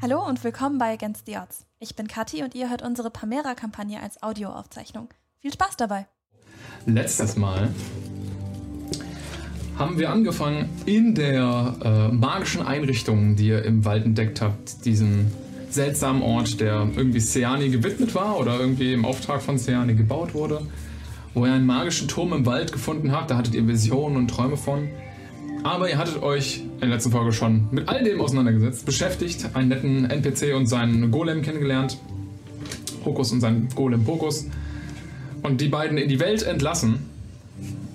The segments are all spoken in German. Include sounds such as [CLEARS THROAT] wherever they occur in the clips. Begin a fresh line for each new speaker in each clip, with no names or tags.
Hallo und willkommen bei Against the Odds. Ich bin Kathi und ihr hört unsere Pamera-Kampagne als Audioaufzeichnung. Viel Spaß dabei!
Letztes Mal haben wir angefangen, in der äh, magischen Einrichtung, die ihr im Wald entdeckt habt, diesen seltsamen Ort, der irgendwie Seani gewidmet war oder irgendwie im Auftrag von Seani gebaut wurde, wo ihr einen magischen Turm im Wald gefunden habt. Da hattet ihr Visionen und Träume von. Aber ihr hattet euch in der letzten Folge schon mit all dem auseinandergesetzt, beschäftigt, einen netten NPC und seinen Golem kennengelernt, Hokus und seinen Golem Pokus, und die beiden in die Welt entlassen.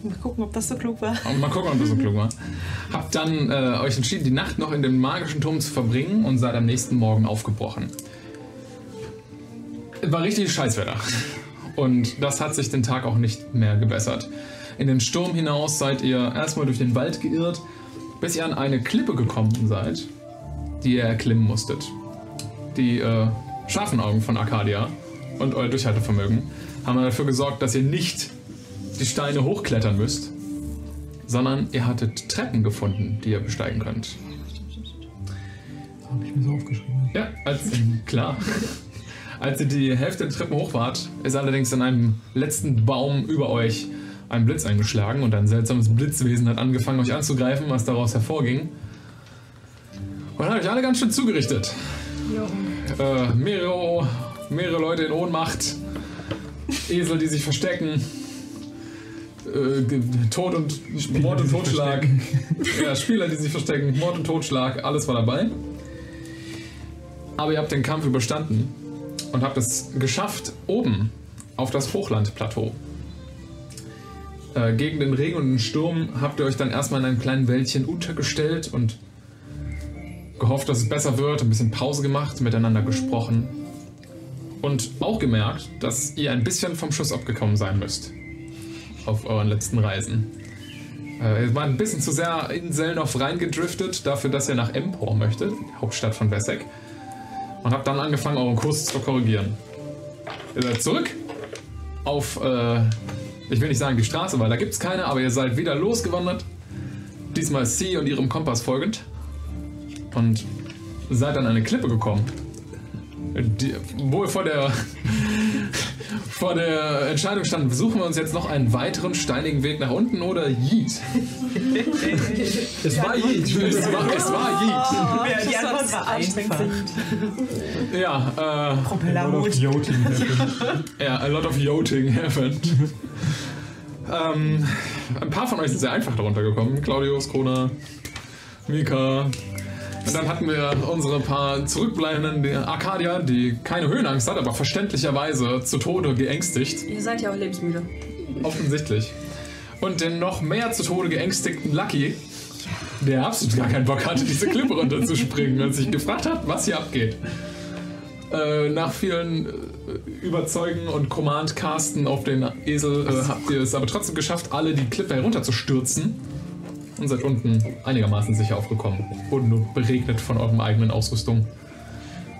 Mal gucken, ob das so klug war.
Und mal gucken, ob das so klug war. Habt dann äh, euch entschieden, die Nacht noch in dem magischen Turm zu verbringen und seid am nächsten Morgen aufgebrochen. War richtig Scheißwetter. Und das hat sich den Tag auch nicht mehr gebessert. In den Sturm hinaus seid ihr erstmal durch den Wald geirrt, bis ihr an eine Klippe gekommen seid, die ihr erklimmen musstet. Die äh, scharfen Augen von Arcadia und euer Durchhaltevermögen haben dafür gesorgt, dass ihr nicht die Steine hochklettern müsst, sondern ihr hattet Treppen gefunden, die ihr besteigen könnt.
Habe ich mir so aufgeschrieben.
Ja, als, klar. Als ihr die Hälfte der Treppen hoch wart, ist allerdings in einem letzten Baum über euch ein Blitz eingeschlagen und ein seltsames Blitzwesen hat angefangen, euch anzugreifen, was daraus hervorging. Und hat euch alle ganz schön zugerichtet. Äh, mehrere, mehrere Leute in Ohnmacht, Esel, die sich verstecken, äh, Ge- Tod und Mord und
die sich
Totschlag. Ja, Spieler, die sich verstecken, Mord und Totschlag, alles war dabei. Aber ihr habt den Kampf überstanden und habt es geschafft, oben auf das Hochlandplateau. Äh, gegen den Regen und den Sturm habt ihr euch dann erstmal in einem kleinen Wäldchen untergestellt und gehofft, dass es besser wird, ein bisschen Pause gemacht, miteinander gesprochen und auch gemerkt, dass ihr ein bisschen vom Schuss abgekommen sein müsst auf euren letzten Reisen. Äh, ihr wart ein bisschen zu sehr in Selnoff reingedriftet, dafür, dass ihr nach Empor möchtet, Hauptstadt von Wessex. Und habt dann angefangen, euren Kurs zu korrigieren. Ihr seid zurück auf, äh, ich will nicht sagen die Straße, weil da gibt's keine, aber ihr seid wieder losgewandert. Diesmal Sie und ihrem Kompass folgend. Und seid an eine Klippe gekommen. Die, wohl vor der [LAUGHS] vor der Entscheidung stand, suchen wir uns jetzt noch einen weiteren steinigen Weg nach unten oder Yeet?
Es war
Es war, es war
Ja,
Äh,
die Antwort war einfach.
Yeet. Ja,
Laut.
Laut.
äh, ja, a lot of yoting happened. ähm, ein paar von euch sind sehr einfach darunter gekommen. Claudius, Kona, Mika. Und dann hatten wir unsere paar zurückbleibenden, die Arcadia, die keine Höhenangst hat, aber verständlicherweise zu Tode geängstigt.
Ihr seid ja auch lebensmüde.
Offensichtlich. Und den noch mehr zu Tode geängstigten Lucky, der absolut gar keinen Bock hatte, diese Klippe runterzuspringen und sich gefragt hat, was hier abgeht. Äh, nach vielen äh, Überzeugen und Command-Casten auf den Esel äh, habt ihr es aber trotzdem geschafft, alle die Klippe herunterzustürzen. Und seid unten einigermaßen sicher aufgekommen. Und nur beregnet von eurem eigenen Ausrüstung.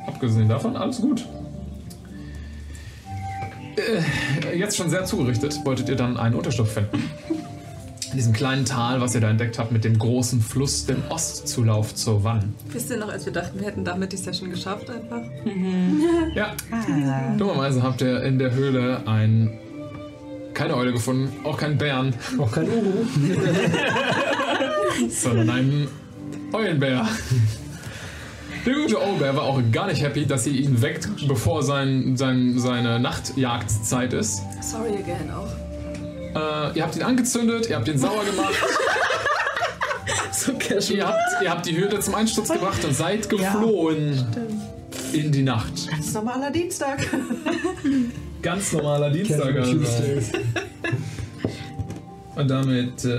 Abgesehen davon, alles gut. jetzt schon sehr zugerichtet, wolltet ihr dann einen Unterschlupf finden. In diesem kleinen Tal, was ihr da entdeckt habt, mit dem großen Fluss, dem Ostzulauf zur Wann.
Wisst ihr noch, als wir dachten, wir hätten damit die Session geschafft einfach?
Ja, dummerweise habt ihr in der Höhle ein. keine Eule gefunden, auch keinen Bären,
Auch kein Uro.
[LAUGHS] sondern einen Eulenbär. Der gute Oldbär war auch gar nicht happy, dass ihr ihn weckt, bevor sein, sein, seine Nachtjagdzeit ist.
Sorry again auch.
Äh, ihr habt ihn angezündet, ihr habt ihn sauer gemacht.
So casual.
Ihr habt, ihr habt die Hürde zum Einsturz gebracht und seid geflohen in die Nacht.
Das ist normaler Dienstag.
Ganz normaler Dienstag. also. Und damit äh,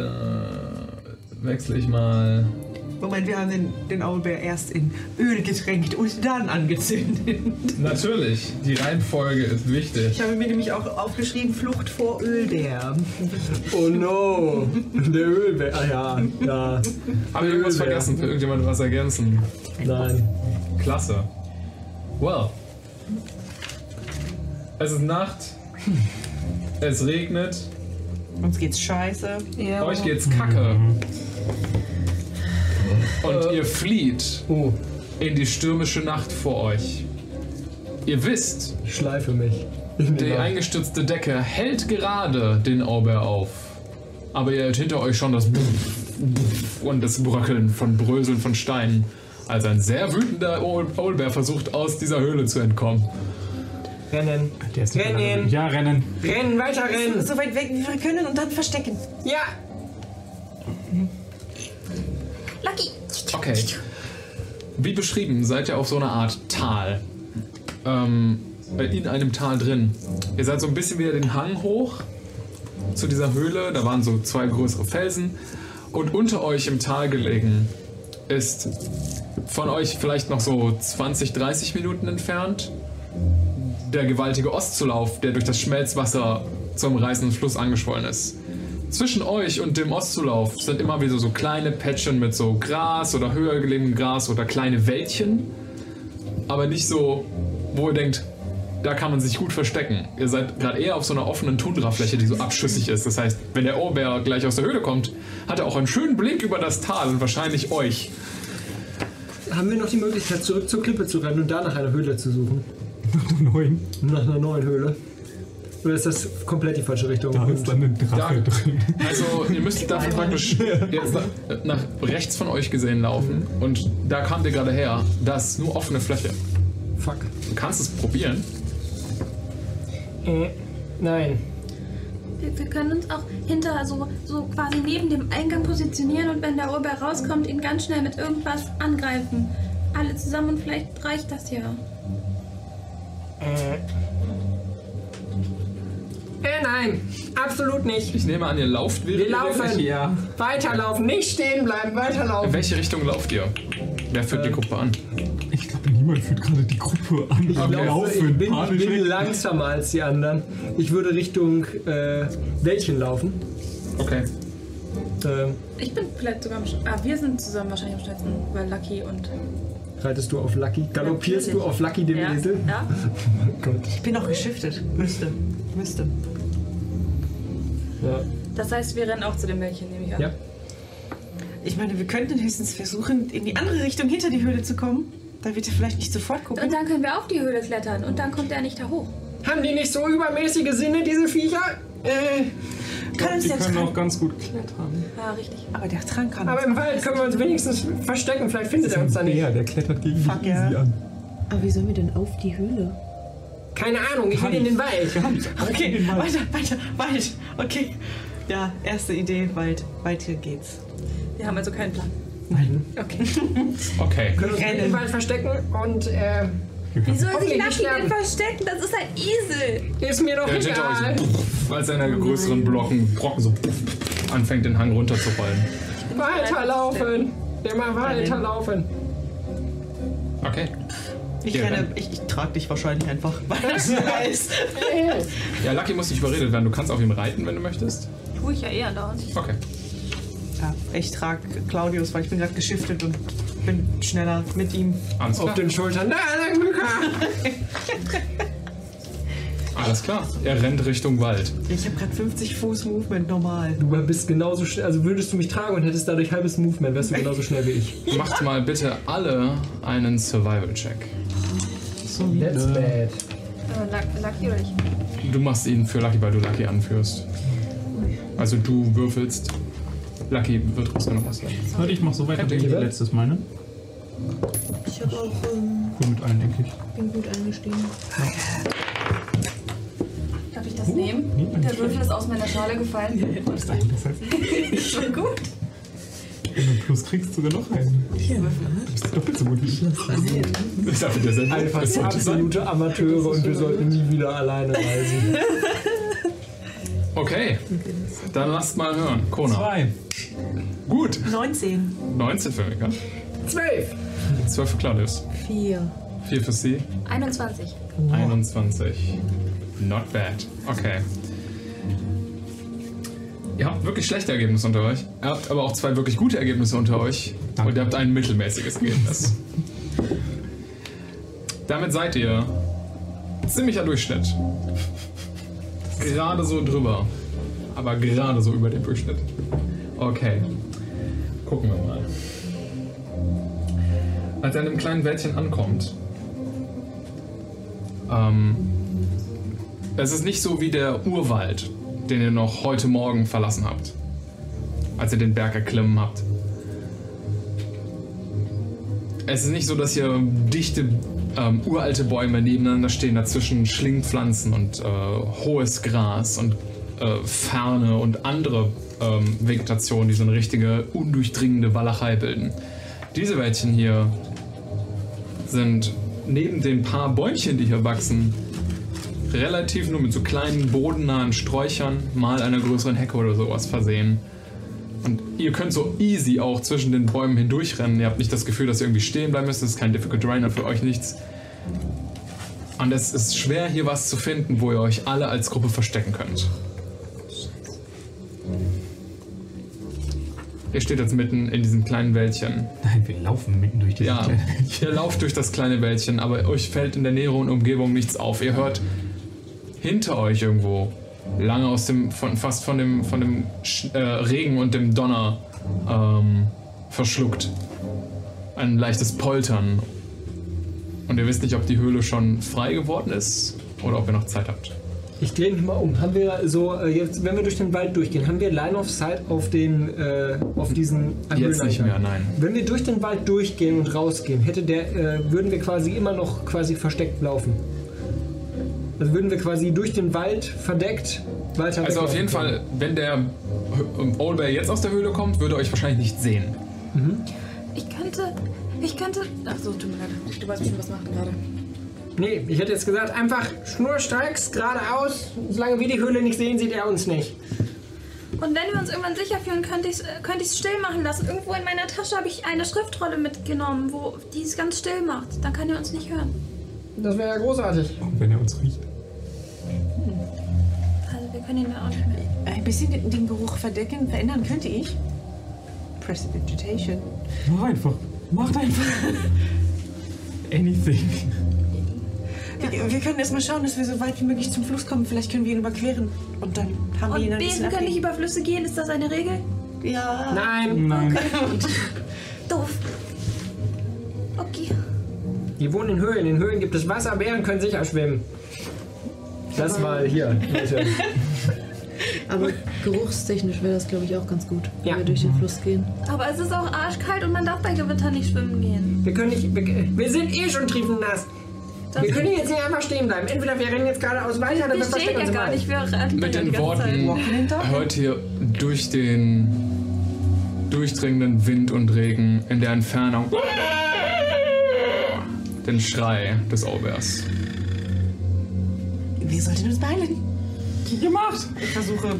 wechsle ich mal.
Moment, wir haben den, den Owlbear erst in Öl getränkt und dann angezündet.
Natürlich, die Reihenfolge ist wichtig.
Ich habe mir nämlich auch aufgeschrieben, Flucht vor Ölbär.
Oh no. [LAUGHS] Der Ölbär. Ah ja, ja.
Haben wir irgendwas
Ölbär.
vergessen? Will irgendjemand was ergänzen?
Nein.
Klasse. Well. Es ist Nacht.
Hm.
Es regnet.
Uns geht's scheiße.
Ja.
Euch
Mhm.
geht's kacke. Und ihr flieht
Äh. Oh,
in die stürmische Nacht vor euch. Ihr wisst,
Ich schleife mich. Ich
die
nehme an.
eingestürzte Decke hält gerade den Auber auf. Aber ihr hört hinter euch schon das und das Bröckeln von Bröseln von Steinen, als ein sehr wütender Olbär versucht, aus dieser Höhle zu entkommen.
Rennen.
Der ist nicht
Rennen.
mehr da. Ja, rennen.
Rennen, weiter rennen.
So weit weg, wie wir können und dann verstecken.
Ja.
Lucky!
Okay. Wie beschrieben, seid ihr auf so einer Art Tal. Ähm, in einem Tal drin. Ihr seid so ein bisschen wieder den Hang hoch zu dieser Höhle. Da waren so zwei größere Felsen. Und unter euch im Tal gelegen ist von euch vielleicht noch so 20, 30 Minuten entfernt der gewaltige Ostzulauf, der durch das Schmelzwasser zum reißenden Fluss angeschwollen ist. Zwischen euch und dem Ostzulauf sind immer wieder so kleine Pätschen mit so Gras oder höher gelegenem Gras oder kleine Wäldchen. Aber nicht so, wo ihr denkt, da kann man sich gut verstecken. Ihr seid gerade eher auf so einer offenen Tundrafläche, die so abschüssig ist. Das heißt, wenn der Ohrbeer gleich aus der Höhle kommt, hat er auch einen schönen Blick über das Tal und wahrscheinlich euch.
Haben wir noch die Möglichkeit, zurück zur Klippe zu rennen und da nach einer Höhle zu suchen?
Neun.
Nach einer neuen Höhle? Oder ist das komplett die falsche Richtung?
Da ist dann ein Drache
Ja.
drin.
Also, ihr müsstet dafür praktisch jetzt nach, nach rechts von euch gesehen laufen. Und da kamt ihr gerade her. Das ist nur offene Fläche.
Fuck.
Du kannst es probieren.
Äh, nein.
Wir, wir können uns auch hinter so, so quasi neben dem Eingang positionieren und wenn der Ober rauskommt, ihn ganz schnell mit irgendwas angreifen. Alle zusammen und vielleicht reicht das ja.
Äh. Äh, nein. Absolut nicht.
Ich nehme an, ihr lauft während
Wir
ihr
laufen.
redet.
Ja.
Weiterlaufen. Nicht stehen bleiben.
In
Weiterlaufen.
welche Richtung lauft ihr? Wer führt
Äh.
die Gruppe an?
Ich glaube, niemand führt gerade die Gruppe an. Ich
Laufe,
laufen,
ich bin, ich
panisch.
bin langsamer als die anderen. Ich würde Richtung äh, Wäldchen laufen.
Okay.
Ähm,
Ich bin vielleicht sogar am Sch- Ah, wir sind zusammen wahrscheinlich am schnellsten, weil Lucky und.
reitest du auf Lucky? Galoppierst du auf Lucky, dem
ja,
[LAUGHS]
Esel?
Ja.
Oh
Ich bin noch geschiftet. Müsste. Müsste.
Ja.
Das heißt, wir rennen auch zu dem Mädchen, nehme ich an.
Ja.
Ich meine, wir könnten höchstens versuchen, in die andere Richtung hinter die Höhle zu kommen. Da wird er vielleicht nicht sofort
Und
gucken.
dann können wir auf die Höhle klettern und dann kommt er nicht da hoch.
Haben die nicht so übermäßige Sinne, diese Viecher? Äh,
Kann uns
Die
ja
können auch
tragen.
ganz gut klettern.
Ah, richtig.
Aber der Trank kann
aber
uns.
im Wald können wir uns wenigstens verstecken. Vielleicht findet er uns
Das
dann
ist
nicht.
Bär, der klettert gegen
Fuck,
die
ja.
Easy an.
Aber wie sollen wir denn auf die Höhle?
Keine Ahnung, ich will in den Wald.
Okay, weiter, weiter, Wald. Okay. Ja, erste Idee, Wald. Weiter geht's.
Wir haben also keinen Plan.
Okay.
Können uns Also in den Wald verstecken und äh,
Wie soll
Hoffentlich
sich
nicht
Lucky
sterben.
denn verstecken? Das ist ein Esel.
ist mir doch
Der hinter
egal.
euch puff, als einer der größeren Blocken, Brocken so puff, puff, anfängt den Hang runterzurollen.
Weiterlaufen. Immer weiterlaufen.
Okay.
Ich,
Ja,
renne,
dann-
ich, ich trag dich wahrscheinlich einfach, [LAUGHS] weil er schneller ist.
Ja, Lucky muss nicht überredet werden. Du kannst auf ihm reiten, wenn du möchtest.
Tue ich ja eher dauernd.
Okay.
Ja, ich trag Claudius, weil ich bin gerade geschiftet und bin schneller mit ihm.
Alles
Auf
klar.
den Schultern. Da, lang, Luca.
Alles klar. Er rennt Richtung Wald.
Ich habe gerade 50 Fuß Movement normal.
Du bist genauso schnell, also würdest du mich tragen und hättest dadurch halbes Movement, wärst du genauso schnell wie ich.
Macht mal bitte alle einen Survival-Check.
That's bad.
Lucky oder ich?
Du machst ihn für Lucky, weil du Lucky anführst. Also du würfelst. Lucky wird rausgenommen. aus der-
Warte, ich mach so weiter wie
Ding.
letztes Mal, ne?
Ich hab auch, ähm,
Cool mit allen, denke ich.
bin gut eingestiegen.
Darf ich das nehmen?
nimmt man
Der
nicht.
Würfel ist aus meiner
[LAUGHS]
Schale gefallen.
Das ist das heißt,
Schon gut.
wenn du einen Plus kriegst, sogar noch einen. Du bist doppelt so gut wie ich.
Ich dachte, der Sender-
Einfach
Das sollte sein.
absolute Amateure und wir sollten nie wieder alleine reisen.
Okay. Dann lasst mal hören. Kona.
Zwei.
Gut.
19.
19 für Mika.
Zwölf!
12 für Claudius.
Vier.
4 für sie.
21.
21. Not bad. Okay. Ihr habt wirklich schlechte Ergebnisse unter euch. Ihr habt aber auch zwei wirklich gute Ergebnisse unter euch.
Danke.
Und ihr habt ein mittelmäßiges Ergebnis. Damit seid ihr ziemlicher Durchschnitt. Gerade so drüber. Aber gerade so über dem Durchschnitt. Okay. Gucken wir mal. Als er in einem kleinen Wäldchen ankommt, ähm, es ist nicht so wie der Urwald, den ihr noch heute Morgen verlassen habt, als ihr den Berg erklimmen habt. Es ist nicht so, dass hier dichte, ähm, uralte Bäume nebeneinander stehen, dazwischen Schlingpflanzen und äh, hohes Gras und äh, Ferne und andere ähm, Vegetation, die so eine richtige, undurchdringende Walachei bilden. Diese Wäldchen hier sind neben den paar Bäumchen, die hier wachsen, relativ nur mit so kleinen bodennahen Sträuchern, mal einer größeren Hecke oder sowas versehen. Und ihr könnt so easy auch zwischen den Bäumen hindurchrennen. Ihr habt nicht das Gefühl, dass ihr irgendwie stehen bleiben müsst. Das ist kein Difficult Terrain, für euch nichts. Und es ist schwer, hier was zu finden, wo ihr euch alle als Gruppe verstecken könnt. Ihr steht jetzt mitten in diesem kleinen Wäldchen.
Nein, [LAUGHS] wir laufen mitten durch die
Ja, [LAUGHS] ihr lauft durch das kleine Wäldchen, aber euch fällt in der näheren Umgebung nichts auf. Ihr hört hinter euch irgendwo, lange aus dem, von, fast von dem, von dem Sch äh, Regen und dem Donner ähm, verschluckt, ein leichtes Poltern. Und ihr wisst nicht, ob die Höhle schon frei geworden ist oder ob ihr noch Zeit habt.
Ich drehe mich mal um. Haben wir so, äh, jetzt, wenn wir durch den Wald durchgehen, haben wir Line of Sight auf den, äh, auf diesen
Jetzt nicht
Höhleneingang?
mehr, nein.
Wenn wir durch den Wald durchgehen und rausgehen, hätte der, äh, würden wir quasi immer noch quasi versteckt laufen. Also würden wir quasi durch den Wald verdeckt weiter.
Also auf
weglaufen
jeden
können.
Fall, wenn der Old Bear jetzt aus der Höhle kommt, würde er euch wahrscheinlich nicht sehen.
Ich könnte. Ich könnte.
Ach so, tut mir leid. Du weißt schon, was machen gerade.
Nee, ich hätte jetzt gesagt, einfach schnurstracks, geradeaus. Solange wir die Höhle nicht sehen, sieht er uns nicht.
Und wenn wir uns irgendwann sicher fühlen, könnte ich es könnte ich's still machen lassen. Irgendwo in meiner Tasche habe ich eine Schriftrolle mitgenommen, wo die es ganz still macht. Dann kann er uns nicht hören.
Das wäre ja großartig.
[LAUGHS] Wenn er uns riecht.
Also wir können ihn da auch nicht mehr.
Ein bisschen den, den Geruch verdecken, verändern könnte ich. Prestidigitation.
Mach einfach. Macht einfach. [LAUGHS] Anything.
Wir, wir können erstmal schauen, dass wir so weit wie möglich zum Fluss kommen. Vielleicht können wir ihn überqueren. Und dann haben wir ihn
Und
ein bisschen
Besen können nicht
abgegeben.
über Flüsse gehen, ist das eine Regel?
Ja.
Nein,
Nein.
Doof. Okay.
die wohnen in Höhlen. In Höhlen gibt es Wasser, Bären können sicher schwimmen. Das mal hier. Leute.
Aber geruchstechnisch wäre das, glaube ich, auch ganz gut, wenn
Ja.
wir durch den Fluss gehen.
Aber es ist auch arschkalt und man darf bei Gewitter nicht schwimmen gehen.
Wir können nicht. Wir, wir sind eh schon triefend nass. Wir können jetzt nicht einfach stehen bleiben. Entweder wir rennen jetzt geradeaus weiter oder wir,
Wir stehen
verstecken
ja
uns
gar
mal.
nicht, wir rennen
Mit
ja die
den
ganze Zeit.
Worten hört ihr durch den durchdringenden Wind und Regen in der Entfernung den Schrei des Aubers.
Wir sollten uns beeilen. Gemacht. Ich versuche,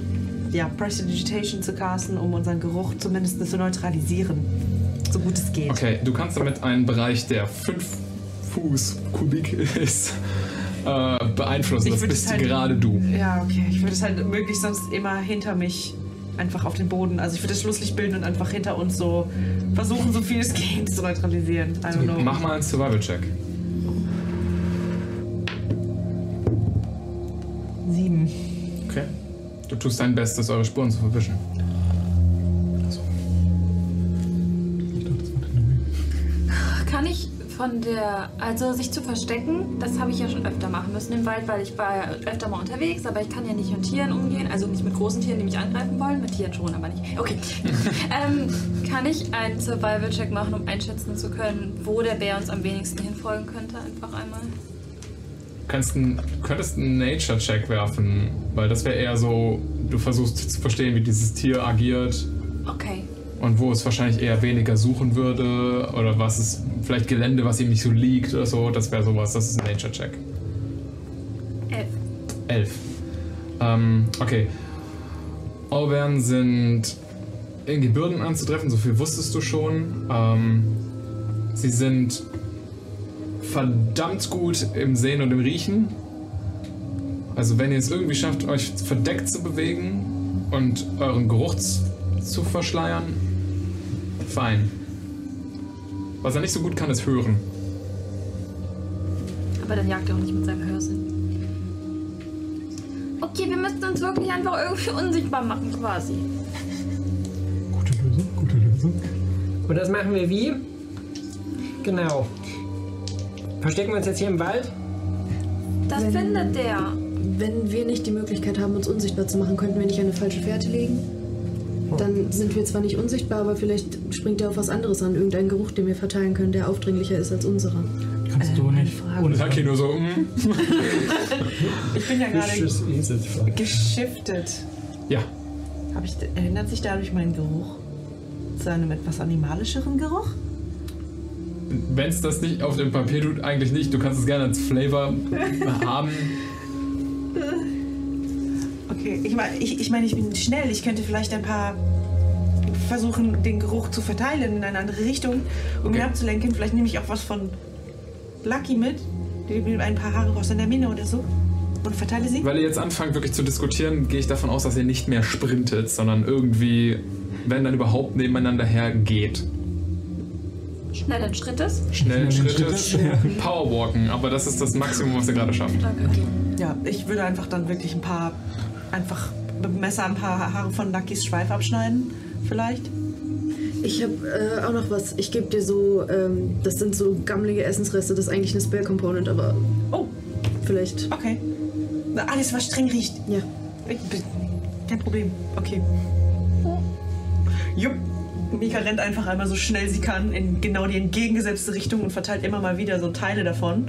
ja, Prestidigitation zu casten, um unseren Geruch zumindest zu neutralisieren. So gut es geht.
Okay, du kannst damit einen Bereich, der 5 Fuß Kubik ist, äh, beeinflussen.
Ich
Das
würd
bist
es halt-
gerade du.
Ja, okay. Ich würde es halt möglichst sonst immer hinter mich einfach auf den Boden. Also ich würde das Schlusslicht bilden und einfach hinter uns so versuchen, so viel es geht zu neutralisieren. I don't know.
Mach mal einen Survival-Check.
Sieben.
Okay. Du tust dein Bestes, eure Spuren zu verwischen.
Ich dachte, das war der neue.
Kann ich von der, also sich zu verstecken, das habe ich ja schon öfter machen müssen im Wald, weil ich war ja öfter mal unterwegs, aber ich kann ja nicht mit Tieren umgehen, also nicht mit großen Tieren, die mich angreifen wollen, mit Tieren schon, aber nicht.
[LAUGHS]
Okay. ähm, kann ich einen Survival-Check machen, um einschätzen zu können, wo der Bär uns am wenigsten hinfolgen könnte, einfach einmal?
Du kannst einen, könntest einen Nature-Check werfen, weil das wäre eher so, du versuchst zu verstehen, wie dieses Tier agiert
Okay.
und wo es wahrscheinlich eher weniger suchen würde oder was es vielleicht Gelände, was ihm nicht so liegt oder so, das wäre sowas. Das ist ein Nature Check.
Elf.
Elf. Ähm, okay. Auburn sind in Gebirgen anzutreffen, so viel wusstest du schon. Ähm, sie sind verdammt gut im Sehen und im Riechen. Also wenn ihr es irgendwie schafft, euch verdeckt zu bewegen und euren Geruch z- zu verschleiern, fein. Was er nicht so gut kann, ist hören.
Aber dann jagt er auch nicht mit seinem Hörsinn.
Okay, wir müssten uns wirklich einfach irgendwie unsichtbar machen quasi.
Gute Lösung, gute Lösung.
Und das machen wir wie? Genau. Verstecken wir uns jetzt hier im Wald?
Das findet der.
Wenn wir nicht die Möglichkeit haben, uns unsichtbar zu machen, könnten wir nicht eine falsche Fährte legen? Dann sind wir zwar nicht unsichtbar, aber vielleicht springt er auf was anderes an. Irgendeinen Geruch, den wir verteilen können, der aufdringlicher ist als unserer.
Äh,
Kannst du nicht. Ohne
Taki nur so, mm.
Ich bin ja gerade
Fisches Eselfleisch.
geschiftet.
Ja,
Hab ich, ändert sich dadurch mein Geruch zu einem etwas animalischeren Geruch?
wenn es das nicht auf dem Papier tut, eigentlich nicht. Du kannst es gerne als [LAUGHS] Flavor haben.
Okay, ich meine, ich, ich, mein, ich bin schnell. Ich könnte vielleicht ein paar versuchen, den Geruch zu verteilen in eine andere Richtung, um ihn
Okay.
abzulenken. Vielleicht nehme ich auch was von Lucky mit, nehme ein paar Haare aus seiner Mine oder so und verteile sie.
Weil ihr jetzt anfangt wirklich zu diskutieren, gehe ich davon aus, dass ihr nicht mehr sprintet, sondern irgendwie, wenn dann überhaupt, nebeneinander hergeht.
Schnellen Schrittes.
Schnell
Schnellen
Schritte,
Schrittes.
Powerwalken, aber das ist das Maximum, was ihr gerade schafft.
Ja, ich würde einfach dann wirklich ein paar, einfach mit dem Messer ein paar Haare von Luckys Schweif abschneiden, vielleicht.
Ich habe äh, auch noch was. Ich gebe dir so, ähm, das sind so gammelige Essensreste. Das ist eigentlich eine Spell-Component, aber
Oh,
vielleicht,
okay. Na, alles, was streng riecht.
ja.
Ich bin, kein Problem. Okay. Jupp. Mika rennt einfach einmal so schnell sie kann in genau die entgegengesetzte Richtung und verteilt immer mal wieder so Teile davon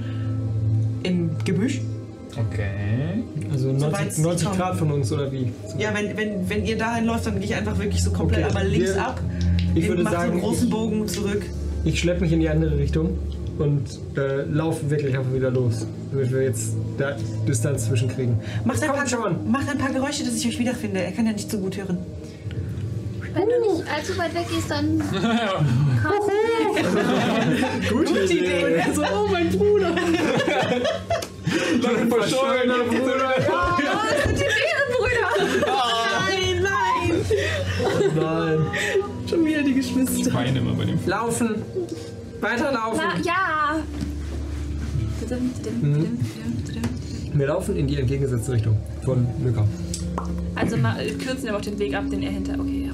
im Gebüsch.
Okay.
Also 90,
Soweit's nicht
90 Grad von uns oder wie?
Ja, wenn, wenn, wenn ihr dahin läuft, dann gehe ich einfach wirklich so komplett
Okay. also
einmal links
Wir-
ab.
ich würde
macht so
sagen,
einen großen
ich-
Bogen zurück.
Ich schleppe mich in die andere Richtung und äh, laufe wirklich einfach wieder los, damit wir jetzt da Distanz zwischenkriegen.
Macht ein,
Komm
paar,
schon!
macht ein paar Geräusche, dass ich euch wiederfinde. Er kann ja nicht so gut hören.
Wenn du nicht allzu weit weg gehst, dann.
Gute Idee.
Also, oh, mein Bruder!
Nein, nein.
Nein!
Schon wieder die Geschwister.
Beine immer bei dem F
Laufen! Weiterlaufen!
Na ja.
Wir laufen in die entgegengesetzte Richtung von Mücka.
Also mal, äh, kürzen aber auch den Weg ab, den er hinter. Okay, ja.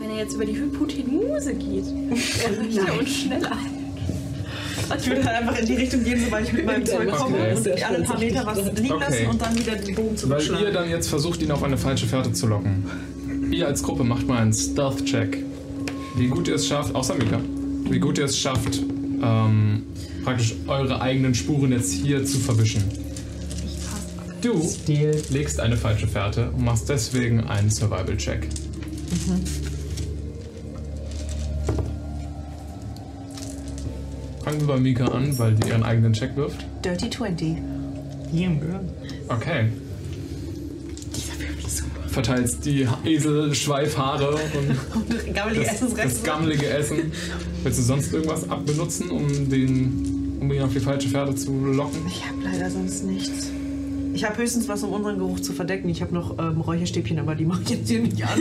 Wenn er jetzt über die Hypotenuse geht, dann ist er uns schneller.
Ich würde halt einfach in die Richtung gehen, sobald ich mit meinem Zeug komme
Okay.
und alle paar Meter was liegen lassen
Okay.
und dann wieder den Bogen
Weil
zurückschlagen.
ihr dann jetzt versucht, ihn auf eine falsche Fährte zu locken. Ihr als Gruppe macht mal einen Stealth-Check. Wie gut ihr es schafft, außer Mika, wie gut ihr es schafft, ähm, praktisch eure eigenen Spuren jetzt hier zu verwischen. Du legst eine falsche Fährte und machst deswegen einen Survival-Check. Fangen wir bei Mika an, weil die ihren eigenen Check wirft.
Dirty 20.
Damn, girl.
Okay. Verteilst die Ha- Eselschweifhaare und
Und gammelige
das, das
Essensreste.
gammelige Essen. Willst du sonst irgendwas abbenutzen, um, den, um ihn auf die falsche Fährte zu
[LAUGHS]
locken?
Ich habe leider sonst nichts. Ich habe höchstens was, um unseren Geruch zu verdecken. Ich habe noch ähm, Räucherstäbchen, aber die mache ich jetzt hier nicht
[LAUGHS]
an.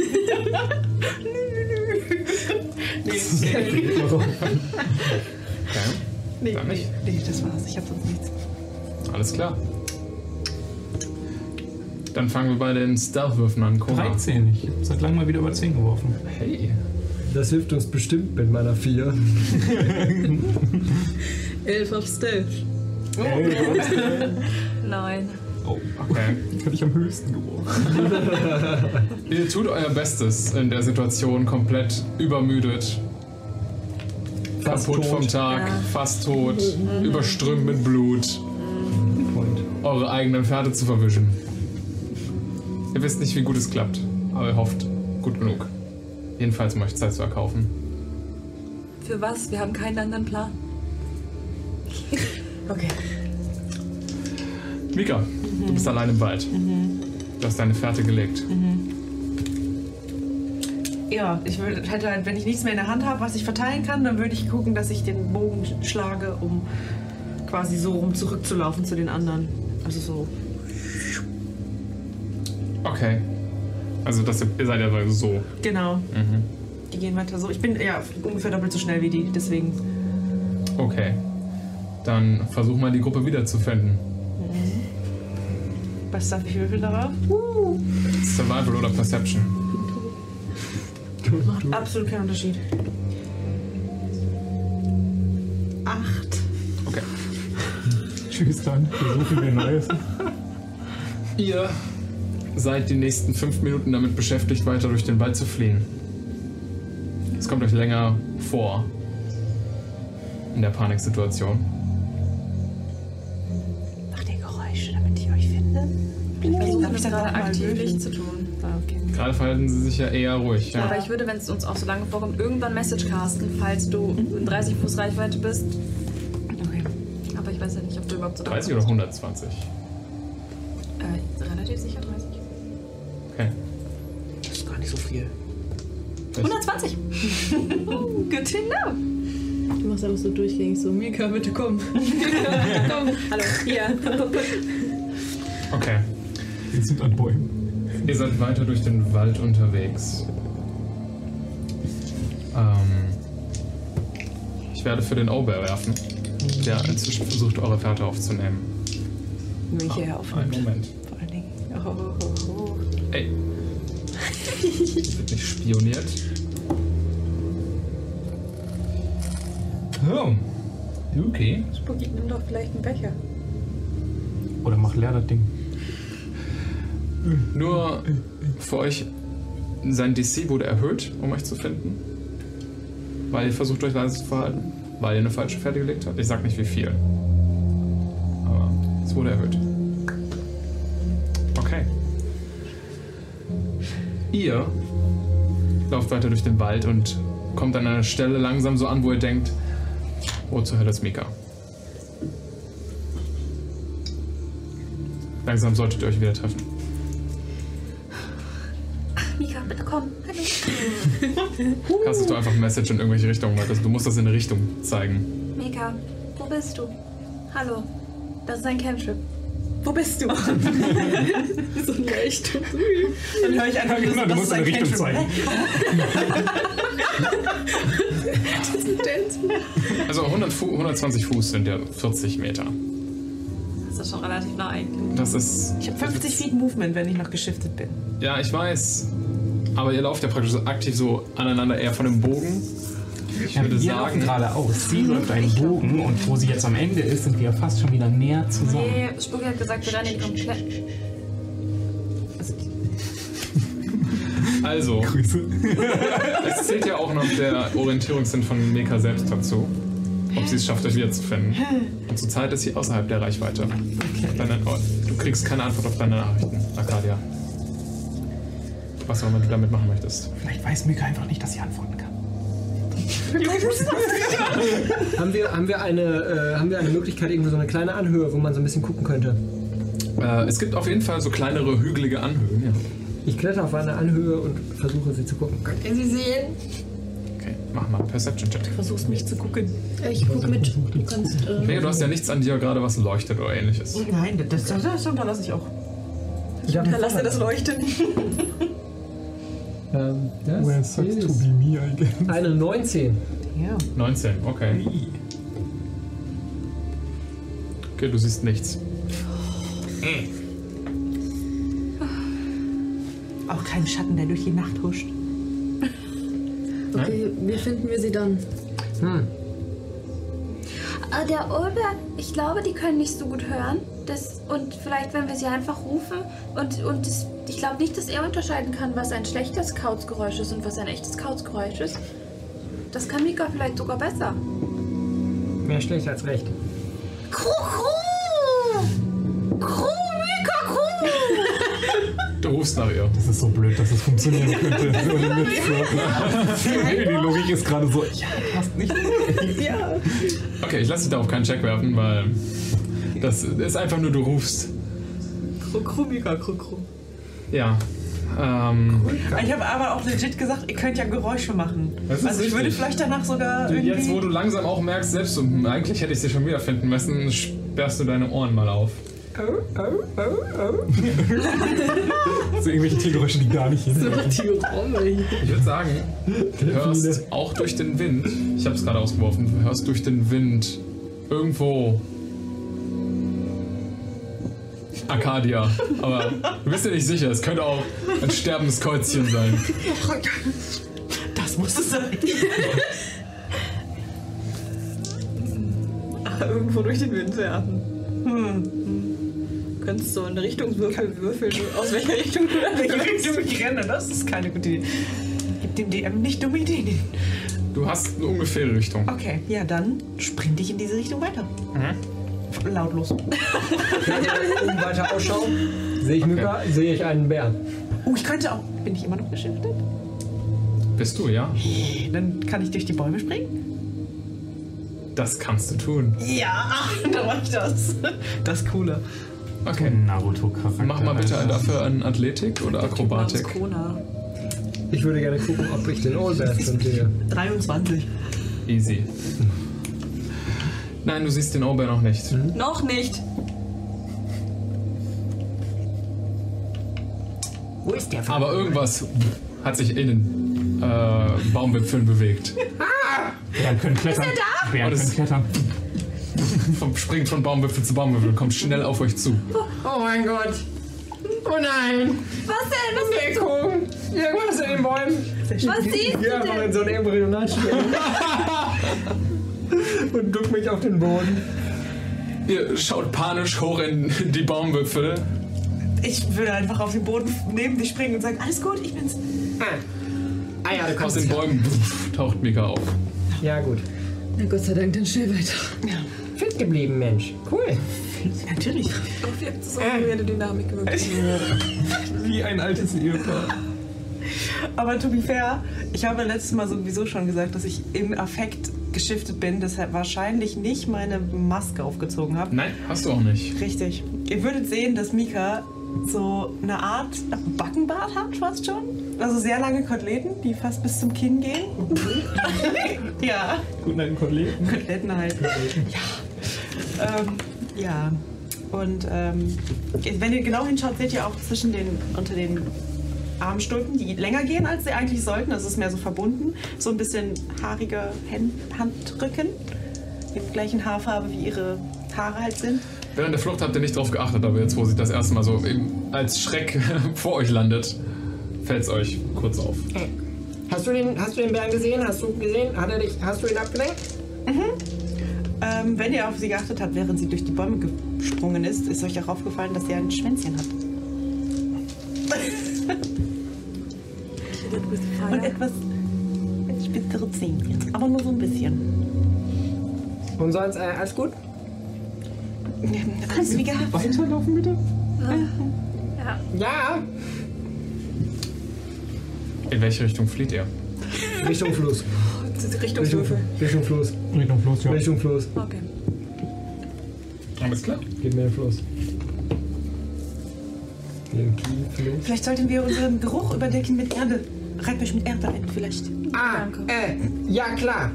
nee, nee,
Okay.
nee,
Dann
nee,
nicht.
nee, das war's. Ich habe sonst nichts.
Alles klar. Dann fangen wir bei den Stealth-Würfen an. Kona.
13. Ich hab seit langem mal wieder über 10 geworfen.
Hey.
Das hilft uns bestimmt mit meiner 4.
Elf auf Stealth.
Nein.
Oh,
Okay.
ich hab ich am höchsten
[LAUGHS]
geworfen.
Ihr tut euer Bestes in der Situation, komplett übermüdet,
Fast
kaputt
tot.
vom Tag, fast tot, überströmt mit Blut. eure eigenen Pferde zu verwischen. Ihr wisst nicht, wie gut es klappt, aber ihr hofft, gut genug. Jedenfalls, um euch Zeit zu erkaufen.
Für was? Wir haben keinen anderen Plan.
Okay.
Mika, du bist allein im Wald. Du hast deine Fährte gelegt.
Ja, ich würde, hätte halt, wenn ich nichts mehr in der Hand habe, was ich verteilen kann, dann würde ich gucken, dass ich den Bogen sch- schlage, um quasi so rum zurückzulaufen zu den anderen. Also so.
Okay. Also, das, ihr seid ja so.
Genau.
Mhm.
Die gehen weiter so. Ich bin ja ungefähr doppelt so schnell wie die, deswegen.
Okay. Dann versuch mal, die Gruppe wiederzufinden.
Was darf ich würfeln darauf?
Survival oder Perception?
Absolut kein Unterschied. Acht.
Okay.
Tschüss dann. Versuchen wir Neues.
Ihr seid die nächsten fünf Minuten damit beschäftigt, weiter durch den Wald zu fliehen. Es kommt euch länger vor in der Paniksituation.
Macht ihr Geräusche, damit ich euch finde?
Ich versuche
Darf ich
das
dann
gerade
noch mal
aktiv
würfeln?
nicht zu tun.
Ah, okay.
Gerade verhalten sie sich ja eher ruhig. Ja.
Aber ich würde, wenn es uns auch so lange vorkommt, irgendwann Message casten, falls du
Mhm.
in 30 Fuß Reichweite bist.
okay.
Aber ich weiß ja nicht, ob du überhaupt so
30 oder 120?
Äh, relativ sicher 30.
Okay.
Das ist gar nicht so viel.
120! Good to know!
Du machst einfach so durchgängig so, Mika, bitte [LAUGHS] komm. komm. Hallo, hier.
Okay.
Wir sind an Bäumen.
Ihr seid weiter durch den Wald unterwegs. Ähm, ich werde für den Ober werfen, der inzwischen versucht, eure Fährte aufzunehmen.
Wenn ich
Einen
hierher aufnimmt.
Moment.
Vor allen Dingen. Oh, oh, oh, oh.
Ey. Wird nicht spioniert. Oh. Okay.
Spooky, nimm doch vielleicht einen Becher.
Oder mach leer das Ding.
Nur für euch, sein DC wurde erhöht, um euch zu finden. Weil ihr versucht, euch leise zu verhalten. Weil ihr eine falsche Fährte gelegt habt. Ich sag nicht, wie viel. Aber es wurde erhöht. Okay. Ihr lauft weiter durch den Wald und kommt an einer Stelle langsam so an, wo ihr denkt, wo zur Hölle ist Mika? Langsam solltet ihr euch wieder treffen.
Mika, bitte komm. Hallo.
Kannst du einfach ein Message in irgendwelche Richtungen machen. Also du musst das in eine Richtung zeigen.
Mika, wo bist du? Hallo. Das ist ein Cantrip. Wo bist
[LAUGHS]
du?
so ein Leuchtturm.
Dann höre ich einfach nur so,
Genau, du
das
musst
ist
eine
ein ne?
Richtung
Cantrip.
zeigen.
Also 100 Fu 120 Fuß sind ja 40 Meter.
Das ist schon relativ nah eigentlich.
Das ist.
Ich habe 50 Feet Movement, wenn ich noch geschiftet bin.
Ja, ich weiß. Aber ihr lauft ja praktisch aktiv so aneinander eher von dem Bogen. Ich würde
wir laufen
sagen,
geradeaus. Sie läuft einen Bogen und wo sie jetzt am Ende ist, sind wir fast schon wieder näher zusammen.
Nee, Spooky hat gesagt, wir rennen den komplett.
also,
Grüße.
es zählt ja auch noch der Orientierungssinn von Meka selbst dazu. Ob sie es schafft, euch wiederzufinden. Und zurzeit ist sie außerhalb der Reichweite. Deine, oh, du kriegst keine Antwort auf deine Nachrichten, Arcadia. Was auch immer du damit machen möchtest.
Vielleicht weiß Mika einfach nicht, dass sie antworten kann.
Haben wir, haben wir, eine, äh, haben wir eine Möglichkeit, irgendwie so eine kleine Anhöhe, wo man so ein bisschen gucken könnte?
Äh, es gibt auf jeden Fall so kleinere, hügelige Anhöhen. Ja.
Ich kletter auf eine Anhöhe und versuche sie zu gucken.
Sie sehen.
Okay, mach mal einen Perception-Check.
Versuchst mich zu gucken.
Ich guck mit. Du kannst.
Mega,
Äh,
du hast ja nichts an dir gerade, was leuchtet oder ähnliches.
Nein, das, das, das unterlasse ich auch.
Ich habe
Lass dir das leuchten.
ähm, das
Where sucks to
ist
be me, I guess.
eine 19.
Ja.
19, okay. Okay, du siehst nichts.
Auch kein Schatten, der durch die Nacht huscht.
okay, wie finden wir sie dann?
Hm.
Ah,
Äh, der Ulber, ich glaube, die können nicht so gut hören. Das, und vielleicht, wenn wir sie einfach rufen. Und, und das, ich glaube nicht, dass er unterscheiden kann, was ein schlechtes Kauzgeräusch ist und was ein echtes Kauzgeräusch ist.
Das kann Mika vielleicht sogar besser.
Mehr schlecht als [LAUGHS] recht.
Du rufst nach ihr.
Das ist so blöd, dass es funktionieren könnte. So ein Witz, so. Die Logik ist gerade so. Ja, passt nicht.
Okay, ich lasse dich darauf keinen Check werfen, weil das ist einfach nur, du rufst.
Krummiger Krukru.
Ja. Ähm,
Ich habe aber auch legit gesagt, ihr könnt ja Geräusche machen.
Das ist
Also ich
richtig.
würde vielleicht danach sogar
du,
irgendwie...
jetzt, wo du langsam auch merkst, selbst so, hm, eigentlich hätte ich sie schon wiederfinden müssen, sperrst du deine Ohren mal auf. [LAUGHS]
So irgendwelche Tiergeräusche, die gar nicht hin.
Ich würde sagen, du hörst auch durch den Wind, ich habe es gerade ausgeworfen, du hörst durch den Wind irgendwo Arcadia. Aber du bist dir nicht sicher, es könnte auch ein sterbendes Kreuzchen sein.
[LAUGHS]
das muss es sein.
irgendwo durch den Wind werfen. Hm. Du könntest so in eine Richtung würfeln, würfeln, aus welcher Richtung du da
Welche Richtung ich renne, das ist keine gute Idee. Gib dem DM nicht dumme Ideen.
Du hast eine ungefähre Richtung.
Okay, ja, dann sprinte ich in diese Richtung weiter.
Mhm.
Oh, Lautlos.
Um weiter Ausschau sehe ich, Myka, sehe ich einen Bären.
Oh, ich könnte auch. Bin ich immer noch beschäftigt?
Bist du, ja?
Dann kann ich durch die Bäume springen?
Das kannst du tun.
Ja, dann mach ich das. Das ist cooler.
Okay.
Naruto-Charakter.
Mach mal bitte dafür einen Athletik oder Akrobatik.
Kona.
Ich würde gerne gucken, ob ich den Oldbär finde.
23.
Easy. Nein, du siehst den Ober noch nicht.
Noch nicht.
Wo ist der?
Aber irgendwas hat sich in den äh, Baumwipfeln bewegt.
Bären können klettern. Ist
er
Bären
Oh, das-
können klettern.
Vom- Springt von Baumwipfel zu Baumwipfel, kommt schnell auf euch zu.
Oh mein Gott. Oh nein.
Was denn? Was,
Deckung. Irgendwas in den Bäumen.
was siehst du
Ja,
denn?
einfach in so ein Embryonal
[LAUGHS]
Und duck mich auf den Boden.
Ihr schaut panisch hoch in die Baumwipfel.
Ich würde einfach auf den Boden neben dich springen und sagen, alles gut, ich bin's.
Ah ja, du
Aus
kommst
den
in
Bäumen taucht Mika auf.
Ja, gut.
Na Gott sei Dank, dann schnell weiter.
Fit geblieben, Mensch. Cool.
Natürlich.
Auf ihr habt so eine Dynamik gewirkt.
Wie ein altes Ehepaar.
Aber to be fair, ich habe letztes Mal sowieso schon gesagt, dass ich im Affekt geschiftet bin, deshalb wahrscheinlich nicht meine Maske aufgezogen habe.
Nein, hast du auch nicht.
Richtig. Ihr würdet sehen, dass Mika so eine Art Backenbart hat, fast schon. Also sehr lange Koteletten, die fast bis zum Kinn gehen. ja,
Guten Abend, Kollegen.
Koteletten halt. Ja. Ähm, ja. Und ähm, wenn ihr genau hinschaut, seht ihr auch zwischen den, unter den Armstulpen, die länger gehen, als sie eigentlich sollten. Das ist mehr so verbunden. So ein bisschen haarige Hand Handrücken. Die gleichen Haarfarbe, wie ihre Haare halt sind.
Während der Flucht habt ihr nicht drauf geachtet, aber jetzt, wo sie das erste Mal so eben als Schreck [LAUGHS] vor euch landet, fällt's euch kurz auf.
Hast du den, hast du den Bären gesehen? Hast du gesehen? Hat er dich, hast du ihn abgelenkt?
Ähm, wenn ihr auf sie geachtet habt, während sie durch die Bäume gesprungen ist, ist euch auch aufgefallen, dass sie ein Schwänzchen hat. Und etwas spitzere Zähnchen. Aber nur so ein bisschen.
Und sonst, äh, alles gut?
Alles wie gehabt.
Weiterlaufen bitte?
Ah.
Ja.
In welche Richtung flieht ihr?
Richtung Fluss. Richtung,
Richtungswürfel.
Richtung Fluss.
Richtung Fluss, ja.
Richtung Fluss.
Okay.
Alles klar.
Gib mir den Fluss. Den Fluss.
Vielleicht sollten wir unseren Geruch überdecken mit Erde. Reibt euch mit Erde ein, vielleicht.
Ah, äh, ja klar.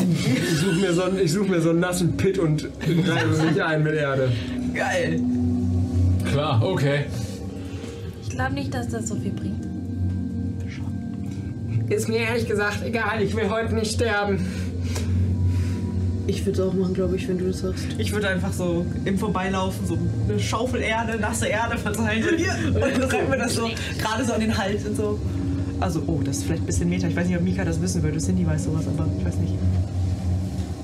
Ich suche mir, so einen- ich such mir so einen nassen Pit und reibe mich ein mit Erde.
Geil.
Klar, okay.
Ich glaube nicht, dass das so viel bringt.
Ist mir ehrlich gesagt egal, ich will heute nicht sterben.
Ich würde es auch machen, glaube ich, wenn du das sagst.
Ich würde einfach so im Vorbeilaufen so eine Schaufel Erde, nasse Erde verteilen. So hier. Und dann reibt mir das so gerade so an den Hals und so. Also, oh, das ist vielleicht ein bisschen Meter. Ich weiß nicht, ob Mika das wissen würde. Cindy weiß sowas, aber ich weiß nicht.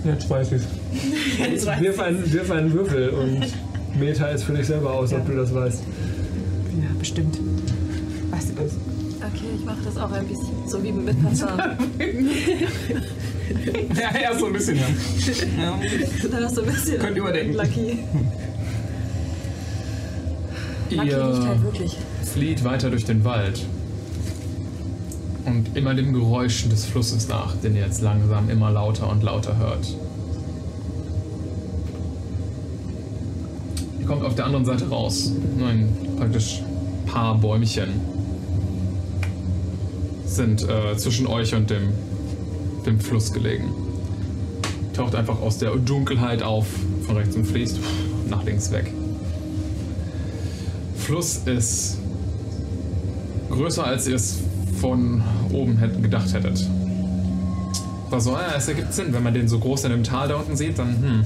Jetzt weiß ich's.
[LAUGHS] Jetzt weiß
Wirf einen, wirf einen Würfel und Meta ist für dich selber aus, ob du das weißt.
Ja, bestimmt. Weißt du das?
Okay, ich mache das auch ein bisschen. So wie mit Passan.
[LAUGHS] Ja, ja, so ein bisschen, ja.
Dann hast du ein bisschen.
Könnt ihr überdenken.
Lucky. Lucky nicht halt
Ihr
wirklich.
flieht weiter durch den Wald und immer dem Geräusch des Flusses nach, den ihr jetzt langsam immer lauter und lauter hört. Ihr kommt auf der anderen Seite raus, nur ein praktisch paar Bäumchen sind äh, zwischen euch und dem, dem Fluss gelegen. Taucht einfach aus der Dunkelheit auf, von rechts und fließt nach links weg. Fluss ist größer, als ihr es von oben hätt- gedacht hättet. War so, ja, es ergibt Sinn, wenn man den so groß in dem Tal da unten sieht, dann hm,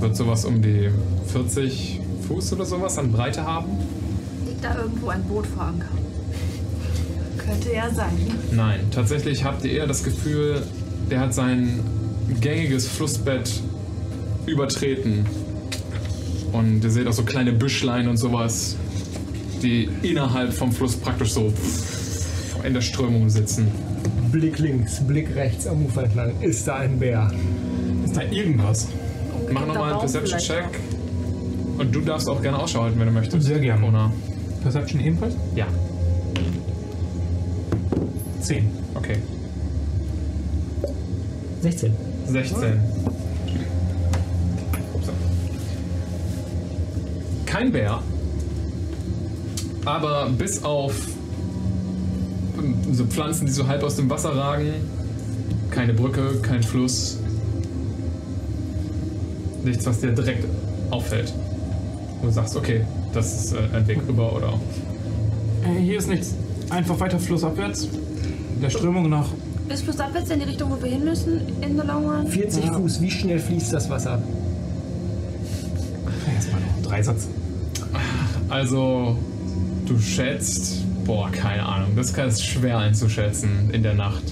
wird sowas um die 40 Fuß oder sowas an Breite haben.
Liegt da irgendwo ein Boot vor Anker? Könnte ja sein.
Nein, tatsächlich habt ihr eher das Gefühl, der hat seinen gängiges Flussbett übertreten. Und ihr seht auch so kleine Büschlein und sowas, die innerhalb vom Fluss praktisch so in der Strömung sitzen.
Blick links, Blick rechts am Ufer entlang. Ist da ein Bär?
Ist da irgendwas? Mach nochmal einen Perception-Check. Und du darfst auch gerne Ausschau halten, wenn du möchtest. Sehr gerne. Ona.
Perception ebenfalls?
Ja.
Zehn.
Okay.
16.
16. So. Kein Bär, aber bis auf ähm, so Pflanzen, die so halb aus dem Wasser ragen, keine Brücke, kein Fluss, nichts, was dir direkt auffällt. Wo du sagst, okay, das ist äh, ein Weg rüber oder
Äh, hier ist nichts. Einfach weiter flussabwärts. Der Strömung nach.
Bis flussabwärts in die Richtung, wo wir hin müssen, in the long run.
40 Fuß, wie schnell fließt das Wasser?
Erstmal noch ein Dreisatz.
Also, du schätzt, boah, keine Ahnung, das kann- ist schwer einzuschätzen in der Nacht.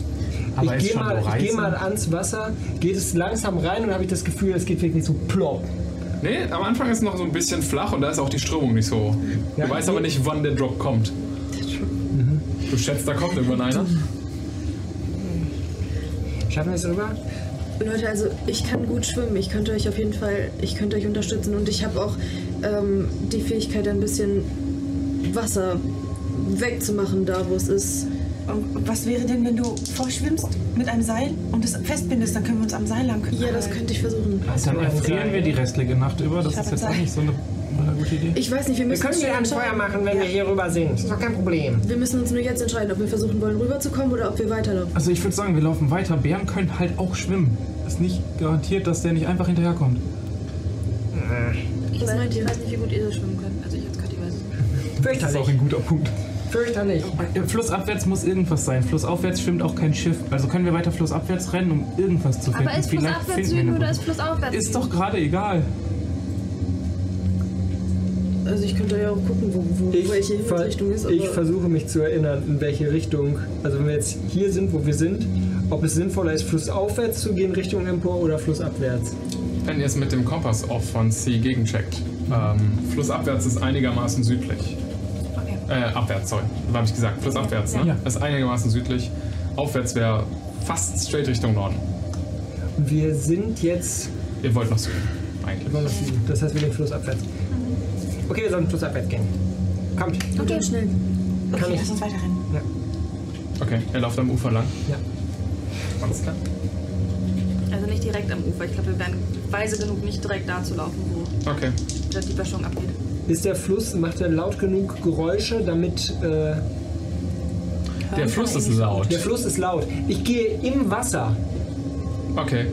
ich gehe mal, ich geh mal ans Wasser, geht es langsam rein und habe ich das Gefühl, es geht wirklich so plopp.
Nee, am Anfang ist noch so ein bisschen flach und da ist auch die Strömung nicht so hoch. Du
Ja,
weißt
nee. Mhm.
aber nicht, wann der Drop kommt. Du schätzt, da kommt irgendwann einer.
Schaffen wir es rüber?
Leute, also ich kann gut schwimmen. Ich könnte euch auf jeden Fall, ich könnte euch unterstützen und ich habe auch ähm, die Fähigkeit, ein bisschen Wasser wegzumachen, da wo es ist.
Und was wäre denn, wenn du vorschwimmst mit einem Seil und es festbindest? Dann können wir uns am Seil lang. Ja, das
könnte ich versuchen.
Also dann erfrieren wir die restliche Nacht über. Das
Ich hab
ist jetzt
jetzt
auch nicht so eine, eine gute Idee.
Ich weiß nicht, wir
Wir
müssen
können
uns
ja ein
anschauen.
Feuer machen, wenn wir hier rüber sind. Ist doch kein Problem.
Wir müssen uns nur jetzt entscheiden, ob wir versuchen wollen, rüberzukommen oder ob wir weiterlaufen.
Also ich würde sagen, wir laufen weiter. Bären können halt auch schwimmen. Ist nicht garantiert, dass der nicht einfach hinterherkommt.
Ich, weiß, ich weiß nicht, wie gut ihr so schwimmen könnt. Also ich als Kathi weiß es nicht.
Das ist auch ein guter Punkt. Äh,
Fürchterlich.
Flussabwärts muss irgendwas sein. Flussaufwärts schwimmt auch kein Schiff. Also können wir weiter flussabwärts rennen, um irgendwas zu finden.
Aber ist
Vielleicht
flussabwärts
finden wir eine
Süden oder
Brücke.
ist flussaufwärts
Ist
Süden?
doch gerade egal.
Also ich könnte ja auch gucken, wo, wo welche
ver-
Himmelsrichtung ist.
ich
aber-
versuche mich zu erinnern, in welche Richtung, also wenn wir jetzt hier sind, wo wir sind, ob es sinnvoller ist, flussaufwärts zu gehen, Richtung Empor oder flussabwärts.
Wenn ihr es mit dem Kompass auch von C gegencheckt. Ähm, flussabwärts ist einigermaßen südlich. Äh, abwärts, sorry. Was habe ich gesagt? Flussabwärts, ne?
Ja.
Ist einigermaßen südlich. Aufwärts wäre fast straight Richtung Norden.
Wir sind jetzt
Ihr wollt noch Süden, eigentlich.
wollen nach Süden. Das heißt, wir gehen flussabwärts. Okay, wir sollen flussabwärts gehen. Kommt.
Okay, schnell.
Kann
Okay,
ich.
lass uns [LAUGHS] weiterrennen.
Okay, er läuft am Ufer lang.
Ja.
Alles klar.
Also nicht direkt am Ufer. Ich glaube, wir wären weise genug, nicht direkt da zu laufen, wo
Okay.
da die Böschung abgeht.
Ist der Fluss, macht er laut genug Geräusche, damit äh,
Der Fluss ist laut.
der Fluss ist laut. Ich gehe im Wasser,
Okay.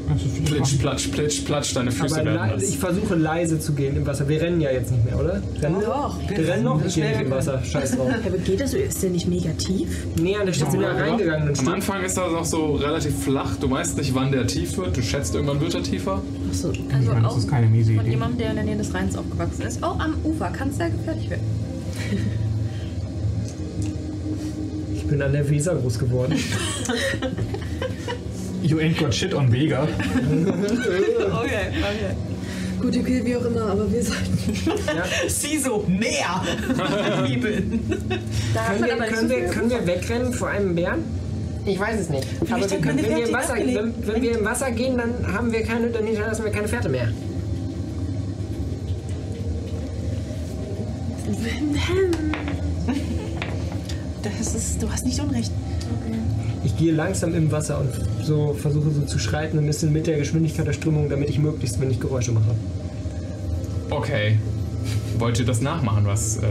Plitsch, platsch, plitsch, platsch, deine Füße
aber
werden
le-
nass.
ich versuche leise zu gehen im Wasser. Wir rennen ja jetzt nicht mehr, oder? Rennen wir?
Doch,
Wir rennen noch, ich gehe nicht im Wasser. Scheiß drauf. [LAUGHS]
Aber geht das? Ist der nicht negativ?
Nee, an der Stelle sind wir reingegangen. Ein
Am
Stück.
Anfang ist das auch so relativ flach. Du weißt nicht, wann der tief wird. Du schätzt, irgendwann wird er tiefer.
Achso.
Also
meine, das
auch
ist keine miese
von
Idee.
jemandem, der in der Nähe des Rheins aufgewachsen ist. Auch am Ufer kann es sehr gefährlich werden.
Ich bin an der Weser groß geworden.
You ain't got shit on Vega.
Okay, okay.
Gut, okay, wie auch immer, aber wir sollten.
Sie so [LAUGHS] mehr. Liebe.
Da hat
können,
man
wir,
aber nicht
können,
so
wir,
viel.
können wir wegrennen vor einem Bären? Ich weiß es nicht. Aber
Vielleicht
wir,
hat man
wenn,
eine
wir im
Fährte
Wasser,
abgelegt.
wenn, wenn wir im Wasser gehen, dann haben wir keine, dann hinterlassen wir keine Fährte mehr.
Das ist, du hast nicht unrecht.
Ich gehe langsam im Wasser und so versuche so zu schreiten, ein bisschen mit der Geschwindigkeit der Strömung, damit ich möglichst wenig Geräusche mache.
Okay. Wollt ihr das nachmachen, was äh,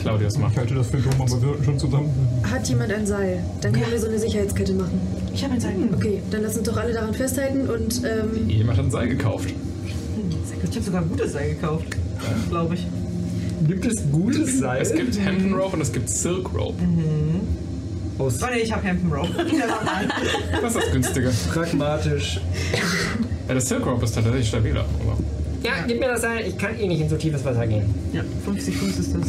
Claudius macht?
Ich halte das für dumm, aber wir sollten schon zusammen.
Hat jemand ein Seil? Dann können wir so eine Sicherheitskette machen.
Ich habe ein Seil.
Okay, dann lass uns doch alle daran festhalten und ähm,
Jemand hat ein Seil gekauft.
Ich habe sogar ein gutes Seil gekauft, glaube ich.
Gibt es gutes Seil?
Es gibt Hemden Rope und es gibt Silk Rope.
aus
Oh nee, ich habe Hampton [LAUGHS] Rope.
Was ist das günstige?
pragmatisch.
Ja, das Silk Rope ist tatsächlich stabiler. Aber
Ja, gib mir das Seil. Ich kann eh nicht in so tiefes Wasser gehen.
Ja, 50 Fuß ist das.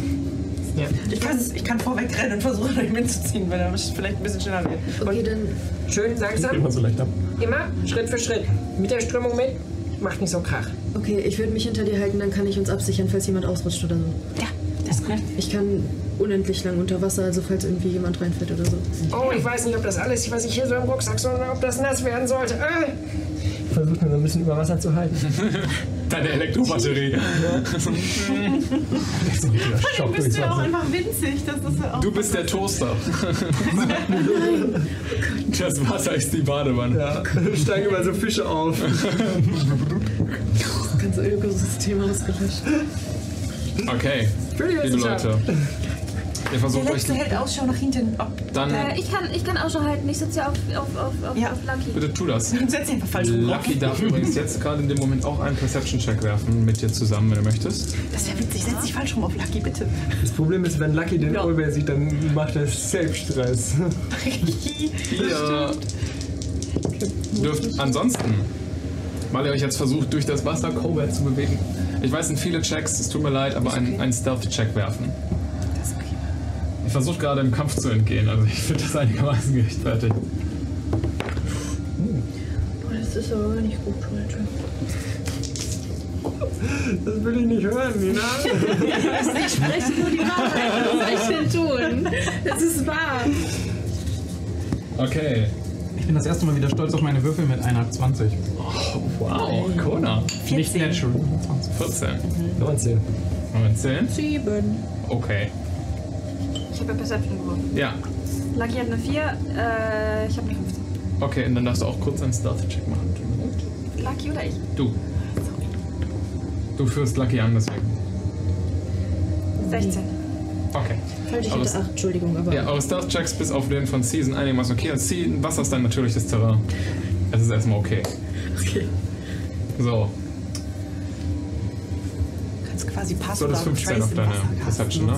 Ich, kann, ich kann vorwegrennen und versuchen, [LAUGHS] euch mitzuziehen, weil er vielleicht ein bisschen schneller wird.
Okay, dann
Schön langsam.
Immer so leicht ab.
Immer Schritt für Schritt. Mit der Strömung mit. Macht nicht so Krach.
Okay, ich würde mich hinter dir halten, dann kann ich uns absichern, falls jemand ausrutscht oder so.
Ja, das ist gut.
Ich kann unendlich lang unter Wasser, also falls irgendwie jemand reinfällt oder so.
Oh, ich weiß nicht, ob das alles, was ich hier so im Rucksack so, ob das nass werden sollte. Äh.
Versucht mir so ein bisschen über Wasser zu
[LAUGHS]
halten.
Deine Elektrobatterie.
Das ist ein richtiger Schock, würde ich
Bist du ja auch
sagen.
einfach winzig. Das ist ja auch
Du bist der
[LAUGHS]
Toaster. Das Wasser ist die Badewanne.
Ja, [LAUGHS] steigen immer so Fische auf.
Das ganze Ökosystem ausgelöscht.
Okay,
Für die
liebe
Wissenschaft.
Leute. Ihr
Der
versucht euch
letzte hält Ausschau nach hinten. Ob,
dann.
Äh, ich, kann, ich kann auch schon halten. Ich sitze ja auf, auf, auf, auf,
Ja.
auf Lucky.
Bitte tu das.
setz dich einfach falsch rum. drauf.
Lucky darf übrigens jetzt gerade in dem Moment auch einen Perception-Check werfen mit dir zusammen, wenn du möchtest.
Das wäre witzig. Setz dich falsch rum auf Lucky, bitte.
Das Problem ist, wenn Lucky den Olbär sieht, dann macht er Selbststress.
Ihr dürft ansonsten, weil ihr euch jetzt versucht, durch das Wasser Cobalt zu bewegen. Ich weiß, sind viele Checks, es tut mir leid, aber einen, einen Stealth-Check werfen. Ich versuche gerade im Kampf zu entgehen, also ich finde das einigermaßen gerechtfertigt.
Das ist aber nicht gut, Entschuldigung.
Das will ich nicht hören,
[LAUGHS]
Nina.
Sprechen nur die Wahrheit. Was soll ich denn tun? Das ist wahr.
Okay.
Ich bin das erste Mal wieder stolz auf meine Würfel mit einer 20.
Oh, Wow, Kona.
Nicht natural. 20.
14.
19.
19.
Sieben.
Okay.
Ich habe ja Perception geworfen.
Ja.
Lucky hat eine 4, äh, ich habe eine 15.
Okay, und dann darfst du auch kurz einen Stealth-Check machen.
Lucky oder ich?
Du. Du führst Lucky an, deswegen.
16.
Okay.
Falsch, ich
Aber es-
hätte acht, Entschuldigung, aber.
Ja, eure Stealth-Checks bis auf den von C sind einigermaßen okay. Und C, Wasser ist dein natürliches Terrain. Das ist erstmal okay.
Okay.
So,
Du kannst quasi passen.
so das 15 auf deine Perception, ne?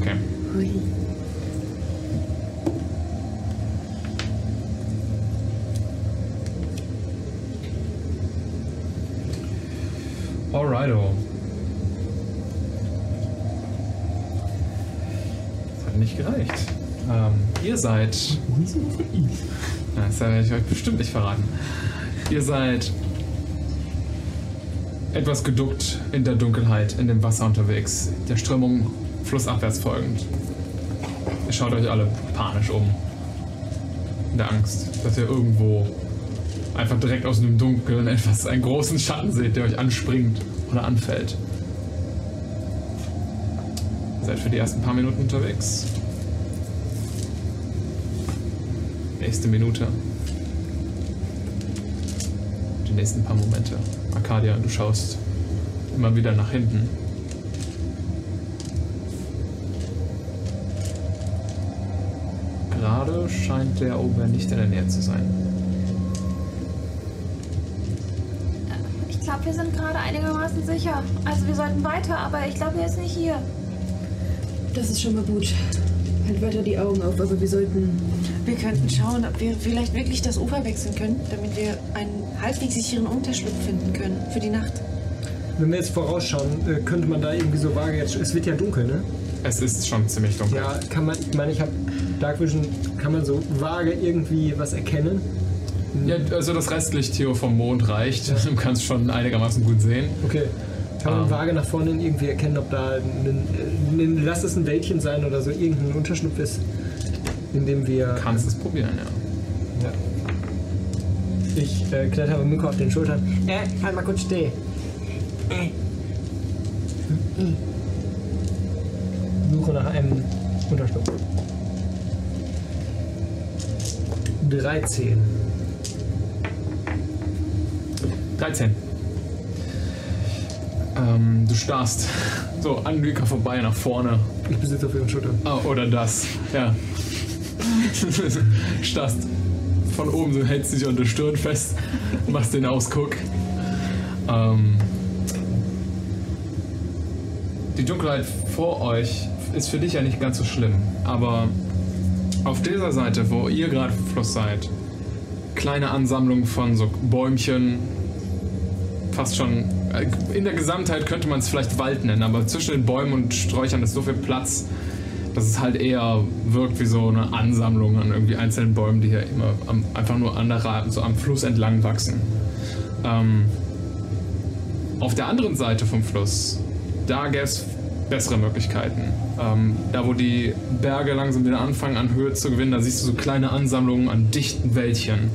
Okay.
Hui.
Alrighto. Das hat nicht gereicht. Ähm, ihr seid. Ja, Das werde ich euch bestimmt nicht verraten. Ihr seid etwas geduckt in der Dunkelheit, in dem Wasser unterwegs, der Strömung flussabwärts folgend. Ihr schaut euch alle panisch um. In der Angst, dass ihr irgendwo einfach direkt aus dem Dunkeln etwas, einen großen Schatten seht, der euch anspringt oder anfällt. Seid für die ersten paar Minuten unterwegs. Nächste Minute. Die nächsten paar Momente. Arcadia, du schaust immer wieder nach hinten. Gerade scheint der Ober nicht in der Nähe zu sein.
Ich glaube, wir sind gerade einigermaßen sicher. Also wir sollten weiter, aber ich glaube, er ist nicht hier.
Das ist schon mal gut. Halt weiter die Augen auf, aber wir sollten.
Wir könnten schauen, ob wir vielleicht wirklich das Ufer wechseln können, damit wir einen halbwegs sicheren Unterschlupf finden können für die Nacht.
[LAUGHS] Wenn wir jetzt vorausschauen, äh, könnte man da irgendwie so vage jetzt. Es wird ja dunkel, ne?
Es ist schon ziemlich dunkel.
Ja, kann man. Ich meine, ich habe Dark Vision. Kann man so vage irgendwie was erkennen?
Ja, also das Restlicht hier vom Mond reicht. Du kannst schon einigermaßen gut sehen.
Okay. Ähm. Kann man
Ah.
vage nach vorne hin irgendwie erkennen, ob da ein, ein, ein. Lass es ein Wäldchen sein oder so irgendein Unterschlupf ist, in dem wir.
Du kannst es probieren, ja.
Ja. Ich äh, klettere Mücke auf den Schultern.
Äh, halt mal kurz still. Äh.
Suche nach einem Unterschlupf. 13.
13. Ähm, du starrst so an Lyka vorbei nach vorne.
Ich besitze auf ihren Schultern.
Ah, oder das. Ja. [LAUGHS] starrst von oben, so hältst dich an der Stirn fest, machst den Ausguck. Ähm, die Dunkelheit vor euch ist für dich ja nicht ganz so schlimm, aber auf dieser Seite, wo ihr gerade im Fluss seid, kleine Ansammlung von so Bäumchen, fast schon äh, in der Gesamtheit könnte man es vielleicht Wald nennen, aber zwischen den Bäumen und Sträuchern ist so viel Platz, dass es halt eher wirkt wie so eine Ansammlung an irgendwie einzelnen Bäumen, die hier immer am, einfach nur an der, Ra- so am Fluss entlang wachsen. Ähm, auf der anderen Seite vom Fluss, da gäbe es bessere Möglichkeiten. Ähm, da, wo die Berge langsam wieder anfangen, an Höhe zu gewinnen, da siehst du so kleine Ansammlungen an dichten Wäldchen,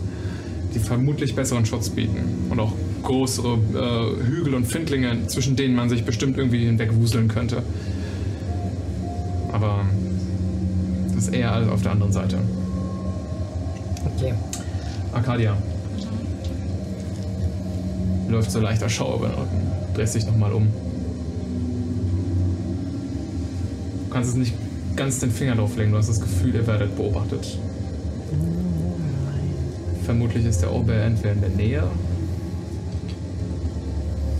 die vermutlich besseren Schutz bieten. Und auch größere äh, Hügel und Findlinge, zwischen denen man sich bestimmt irgendwie hinwegwuseln könnte. Aber das ist eher alles auf der anderen Seite.
Okay.
Arcadia. Läuft so leichter Schauer über den Rücken. Drehst dich nochmal um. Du kannst es nicht ganz den Finger drauflegen, du hast das Gefühl, ihr werdet beobachtet. Vermutlich ist der Ober entweder in der Nähe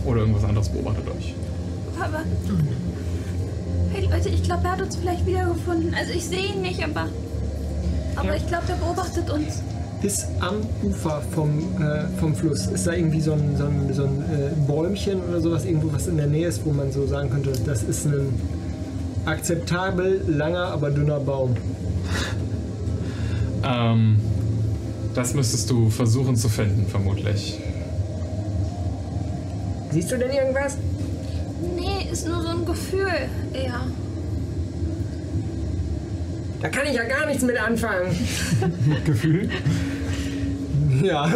oder irgendwas anderes beobachtet euch.
Papa. Hey Leute, ich glaube, er hat uns vielleicht wiedergefunden. Also ich sehe ihn nicht, aber. Aber ich glaube, er beobachtet uns.
Bis am Ufer vom, äh, vom Fluss ist da irgendwie so ein, so ein, so ein äh, Bäumchen oder sowas, irgendwo was in der Nähe ist, wo man so sagen könnte, das ist ein akzeptabel langer, aber dünner Baum. [LAUGHS]
Ähm, das müsstest du versuchen zu finden, vermutlich.
Siehst du denn irgendwas?
Nee, ist nur so ein Gefühl. Ja.
Da kann ich ja gar nichts mit anfangen.
Mit Gefühl?
Ja.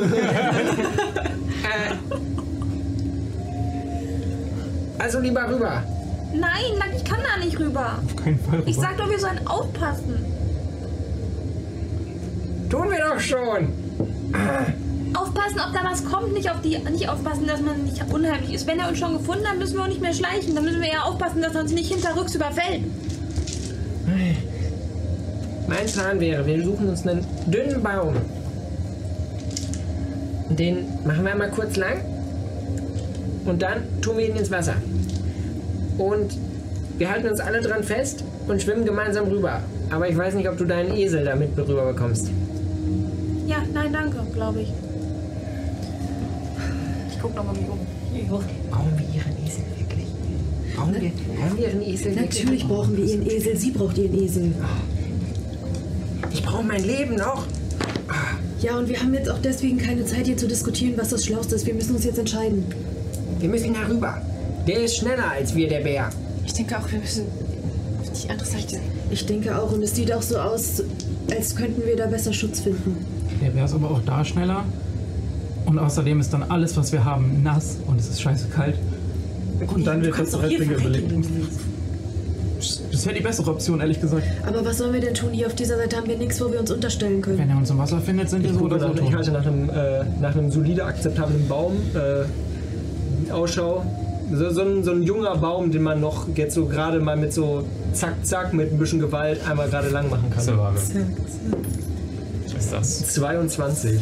Also lieber rüber.
Nein, Lack, ich kann da nicht rüber.
Auf keinen Fall.
Ich sag doch, wir sollen aufpassen.
Tun wir doch schon.
Aufpassen, ob da was kommt, nicht auf die. Nicht aufpassen, dass man nicht unheimlich ist. Wenn er uns schon gefunden hat, müssen wir auch nicht mehr schleichen. Dann müssen wir eher aufpassen, dass er uns nicht hinterrücks überfällt.
Mein Plan wäre, wir suchen uns einen dünnen Baum. Den machen wir mal kurz lang. Und dann tun wir ihn ins Wasser. Und wir halten uns alle dran fest und schwimmen gemeinsam rüber. Aber ich weiß nicht, ob du deinen Esel damit rüber bekommst.
Ja, nein, danke, glaube ich.
Ich guck nochmal mich um.
Brauchen wir ihren Esel wirklich? Brauchen wir, brauchen wir ihren Esel wirklich?
Natürlich brauchen wir ihren Esel. Sie braucht ihren Esel.
Ich brauche mein Leben noch.
Ja, und wir haben jetzt auch deswegen keine Zeit, hier zu diskutieren, was das Schlauste ist. Wir müssen uns jetzt entscheiden.
Wir müssen da rüber. Der ist schneller als wir, der Bär.
Ich denke auch, wir müssen auf die andere Seite.
Ich denke auch, und es sieht auch so aus, als könnten wir da besser Schutz finden.
Der wäre es aber auch da schneller. Und außerdem ist dann alles, was wir haben, nass und es ist scheiße kalt.
Und dann wird das Rettige überlegt.
Das wäre die bessere Option, ehrlich gesagt.
Aber was sollen wir denn tun? Hier auf dieser Seite haben wir nichts, wo wir uns unterstellen können.
Wenn er uns im Wasser findet, sind wir
Ich,
so
gucke
oder so
nach, ich
tot.
halte nach einem, äh, nach einem solide akzeptablen Baum äh, Ausschau. So, so, ein, so ein junger Baum, den man noch jetzt so gerade mal mit so zack, zack, mit ein bisschen Gewalt einmal gerade lang machen kann.
Survival. Ist das.
22.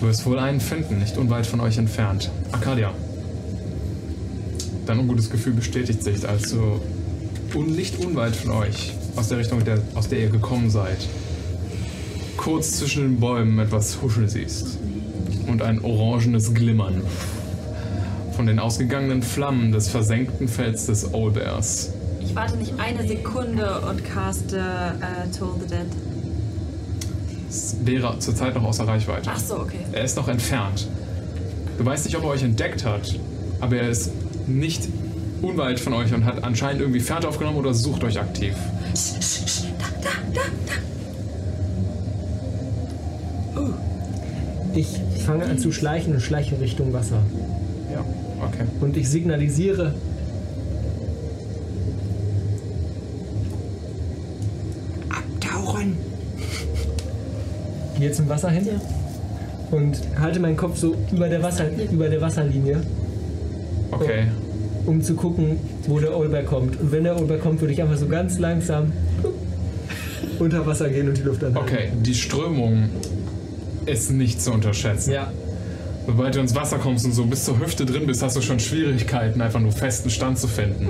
Du wirst wohl einen finden, nicht unweit von euch entfernt. Arcadia. Dein ungutes Gefühl bestätigt sich, als du un nicht unweit von euch, aus der Richtung, der, aus der ihr gekommen seid, kurz zwischen den Bäumen etwas huscheln siehst. Und ein orangenes Glimmern von den ausgegangenen Flammen des versenkten Fels des Owlbears.
Ich warte nicht eine Sekunde und caste äh, Toll the Dead.
Es wäre zurzeit noch außer Reichweite.
Ach so, okay.
Er ist noch entfernt. Du weißt nicht, ob er euch entdeckt hat, aber er ist nicht unweit von euch und hat anscheinend irgendwie Fährte aufgenommen oder sucht euch aktiv.
Ich fange an zu schleichen und schleiche Richtung Wasser.
Ja, okay.
Und ich signalisiere.
Abtauchen.
Gehe zum Wasser hin und halte meinen Kopf so über der, Wasser, über der Wasserlinie,
Okay.
um zu gucken, wo der Olber kommt. Und wenn der Olber kommt, würde ich einfach so ganz langsam unter Wasser gehen und die Luft anhalten.
Okay, die Strömung ist nicht zu unterschätzen.
Ja,
Sobald du ins Wasser kommst und so bis zur Hüfte drin bist, hast du schon Schwierigkeiten, einfach nur festen Stand zu finden.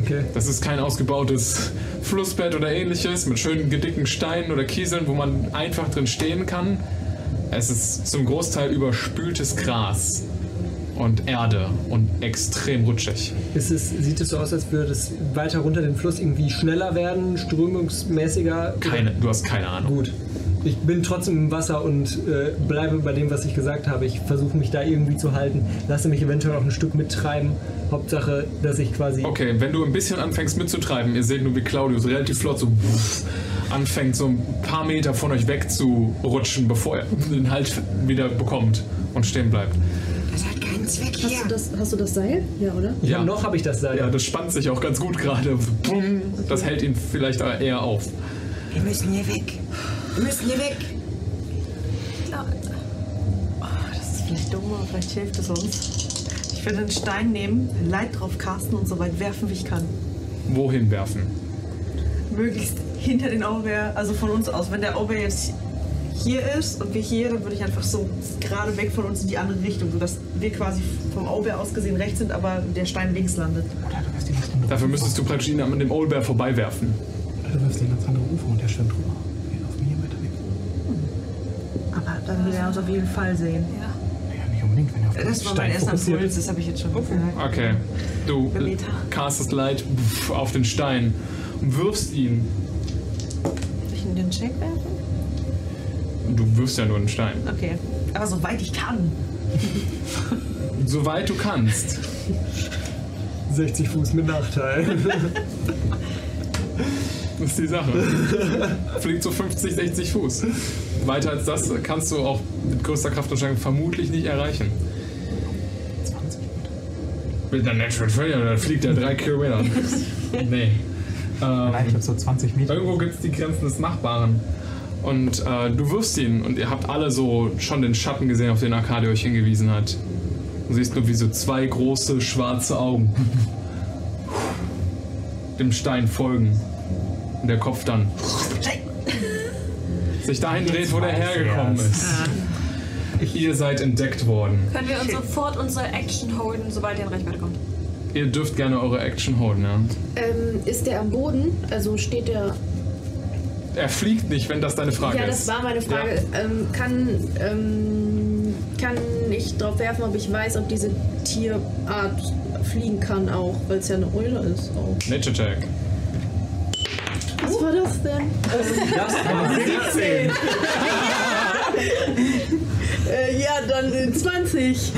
okay.
Das ist kein ausgebautes Flussbett oder ähnliches mit schönen dicken Steinen oder Kieseln, wo man einfach drin stehen kann. Es ist zum Großteil überspültes Gras. und Erde und extrem rutschig.
Ist es, sieht es so aus, als würde es weiter runter den Fluss irgendwie schneller werden, strömungsmäßiger?
Keine, du hast keine Ahnung.
Gut. Ich bin trotzdem im Wasser und äh, bleibe bei dem, was ich gesagt habe. Ich versuche mich da irgendwie zu halten, lasse mich eventuell auch ein Stück mittreiben. Hauptsache, dass ich quasi.
Okay, wenn du ein bisschen anfängst mitzutreiben, ihr seht nur, wie Claudius relativ flott so anfängt, so ein paar Meter von euch wegzurutschen, bevor er den Halt wieder bekommt und stehen bleibt.
Hast du, das, hast du das Seil? Ja, oder?
Ja,
noch habe ich das Seil.
Ja, das spannt sich auch ganz gut gerade. Bumm, Das hält ihn vielleicht eher auf.
Wir müssen hier weg. Wir müssen hier weg.
Das ist vielleicht dumm, aber vielleicht hilft es uns. Ich würde einen Stein nehmen, ein Light drauf casten und so weit werfen, wie ich kann.
Wohin werfen?
Möglichst hinter den Auwehr, also von uns aus. Wenn der Auwehr jetzt hier ist und wir hier, dann würde ich einfach so gerade weg von uns in die andere Richtung, sodass wir quasi vom Auwehr aus gesehen rechts sind, aber der Stein links landet.
Dafür müsstest du praktisch ihn an dem Old Bear vorbeiwerfen.
Du wirfst den ans andere Ufer und der schwimmt drüber. Geht auf mir weiter weg.
Aber dann will er uns auf jeden Fall sehen.
Ja, nicht unbedingt, wenn er auf den
Das war
Stein
mein erster
fokussiert.
Impuls, das habe ich jetzt schon gesagt.
Okay. Du äh, castest Light auf den Stein und wirfst ihn.
Soll ich in den Check werfen?
Du wirfst ja nur einen Stein.
Okay. Aber soweit ich kann.
Soweit du kannst.
60 Fuß mit Nachteil.
Das ist die [LAUGHS] Sache. Fliegt so 50, 60 Fuß. Weiter als das kannst du auch mit größter Kraft und Stärke vermutlich nicht erreichen. Mit einer Natural Trail, dann fliegt er drei [LAUGHS] Kilometer. nee. Ähm,
so 20 Meter.
Irgendwo gibt es die Grenzen des Machbaren. Und äh, du wirfst ihn und ihr habt alle so schon den Schatten gesehen, auf den Arcadia euch hingewiesen hat. Du siehst nur, wie so zwei große schwarze Augen [LAUGHS] dem Stein folgen. Und der Kopf dann [LAUGHS] sich dahin dreht, wo der hergekommen ist. Ihr seid entdeckt worden.
Können wir uns sofort unsere Action holen, sobald ihr in Reichweite kommt?
Ihr dürft gerne eure Action holen, ja.
Ähm, ist der am Boden? Also steht der.
Er fliegt nicht, wenn das deine Frage
ja,
ist.
das war meine Frage.
Ja.
Ähm, kann, ähm, kann ich drauf werfen, ob ich weiß, ob diese Tierart fliegen kann auch, weil es ja eine Eule ist. Auch.
Nature Check.
Was war das denn?
Das [LAUGHS] war 17.
[LAUGHS] äh, ja, dann äh, 20.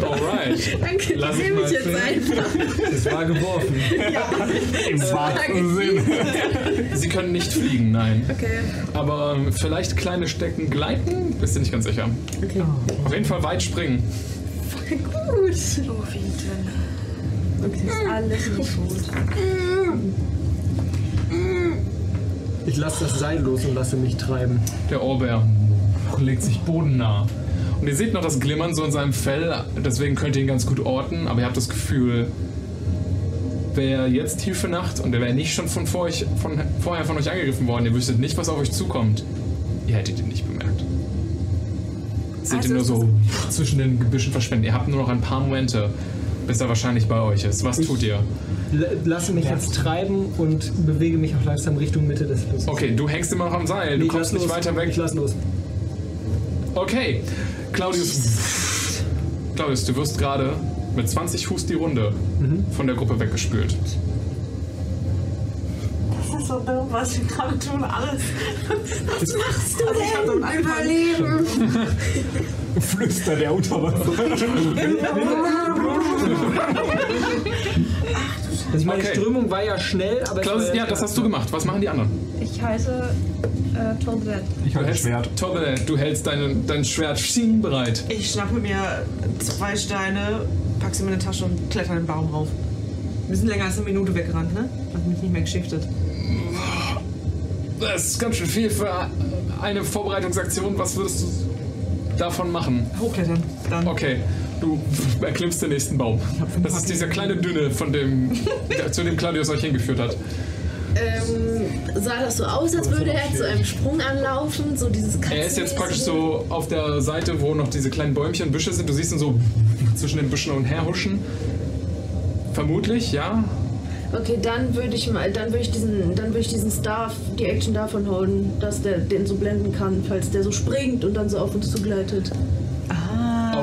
Alright.
[LAUGHS] Danke,
Lass
das
ich
nehme
mal
ich jetzt
sehen.
einfach.
Es war geworfen.
[LAUGHS]
Im
wahrsten
Sinne. Sie können nicht fliegen, nein.
Okay.
Aber ähm, vielleicht kleine Stecken gleiten? Bist du nicht ganz sicher.
Okay.
Auf jeden Fall weit springen.
Gut.
Oh, wie denn?
Okay. Ist alles nicht
Ich lasse das Seil los und lasse mich treiben.
Der Orbeer legt sich bodennah. Und ihr seht noch das Glimmern so in seinem Fell, deswegen könnt ihr ihn ganz gut orten, aber ihr habt das Gefühl, wäre jetzt tiefe Nacht und er wäre nicht schon von, vor euch, von vorher von euch angegriffen worden, ihr wüsstet nicht, was auf euch zukommt, ihr hättet ihn nicht bemerkt. Seht
Also
ihr nur
ist
so zwischen den Gebüschen verschwinden. Ihr habt nur noch ein paar Momente, bis er wahrscheinlich bei euch ist. Was tut ihr?
L lasse mich jetzt treiben und bewege mich auch langsam Richtung Mitte des Flusses.
Okay, du hängst immer noch am Seil,
Nee,
du
ich
kommst
lass
nicht
los.
weiter weg.
Ich lass los.
Okay, Claudius. Claudius, du wirst gerade mit 20 Fuß die Runde von der Gruppe weggespült.
Das ist so dumm, was wir gerade tun, alles. Was machst du also ich hab so einen Anfang.
Flüstert der Unterwasser.
Also ich meine, die Strömung war ja schnell, aber.
Claudius, ja, das hast du gemacht. Was machen die anderen?
Ich heiße äh, Tom Zett.
Ich halte Schwert. Tobbe, du hältst dein, dein Schwert schien bereit.
Ich schnappe mir zwei Steine, pack sie in meine Tasche und kletter einen Baum rauf. Wir sind länger als eine Minute weggerannt, ne? Hat mich nicht mehr geschiftet.
Das ist ganz schön viel für eine Vorbereitungsaktion. Was würdest du davon machen?
Hochklettern. Dann.
Okay, du erklimmst den nächsten Baum. Das ist dieser kleine Dünne, von dem, der- zu dem Claudius euch hingeführt hat.
Ähm, sah das so aus, als würde er zu einem Sprung anlaufen, so dieses
Er ist jetzt
Katzenmäßige?
praktisch so auf der Seite, wo noch diese kleinen Bäumchen, Büsche sind. Du siehst ihn so zwischen den Büschen und herhuschen. Vermutlich, ja.
Okay, dann würde ich mal, dann würde ich diesen, dann würde ich diesen Star, die Action davon holen, dass der den so blenden
Ah.
kann, falls der so springt und dann so auf uns zugleitet.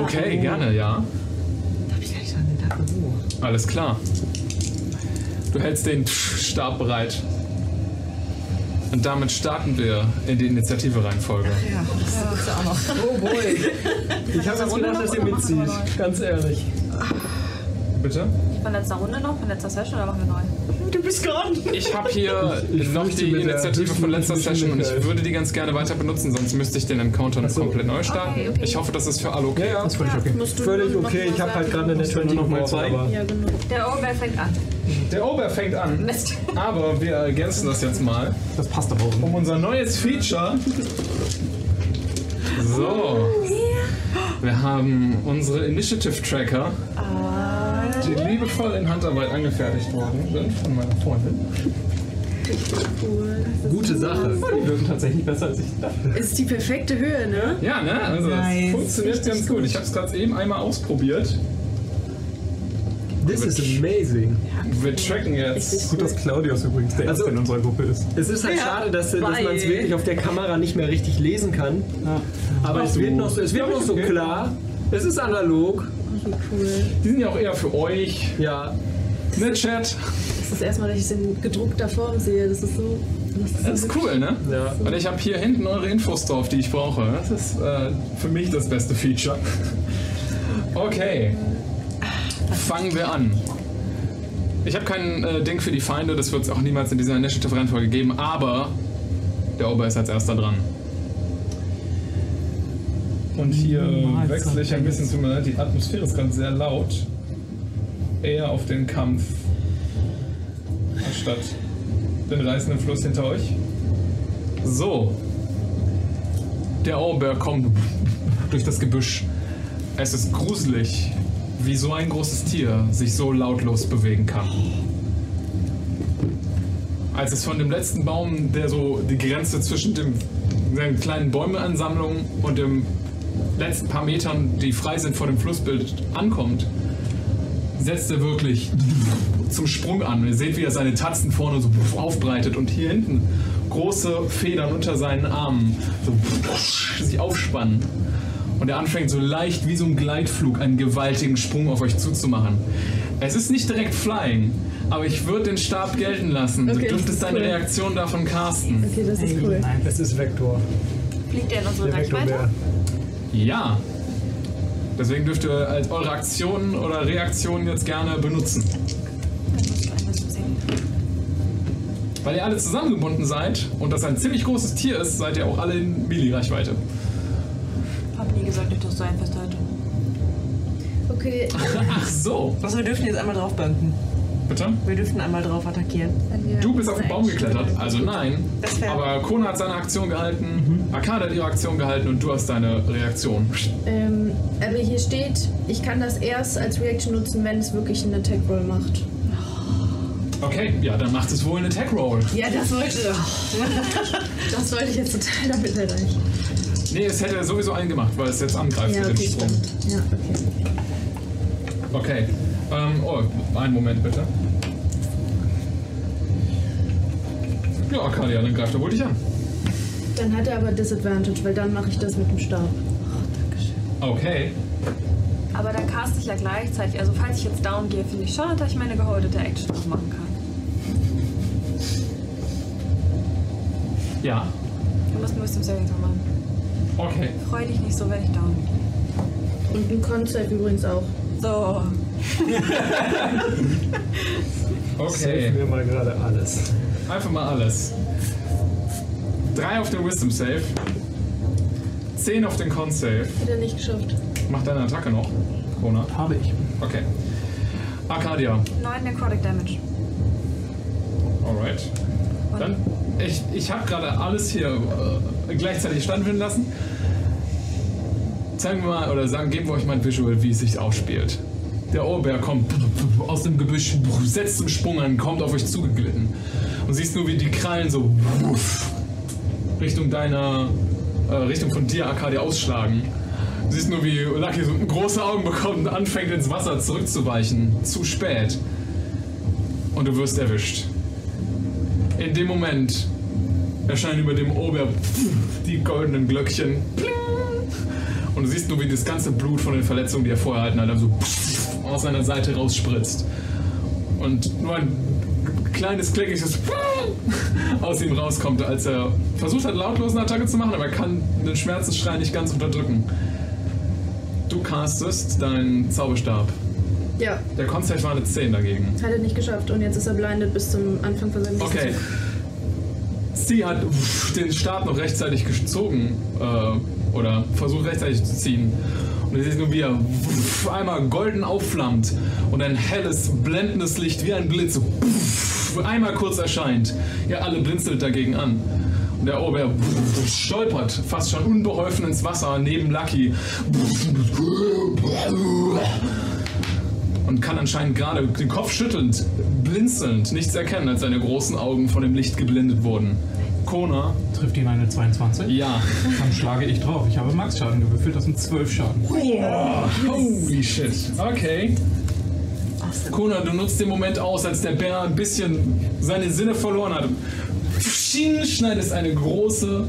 Okay, gerne, ja. Alles klar. Du hältst den Stab bereit. Und damit starten wir in die Initiative-Reihenfolge.
Ja, das ist auch noch.
Oh boy.
Ich habe
gedacht, dass ihr mitzieht. Ganz ehrlich.
Bitte?
Von letzter Runde noch, von letzter Session oder machen wir neu?
Du bist gone.
Ich habe hier noch die Initiative von letzter Session und ich würde die ganz gerne weiter benutzen, sonst müsste ich den Encounter komplett neu starten. Ich hoffe, das ist für alle okay. Ah, Ja,
Das ist völlig okay.
Völlig okay, ich habe halt gerade eine Net 20
noch mal
geworfen,
zeigen.
aber
Ja, genau. Der Oberberg fängt an.
Der Ober fängt an,
Mist.
aber wir ergänzen das jetzt mal.
Das passt aber auch.
Um unser neues Feature. So. Wir haben unsere Initiative Tracker, die liebevoll in Handarbeit angefertigt worden sind von meiner Freundin.
gute Sache.
Die wirken tatsächlich besser als ich dachte.
Ist die perfekte Höhe, ne?
Ja, ne? Also
Nice.
das funktioniert ganz gut. Ich habe es gerade eben einmal ausprobiert.
This is amazing.
Wir tracken jetzt.
Gut, dass Claudius übrigens der
Also-
Erste in unserer Gruppe ist.
Es ist halt
Ja,
schade, dass, dass man
weil-
es wirklich auf der Kamera nicht mehr richtig lesen kann. Aber es wird noch so, es wird noch so klar. Es ist analog.
Die sind ja auch eher für euch.
Ja,
Ne, Chat?
Das ist erstmal, dass ich es in gedruckter Form sehe. Das ist so. Das ist,
Das ist cool, ne?
Ja.
Und ich habe hier hinten eure Infos drauf, die ich brauche. Das ist äh, für mich das beste Feature. [LAUGHS] Okay. Fangen wir an. Ich habe kein äh, Ding für die Feinde, das wird es auch niemals in dieser Initiative-Reihenfolge geben, aber der Ober ist als erster dran. Und hier
Niemals.
wechsle ich ein bisschen zu mir. Die Atmosphäre ist gerade sehr laut. Eher auf den Kampf. Anstatt den reißenden Fluss hinter euch. So. Der Auenbär kommt durch das Gebüsch. Es ist gruselig, wie so ein großes Tier sich so lautlos bewegen kann. Als es von dem letzten Baum, der so die Grenze zwischen dem, der kleinen Bäumeansammlung und dem letzten paar Metern, die frei sind vor dem Flussbild, ankommt, setzt er wirklich zum Sprung an. Ihr seht, wie er seine Tatzen vorne so aufbreitet und hier hinten große Federn unter seinen Armen so sich aufspannen. Und er anfängt so leicht wie so ein Gleitflug einen gewaltigen Sprung auf euch zuzumachen. Es ist nicht direkt Flying, aber ich würde den Stab gelten lassen.
Okay,
du dürftest
das ist
deine
cool.
Reaktion davon casten.
okay, das ist cool.
es ist Vektor.
Fliegt der in unsere
Der
Reichweite?
Vektorbär.
Ja. Deswegen dürft ihr als eure Aktionen oder Reaktionen jetzt gerne benutzen. Weil ihr alle zusammengebunden seid und das ein ziemlich großes Tier ist, seid ihr auch alle in Mili-Reichweite.
Hab nie gesagt, ich das so ein Fest heute.
Okay,
Ach so.
Was, wir dürfen jetzt einmal drauf banken.
Bitte?
Wir dürfen einmal drauf attackieren.
dann ja.
Du bist auf den Baum geklettert, also nein.
Das wär-
Aber Kona hat seine Aktion gehalten, Arcade hat ihre Aktion gehalten und du hast deine Reaktion.
Ähm, aber hier steht, ich kann das erst als Reaction nutzen, wenn es wirklich einen Attack Roll macht.
Okay, ja, dann macht es wohl eine Tech-Roll.
Ja, das wollte [LAUGHS] Das wollte ich jetzt total damit erreichen.
Nee, es hätte sowieso einen gemacht, weil es jetzt angreift
Ja,
mit
okay,
dem Sprung.
stimmt. Ja, okay.
Okay. Ähm, oh, einen Moment bitte. Ja, Arcadia, dann greift er wohl dich an.
Dann hat er aber Disadvantage, weil dann mache ich das mit dem Stab.
Okay.
Aber dann cast ich ja gleichzeitig. Also falls ich jetzt down gehe, finde ich schon, dass ich meine geholdete Action noch machen kann.
Ja.
Du musst ein bisschen Saving Throw machen.
Okay.
Freu dich nicht so, wenn ich down gehe.
Und ein Concert übrigens auch.
So.
Okay.
Helfen wir mal gerade alles.
Einfach mal alles. Drei auf den Wisdom Save. Zehn auf den Con Save.
Hat er nicht geschafft.
Mach deine Attacke noch, Kona.
Habe ich.
Okay. Arcadia.
9 Necrotic Damage.
Alright.
Und
Dann, ich ich habe gerade alles hier äh, gleichzeitig stattfinden lassen. Zeigen wir mal, oder sagen, geben wir euch mal ein Visual, wie es sich ausspielt. Der Oberbär kommt [LAUGHS] aus dem Gebüsch, setzt einen Sprung an, kommt auf euch zugeglitten. Und siehst nur, wie die Krallen so [LAUGHS] Richtung deiner, äh, Richtung von dir, Arcadia, ausschlagen. Du siehst nur, wie Lucky so große Augen bekommt und anfängt ins Wasser zurückzuweichen. Zu spät. Und du wirst erwischt. In dem Moment erscheinen über dem Ober die goldenen Glöckchen. Pling. Und du siehst nur, wie das ganze Blut von den Verletzungen, die er vorher erhalten hat, so aus seiner Seite rausspritzt. Und nur ein kleines, klägliches aus ihm rauskommt, als er versucht hat, lautlos eine Attacke zu machen, aber er kann den Schmerzensschrei nicht ganz unterdrücken. Du castest deinen Zauberstab.
Ja,
Der Konzert war eine 10 dagegen.
hat er nicht geschafft und jetzt ist er blindet bis zum Anfang von seinem nächsten
Okay.
Zug.
Sie hat uff, den Stab noch rechtzeitig gezogen äh, oder versucht rechtzeitig zu ziehen. Und ihr seht nur, wie er uff, einmal golden aufflammt und ein helles, blendendes Licht wie ein Blitz uff, einmal kurz erscheint. Ihr alle blinzelt dagegen an. Und der Ober uff, stolpert fast schon unbeholfen ins Wasser neben Lucky. und kann anscheinend gerade den Kopf schüttelnd, blinzelnd, nichts erkennen, als seine großen Augen von dem Licht geblendet wurden. Kona.
Trifft ihn eine 22?
Ja.
Dann schlage ich drauf. Ich habe Max-Schaden gewürfelt, das sind 12 Schaden.
Oh, holy shit. Okay. Kona, du nutzt den Moment aus, als der Bär ein bisschen seine Sinne verloren hat. Schien schneidest eine große,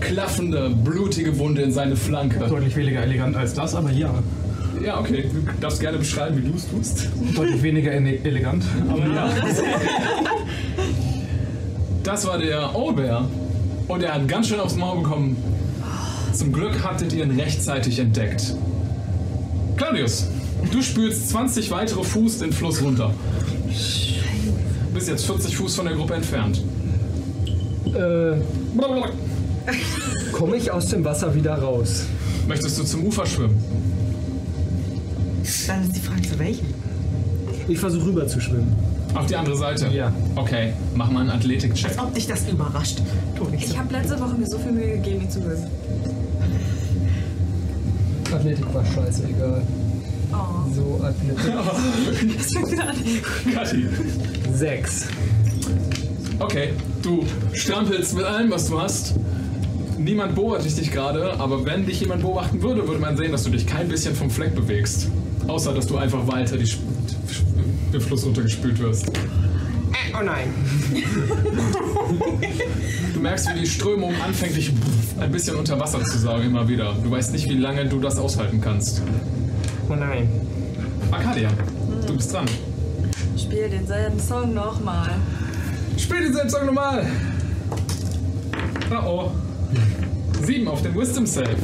klaffende, blutige Wunde in seine Flanke.
Deutlich weniger elegant als das, aber ja.
Ja, okay. Du darfst gerne beschreiben, wie du es tust.
Deutlich weniger ele elegant.
Aber ja. Das war der Obear. Und er hat ganz schön aufs Maul bekommen. Zum Glück hattet ihr ihn rechtzeitig entdeckt. Claudius, du spürst 20 weitere Fuß den Fluss runter. Bist jetzt 40 Fuß von der Gruppe entfernt.
Äh, Komme ich aus dem Wasser wieder raus?
Möchtest du zum Ufer schwimmen?
Dann ist die Frage, zu welchem? Ich versuche rüber zu schwimmen.
Auf die andere Seite? Ja. Okay, mach mal einen Athletik-Check.
Als ob dich das überrascht.
Ich habe letzte Woche mir so viel Mühe gegeben, ihn zu mögen.
Athletik war scheißegal. So Athletik.
Das fängt wieder an.
Kathi.
Sechs.
Okay, du strampelst mit allem, was du hast. Niemand beobachtet dich gerade, aber wenn dich jemand beobachten würde, würde man sehen, dass du dich kein bisschen vom Fleck bewegst. Außer, dass du einfach weiter die, Sp- den Fluss runtergespült wirst.
Oh nein.
Du merkst, wie die Strömung anfängt, dich ein bisschen unter Wasser zu saugen, immer wieder. Du weißt nicht, wie lange du das aushalten kannst.
Oh nein.
Arcadia, du bist dran.
Spiel denselben Song nochmal.
Spiel denselben Song nochmal! Oh oh. Sieben auf den Wisdom Save.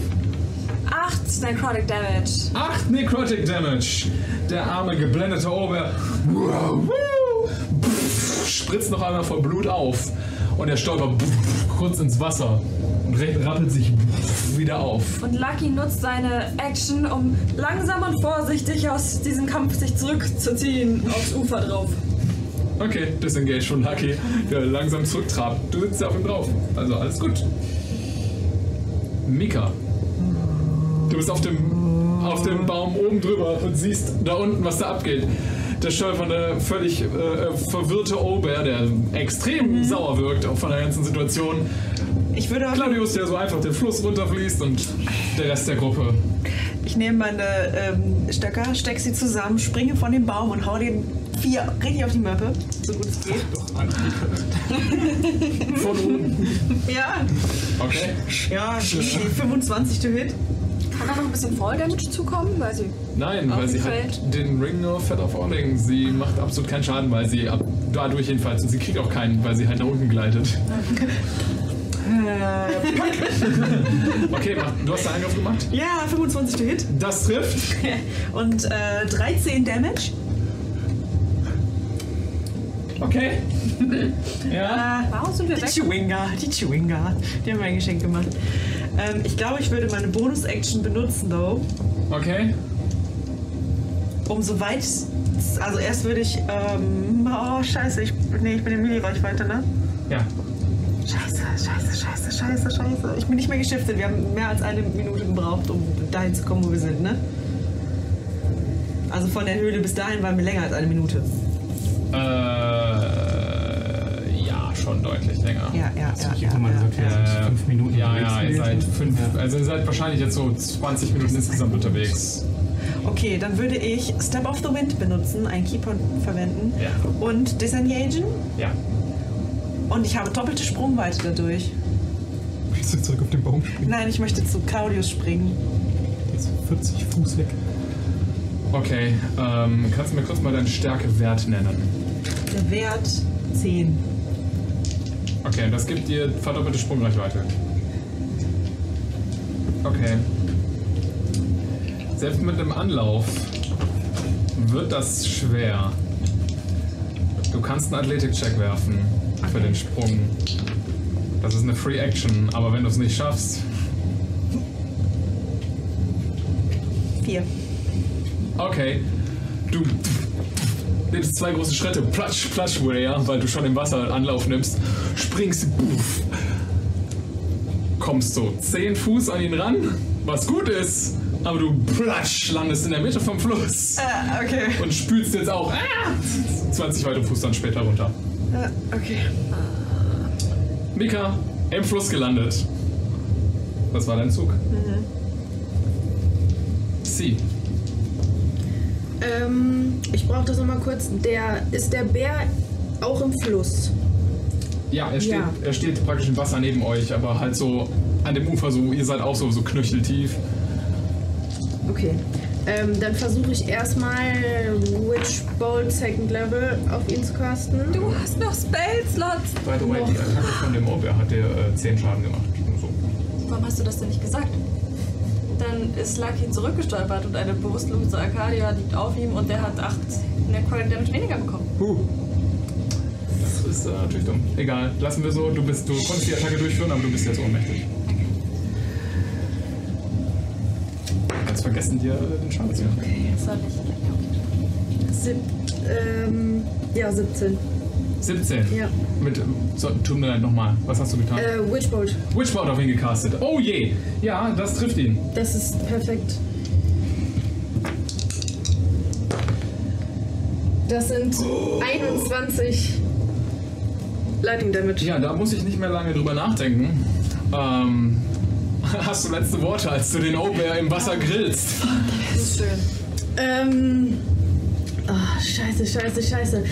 8 Necrotic Damage.
8 Necrotic Damage. Der arme geblendete Ober wow, wow, pff, spritzt noch einmal vor Blut auf und er stolpert pff, kurz ins Wasser und re- rappelt sich pff, wieder auf.
Und Lucky nutzt seine Action, um langsam und vorsichtig aus diesem Kampf sich zurückzuziehen aufs Ufer drauf.
Okay, disengage schon Lucky, der langsam zurücktrabt. Du sitzt ja auf ihm drauf. Also alles gut. Mika. Du bist auf dem, auf dem Baum oben drüber und siehst da unten, was da abgeht. Der stolpernde, völlig äh, äh, verwirrte Ober, der extrem sauer wirkt auch von der ganzen Situation.
Ich würde
Claudius, der so einfach den Fluss runterfließt und der Rest der Gruppe.
Ich nehme meine ähm, Stöcker, steck sie zusammen, springe von dem Baum und hau den vier richtig auf die Möppe. So gut es geht. [LAUGHS]
Von
oben. Ja.
Okay.
Ja, 25 to hit.
Kann da noch ein bisschen Fall Damage zukommen? Weiß ich.
Nein, weil sie hat den Ring of Fat of Ording. Sie macht absolut keinen Schaden, weil sie ab, dadurch jedenfalls. Und sie kriegt auch keinen, weil sie halt nach unten gleitet. Okay, mach, du hast einen Angriff gemacht?
ja, 25 to hit. [LAUGHS]
Das trifft.
Und äh, 13 Damage. [LAUGHS]
Okay. Ja.
Äh, Warum sind wir die Chewinga, die Chewinga. Die haben mir ein Geschenk gemacht. Ähm, ich glaube, ich würde meine Bonus-Action benutzen, though.
Okay.
Um so weit. Also erst würde ich. Ähm, oh, scheiße. Ich, nee, ich bin in Mini-Reichweite, ne?
Ja.
Scheiße, scheiße, scheiße, scheiße, scheiße. Ich bin nicht mehr geschiftet. Wir haben mehr als eine Minute gebraucht, um dahin zu kommen, wo wir sind, ne? Also von der Höhle bis dahin waren wir länger als eine Minute.
Äh, ja, schon deutlich länger.
Ja, ja, ja. ja,
mal gesagt, wir sind
Äh,
fünf Minuten
Ja,
unterwegs
ja, ihr
gewesen.
seid fünf, also ihr seid wahrscheinlich jetzt so 20 Minuten insgesamt unterwegs.
Okay, dann würde ich Step of the Wind benutzen, einen Keypoint verwenden
Ja.
und disengagen.
Ja.
Und ich habe doppelte Sprungweite dadurch.
Willst du zurück auf den Baum springen?
Nein, ich möchte zu Claudius springen.
Die ist 40 Fuß weg.
Okay, ähm, kannst du mir kurz mal deinen Stärkewert nennen?
Der Wert 10.
Okay, das gibt dir verdoppelte Sprungreichweite. Okay. Selbst mit einem Anlauf wird das schwer. Du kannst einen Athletik-Check werfen für den Sprung. Das ist eine Free Action, aber wenn du es nicht schaffst,
4.
Okay. Du nimmst zwei große Schritte, platsch, platsch, wurde ja, weil du schon im Wasser Anlauf nimmst, springst, puff, kommst so 10 Fuß an ihn ran, was gut ist, aber du platsch, landest in der Mitte vom Fluss.
Äh, okay.
Und spülst jetzt auch ah, 20 weitere Fuß dann später runter.
Äh, okay.
Mika, im Fluss gelandet. Das war dein Zug.
Mhm.
Sie.
Ähm, ich brauche das nochmal kurz. Der, ist der Bär auch im Fluss?
Ja, er steht,
Ja.
er steht praktisch im Wasser neben euch, aber halt so an dem Ufer, so, ihr seid auch so, so knöcheltief.
Okay. Ähm, dann versuche ich erstmal Witch Bolt Second Level auf ihn zu casten. Du hast noch Spellslots.
By the way, die Attacke von dem Orbär hat dir äh, 10 Schaden gemacht. So.
Warum hast du das denn nicht gesagt? Dann ist Lucky zurückgestolpert und eine bewusstlose Arcadia liegt auf ihm und der hat 8 Necrotic Damage weniger bekommen.
Das ist äh, natürlich dumm. Egal, lassen wir so. Du, bist, du konntest die Attacke durchführen, aber du bist jetzt ohnmächtig. Ganz vergessen, dir äh, den Schaden zu machen.
Soll ich?
Sieb ähm, ja, 17.
17.
Ja.
Mit, so, tut mir leid, nochmal. Was hast du getan?
Äh, Witch Bolt.
Witchboard auf ihn gecastet. Oh je. Ja, das trifft ihn.
Das ist perfekt. Das sind 21 Lightning Damage.
Ja, da muss ich nicht mehr lange drüber nachdenken. Ähm, [LAUGHS] hast du letzte Worte, als du den Obear im Wasser grillst?
Das ist schön. Ähm. Oh, scheiße, scheiße, scheiße.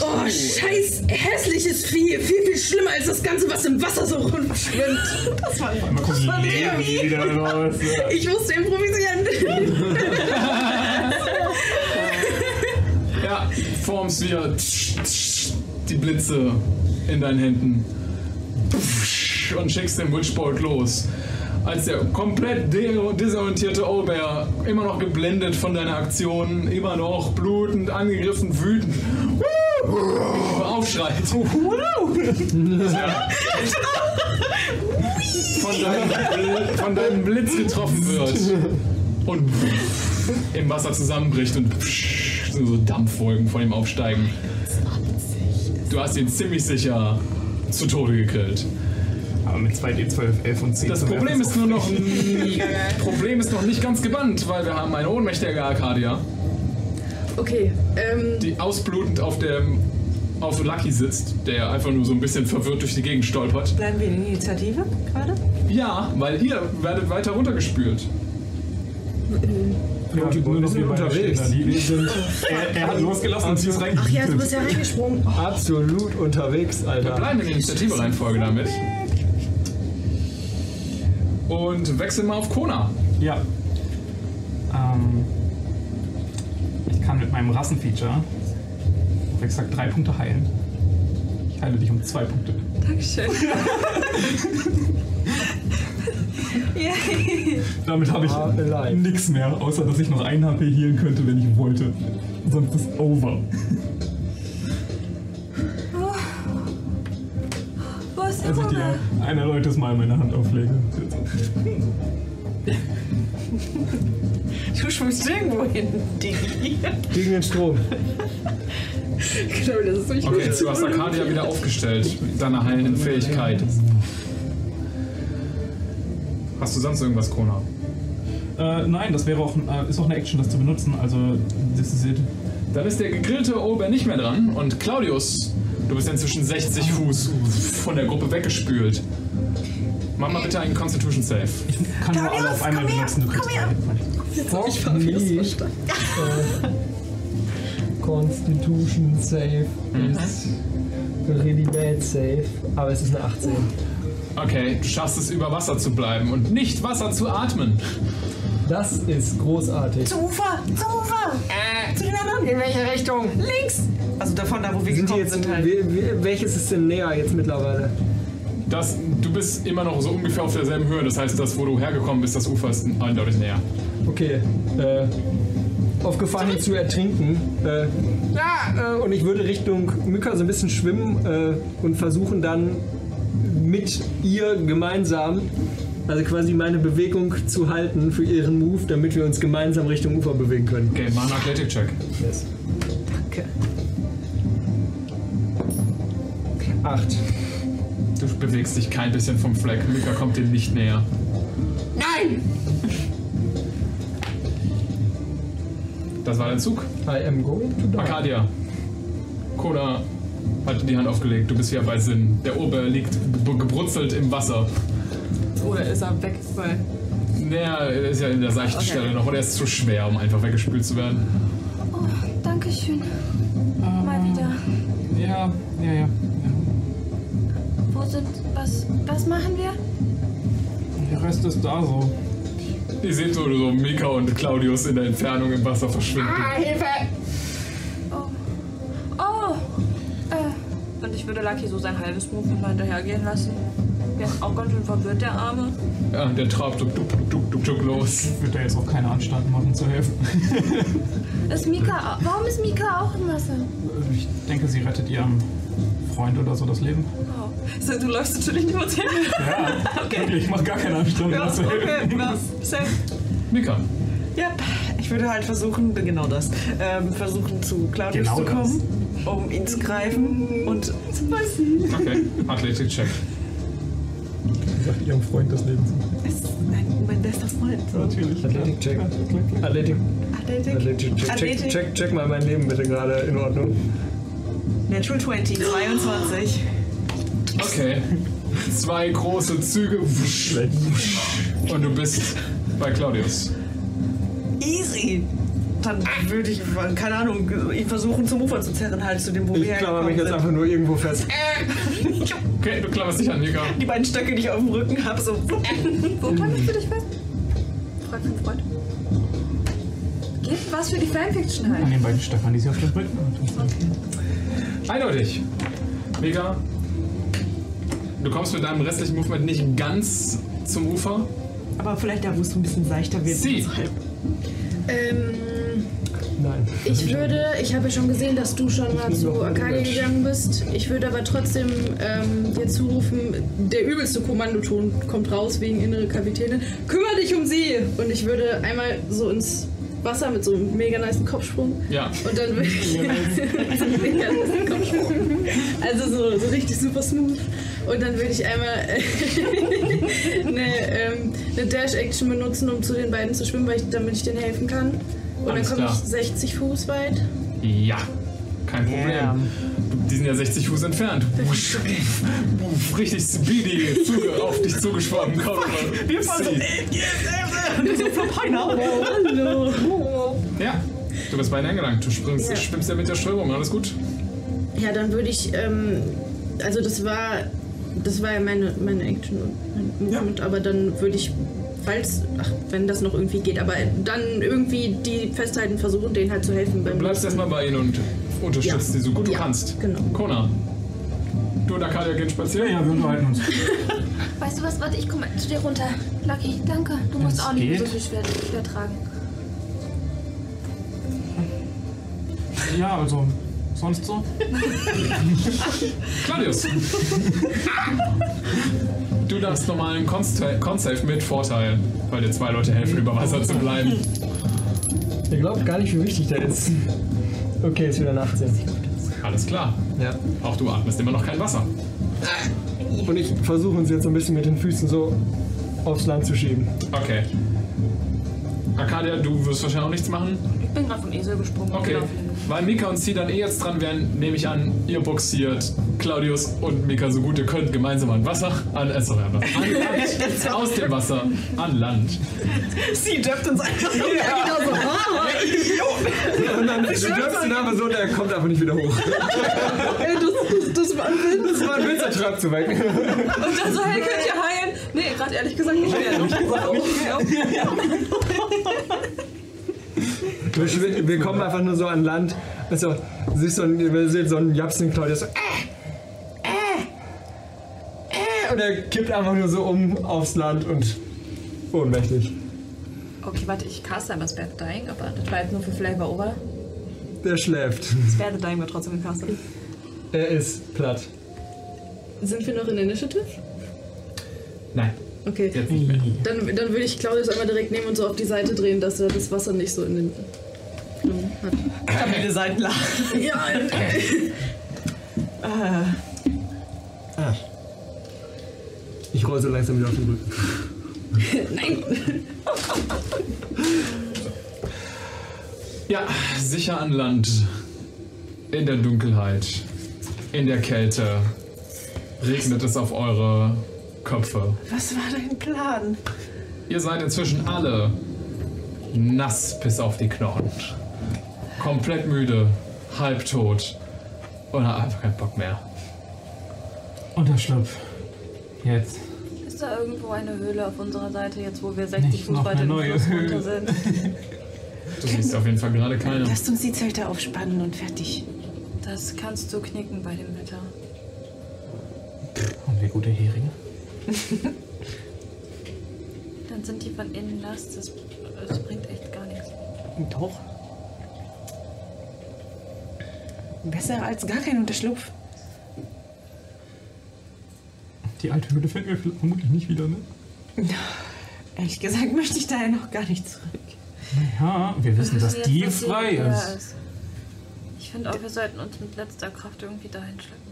Oh, scheiß hässliches Vieh. Viel, viel schlimmer als das Ganze, was im Wasser so rumschwimmt.
[LAUGHS]
Das war
Mal gucken,
war
die Leben
Levi.
wieder raus. ja.
Ich musste improvisieren.
Ja, formst wieder die Blitze in deinen Händen und schickst den Witchbolt los. Als der komplett de- desorientierte Obear, immer noch geblendet von deiner Aktion, immer noch blutend, angegriffen, wütend, aufschreit. Ja. Von deinem, von deinem Blitz getroffen wird und im Wasser zusammenbricht und sind so Dampfwolken von ihm aufsteigen. Du hast ihn ziemlich sicher zu Tode gegrillt.
Aber mit 2D12, 11 und 10.
Das
zu werfen,
Problem ist nur noch
mega
Problem ist noch nicht ganz gebannt, weil wir haben eine ohnmächtige Arcadia,
okay, ähm.
die ausblutend auf dem auf Lucky sitzt, der einfach nur so ein bisschen verwirrt durch die Gegend stolpert.
Bleiben wir in Initiative gerade?
Ja, weil ihr werdet weiter runtergespült.
Ja, nur noch wir beide
unterwegs.
stehen da. Die- die sind- Er- er hat losgelassen und sie ist
Ach ja, du bist ja reingesprungen. Oh.
Absolut unterwegs,
Wir
Alter.
bleiben in der Initiative-Reihenfolge damit. Und wechseln mal auf Kona.
Ja. Ähm, ich kann mit meinem Rassenfeature auf exakt drei Punkte heilen. Ich heile dich um zwei Punkte. [LAUGHS]
Dankeschön. Yay.
Damit habe ich nichts mehr, außer dass ich noch ein HP healen könnte, wenn ich wollte. Sonst ist over.
Oh. Wo ist der
Als
Oh
ich
Hunger?
dir ein erneutes Mal meine Hand auflege.
Du schwimmst irgendwo hin, [LAUGHS] Diggi.
Gegen
[LAUGHS]
den Strom.
genau, das ist nicht
Okay, du hast Arcadia wieder aufgestellt mit deiner heilenden Fähigkeit. Hast du sonst irgendwas, Kona?
Äh, nein, das wäre auch, äh, ist auch eine Action, das zu benutzen. Also, das ist it.
Dann ist der gegrillte Ober nicht mehr dran und Claudius, du bist inzwischen 60 Fuß von der Gruppe weggespült. Mach mal bitte einen Constitution Save.
Kann nur alle auf einmal benutzen. Du kriegst
Fuck me. Äh, Constitution Safe
Mhm.
ist really bad safe, aber es ist eine 18.
Okay, du schaffst es über Wasser zu bleiben und nicht Wasser zu atmen.
Das ist großartig.
Zum Ufer! Zum Ufer! Zu den anderen! In welche Richtung? Links! Also davon da, wo wir halt.
Sind die jetzt, we- we- welches ist denn näher jetzt mittlerweile?
Das, du bist immer noch so ungefähr auf derselben Höhe. Das heißt, das, wo du hergekommen bist, das Ufer ist eindeutig näher.
Okay. Äh, auf Gefahr hin zu ertrinken. Äh, ja, äh, und ich würde Richtung Mücka so ein bisschen schwimmen äh, und versuchen dann mit ihr gemeinsam, also quasi meine Bewegung zu halten für ihren Move, damit wir uns gemeinsam Richtung Ufer bewegen können.
Okay, mach einen Athletic-Check.
Yes. Danke. Acht.
Du bewegst dich kein bisschen vom Fleck. Mika kommt dir nicht näher.
Nein!
Das war der Zug.
I am going to die.
Arcadia. Koda hat die Hand aufgelegt. Du bist wieder bei Sinn. Der Ober liegt ge- gebrutzelt im Wasser.
Oder ist er weg? Weil
Naja, er ist ja in der seichten
Okay.
Stelle noch. Oder er ist zu schwer, um einfach weggespült zu werden.
Oh, Dankeschön. Mal wieder.
Ja, ja, ja.
Wo sind. Was, was machen wir?
Der Rest ist da so.
Ihr seht so, so Mika und Claudius in der Entfernung im Wasser verschwinden.
Ah, Hilfe! Oh. Oh! Äh,
Und ich würde Lucky so sein halbes Movement mal hinterhergehen lassen. Der ist auch ganz schön verwirrt, der Arme.
Ja, Ah, der trabt duck, duck, duck, duck, duck los.
Wird da jetzt auch keine Anstalten machen zu helfen.
ist Mika. au- Warum ist Mika auch im Wasser?
Ich denke, sie rettet ihrem Freund oder so das Leben.
Wow. So, du läufst natürlich nicht uns her.
[LAUGHS] Ja, wirklich, ich mach gar keine Anstalten.
Ja,
das zu helfen.
okay, was?
[LAUGHS]
Safe.
Mika.
Ja, ich würde halt versuchen, genau das, ähm, versuchen zu Claudius
Genau
zu
das.
kommen, um ihn zu greifen und zu passen.
Okay, Athletik-Check.
Sagt ihrem Freund das Leben.
Es- Nein, mein bester Freund. So.
Natürlich.
Athletik-Check. Athletik.
Athletik.
Athletik-Check. Check,
Athletik.
check, check mal mein Leben bitte gerade in Ordnung.
Natural 20, 22.
Okay. Zwei große Züge. wusch, wusch. Und du bist bei Claudius.
Easy! Dann würde ich, keine Ahnung, ihn versuchen zum Ufer zu zerren, halt zu dem, wo wir
Ich klammer
hergekommen
mich jetzt
sind. Äh,
einfach nur irgendwo fest.
[LAUGHS]
Okay, du klammerst dich an, Mika.
Die beiden Stöcke, die ich auf dem Rücken habe, so.
Wo kann ich für dich fest? Fragt mein Freund. Geht was für die Fanfiction
An
halt.
den beiden Stefan, die sie auf dem Brett
Eindeutig. Mega. Du kommst mit deinem restlichen Movement nicht ganz zum Ufer.
Aber vielleicht da, wo es so ein bisschen seichter wird.
Sie.
Ähm,
Nein.
ich würde, ich habe ja schon gesehen, dass du schon mal zu Arcadia gegangen bist. Ich würde aber trotzdem ähm, dir zurufen, der übelste Kommandoton kommt raus wegen innere Kapitänin. Kümmere dich um sie! Und ich würde einmal so ins Wasser mit so einem mega niceen Kopfsprung.
Ja.
Und dann würde ich. [LAUGHS] mega niceen Kopfsprung. Also so, so richtig super smooth. Und dann würde ich einmal äh, [LAUGHS] eine, ähm, eine Dash-Action benutzen, um zu den beiden zu schwimmen, weil ich, damit ich denen helfen kann. Und
Alles
dann komme ich
klar.
60 Fuß weit.
Ja. Kein Problem. Die sind ja 60 Fuß entfernt. Wusch, wuff, wuff, Richtig speedy Zuge auf dich zugeschwommen. Komm, komm.
Wir fahren so.
Sie.
Und so flop einer.
Hallo.
Ja. Du bist bei ihnen angelangt. Du springst,
Ja.
schwimmst ja mit der Strömung. Alles gut?
Ja, dann würde ich, ähm, also das war, das war ja meine, meine Action und mein Movement, aber dann würde ich, falls, ach, wenn das noch irgendwie geht, aber dann irgendwie die festhalten, versuchen, denen halt zu helfen
Du
beim
bleibst erstmal bei ihnen und unterstützt sie so gut du kannst. Genau. Kona. Du und Arcadia gehen spazieren?
Ja, wir unterhalten uns.
Weißt du was? Warte, ich komme zu dir runter. Lucky, danke. Du musst
Es
auch nicht mehr so
geht.
viel schwer, schwer tragen.
Ja, also, sonst so?
Claudius. Du darfst nochmal einen Consta- Con-Save mit Vorteil, weil dir zwei Leute helfen, über Wasser zu bleiben.
Ihr glaubt gar nicht, wie wichtig der ist. Okay, ist wieder eine 18.
Alles klar.
Ja.
Auch du atmest immer noch kein Wasser.
Und ich versuche uns jetzt so ein bisschen mit den Füßen so aufs Land zu schieben.
Okay. Arcadia, du wirst wahrscheinlich auch nichts machen.
Ich bin gerade vom um Esel gesprungen.
Okay.
Genau.
Weil Mika und Sie dann eh jetzt dran wären, nehme ich an, ihr boxiert Claudius und Mika so gut ihr könnt gemeinsam an Wasser, an, äh, sorry, an, Wasser, an
[LAUGHS]
Land, aus dem Wasser, an Land.
Sie dürft uns einfach genau
Ja. Und dann du dürfst ihn aber so, der kommt einfach nicht wieder hoch.
das, das war ein
Das war Ah, ein Witz, der schreibt zu weg.
Und dann so, hey, könnt ihr heilen? Nee, gerade ehrlich gesagt nicht mehr.
Ehrlich gesagt
Ja.
Wir, wir kommen einfach nur so an Land. Also, siehst so ein, wir sehen so einen Japsenklau, der ist so, äh, äh, äh, und er kippt einfach nur so um aufs Land und ohnmächtig.
Okay, warte, ich caste einmal Spare the Dying, aber das war jetzt nur für Flavor Over.
Der schläft.
Spare the Dying wird trotzdem gecastet.
Er ist platt.
Sind wir noch in der Initiative?
Nein.
Okay.
Jetzt nicht mehr.
Dann, dann würde ich Claudius einmal direkt nehmen und so auf die Seite drehen, dass er das Wasser nicht so in den. Klumpen hat.
Stabile Seitenlage.
Ja,
Ah.
Ah. Ich roll so langsam wieder auf den Rücken.
Nein!
Ja, sicher an Land. In der Dunkelheit. In der Kälte. Regnet es auf eure Köpfe.
Was war dein Plan?
Ihr seid inzwischen alle nass bis auf die Knochen. Komplett müde, halbtot und habt einfach keinen Bock mehr.
Unterschlupf. Jetzt.
Ist da irgendwo eine Höhle auf unserer Seite jetzt, wo wir 60
Nicht
Fuß
noch
weiter
eine
im
neue
Fluss
Höhle.
runter sind?
Du siehst auf jeden Fall gerade keine.
Lasst uns die Zelte aufspannen und fertig.
Das kannst du knicken bei dem Wetter.
Haben wir gute Heringe?
Dann sind die von innen nass. Das, das bringt echt gar nichts.
Doch. Besser als gar kein Unterschlupf.
Die alte Höhle finden wir vermutlich nicht wieder, ne?
Ehrlich gesagt möchte ich daher noch gar nicht zurück.
Ja, wir wissen,
Also
dass
Jetzt,
die
dass sie
frei
leer
ist.
Ich finde auch, wir sollten uns mit letzter Kraft irgendwie dahin schleppen.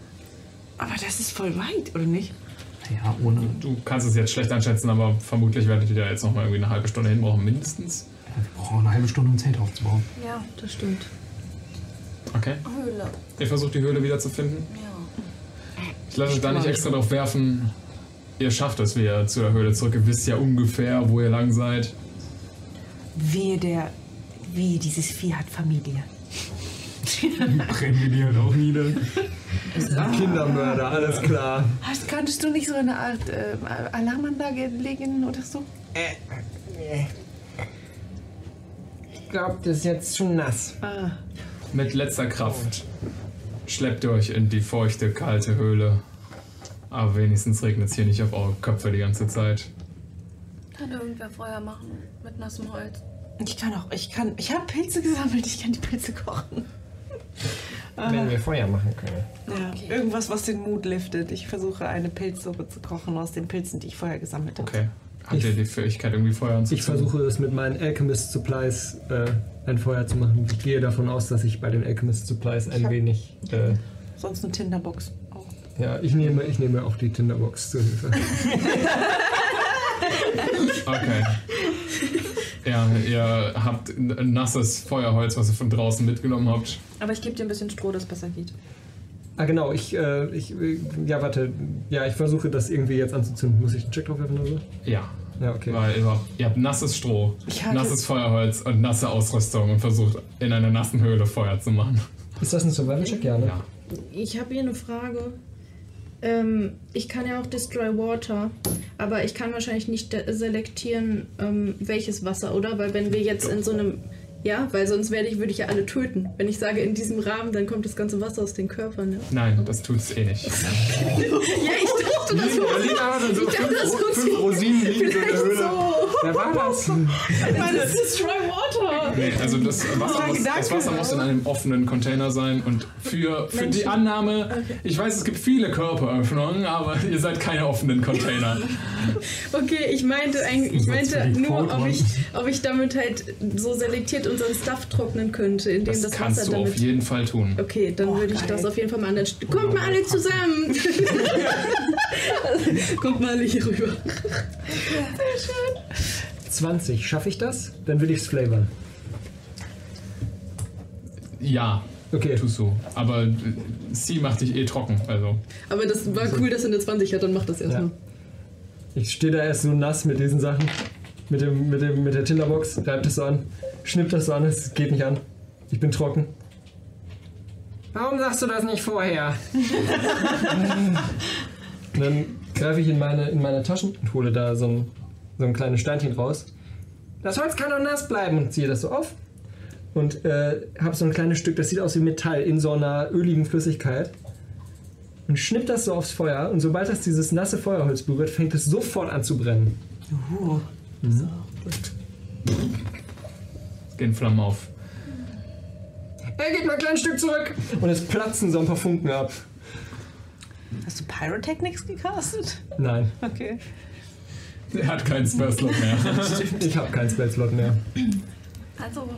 Aber das ist voll weit, oder nicht?
Ja, ohne.
Du kannst es jetzt schlecht einschätzen, aber vermutlich werdet ihr da jetzt noch mal irgendwie eine halbe Stunde hin brauchen, mindestens.
Wir brauchen eine halbe Stunde, um ein Zelt aufzubauen.
Ja, das stimmt.
Okay.
Höhle.
Ihr versucht die Höhle wiederzufinden. Ich lasse euch da nicht extra drauf werfen. Ihr schafft es wieder zu der Höhle zurück. Ihr wisst ja ungefähr, wo ihr lang seid.
Wehe der. Wehe, dieses Vieh hat Familie.
Brennen wir die halt auch nieder.
Kindermörder, alles klar.
Hast, könntest du nicht so eine Art äh, Alarmanlage legen oder so?
Ich glaube, das ist jetzt schon nass.
Mit letzter Kraft schleppt ihr euch in die feuchte, kalte Höhle. Aber wenigstens regnet es hier nicht auf eure Köpfe die ganze Zeit.
Kann irgendwer Feuer machen mit nassem Holz.
Ich kann auch. Ich kann. Ich habe Pilze gesammelt. Ich kann die Pilze kochen.
Wenn wir Feuer machen können.
Ja, Irgendwas, was den Mut liftet. Ich versuche eine Pilzsuppe zu kochen aus den Pilzen, die ich vorher gesammelt habe.
Okay. Habt ihr die Fähigkeit, irgendwie Feuer anzuziehen?
Ich versuche es mit meinen Alchemist Supplies äh, ein Feuer zu machen. Ich gehe davon aus, dass ich bei den Alchemist Supplies
Ich
ein
hab-
wenig. Äh,
Sonst eine Tinderbox.
ja, ich nehme, ich nehme auch die Tinderbox zur [LAUGHS] Hilfe. [LAUGHS]
Okay. Ja, ihr habt n- nasses Feuerholz, was ihr von draußen mitgenommen habt.
Aber ich gebe dir ein bisschen Stroh, dass es besser
[LAUGHS]
geht.
ah, genau, ich, äh, ich. äh, Ja, warte. Ja, ich versuche das irgendwie jetzt anzuzünden. Muss ich einen Check drauf werfen oder so?
Ja.
Ja, okay.
Weil ihr habt, ihr habt nasses Stroh,
Ich hatte-
nasses Feuerholz und nasse Ausrüstung und versucht, in einer nassen Höhle Feuer zu machen.
Ist das ein Survival-Check? Ja, ne?
Ja.
Ich habe hier eine Frage. Ähm, ich kann ja auch Destroy Water, aber ich kann wahrscheinlich nicht de- selektieren, ähm, welches Wasser, oder? Weil wenn wir jetzt in so einem... Ja, weil sonst werde ich, würde ich ja alle töten. Wenn ich sage, in diesem Rahmen, dann kommt das ganze Wasser aus den Körpern, ne? ja?
Nein, das tut's eh nicht.
ja, ich dachte, das
also
Nee, da liegen einfach so
funktioniert. Ich dachte,
fünf Ro-
das
fünf
funktioniert.
Rosinen liegen so in der
Vielleicht
Höhle.
so.
Wer war das?
Nein, das ist Destroy Water.
Nee, also
[LAUGHS]
das Wasser, muss, das Wasser muss in einem offenen Container sein und für, für die
Menschen.
Annahme, ich weiß, es gibt viele Körperöffnungen, aber [LAUGHS] ihr seid keine offenen
[LAUGHS]
Container.
Okay, ich meinte, eigentlich, ich
Das ist jetzt
meinte
für die
nur, ob
Quote.
ich, ob ich damit halt so selektiert unseren Stuff trocknen könnte, indem das,
Das kannst
Wasser
du
damit.
auf jeden Fall tun.
Okay, dann würde ich das auf jeden Fall mal anders. Kommt mal alle zusammen! [LAUGHS] Kommt mal alle hier rüber.
20. Schaffe ich das? Dann will ich es flavern.
Ja.
Okay.
Tust du. Aber äh, sie macht dich eh trocken, also.
Aber das war cool, dass er eine 20 hat, dann mach das erstmal.
Ich stehe da erst so nass mit diesen Sachen. Mit, dem, mit, dem, mit der Tinderbox, reibt das so an, schnippt das so an, es geht nicht an. Ich bin trocken. Warum sagst du das nicht vorher? Und [LAUGHS] dann greife ich in meine, in meine Taschen und hole da so ein, so ein kleines Steinchen raus. Das Holz kann doch nass bleiben und ziehe das so auf. und äh, habe so ein kleines Stück, das sieht aus wie Metall in so einer öligen Flüssigkeit. Und schnipp das so aufs Feuer und sobald das dieses nasse Feuerholz berührt, fängt es sofort an zu brennen.
Uh,
Mhm.
Gehen Flammen auf. [LAUGHS]
Er geht mal ein kleines Stück zurück.
Und es platzen so ein paar Funken ab.
Hast du Pyrotechnics gecastet?
Nein.
Okay.
Er hat keinen Spellslot mehr. [LAUGHS]
ich habe keinen Spellslot mehr.
Also.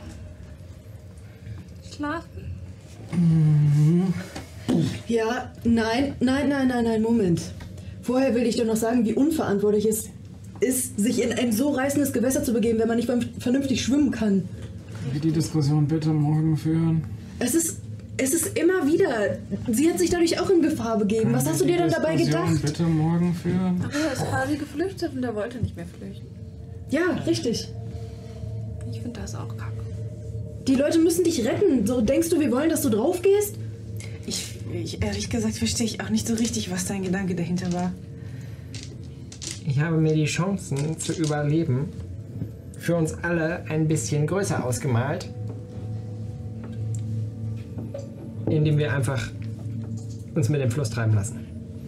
Schlaf.
Ja, nein, nein, nein, nein, nein, Moment. Vorher will ich doch noch sagen, wie unverantwortlich es ist, sich in ein so reißendes Gewässer zu begeben, wenn man nicht vernünftig schwimmen kann.
Wir die Diskussion bitte morgen führen.
Es ist, es ist immer wieder. Sie hat sich dadurch auch in Gefahr begeben. Was hast du dir dann dabei
Diskussion
gedacht?
bitte morgen führen.
Aber er ist quasi geflüchtet und er wollte nicht mehr flüchten.
Ja, richtig.
Ich finde das auch kacke.
Die Leute müssen dich retten. So denkst du, wir wollen, dass du draufgehst?
Ich, ich, ehrlich gesagt verstehe ich auch nicht so richtig, was dein Gedanke dahinter war.
Ich habe mir die Chancen zu überleben für uns alle ein bisschen größer ausgemalt,
indem wir einfach uns mit dem Fluss treiben lassen.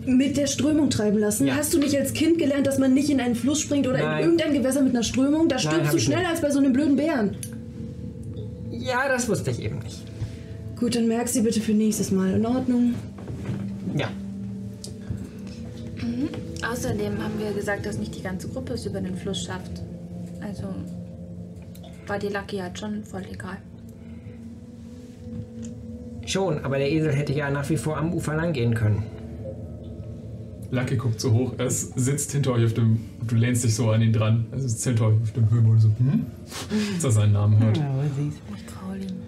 Mit der Strömung treiben lassen. Hast du nicht als Kind gelernt, dass man nicht in einen Fluss springt oder
Nein.
in irgendein Gewässer mit einer Strömung? Da
Nein,
stirbst
hab
du
ich
schneller
nicht.
als bei so einem blöden Bären.
Ja, das wusste ich eben nicht.
Gut, dann merk sie bitte für nächstes Mal. In Ordnung.
Ja.
Mhm. Außerdem haben wir gesagt, dass nicht die ganze Gruppe es über den Fluss schafft. Also war die Lucky halt schon voll egal.
Schon, aber der Esel hätte ja nach wie vor am Ufer lang gehen können.
Lucky guckt so hoch, es sitzt hinter euch auf dem. Du lehnst dich so an ihn dran. Es sitzt hinter euch auf dem Höhenboden so. Hm? Dass er seinen
[LAUGHS]
Namen hört.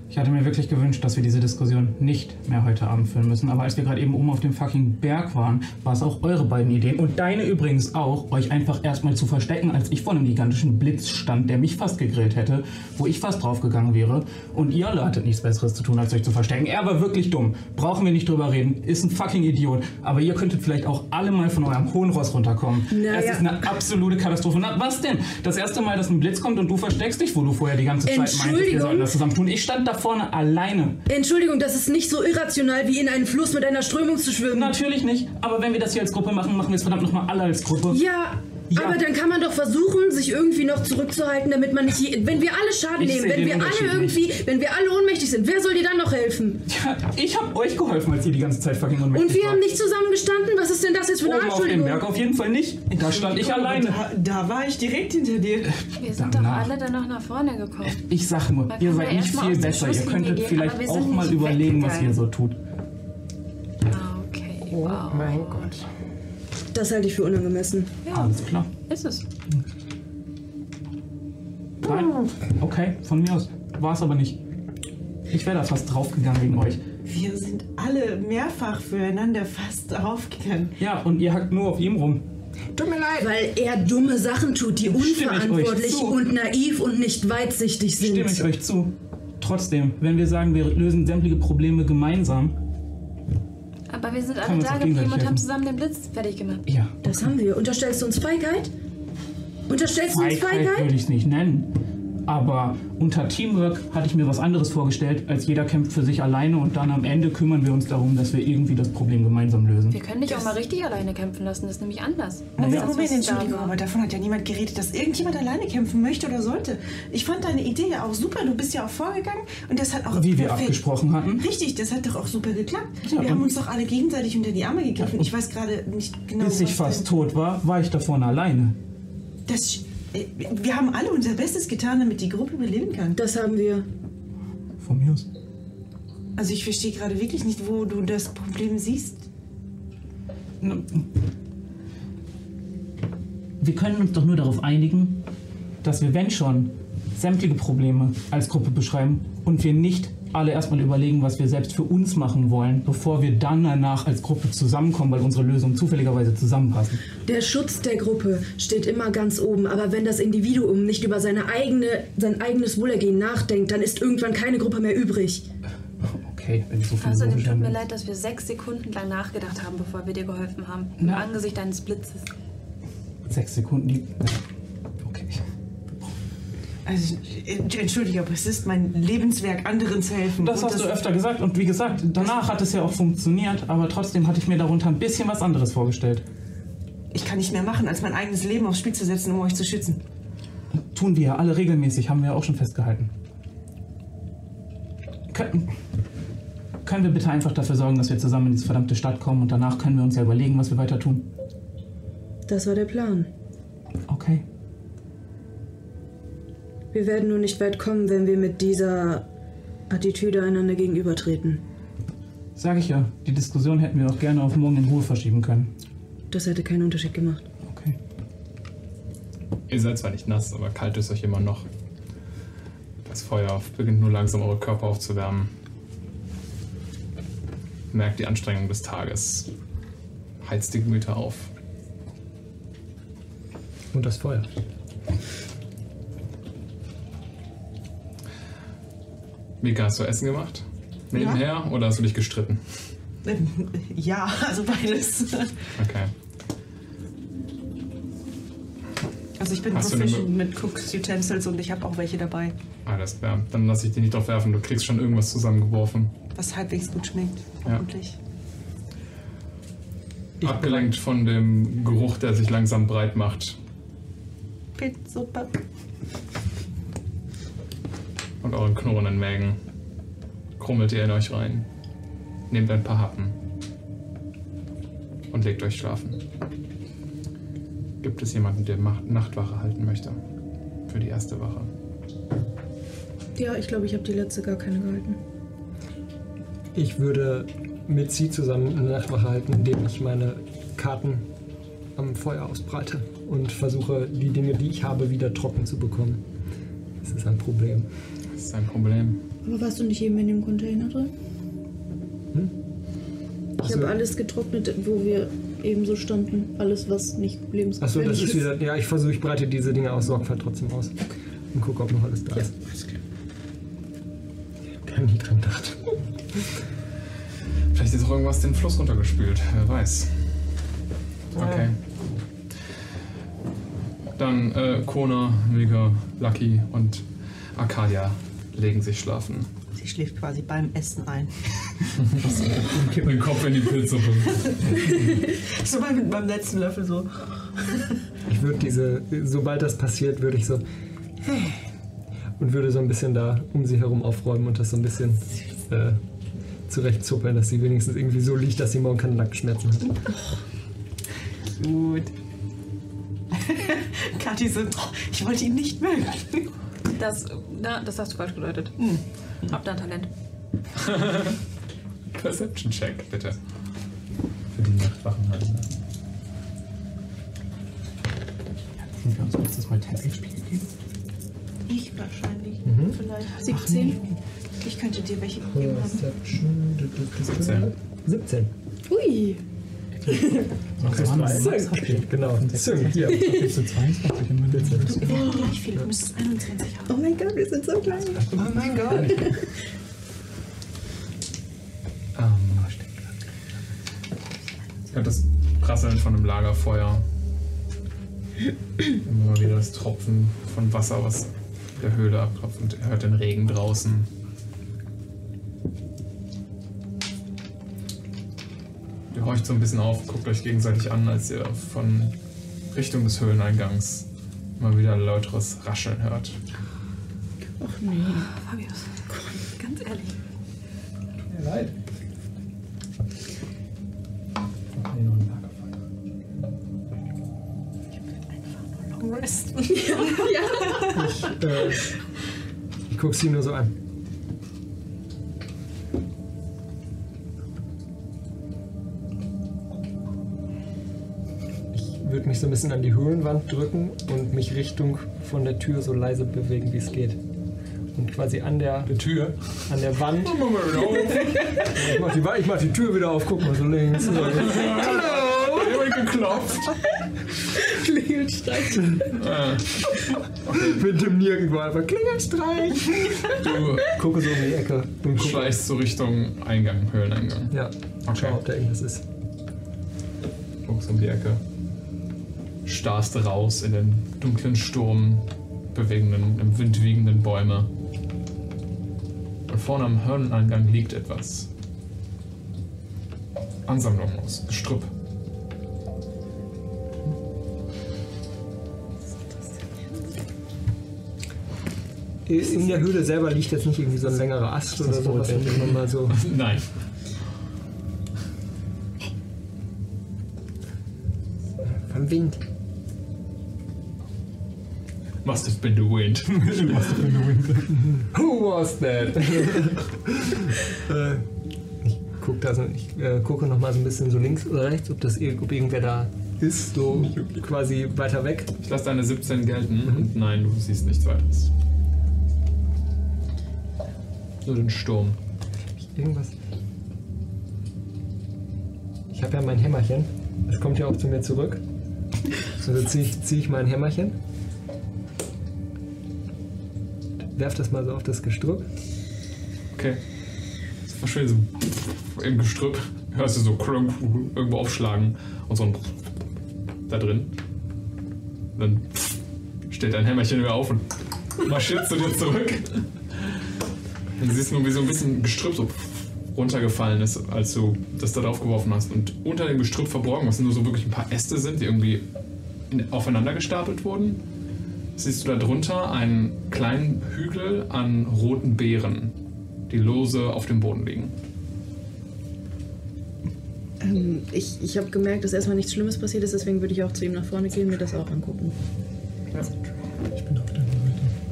Ich hatte mir wirklich gewünscht, dass wir diese Diskussion nicht mehr heute Abend führen müssen, aber als wir gerade eben oben auf dem fucking Berg waren, war es auch eure beiden Ideen und deine übrigens auch, euch einfach erstmal zu verstecken, als ich vor einem gigantischen Blitz stand, der mich fast gegrillt hätte, wo ich fast draufgegangen wäre und ihr alle hattet nichts Besseres zu tun, als euch zu verstecken. Er war wirklich dumm, brauchen wir nicht drüber reden, ist ein fucking Idiot, aber ihr könntet vielleicht auch alle mal von eurem hohen Ross runterkommen.
Naja.
Es ist eine absolute Katastrophe. Na, was denn? Das erste Mal, dass ein Blitz kommt und du versteckst dich, wo du vorher die ganze Zeit meintest, wir
Entschuldigung?
sollten das zusammen tun. Ich stand da vorne alleine.
Entschuldigung, das ist nicht so irrational, wie in einen Fluss mit einer Strömung zu schwimmen.
Natürlich nicht, aber wenn wir das hier als Gruppe machen, machen wir es verdammt nochmal alle als Gruppe.
Ja,
Ja.
aber dann kann man doch versuchen, sich irgendwie noch zurückzuhalten, damit man nicht. Je wenn wir alle Schaden
Ich
nehmen,
sehe
wenn
den
wir alle
Unterschied
irgendwie, wenn wir alle ohnmächtig sind, wer soll dir dann noch helfen?
Ja, ich habe euch geholfen, als ihr die ganze Zeit fucking unmächtig
Und wir
wart.
haben nicht zusammen gestanden? Was ist denn das jetzt für eine
Oben auf dem
Anschuldigung?
Berg auf jeden Fall nicht. Da stand ich alleine.
Da, da war ich direkt hinter dir.
Wir sind doch
Danach.
alle danach nach vorne gekommen.
Ich sag nur,
Da
ihr
können
seid
wir
nicht
erstmal
viel
aus der
besser. Ihr
Schusslinie
könntet
gehen,
vielleicht
aber wir
auch
sind
mal
nicht
überlegen, was ihr
weggegangen.
so tut.
Ah, Okay,
Oh.
wow.
Mein Gott.
Das halte ich für unangemessen.
Alles klar.
Ist es.
Nein. Okay, von mir aus. War es aber nicht. Ich wäre da fast draufgegangen wegen euch.
Wir sind alle mehrfach füreinander fast aufgegangen.
Ja, und ihr hackt nur auf ihm rum.
Tut mir leid. Weil er dumme Sachen tut, die
ich euch
unverantwortlich
zu.
und naiv und nicht weitsichtig sind.
Stimme ich euch zu. Trotzdem, wenn wir sagen, wir lösen sämtliche Probleme gemeinsam.
Aber wir sind
Kann
alle da geblieben
man sich
und
gegenseitig
haben
helfen.
zusammen den Blitz fertig gemacht.
Ja.
Das haben wir. Unterstellst du uns Feigheit? Unterstellst du uns
Feigheit
Feigheit?
würde ich es nicht nennen. Aber unter Teamwork hatte ich mir was anderes vorgestellt, als jeder kämpft für sich alleine und dann am Ende kümmern wir uns darum, dass wir irgendwie das Problem gemeinsam lösen.
Wir können dich auch mal richtig alleine kämpfen lassen, das ist nämlich anders. Als
Naja.
Also,
das,
Moment,
was da
Entschuldigung,
war.
aber davon hat ja niemand geredet, dass irgendjemand alleine kämpfen möchte oder sollte. Ich fand deine Idee ja auch super. Du bist ja auch vorgegangen und das hat auch.
Wie wir
perfekt-
abgesprochen hatten.
Richtig, das hat doch auch super geklappt.
Ja,
wir haben
und-
uns doch alle gegenseitig unter die Arme gegriffen. Ich weiß gerade nicht genau.
Bis ich
was
fast tot war, war ich da vorne
denn-
alleine.
Das, sch- äh, wir haben alle unser Bestes getan, damit die Gruppe überleben kann.
Das haben wir.
Von mir aus.
Also ich verstehe gerade wirklich nicht, wo du das Problem siehst.
Wir können uns doch nur darauf einigen, dass wir, wenn schon, sämtliche Probleme als Gruppe beschreiben und wir nicht alle erstmal überlegen, was wir selbst für uns machen wollen, bevor wir dann danach als Gruppe zusammenkommen, weil unsere Lösungen zufälligerweise zusammenpassen.
Der Schutz der Gruppe steht immer ganz oben, aber wenn das Individuum nicht über seine eigene, sein eigenes Wohlergehen nachdenkt, dann ist irgendwann keine Gruppe mehr übrig.
Okay, wenn ich so viel
Außerdem
logisch
Also, tut mir
bin.
leid, dass wir sechs Sekunden lang nachgedacht haben, bevor wir dir geholfen haben.
Na.
Im Angesicht deines Blitzes.
Sechs Sekunden, die.
Also, äh, entschuldige, aber es ist mein Lebenswerk, anderen zu helfen.
Das
Und
hast du öfter gesagt und wie gesagt, danach hat es ja auch funktioniert, aber trotzdem hatte ich mir darunter ein bisschen was anderes vorgestellt.
Ich kann nicht mehr machen, als mein eigenes Leben aufs Spiel zu setzen, um euch zu schützen. [LAUGHS]
Tun wir ja alle regelmäßig, haben wir ja auch schon festgehalten. Können, können wir bitte einfach dafür sorgen, dass wir zusammen in diese verdammte Stadt kommen und danach können wir uns ja überlegen, was wir weiter tun.
Das war der Plan.
Okay.
Wir werden nur nicht weit kommen, wenn wir mit dieser Attitüde einander gegenübertreten.
Sag ich ja, die Diskussion hätten wir auch gerne auf morgen in Ruhe verschieben können.
Das hätte keinen Unterschied gemacht.
Ihr seid zwar nicht nass, aber kalt ist euch immer noch. Das Feuer beginnt nur langsam eure Körper aufzuwärmen. Merkt die Anstrengung des Tages. Heizt die Gemüter auf.
Und das Feuer.
Mika, hast du Essen gemacht? Nebenher oder hast du dich gestritten?
Ähm, Ja, also [LAUGHS] beides.
Okay.
Also ich bin
Hast du eine
proficient mit Cooks Utensils und ich habe auch welche dabei,
Alles klar. Dann lass ich dich nicht drauf werfen. Du kriegst schon irgendwas zusammengeworfen.
was halbwegs gut schmeckt,
Ja.
hoffentlich.
Abgelenkt von dem Geruch, der sich langsam breit macht.
Pilzsuppe.
und euren knurrenden Mägen. Krummelt ihr in euch rein, nehmt ein paar Happen und legt euch schlafen. Gibt es jemanden, der Macht Nachtwache halten möchte? Für die erste Wache.
Ja, ich glaube, ich habe die letzte gar keine gehalten.
Ich würde mit sie zusammen eine Nachtwache halten, indem ich meine Karten am Feuer ausbreite und versuche, die Dinge, die ich habe, wieder trocken zu bekommen. Das ist ein Problem.
Das ist ein Problem.
Aber warst du nicht eben in dem Container drin? Ich habe alles getrocknet, wo wir eben so standen. Alles, was nicht
Achso,
lebensgefährlich
das ist wieder. Ja, ich versuche, ich breite diese Dinge aus Sorgfalt trotzdem aus. Und gucke, ob noch alles da ist. Ich habe nie dran gedacht.
Vielleicht ist auch irgendwas den Fluss runtergespült, wer weiß. Okay. Dann äh, Kona, Mega, Lucky und Arcadia legen sich schlafen.
Sie schläft quasi beim Essen ein.
Den Kopf in die Pilzsuppe.
[LAUGHS] so bei, beim letzten Löffel so.
Ich würde diese, sobald das passiert, würde ich so und würde so ein bisschen da um sie herum aufräumen und das so ein bisschen äh, zurechtzuppeln, dass sie wenigstens irgendwie so liegt, dass sie morgen keine Nackenschmerzen hat.
Gut. [LAUGHS] Kathi so, oh, ich wollte ihn nicht mögen.
Das, na, das hast du falsch gedeutet.
Hm.
Hab da ein Talent.
Perception Check, bitte. Für die Nachtwachen halt.
Sind wir uns letztes Mal Tempelspiel gegeben?
Ich wahrscheinlich.
Mhm.
Vielleicht.
17.
Ich könnte dir welche geben.
Perception.
17.
17.
Ui.
Also
Zing. Genau. Zing. Ja.
Wir haben gleich viel, du müsstest 21 haben.
Oh mein Gott, wir sind so klein.
Oh mein Gott.
Ihr hört das Prasseln von einem Lagerfeuer. Immer mal wieder das Tropfen von Wasser, was der Höhle abtropft. Und ihr hört den Regen draußen. Ihr horcht so ein bisschen auf, guckt euch gegenseitig an, als ihr von Richtung des Höhleneingangs immer wieder lauteres Rascheln hört.
Ach nee.
Fabius, komm, ganz ehrlich.
Tut mir leid.
Rest.
Ich, äh, ich guck sie nur so an. Ich würde mich so ein bisschen an die Höhlenwand drücken und mich Richtung von der Tür so leise bewegen, wie es geht. Und quasi an der,
Tür,
an der Wand.
Mach mal wieder
auf. Ich mach, die, Wa- ich mach die Tür wieder auf, guck mal so [LAUGHS] links.
Hallo! Jemand geklopft.
Klingelstreich.
Mit dem Nirgendwo einfach Klingelstreich.
Du
gucke so um die Ecke. Du
schleichst so Richtung Eingang, Höhleneingang.
Ja.
Okay. Schau, ob
da irgendwas ist.
Guckst um die Ecke. Starrst raus in den dunklen Sturm. bewegenden, im Wind wiegenden Bäume. Und vorne am Hörneneingang liegt etwas. Ansammlung aus Gestrüpp.
In der Höhle selber liegt jetzt nicht irgendwie so ein längerer Ast oder sowas, wenn man mal so.
[LAUGHS] Nein.
Vom Wind.
Must have been the wind. Must have been the wind.
Who was [LAUGHS] that? äh, ich guck da so, ich äh, gucke noch mal so ein bisschen so links oder rechts, ob das ir- ob irgendwer da ist, so quasi weiter weg.
Ich lasse deine 17 gelten und nein, du siehst nichts weiteres. Nur den Sturm.
Irgendwas. Ich habe ja mein Hämmerchen. Es kommt ja auch zu mir zurück. Also ziehe ich, zieh ich mein Hämmerchen. Werf das mal so auf das Gestrüpp.
Okay. Es war schön so im Gestrüpp. Hörst du so klunk, irgendwo aufschlagen und so ein da drin. Dann steht dein Hämmerchen wieder auf und marschiert zu dir zurück. Und siehst nur, wie so ein bisschen Gestrüpp so runtergefallen ist, als du das da drauf geworfen hast. Und unter dem Gestrüpp verborgen, was nur so wirklich ein paar Äste sind, die irgendwie in, aufeinander gestapelt wurden, siehst du da drunter einen kleinen Hügel an roten Beeren, die lose auf dem Boden liegen.
Ähm, ich ich habe gemerkt, dass erstmal nichts Schlimmes passiert ist, deswegen würde ich auch zu ihm nach vorne gehen und mir das auch angucken.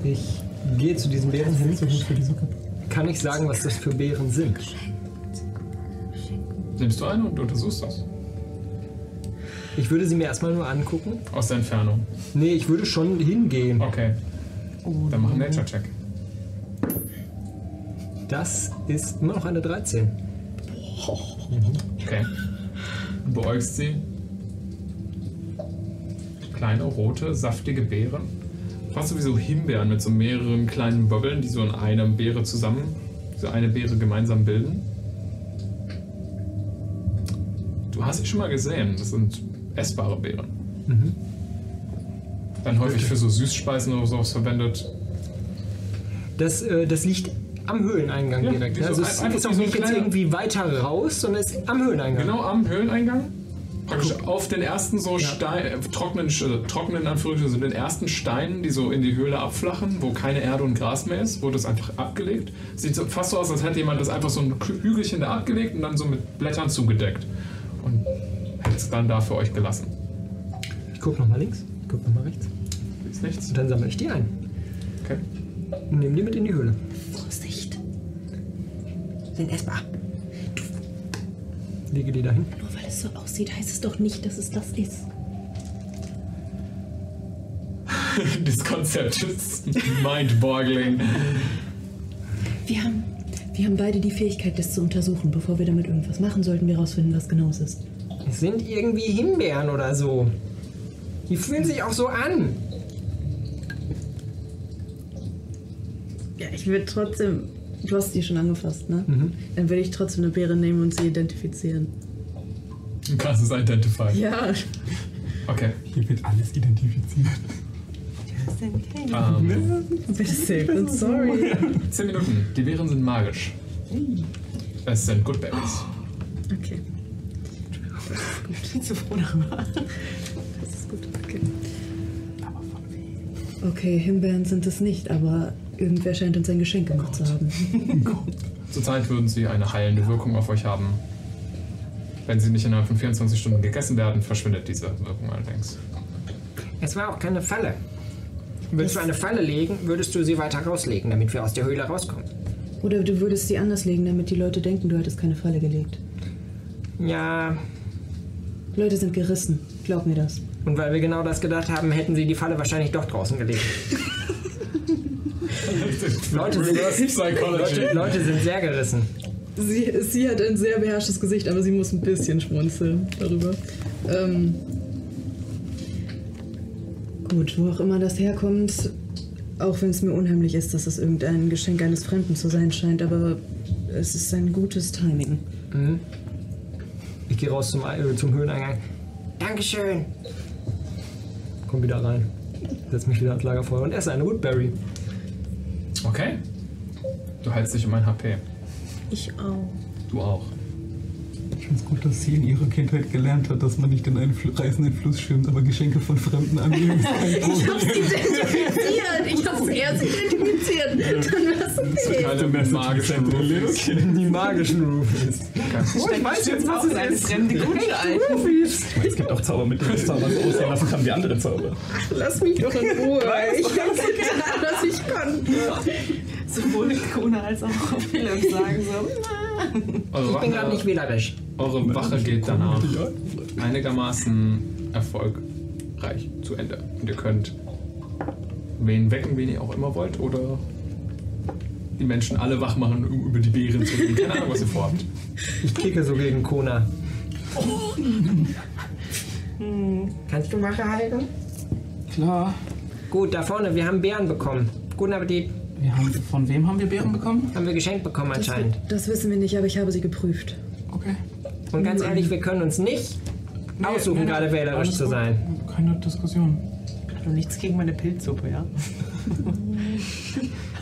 Ich gehe zu diesen Beeren hin. Kann ich sagen, was das für Beeren sind?
Nimmst du eine und untersuchst das?
Ich würde sie mir erstmal nur angucken.
Aus der Entfernung.
Nee, ich würde schon hingehen.
Okay. Dann machen wir Nature Check.
Das ist immer noch eine 13.
Okay. Du beäugst sie. Kleine, rote, saftige Beeren. Fast sowieso Himbeeren mit so mehreren kleinen Böbbeln, die so in einer Beere zusammen, so eine Beere gemeinsam bilden. Du hast sie schon mal gesehen. Das sind essbare Beeren.
Mhm.
Dann häufig für so Süßspeisen oder sowas verwendet.
Das, äh, das liegt am Höhleneingang
Ja,
direkt.
wie
ne?
so
also
ein-
es
einfach
ist
wie
auch
so ein
nicht jetzt
kleiner-
irgendwie weiter raus, sondern es ist am Höhleneingang.
Genau am Höhleneingang. Praktisch auf den ersten so Stein, äh, trockenen, äh, trockenen Anführungsstrichen, so den ersten Steinen, die so in die Höhle abflachen, wo keine Erde und Gras mehr ist, wurde es einfach abgelegt. Sieht so, fast so aus, als hätte jemand das einfach so ein Kü- Hügelchen da abgelegt und dann so mit Blättern zugedeckt. Und hätte es dann da für euch gelassen.
Ich guck nochmal links, ich guck nochmal rechts.
Ist nichts.
Und dann sammle ich die ein.
Okay. [LAUGHS]
Und nehme die mit in die Höhle.
Vorsicht. Sind essbar.
Lege die dahin.
Nur weil es so aussieht, heißt es doch nicht, dass es das ist.
das Konzept ist mind-boggling.
Wir haben, wir haben beide die Fähigkeit, das zu untersuchen. Bevor wir damit irgendwas machen, sollten wir herausfinden, was genau es ist.
Es sind irgendwie Himbeeren oder so. Die fühlen sich auch so an.
Ja, ich würde trotzdem. Du hast die schon angefasst, ne? Dann würde ich trotzdem eine Beere nehmen und sie identifizieren.
Du kannst es identifizieren.
Ja. [LAUGHS]
Okay.
Hier wird alles identifiziert.
Ähm,
Bitte [LAUGHS] save uns, sorry.
10 Minuten. Die Beeren sind magisch. Es sind Good Berries.
Okay. [LAUGHS] Ich bin so froh darüber. Das ist gut, okay. Okay, Himbeeren sind es nicht, aber irgendwer scheint uns ein Geschenk gemacht zu haben.
Zurzeit würden sie eine heilende Wirkung auf euch haben. Wenn sie nicht innerhalb von 24 Stunden gegessen werden, verschwindet diese Wirkung allerdings.
Es war auch keine Falle. Würdest du eine Falle legen, würdest du sie weiter rauslegen, damit wir aus der Höhle rauskommen.
Oder du würdest sie anders legen, damit die Leute denken, du hättest keine Falle gelegt.
Ja.
Leute sind gerissen, glaub mir das.
Und weil wir genau das gedacht haben, hätten sie die Falle wahrscheinlich doch draußen gelegt. Leute sind,
Reverse Psychology.
Leute, Leute sind sehr gerissen.
Sie, sie hat ein sehr beherrschtes Gesicht, aber sie muss ein bisschen schmunzeln darüber. Ähm, gut, wo auch immer das herkommt, auch wenn es mir unheimlich ist, dass es irgendein Geschenk eines Fremden zu sein scheint, aber es ist ein gutes Timing.
Mhm. Ich gehe raus zum, äh, zum Höhleneingang. Dankeschön. Komm wieder rein. setze mich wieder ans Lagerfeuer und esse eine Woodberry.
Okay. Du heilst dich um ein HP.
Ich auch.
Du auch.
Ich finde es gut, dass sie in ihrer Kindheit gelernt hat, dass man nicht in einen Fl reißenden Fluss schwimmt, aber Geschenke von Fremden annehmen ist kein
Ich hab's
Problem.
identifiziert. Ich hab's erst identifiziert. Dann wär's okay.
keine magischen Rufies.
Die magischen Rufies.
Oh, ich weiß jetzt, was es ist.
Es gibt auch Zauber mit Zauber so aussehen lassen kann wie andere Zauber.
Lass mich doch in Ruhe. Ich denke gerade, dass ich kann.
Sowohl Corona als auch Philipp sagen so.
Eure
Ich bin gerade
Wache-
nicht wählerisch.
Also Eure Wache geht danach einigermaßen erfolgreich zu Ende. Und ihr könnt wen wecken, wen ihr auch immer wollt, oder die Menschen alle wach machen, um über die Beeren zu reden. Keine Ahnung, was ihr vorhabt.
Ich kicke so gegen Kona.
Kannst du Wache halten?
Klar.
Gut, da vorne, wir haben Bären bekommen. Guten Appetit.
Wir haben, von wem haben wir Bären bekommen?
Haben wir geschenkt bekommen
Das,
anscheinend.
das wissen wir nicht, aber ich habe sie geprüft.
Okay.
Und ganz ehrlich, wir können uns nicht aussuchen,
nee, nee,
gerade wählerisch
alles
zu
gut.
sein.
Keine Diskussion.
Ich habe nichts gegen meine Pilzsuppe, [LAUGHS] ja?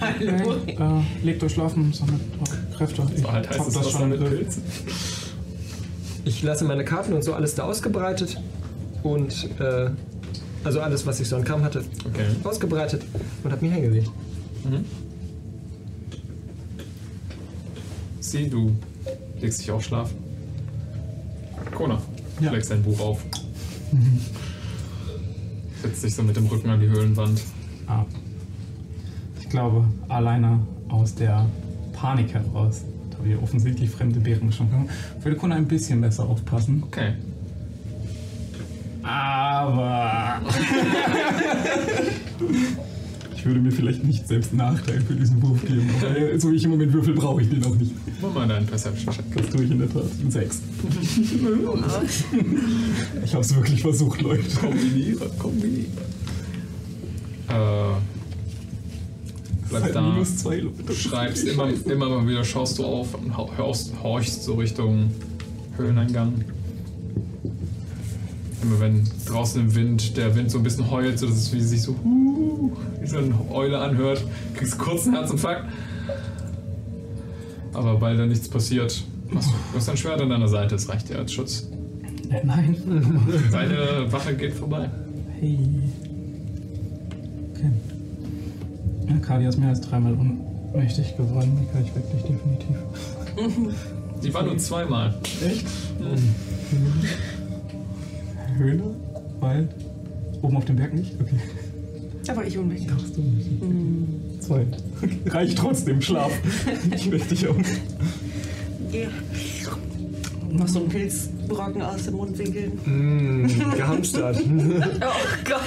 Hallo. Äh, legt euch schlafen, sammelt eure Kräfte. Ich
Halt heißt
hab
es
das
was
schon.
mit Pilzen.
Ich lasse meine Karten und so alles da ausgebreitet. Und, äh, also alles, was ich so an Kram hatte, ausgebreitet und habe mich hingelegt. [LAUGHS]
Sieh, du legst dich auch schlafen. Kona, ja. legst dein Buch auf.
Mhm.
Setzt dich so mit dem Rücken an die Höhlenwand.
ab. Ah. Ich glaube, alleine aus der Panik heraus, da wir offensichtlich fremde Bären geschont haben, würde Kuna ein bisschen besser aufpassen.
Okay.
Aber
[LAUGHS] Ich würde mir vielleicht nicht selbst einen Nachteil für diesen Wurf geben, aber äh, so wie ich im Moment würfel, brauche ich den auch nicht.
Mach mal deinen Perception-Check.
Das tue ich in der Tat. Ein Sechs. Ich hab's wirklich versucht, Leute.
Kombiniere, kombiniere. Äh, bleib
Halt
da.
minus zwei, Leute.
du schreibst immer, immer mal wieder, schaust du auf und hau- hörst, horchst so Richtung Höhleneingang. Immer wenn draußen im Wind der Wind so ein bisschen heult, so dass es wie sich so, huh, wie so eine Eule anhört, kriegst kurz einen Herzinfarkt. Aber weil da nichts passiert, hast du du hast ein Schwert an deiner Seite, es reicht dir als Schutz.
Äh, nein.
Deine Wache geht vorbei.
Hey. Okay. Ja, Kadi ist mehr als dreimal ohnmächtig geworden. Mika, ich weck dich definitiv.
Die war nur zweimal.
Echt? Höhle? Wald? Oben auf dem Berg nicht? Okay.
Aber ich unbedingt.
Hast du nicht. Zwei. Okay. Reicht trotzdem, schlaf. Ich weck dich auf.
Ja. Mach so einen Pilzbrocken aus dem Mundwinkel.
Mmh, gehamstert.
Oh Gott.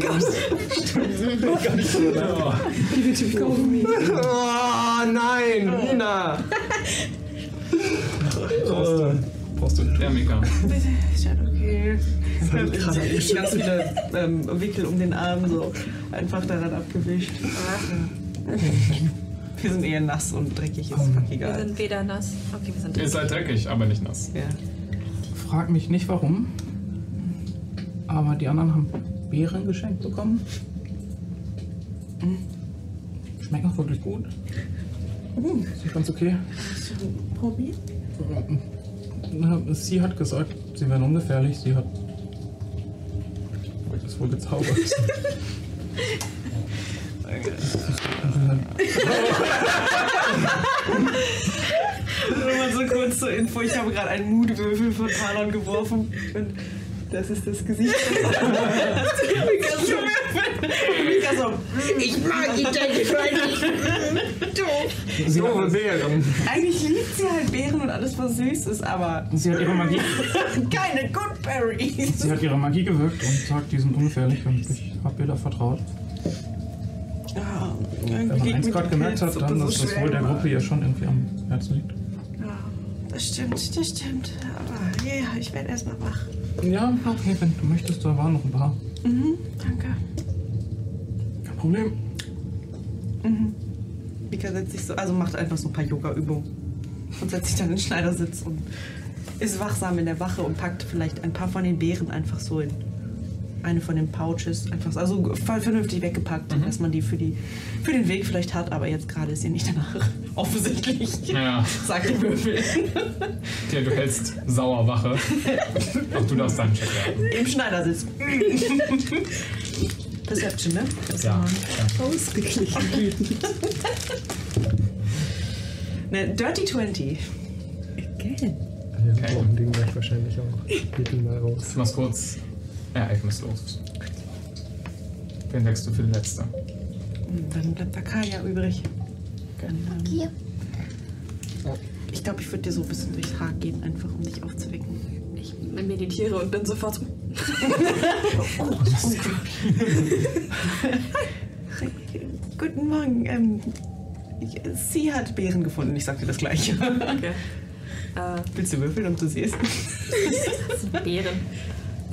Gott.
Gar nicht so genau. Oh Oh. nein, [LAUGHS] Nina!
Brauchst du, brauchst du einen Thermiker.
Ist ja okay.
Das war so krass.
Ich, ich [LAUGHS] lasse wieder ähm, Wickel um den Arm so einfach daran abgewischt. Wir sind eher nass und dreckig, ist fuck
Wir
egal.
sind weder nass. Okay, wir sind
Ihr seid dreckig, aber nicht nass.
Ja.
Frag mich nicht warum. Aber die anderen haben Beeren geschenkt bekommen. Mm. Schmecken auch wirklich gut. Mm, Ist ganz okay.
Probier.
Na, Sie hat gesagt, sie wären ungefährlich. Sie hat. Das wohl gezaubert.
Nur mal so kurz zur Info, ich habe gerade einen Mutwürfel von Talon geworfen und das ist das Gesicht. Mika so, Mika so, ich mag ihn, denke ich nicht. Doof.
Sie hat,
Eigentlich liebt sie halt Beeren und alles, was süß ist, aber
sie hat ihre Magie.
keine Goodberries.
Sie hat ihre Magie gewirkt und sagt, die sind ungefährlich und ich hab ihr da vertraut.
Ja,
Wenn
irgendwie
man
liegt
eins
mit
gerade
dem
gemerkt
Pilz
hat, dann,
so
dass das
schwer
wohl der
immer.
Gruppe ja schon irgendwie am Herzen liegt.
Ja, das stimmt, das stimmt. Aber ja, yeah, ich werde erstmal wach.
Ja, okay, wenn du möchtest, da waren noch ein paar.
Mhm, danke.
Kein Problem.
Mhm. Mika setzt sich so, also macht einfach so ein paar Yoga-Übungen und setzt sich dann in den Schneidersitz und ist wachsam in der Wache und packt vielleicht ein paar von den Beeren einfach so in eine von den Pouches einfach, also ver- vernünftig weggepackt, dass man die für, die für den Weg vielleicht hat, aber jetzt gerade ist ihr nicht danach. [LAUGHS] Offensichtlich.
Ja.
Sagt der Würfel.
Tja, du hältst sauer
[LAUGHS]
Wache. Ach, du darfst deinen Check werfen.
Im Schneidersitz. Perception, ne?
Ja.
Ausgeglichen. ne, Dirty 20.
Wir brauchen den gleich wahrscheinlich auch. Geht ihn mal raus.
Ich mach's kurz. Ja, ich muss los. Den wächst du für den Letzter.
Dann bleibt Akaya übrig. Dann, ähm, ich glaube, ich würde dir so ein bisschen durchs Haar gehen, einfach um dich aufzuwecken. Ich meditiere und bin sofort. Guten Morgen. Ähm, ich, äh, sie hat Beeren gefunden. Ich sag dir das gleich. [LAUGHS]
Okay. Äh,
Willst du würfeln, ob du sie isst?
das sind Beeren.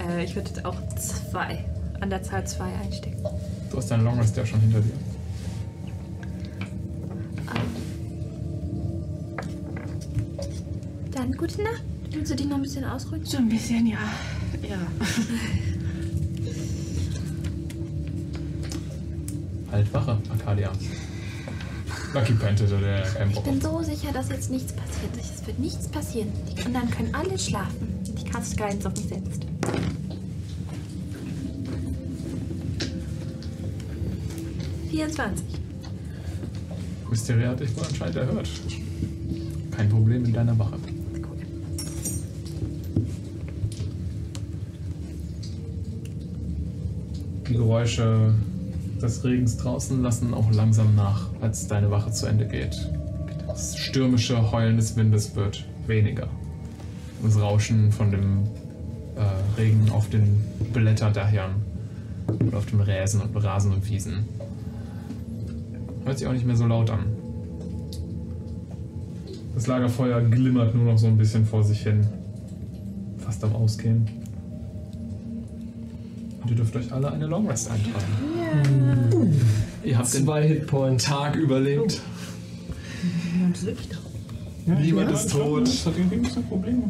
Äh, ich würde jetzt auch zwei, an der Zahl zwei einstecken.
Du hast deinen Longrest ja schon hinter dir.
Dann gute Nacht. Willst du dich noch ein bisschen ausruhen? So
ein bisschen, ja. Ja.
Halt Wache, Arcadia. Lucky Pant hinter der
Ich
Camp.
bin so sicher, dass jetzt nichts passiert. Es wird nichts passieren. Die Kinder können alle schlafen. Ich cast Guidance auf mich selbst.
Mysteria hat dich wohl anscheinend erhört. Kein Problem in deiner Wache. Die Geräusche des Regens draußen lassen auch langsam nach, als deine Wache zu Ende geht. Das stürmische Heulen des Windes wird weniger. Das Rauschen von dem äh, Regen auf den Blätterdächern und auf den Rasen und Rasen und Wiesen hört sich auch nicht mehr so laut an. Das Lagerfeuer glimmert nur noch so ein bisschen vor sich hin. Fast am Ausgehen. Und ihr dürft euch alle eine Long Rest eintragen. Ihr habt Zwei Hitpoints. Tag überlebt. Niemand ist tot.
Das hat irgendwie nicht so Probleme.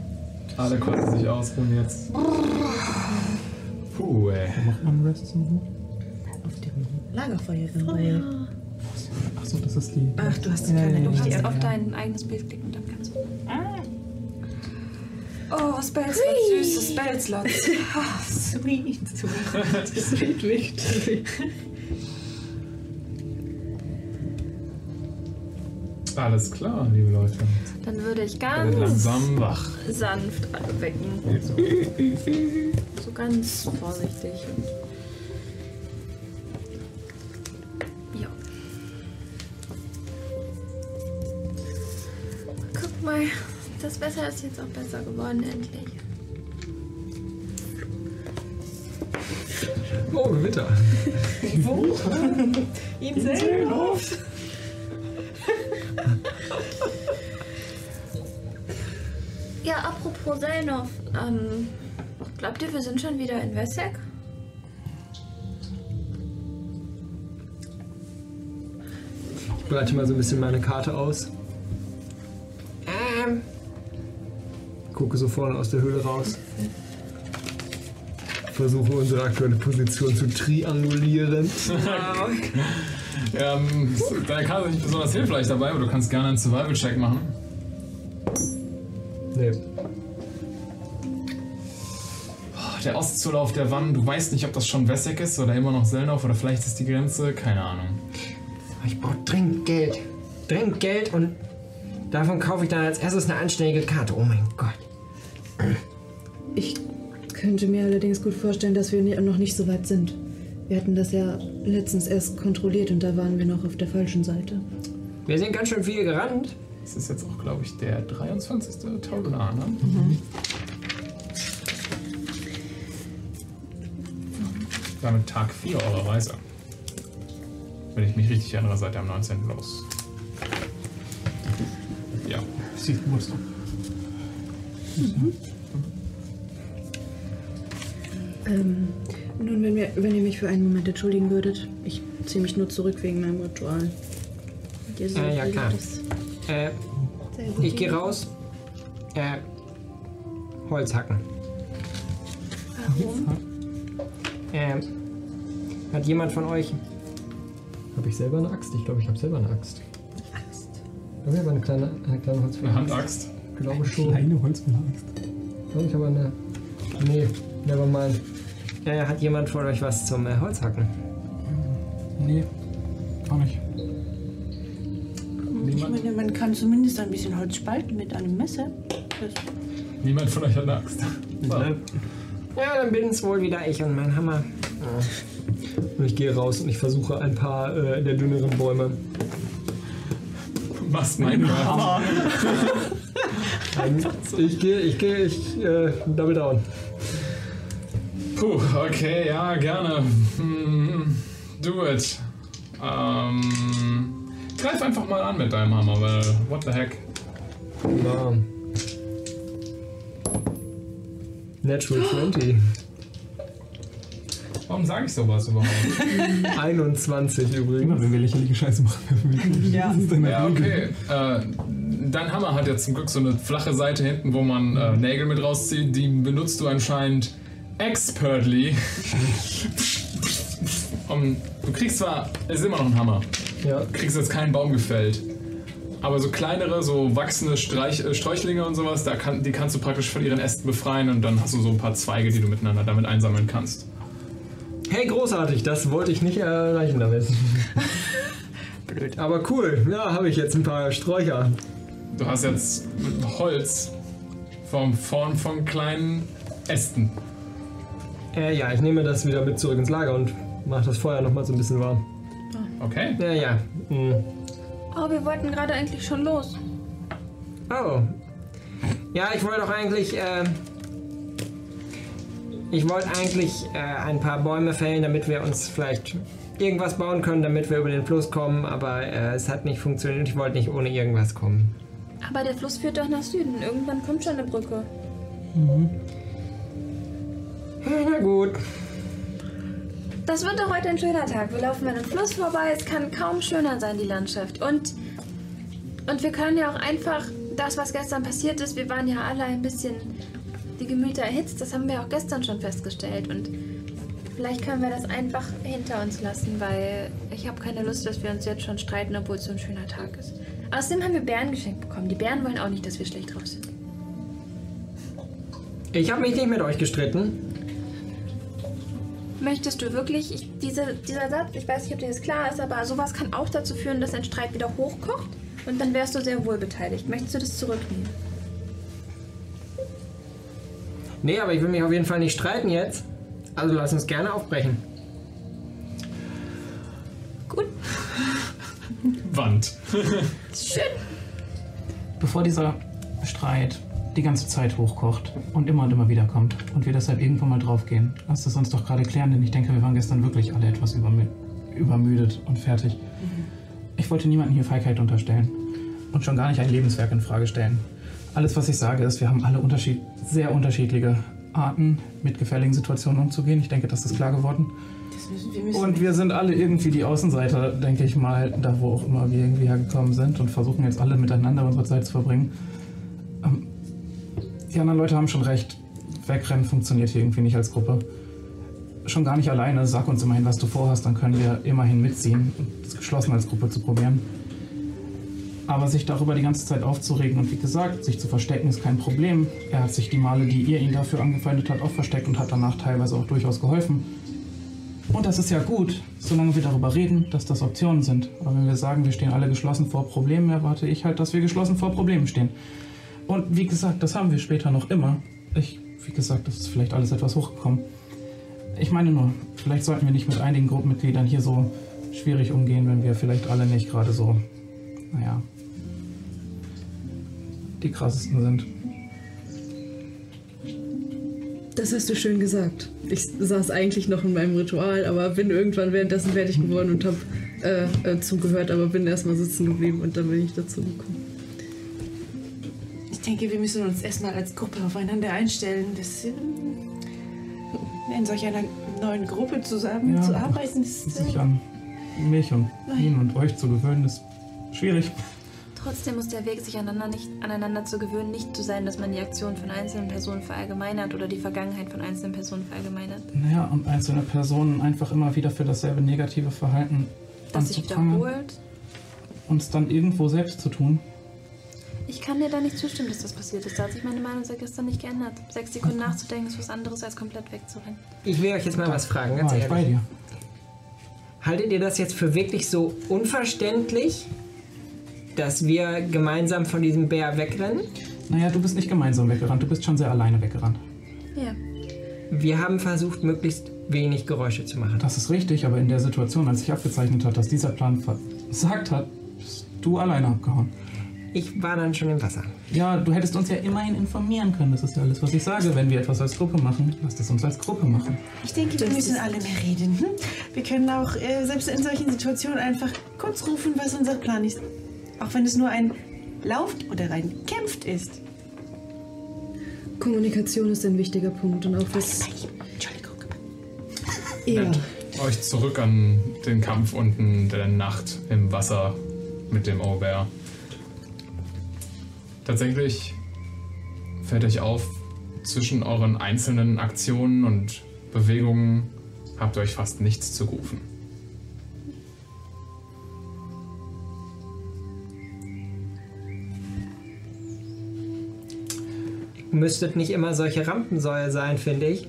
Alle konnten sich ausruhen jetzt. Puh, ey.
Macht man Rests und so?
Lagerfeuer. Feuer.
Achso, das ist die.
Ah.
Ach, du hast
die
keine Du
ja,
kannst
ja.
auf dein eigenes Bild klicken und dann kannst du. Oh, Spellslots, süße Spellslots. Ah,
sweet,
sweet.
Sweet Victory.
Alles klar, liebe Leute.
Dann würde ich
Werdet
ganz
langsam wach.
sanft anwecken. So ganz vorsichtig. Ja.
Guck mal, das Wetter ist jetzt auch besser geworden, endlich.
Oh, Gewitter.
Wo? In Seelhof.
Ja, apropos Selnov. Ähm, glaubt ihr, wir sind schon wieder in Wessex?
Ich breite mal so ein bisschen meine Karte aus.
Ähm,
Gucke so vorne aus der Höhle raus. Versuche unsere aktuelle Position zu triangulieren.
Ähm, deine Karte ist nicht besonders hilfreich dabei, aber du kannst gerne einen Survival-Check machen.
Nee.
Der Ostzulauf der Wann, du weißt nicht, ob das schon Wesseck ist oder immer noch Sellnauf oder vielleicht ist die Grenze, keine Ahnung.
Ich brauche dringend Geld. Dringend Geld und davon kaufe ich dann als erstes eine anständige Karte. Oh mein Gott.
Ich könnte mir allerdings gut vorstellen, dass wir ni- noch nicht so weit sind. Wir hatten das ja letztens erst kontrolliert und da waren wir noch auf der falschen Seite.
Wir sind ganz schön viel gerannt.
Das ist jetzt auch, glaube ich, der 23. Taulonar, ne? Damit Tag 4 eurer Reise. Wenn ich mich richtig erinnere, seid ihr am 19. los. Ja.
Sieht gut aus.
Ähm, nun, wenn, wir, wenn ihr mich für einen Moment entschuldigen würdet, ich ziehe mich nur zurück wegen meinem Ritual. Ihr
Äh,
seht,
ja,
ihr
klar.
seht das
Äh,
sehr gut
ich gehe
hin.
raus. Äh, Holz hacken.
Warum?
Ähm, hat jemand von euch. Habe ich selber eine Axt? Ich glaube, ich habe selber eine Axt. Axt? Ich habe eine kleine, eine kleine Holzfäller.
Eine Handaxt?
Ich glaube schon. Kleine Holzfäller-Axt. Ich habe eine. Nee, never mind. Äh, hat jemand von euch was zum äh, Holzhacken?
Nee, auch nicht.
Ich
meine, man kann zumindest ein bisschen Holz spalten mit einem Messer. Das
Niemand von euch hat eine Axt.
Ja, dann bin es wohl wieder ich und mein Hammer.
Und ich gehe raus und ich versuche ein paar äh, der dünneren Bäume.
Was mein Hammer?
ich gehe, ich gehe, ich äh, double down.
Puh, okay, ja, gerne. Hm, do it. Ähm, greif einfach mal an mit deinem Hammer, weil, what the heck?
Bam. Natural 20. [GASPS]
Warum sage ich sowas überhaupt?
21 übrigens.
Immer wenn wir lächerliche Scheiße machen, werfen wir Das ist eine
Ja,
Regel.
okay. Äh, dein Hammer hat ja zum Glück so eine flache Seite hinten, wo man äh, Nägel mit rauszieht. Die benutzt du anscheinend expertly. um, du kriegst zwar, es ist immer noch ein Hammer.
Ja.
Du kriegst jetzt keinen Baum gefällt. Aber so kleinere, so wachsende Streich, äh, Sträuchlinge und sowas, da kann, die kannst du praktisch von ihren Ästen befreien und dann hast du so ein paar Zweige, die du miteinander damit einsammeln kannst.
Hey, großartig, das wollte ich nicht erreichen
[LAUGHS]
damit. Blöd. Aber cool, ja, habe ich jetzt ein paar Sträucher.
Du hast jetzt Holz vom Form von kleinen Ästen.
Äh, ja, ich nehme das wieder mit zurück ins Lager und mache das Feuer nochmal so ein bisschen warm.
Okay.
Ja, ja. Mhm.
Oh, wir wollten gerade eigentlich schon los.
Oh. Ja, ich wollte doch eigentlich. Äh, ich wollte eigentlich äh, ein paar Bäume fällen, damit wir uns vielleicht irgendwas bauen können, damit wir über den Fluss kommen, aber äh, es hat nicht funktioniert. Ich wollte nicht ohne irgendwas kommen.
Aber der Fluss führt doch nach Süden. Irgendwann kommt schon eine Brücke.
Na gut.
Das wird doch heute ein schöner Tag. Wir laufen an einem Fluss vorbei. Es kann kaum schöner sein, die Landschaft. Und, und wir können ja auch einfach das, was gestern passiert ist, wir waren ja alle ein bisschen die Gemüter erhitzt. Das haben wir auch gestern schon festgestellt. Und vielleicht können wir das einfach hinter uns lassen, weil ich habe keine Lust, dass wir uns jetzt schon streiten, obwohl es so ein schöner Tag ist. Außerdem haben wir Bären geschenkt bekommen. Die Bären wollen auch nicht, dass wir schlecht drauf sind.
Ich habe mich nicht mit euch gestritten.
Möchtest du wirklich, ich, diese, dieser Satz, ich weiß nicht, ob dir das klar ist, aber sowas kann auch dazu führen, dass ein Streit wieder hochkocht und dann wärst du sehr wohl beteiligt. Möchtest du das zurücknehmen?
Nee, aber ich will mich auf jeden Fall nicht streiten jetzt. Also lass uns gerne aufbrechen.
Wand.
Schön.
Bevor dieser Streit die ganze Zeit hochkocht und immer und immer wieder kommt und wir deshalb irgendwann mal draufgehen, lasst es uns doch gerade klären, denn ich denke, wir waren gestern wirklich alle etwas übermü übermüdet und fertig. Ich wollte niemandem hier Feigheit unterstellen und schon gar nicht ein Lebenswerk in Frage stellen. Alles, was ich sage, ist, wir haben alle unterschied sehr unterschiedliche Arten, mit gefährlichen Situationen umzugehen. Ich denke, das ist klar geworden.
das müssen wir müssen.
Und wir sind alle irgendwie die Außenseiter, denke ich mal, da wo auch immer wir irgendwie hergekommen sind und versuchen jetzt alle miteinander unsere Zeit zu verbringen. Ähm, die anderen Leute haben schon recht. Wegrennen funktioniert hier irgendwie nicht als Gruppe. Schon gar nicht alleine. Sag uns immerhin, was du vorhast, dann können wir immerhin mitziehen und es geschlossen als Gruppe zu probieren. Aber sich darüber die ganze Zeit aufzuregen und wie gesagt, sich zu verstecken ist kein Problem. Er hat sich die Male, die ihr ihn dafür angefeindet habt, auch versteckt und hat danach teilweise auch durchaus geholfen. Und das ist ja gut, solange wir darüber reden, dass das Optionen sind. Aber wenn wir sagen, wir stehen alle geschlossen vor Problemen, erwarte ich halt, dass wir geschlossen vor Problemen stehen. Und wie gesagt, das haben wir später noch immer. Ich, wie gesagt, das ist vielleicht alles etwas hochgekommen. Ich meine nur, vielleicht sollten wir nicht mit einigen Gruppenmitgliedern hier so schwierig umgehen, wenn wir vielleicht alle nicht gerade so, naja, die krassesten sind.
Das hast du schön gesagt. Ich saß eigentlich noch in meinem Ritual, aber bin irgendwann währenddessen fertig geworden und habe äh, äh, zugehört, aber bin erstmal sitzen geblieben und dann bin ich dazu gekommen.
Ich denke, wir müssen uns erstmal als Gruppe aufeinander einstellen. Das, ähm, in solch einer neuen Gruppe zusammen
Ja.
zu arbeiten ist.
Sich an mich und ihn und euch zu gewöhnen, ist schwierig.
Trotzdem muss der Weg, sich aneinander, nicht, aneinander zu gewöhnen, nicht zu sein, dass man die Aktionen von einzelnen Personen verallgemeinert oder die Vergangenheit von einzelnen Personen verallgemeinert.
Naja, und einzelne Personen einfach immer wieder für dasselbe negative Verhalten
Das sich wiederholt.
und es dann irgendwo selbst zu tun.
Ich kann dir da nicht zustimmen, dass das passiert ist. Da hat sich meine Meinung seit gestern nicht geändert. Sechs Sekunden nachzudenken ist was anderes, als komplett wegzurennen.
Ich will euch jetzt mal was fragen, ganz
Ah, ich
ehrlich.
bei dir.
Haltet ihr das jetzt für wirklich so unverständlich, dass wir gemeinsam von diesem Bär wegrennen?
Naja, du bist nicht gemeinsam weggerannt, du bist schon sehr alleine weggerannt.
Ja.
Wir haben versucht, möglichst wenig Geräusche zu machen.
Das ist richtig, aber in der Situation, als sich abgezeichnet hat, dass dieser Plan versagt hat, bist du alleine abgehauen.
Ich war dann schon im Wasser.
Ja, du hättest uns ja immerhin informieren können. Das ist ja alles, was ich sage. Wenn wir etwas als Gruppe machen, lasst es uns als Gruppe machen.
Ich denke, wir müssen alle mehr reden. Hm? Wir können auch äh, selbst in solchen Situationen einfach kurz rufen, was unser Plan ist. Auch wenn es nur ein Lauft oder ein Kämpft ist.
Kommunikation ist ein wichtiger Punkt und auch das. Ja.
Euch zurück an den Kampf unten der Nacht im Wasser mit dem Aubert. Tatsächlich fällt euch auf, zwischen euren einzelnen Aktionen und Bewegungen habt ihr euch fast nichts zu rufen.
Müsstet nicht immer solche Rampensäue sein, finde ich.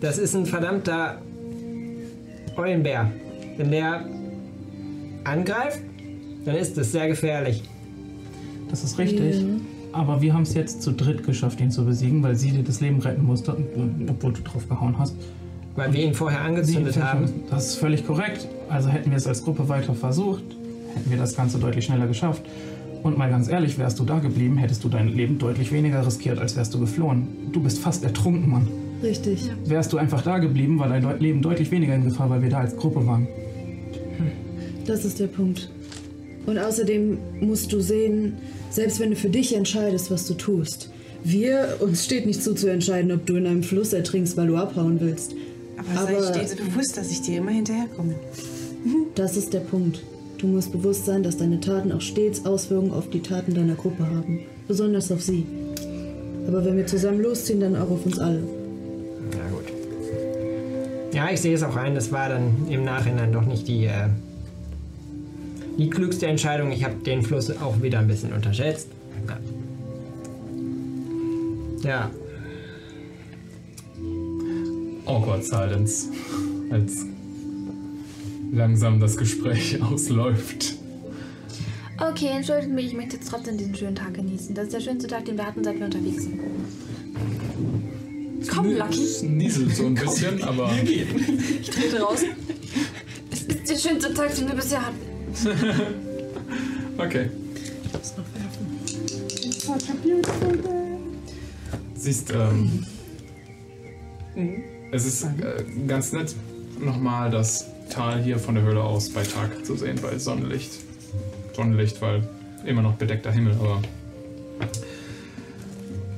Das ist ein verdammter Eulenbär. Wenn der angreift, dann ist es sehr gefährlich.
Das ist richtig. Aber wir haben es jetzt zu dritt geschafft, ihn zu besiegen, weil sie dir das Leben retten musste, obwohl du drauf gehauen hast.
Weil wir ihn vorher angezündet haben.
Das ist völlig korrekt. Also hätten wir es als Gruppe weiter versucht, hätten wir das Ganze deutlich schneller geschafft. Und mal ganz ehrlich, wärst du da geblieben, hättest du dein Leben deutlich weniger riskiert, als wärst du geflohen. Du bist fast ertrunken, Mann.
Richtig.
Wärst du einfach da geblieben, war dein Deut- Leben deutlich weniger in Gefahr, weil wir da als Gruppe waren.
Das ist der Punkt. Und außerdem musst du sehen, selbst wenn du für dich entscheidest, was du tust, wir, uns steht nicht zu, zu entscheiden, ob du in einem Fluss ertrinkst, weil du abhauen willst.
Aber, sei stets bewusst, dass ich dir immer hinterherkomme.
das ist der Punkt. Du musst bewusst sein, dass deine Taten auch stets Auswirkungen auf die Taten deiner Gruppe haben. Besonders auf sie. Aber wenn wir zusammen losziehen, dann auch auf uns alle.
Na gut. Ja, ich sehe es auch ein, das war dann im Nachhinein doch nicht die, äh, die klügste Entscheidung. Ich habe den Fluss auch wieder ein bisschen unterschätzt. Ja. ja.
Awkward Silence, als langsam das Gespräch [LAUGHS] ausläuft.
Okay, entschuldigt mich, ich möchte jetzt trotzdem diesen schönen Tag genießen. Das ist der schönste Tag, den wir hatten, seit wir unterwegs sind. Komm, Lucky.
Es nieselt so ein bisschen, aber
Ich trete raus. Es ist der schönste Tag, den wir bisher hatten.
okay. Siehst, ähm, es ist äh, ganz nett, nochmal das Tal hier von der Höhle aus bei Tag zu sehen, bei Sonnenlicht. Sonnenlicht, weil immer noch bedeckter Himmel, aber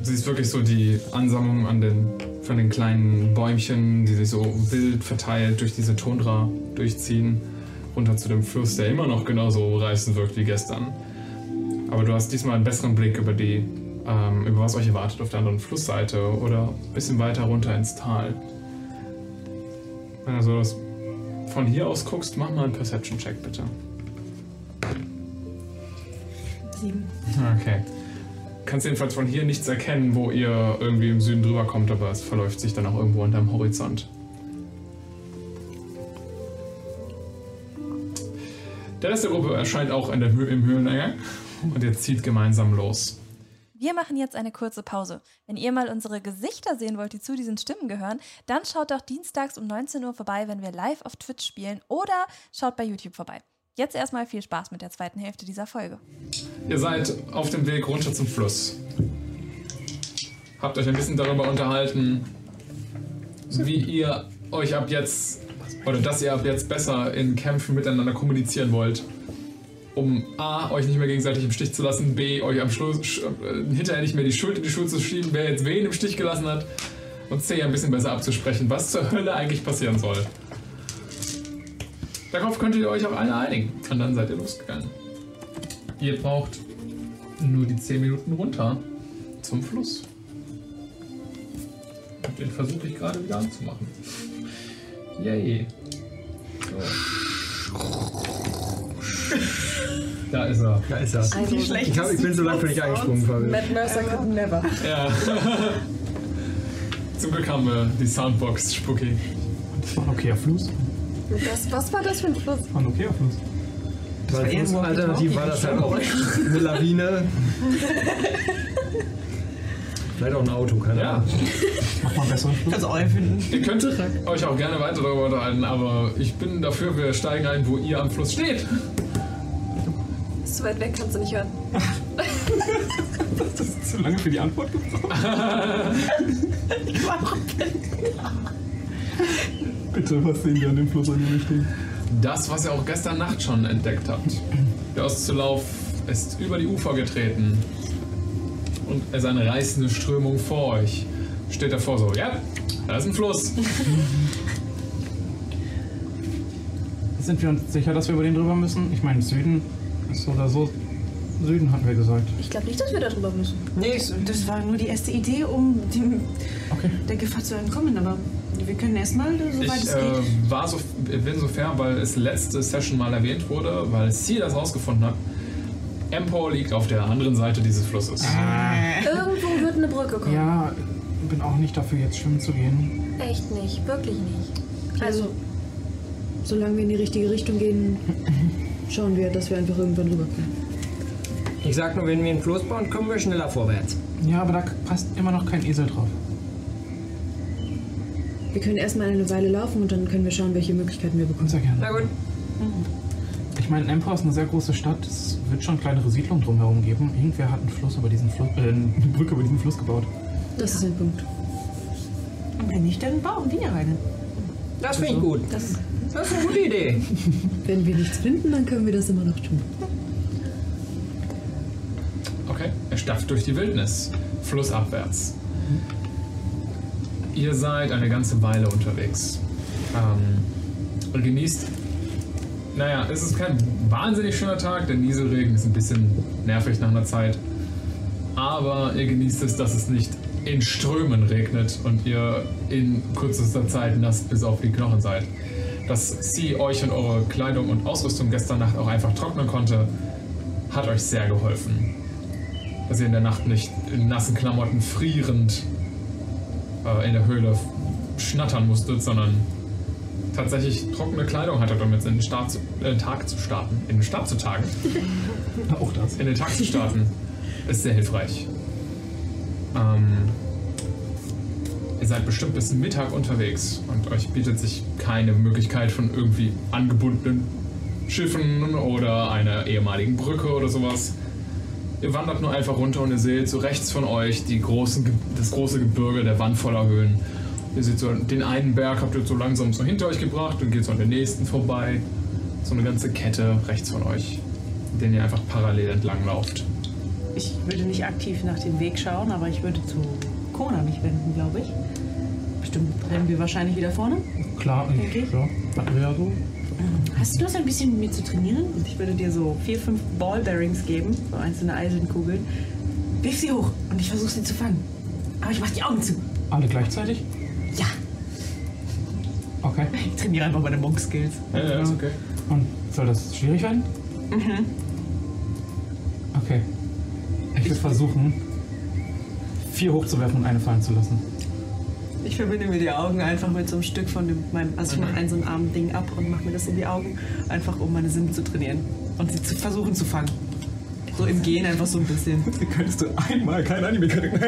sie ist wirklich so die Ansammlung an den, von den kleinen Bäumchen, die sich so wild verteilt durch diese Tundra durchziehen, runter zu dem Fluss, der immer noch genauso reißend wirkt wie gestern. Aber du hast diesmal einen besseren Blick über die, ähm, über was euch erwartet auf der anderen Flussseite oder ein bisschen weiter runter ins Tal. Wenn du so das von hier aus guckst, mach mal einen Perception-Check bitte.
Sieben.
Okay. Kannst jedenfalls von hier nichts erkennen, wo ihr irgendwie im Süden drüber kommt, aber es verläuft sich dann auch irgendwo unterm Horizont. Der Rest der Gruppe erscheint auch in der Hö im Höhleneingang und ihr zieht gemeinsam los.
Wir machen jetzt eine kurze Pause. Wenn ihr mal unsere Gesichter sehen wollt, die zu diesen Stimmen gehören, dann schaut doch dienstags um 19 Uhr vorbei, wenn wir live auf Twitch spielen oder schaut bei YouTube vorbei. Jetzt erstmal viel Spaß mit der zweiten Hälfte dieser Folge.
Ihr seid auf dem Weg runter zum Fluss. Habt euch ein bisschen darüber unterhalten, wie ihr euch ab jetzt oder dass ihr ab jetzt besser in Kämpfen miteinander kommunizieren wollt, um a euch nicht mehr gegenseitig im Stich zu lassen, b euch am Schluss sch- äh, hinterher nicht mehr die Schuld in die Schuhe zu schieben, wer jetzt wen im Stich gelassen hat und c ein bisschen besser abzusprechen, was zur Hölle eigentlich passieren soll. Darauf könnt ihr euch auf eine einigen. Und dann seid ihr losgegangen. Ihr braucht nur die 10 Minuten runter zum Fluss. Und den versuche ich gerade wieder anzumachen. Yay. So. Da ist er.
Da ist er.
Also,
ich, hab, ich bin so lange für dich eingesprungen, Fabio.
Matt Mercer could never.
Ja. Zum Glück haben wir die Soundbox, Spooky.
Okay, auf Fluss.
Das, was war das für ein Fluss?
Von okay auf Fluss.
Weil
Weil
sonst
irgendwo-
alternativ war das halt auch eine Lawine. Vielleicht auch ein Auto, keine Ahnung.
Mach mal besser.
Kannst du finden. Ihr könnt euch auch gerne weiter darüber unterhalten, aber ich bin dafür, wir steigen ein, wo ihr am Fluss steht.
Ist zu weit weg, kannst du nicht hören.
Das ist zu lange für die Antwort
[LAUGHS]
gebraucht.
Ich war auch
Bitte, was sehen wir an dem Fluss, an dem wir stehen?
Das, was ihr auch gestern Nacht schon entdeckt habt. Der Auszulauf ist über die Ufer getreten. Und es ist eine reißende Strömung vor euch. Steht davor so, ja, da ist ein Fluss.
Sind wir uns sicher, dass wir über den drüber müssen? Ich meine, Süden ist so oder so. Süden hatten wir gesagt.
Ich glaube nicht, dass wir darüber müssen. Nee, das- das war nur die erste Idee, um dem, der Gefahr zu entkommen. Aber wir können erstmal, soweit
Ich
es
äh,
geht.
war so, bin so fair, weil es letzte Session mal erwähnt wurde, weil sie das rausgefunden hat. Empor liegt auf der anderen Seite dieses Flusses.
Irgendwo wird eine Brücke kommen.
Ja, bin auch nicht dafür, jetzt schwimmen zu gehen.
Echt nicht, wirklich nicht.
Also, solange wir in die richtige Richtung gehen, schauen wir, dass wir einfach irgendwann rüberkommen.
Ich sag nur, wenn wir einen Fluss bauen, kommen wir schneller vorwärts.
Ja, aber da passt immer noch kein Esel drauf.
Wir können erstmal eine Weile laufen und dann können wir schauen, welche Möglichkeiten wir bekommen.
Sehr gerne.
Na gut.
Ich meine, Empor ist eine sehr große Stadt. Es wird schon kleinere Siedlungen drumherum geben. Irgendwer hat einen Fluss über diesen Fluss, äh, eine Brücke über diesen Fluss gebaut. [LAUGHS]
Das ist ein Punkt.
Und wenn nicht, dann bauen wir eine.
Das finde ich gut.
Das,
ist eine gute Idee.
Wenn wir nichts finden, dann können wir das immer noch tun.
Okay, er stafft durch die Wildnis, flussabwärts. Ihr seid eine ganze Weile unterwegs. Ähm, und genießt. Naja, es ist kein wahnsinnig schöner Tag, denn Nieselregen ist ein bisschen nervig nach einer Zeit. Aber ihr genießt es, dass es nicht in Strömen regnet und ihr in kürzester Zeit nass bis auf die Knochen seid. Dass sie euch und eure Kleidung und Ausrüstung gestern Nacht auch einfach trocknen konnte, hat euch sehr geholfen dass ihr in der Nacht nicht in nassen Klamotten frierend äh, in der Höhle f- schnattern musstet, sondern tatsächlich trockene Kleidung hattet, um jetzt in den Start zu, äh, Tag zu starten. In den Start zu tagen. Auch das. In den Tag zu starten. Ist sehr hilfreich. Ähm, ihr seid bestimmt bis Mittag unterwegs und euch bietet sich keine Möglichkeit von irgendwie angebundenen Schiffen oder einer ehemaligen Brücke oder sowas. Ihr wandert nur einfach runter und ihr seht so rechts von euch die großen, Ge- das große Gebirge der Wand voller Höhlen. Ihr seht so den einen Berg, habt ihr so langsam so hinter euch gebracht und geht so an den nächsten vorbei. So eine ganze Kette rechts von euch, den ihr einfach parallel entlang lauft.
Ich würde nicht aktiv nach dem Weg schauen, aber ich würde zu Kona mich wenden, glaube ich. Bestimmt rennen wir wahrscheinlich wieder vorne.
Klar,
Okay.
ja. Andrea so.
Hast du Lust, ein bisschen mit mir zu trainieren? Und ich würde dir so vier, fünf Ballbearings geben, so einzelne Eisenkugeln. Wirf sie hoch und ich versuche sie zu fangen. Aber ich mache die Augen zu.
Alle gleichzeitig?
Ja.
Okay.
Ich trainiere einfach meine Monk-Skills.
Ja, ja, ist okay.
Und soll das schwierig werden?
Mhm.
Okay. Ich will versuchen, vier hochzuwerfen und eine fallen zu lassen.
Ich verbinde mir die Augen einfach mit so einem Stück von dem, meinem, also ich mache ein so ein Armding ab und mache mir das in die Augen, einfach um meine Sinne zu trainieren und sie zu versuchen zu fangen. So im Gehen einfach so ein bisschen.
Könntest du einmal kein Anime-Charakter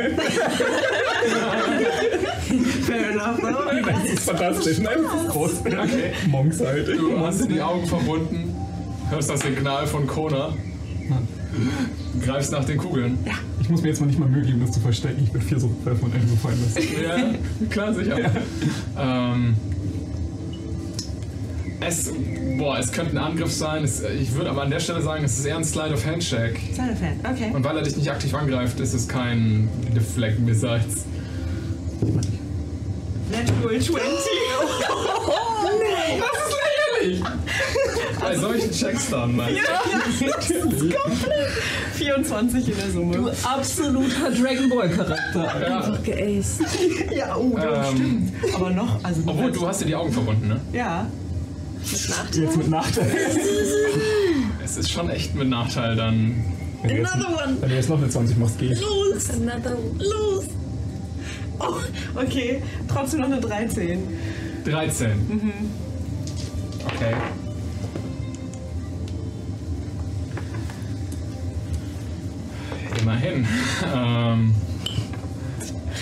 Fair enough, oder?
Das ist fantastisch. Nein, das ist groß.
[LAUGHS] Okay.
Monks halt.
Du hast dir die Augen verbunden, hörst das Signal von Kona, greifst nach den Kugeln.
Ich muss mir jetzt mal nicht mal Mühe geben, das zu verstecken. Ich will vier so werfen und eine so fallen lassen.
Ja, klar, sicher. Ähm, es, boah, es könnte ein Angriff sein. Es, ich würde aber an der Stelle sagen, es ist eher ein Slide of Handshake.
Seine Fan, okay.
Und weil er dich nicht aktiv angreift, ist es kein Deflect Missiles.
Natural 20.
Oh,
nee.
das
ist lächerlich.
Bei solchen Checks dann, Mann.
Ja, das ist komplett. 24 in der Summe.
Du
absoluter Dragon Ball Charakter.
Einfach
geaced.
ja, oh, das
Ähm,
stimmt. Aber noch, also.
Obwohl, du hast dir die Augen verbunden, ne?
Ja.
Mit
Jetzt mit Nachteil. es ist schon echt mit Nachteil dann.
Wenn du jetzt- Another one.
Wenn du jetzt noch eine 20 machst, geh ich.
Los! Los!
Oh, okay. Trotzdem noch eine 13.
13.
Mhm.
Okay. Immerhin. [LAUGHS] Ähm,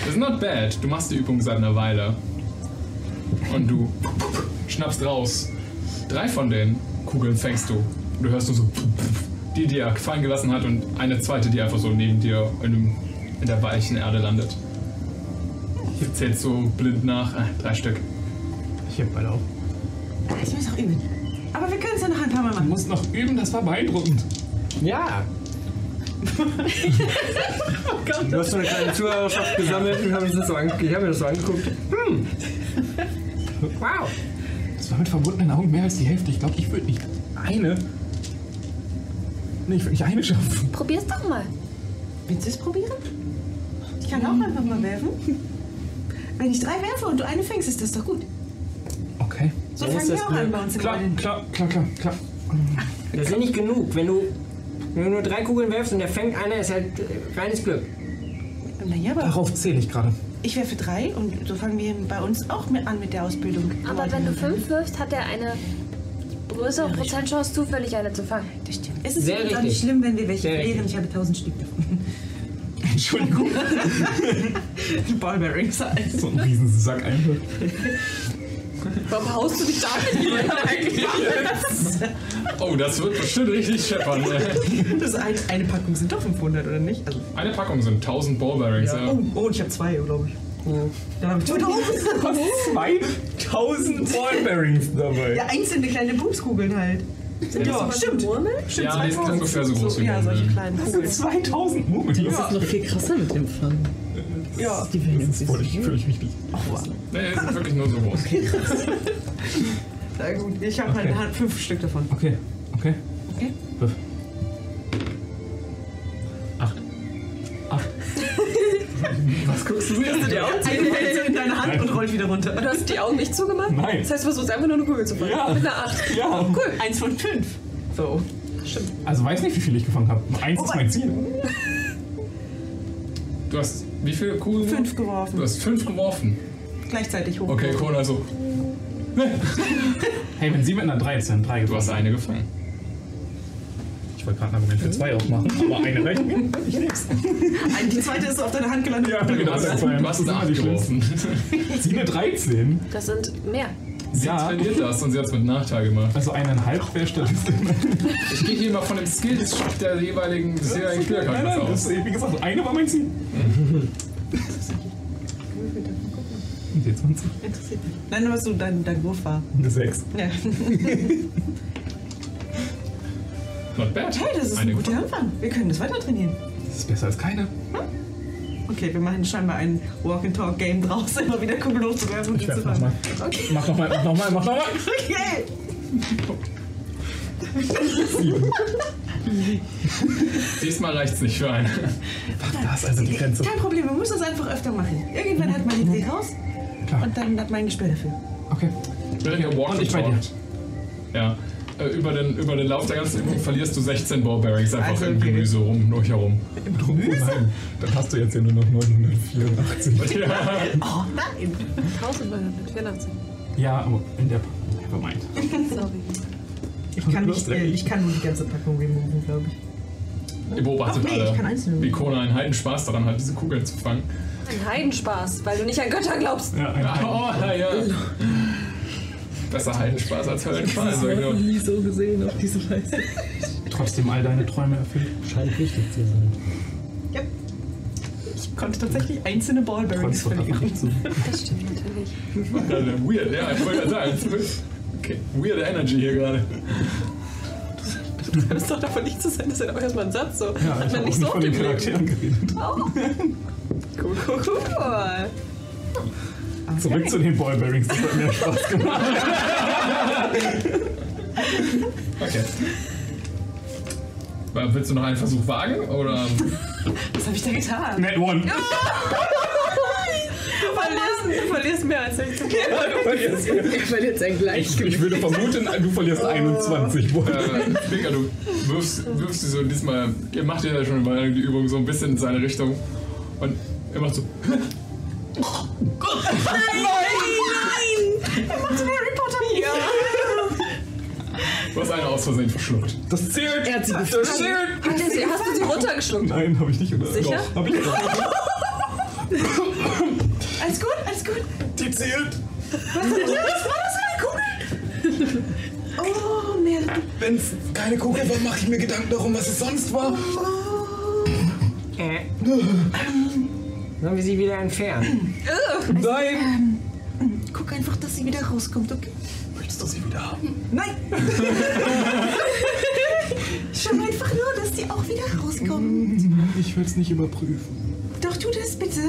it's not bad. Du machst die Übung seit einer Weile. Und du schnappst raus. Drei von den Kugeln fängst du. Und du hörst nur so, die, die er fallen gelassen hat, und eine zweite, die einfach so neben dir in, dem, in der weichen Erde landet. Du zählst so blind nach. Ah, drei Stück. Ich heb beide auf.
Ich muss auch üben.
Aber wir können es ja noch ein paar Mal machen.
Du musst noch üben, das war beeindruckend.
[LAUGHS]
Ja.
Oh
Du hast so eine kleine Zuhörerschaft gesammelt und hab ich, das so ange- ich hab mir das so angeguckt. Hm.
Wow. Das war mit verbundenen Augen mehr als die Hälfte. Ich glaube, ich würde nicht eine. Nee, ich würde nicht eine schaffen.
Probier's doch mal.
Willst du es probieren? Ich kann auch einfach mal werfen. Wenn ich drei werfe und du eine fängst, ist das doch gut.
Okay.
So fangen wir auch an bei uns im
Klar,
Golden.
klar, klar, klar, klar.
Das sind nicht genug. Wenn du, wenn du nur drei Kugeln werfst und der fängt einer, ist halt äh, reines Glück.
Naja, aber
Darauf zähle ich gerade.
ich werfe drei und so fangen wir bei uns auch mit an mit der Ausbildung.
Aber wenn du fünf wirfst, hat er eine größere Prozentchance, zufällig eine zu fangen. Das stimmt.
Es ist Sehr doch nicht schlimm, wenn wir welche verlieren. Ich habe tausend Stück davon.
[LAUGHS] Entschuldigung.
Die [LAUGHS] Ballbearings halt.
[LAUGHS] So ein Riesensack einfach.
Warum haust du dich da
Oh, das wird bestimmt richtig scheppern.
Das ein, eine Packung sind doch 500, oder nicht? Also,
Eine Packung sind 1000 Ballbearings.
ja.
Ja.
oh, oh, und ich habe zwei, glaube ich. Dann habe ich
Du [LAUGHS] hast
2000 Ballbearings dabei.
Ja, einzelne kleine Bumskugeln halt.
Sind das sowas
stimmt. Stimmt,
Ja, die sind
2000.
ungefähr so groß wie
Ja,
die
solche
Nudeln.
kleinen
Das
Kugeln.
sind 2000 Murmeln.
Ja.
Das ist noch viel krasser mit dem Fang.
Ja.
Die werden
Das ist völlig, völlig wichtig.
Nee, sind wirklich nur so groß.
Na gut, ich habe
Okay.
halt, halt fünf Stück davon.
Okay, okay.
Okay.
Wirf. Acht. Was guckst du
Hast du die Augen zugemacht?
in deine Hand und rollt wieder runter.
Du hast die Augen nicht zugemacht?
Nein.
Das heißt, du versuchst einfach nur eine Kugel zu fangen.
Ja.
Mit einer 8.
[LAUGHS] Ja.
Cool. Eins von fünf.
So. Also weiß nicht, wie viel ich gefangen habe. Eins
Oh,
ist mein Ziel.
Du hast wie viele Kugeln?
Fünf geworfen.
Du hast fünf geworfen.
Gleichzeitig hoch.
Okay, Krone, also.
Hey, wenn sie mit einer 13, 3 gefangen. Du hast
eine gefangen.
Ich wollte gerade ein Argument für zwei aufmachen, aber eine reicht mir. Ich nehm's.
Ein- Die zweite ist auf deine Hand gelandet.
Ja, genau.
hast- du
zwei.
hast
Das sind
eine
immer die
Acht geworfen.
schlimmsten. Sie eine 13.
Das sind mehr.
Sie trainiert das und sie hat es mit Nachteil gemacht.
Also eineinhalb wäre Statistik.
Ich gehe hier mal von dem Skill des- der jeweiligen des jeweiligen
Nein, nein,
Spielercharakter
das
aus.
ist, wie gesagt, eine war mein Ziel. Und die 20.
Interessiert mich. Nein, nur was so dein, dein Wurf war.
Und die 6.
Ja.
Not bad.
Hey, das ist
Eine
ein guter Anfang. Wir können das weiter trainieren.
Das ist besser als keine.
Okay, wir machen scheinbar ein Walk-and-Talk-Game draus, [LAUGHS] immer wieder Kugeln loszuwerfen und
Ich
die zu
werf
fangen.
nochmal.
Okay.
Mach nochmal, mach nochmal, mach nochmal.
Okay.
Diesmal reicht's nicht für eine.
Das ist also die Grenze.
Kein Problem, wir müssen das einfach öfter machen. Irgendwann hat man den Weg raus und dann hat man ein Gespür dafür.
Welcher Walk
Und ich bei dir.
and Talk? Ja. Äh, Über den, über den Lauf der ganzen Übung verlierst du 16 Ballbearings einfach im Gemüse rum, durch herum.
Im Gemüse? Nein, dann hast du jetzt ja nur noch 984.
Ja.
Oh nein. 1984.
Ja, aber in der. Nevermind.
Sorry.
Ich kann, nicht, äh, ich kann nur die ganze Packung removen, glaube ich.
Ihr beobachtet
Ach nee, ich kann
alle,
einzeln.
wie Kona einen heiden Spaß daran hat, diese Kugeln zu fangen.
Ein Heidenspaß, weil du nicht an Götter glaubst.
Ja, ein
[LAUGHS] Oh, ja, ja. Besser Heidenspaß als Höllenspaß. sag genau. ich nur.
nie so gesehen auf diese Weise.
Trotzdem all deine Träume erfüllt. Scheint wichtig zu sein.
Ich konnte tatsächlich einzelne Ballbearings verlieren.
Das stimmt natürlich.
Weird, ja, ich wollte gerade sagen. Okay. Weird Energy hier gerade.
Du kannst doch davon nicht zu sein, das ist ja auch erstmal ein Satz. So.
Ja, ich
hat
habe
man nicht
auch nicht
so
von den Charakteren geredet.
Oh. Cool, cool, cool.
Zurück zu den Ballbearings, das hat mehr Spaß gemacht.
Okay. Äh, Willst du noch einen Versuch wagen? Oder.
Was habe ich da getan?
Net one.
Du verlierst, du verlierst mehr als ich zu geben.
Er
verliert sein Gleichgewicht.
Ich würde vermuten, du verlierst 21. Äh, Pinker, du wirfst, wirfst sie so diesmal, ihr macht ja schon mal die Übung so ein bisschen in seine Richtung. Und er macht so.
Nein! Er macht den Harry Potter ja.
Du hast eine aus Versehen verschluckt. Das zählt! Er hat sie das zählt!
Hat er sie, hast du sie runtergeschluckt?
Nein, habe ich nicht. Oder?
Sicher?
Doch, hab ich gesagt.
Alles gut, alles gut.
Die zählt.
Was, was war das für eine
[LAUGHS]
Kugel? Oh, mehr.
Wenn es keine Kugel war, mache ich mir Gedanken darum, was es sonst war.
Äh. Sollen wir sie wieder entfernen?
Nein!
Ähm, guck einfach, dass sie wieder rauskommt, okay?
Möchtest du sie wieder haben?
Nein! [LAUGHS] Schau einfach nur, dass sie auch wieder rauskommt.
Ich will es nicht überprüfen.
Doch, tu das bitte.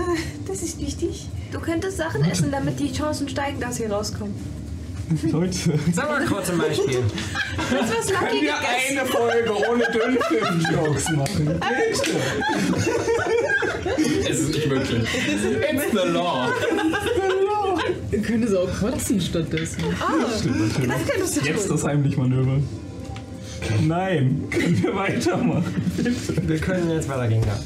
Das ist wichtig.
Du könntest Sachen essen, damit die Chancen steigen, dass sie rauskommen.
Leute.
Sag mal kurz ein Beispiel.
Das was Lucky
Können wir
gegessen.
eine Folge ohne Dünnfilm-Jokes machen?
Es ist nicht möglich. It's the law.
Ihr könnt es auch kotzen stattdessen.
das könntest du tun.
Jetzt das Heimlich-Manöver. Nein, können wir weitermachen? Bitte.
Wir können jetzt weitergehen, ja.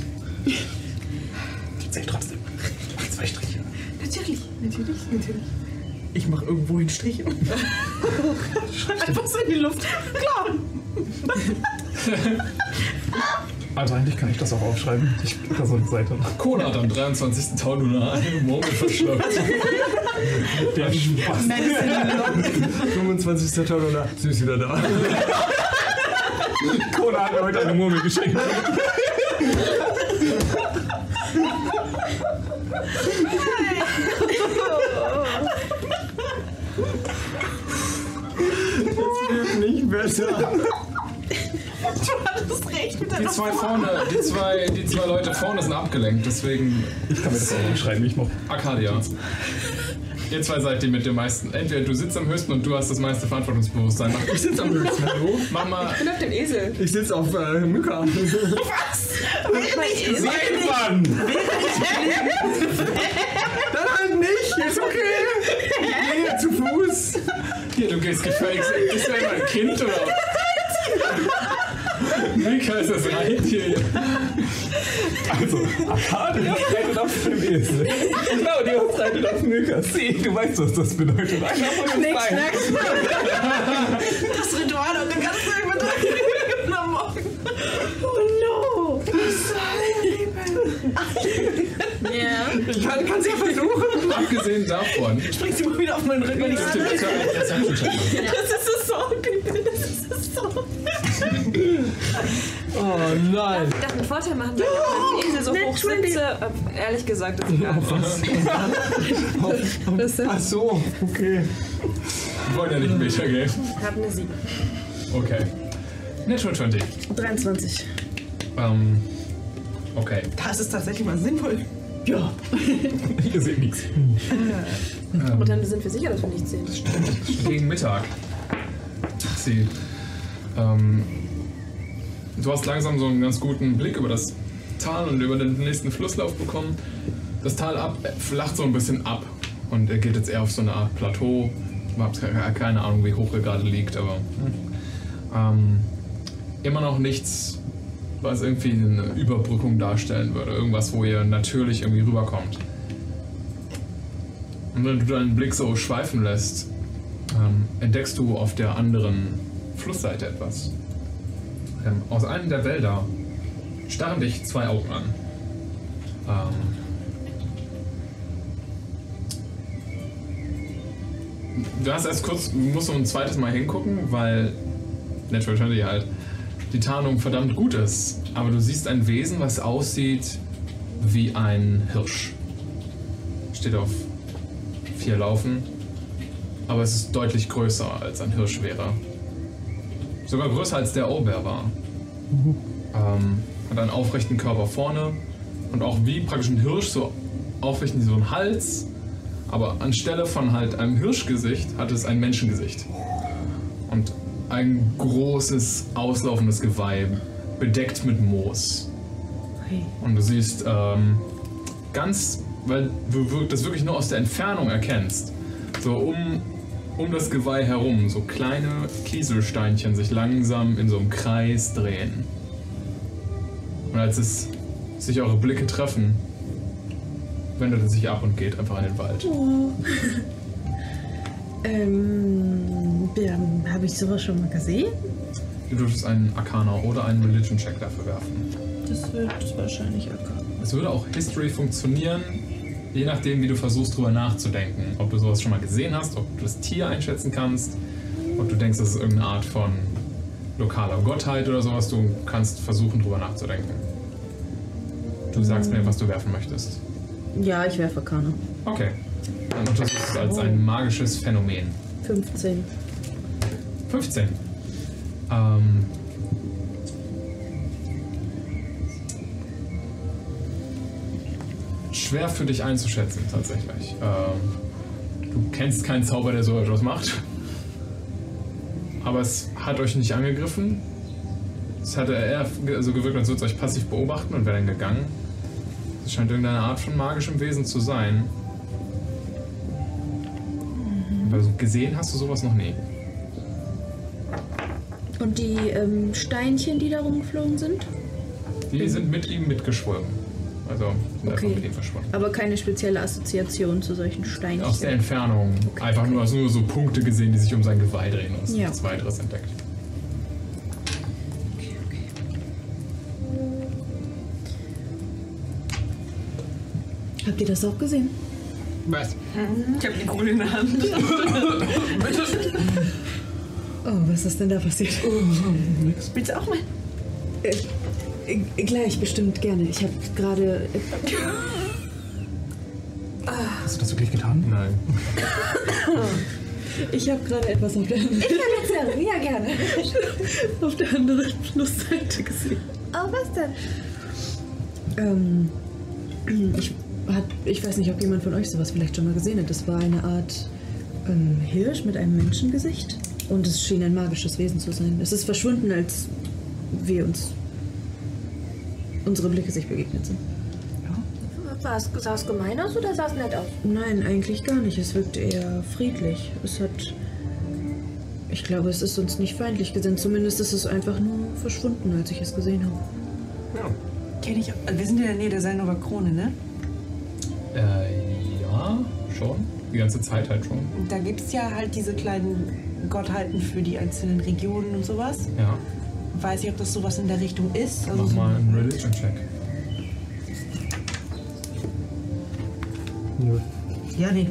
Die zählt trotzdem. Ich mach zwei Striche.
Natürlich, natürlich, natürlich.
Ich mach irgendwo einen Strich.
Einfach so in die Luft. Klar.
Also eigentlich kann ich das auch aufschreiben. Ich krieg da so eine Seite.
Kona hat am 23. Taununa [LAUGHS] einen Murmel verschluckt.
Der Spaß.
25. Tag oder sie ist wieder da.
Kona hat mir heute eine Murmel geschenkt.
Es wird nicht besser.
Du hattest recht mit
Die
deiner
zwei vorne, die zwei, die zwei Leute vorne sind abgelenkt, deswegen.
Ich kann mir das auch schreiben, ich mach.
Arcadia. Ihr zwei seid die mit dem meisten. Entweder du sitzt am höchsten und du hast das meiste Verantwortungsbewusstsein. Mach, ich sitze am höchsten, hallo? Mach mal.
Ich bin
auf dem Esel.
Ich sitze auf äh, Mücke.
Was? Wirklich?
Seilbahn!
Dann halt nicht, ist okay. Ich gehe zu Fuß.
Hier, du gehst gefälligst. Ist da immer ein Kind oder? Mika ist das Reittier.
Also, Arcadia reitet auf dem Esel. Genau, die Jungs reitet auf Milka. Sieh, du weißt, was das bedeutet. Einer von uns
Schnick,
beiden.
schnack. [LAUGHS] Das Ritual und dann kannst du immer dran am Morgen. Oh no.
Ich kann, kann's ja versuchen.
Abgesehen davon.
Springst du mal wieder auf meinen Rücken. wenn ich
Das ist der
sage.
Bitte- das ist der Bitte-
Das ist so sorry. Das ist das so.
Oh nein.
Ich darf einen Vorteil machen, weil ich auf dem Esel so hoch sitze. Äh, ehrlich gesagt, ist egal.
Ach so, okay.
Wir wollen ja nicht Meter gehen.
Ich habe eine 7.
Okay. Natural 20.
23.
Ähm. Okay.
Das ist tatsächlich mal sinnvoll.
Ja.
Ihr seht nichts.
Und dann sind wir sicher, dass wir nichts sehen.
Gegen Mittag. Sie. Ähm, du hast langsam so einen ganz guten Blick über das Tal und über den nächsten Flusslauf bekommen. Das Tal ab, äh, flacht so ein bisschen ab und er geht jetzt eher auf so eine Art Plateau. Ich habe keine, keine Ahnung, wie hoch er gerade liegt, aber ähm, immer noch nichts, was irgendwie eine Überbrückung darstellen würde. Irgendwas, wo ihr natürlich irgendwie rüberkommt. Und wenn du deinen Blick so schweifen lässt, ähm, entdeckst du auf der anderen Flussseite etwas. Ähm, aus einem der Wälder starren dich zwei Augen an. Ähm, du hast erst kurz, musst du ein zweites Mal hingucken, weil Natural 20 halt die Tarnung verdammt gut ist. Aber du siehst ein Wesen, was aussieht wie ein Hirsch. Steht auf vier Laufen, aber es ist deutlich größer als ein Hirsch wäre. Sogar größer als der Ober war. Ähm, hat einen aufrechten Körper vorne und auch wie praktisch ein Hirsch, so aufrechten so ein Hals. Aber anstelle von halt einem Hirschgesicht hatte es ein Menschengesicht. Und ein großes, auslaufendes Geweih, bedeckt mit Moos. Und du siehst ähm, ganz, weil du wir- das wirklich nur aus der Entfernung erkennst, so um, um das Geweih herum, so kleine Kieselsteinchen sich langsam in so einem Kreis drehen. Und als es sich eure Blicke treffen, wendet es sich ab und geht einfach in den Wald.
Oh. ähm, ja, habe ich sowas schon mal gesehen?
Du dürftest einen Arcana oder einen Religion-Check dafür werfen.
Das wird wahrscheinlich erkannt.
Es würde auch History funktionieren, je nachdem, wie du versuchst, drüber nachzudenken. Ob du sowas schon mal gesehen hast, ob du das Tier einschätzen kannst, ob du denkst, das ist irgendeine Art von lokaler Gottheit oder sowas. Du kannst versuchen, drüber nachzudenken. Du sagst mir, was du werfen möchtest.
Ja, ich werfe Arcana.
Okay. Dann untersuchst du es als ein magisches Phänomen.
15.
15. Ähm. Schwer für dich einzuschätzen, tatsächlich. Ähm, du kennst keinen Zauber, der so etwas macht. Aber es hat euch nicht angegriffen. Es hatte eher ge- so gewirkt, als würde es euch passiv beobachten und wäre dann gegangen. Es scheint irgendeine Art von magischem Wesen zu sein. Aber so gesehen hast du sowas noch nie.
Und die ähm, Steinchen, die da rumgeflogen sind?
Die sind mit ihm mitgeschwommen. Also sind
Okay.
einfach mit ihm verschwunden.
Aber keine spezielle Assoziation zu solchen Steinchen.
Aus der Entfernung einfach nur, hast nur so Punkte gesehen, die sich um sein Geweih drehen und
Ja.
nichts weiteres entdeckt.
Habt ihr das auch gesehen?
Was?
Ich habe die Kugel in der Hand.
Oh, was ist denn da passiert? Oh,
Willst du auch mal?
Äh, äh, gleich, bestimmt gerne. Ich habe gerade.
Hast du das wirklich getan?
Nein.
ich habe gerade etwas auf der anderen.
Ich kann jetzt hören, ja gerne.
[LAUGHS] auf der anderen Flussseite gesehen.
Oh, was denn?
Ähm, [CLEARS THROAT] ich, hat, ich weiß nicht, ob jemand von euch sowas vielleicht schon mal gesehen hat. Das war eine Art ähm, Hirsch mit einem Menschengesicht. Und es schien ein magisches Wesen zu sein. Es ist verschwunden, als wir uns. unsere Blicke sich begegnet sind.
War es, sah es gemein aus oder sah es nett aus?
Nein, eigentlich gar nicht. Es wirkt eher friedlich. Es hat. Ich glaube, es ist uns nicht feindlich gesinnt. Zumindest ist es einfach nur verschwunden, als ich es gesehen habe.
Kenn ich. Wir sind in der Nähe der Selnover Krone, ne?
Äh, ja, schon. Die ganze Zeit halt schon.
Und da gibt es ja halt diese kleinen Gottheiten für die einzelnen Regionen und sowas.
Ja.
Weiß ich, ob das sowas in der Richtung ist. Also
Mach
so-
mal einen Religion-Check.
Ja, nee.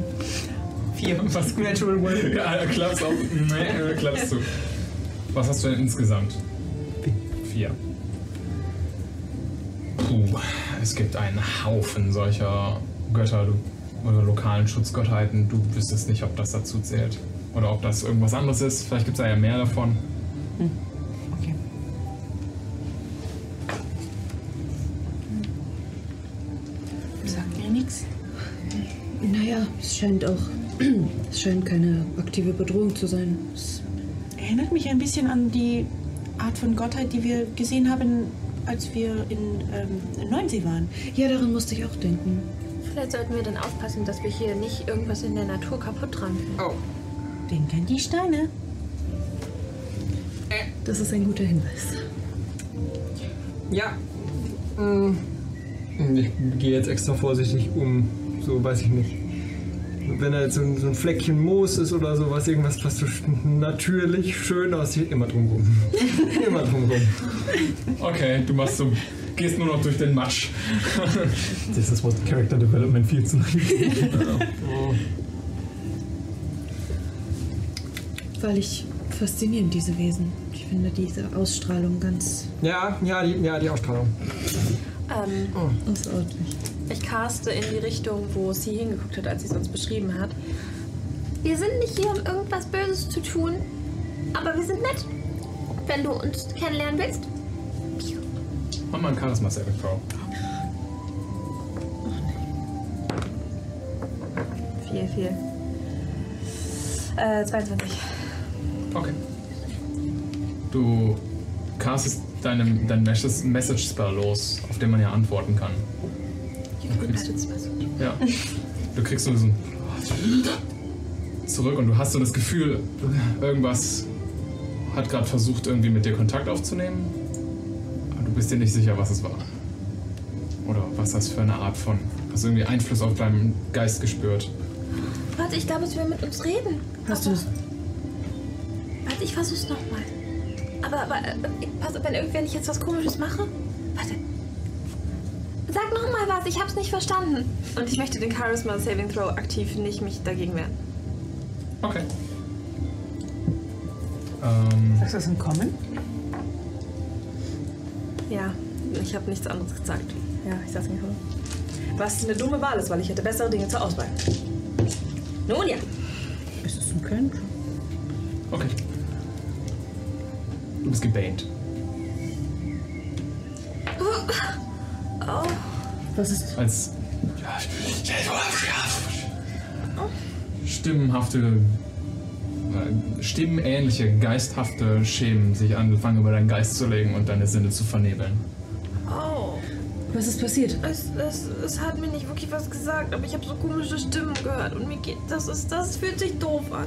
Vier.
Was Natural One. [LAUGHS] Ja, klappst auf. Nee, äh, klappst du. Was hast du denn insgesamt? Vier. Puh, es gibt einen Haufen solcher Götter du- oder lokalen Schutzgottheiten. Du wüsstest nicht, ob das dazu zählt. Oder ob das irgendwas anderes ist. Vielleicht gibt es da ja mehr davon.
Sagt mir nichts.
Naja, es scheint auch. [CLEARS THROAT] Es scheint keine aktive Bedrohung zu sein. Es,
Erinnert mich ein bisschen an die Art von Gottheit, die wir gesehen haben, als wir in, ähm, in Neuensee waren.
Ja, daran musste ich auch denken.
Vielleicht sollten wir dann aufpassen, dass wir hier nicht irgendwas in der Natur kaputt trampeln.
Oh.
Denk an die Steine.
das ist ein guter Hinweis.
Ja.
Mm. Ich gehe jetzt extra vorsichtig um. So weiß ich nicht. Wenn da jetzt so ein, so ein Fleckchen Moos ist oder sowas, irgendwas, was so sch- natürlich schön aussieht, immer drum rum. immer drum rum.
Okay, du machst so. Gehst nur noch durch den Matsch.
Das ist was Character Development viel zu lang.
Weil ich faszinierend diese Wesen. Ich finde diese Ausstrahlung ganz
Ja, ja, die, ja, die Ausstrahlung.
Ähm,
außerordentlich.
Ich caste in die Richtung, wo sie hingeguckt hat, als sie es uns beschrieben hat.
Wir sind nicht hier, um irgendwas Böses zu tun, aber wir sind nett. Wenn du uns kennenlernen willst.
Mach mal ein Charisma Saving Throw.
Viel, viel. Äh, 22.
Okay. Du castest deinem, dein Mes- Message-Spell los, auf den man ja antworten kann. Ja. Du kriegst so diesen zurück und du hast so das Gefühl, irgendwas hat gerade versucht, irgendwie mit dir Kontakt aufzunehmen. Aber du bist dir nicht sicher, was es war. Oder was das für eine Art von. Hast irgendwie Einfluss auf deinen Geist gespürt.
Warte, ich glaube, es will mit uns reden.
Hast du es?
Warte, ich versuch's nochmal. Aber, aber, äh, ich- pass auf, wenn irgendwer nicht jetzt was Komisches mache. Warte. Sag nochmal was, ich hab's nicht verstanden.
Und ich möchte den Charisma Saving Throw aktiv nicht mich dagegen wehren.
Okay. Ähm,
Ist das ein Kommen?
Ja, ich habe nichts anderes gesagt. Ja, ich saß nicht vor. Was eine dumme Wahl ist, weil ich hätte bessere Dinge zur Auswahl. Nun ja.
Ist das ein Können?
okay. Du bist gebannt.
Oh.
Was ist?
Als stimmenhafte, äh, stimmenähnliche, geisthafte Schemen sich angefangen über deinen Geist zu legen und deine Sinne zu vernebeln.
Oh.
Was ist passiert?
Es, es, es hat mir nicht wirklich was gesagt, aber ich habe so komische Stimmen gehört und mir geht das ist das fühlt sich doof an.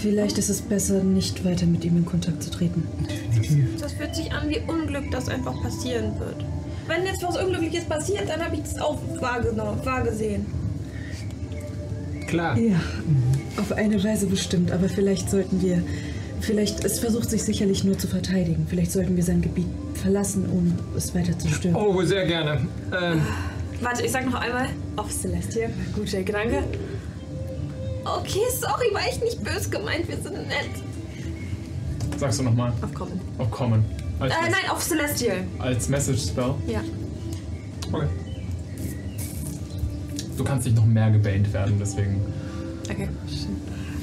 Vielleicht ist es besser, nicht weiter mit ihm in Kontakt zu treten.
Das fühlt sich an wie Unglück, das einfach passieren wird. Wenn jetzt was Unglückliches passiert, dann habe ich das auch wahrgenommen, wahrgesehen.
Klar.
Ja, auf eine Weise bestimmt, aber vielleicht sollten wir. Vielleicht, es versucht sich sicherlich nur zu verteidigen. Vielleicht sollten wir sein Gebiet verlassen, um es weiter zu stören.
Oh, sehr gerne. Ähm,
Warte, ich sag noch einmal auf Celestia. Guter Gedanke.
Okay, sorry, war ich nicht böse gemeint, wir sind nett.
Sagst du nochmal?
Auf Common.
Auf Common.
Äh,
Als,
nein, auf Celestial.
als Message-Spell.
Ja.
Okay. Du kannst nicht noch mehr gebannt werden, deswegen.
Okay.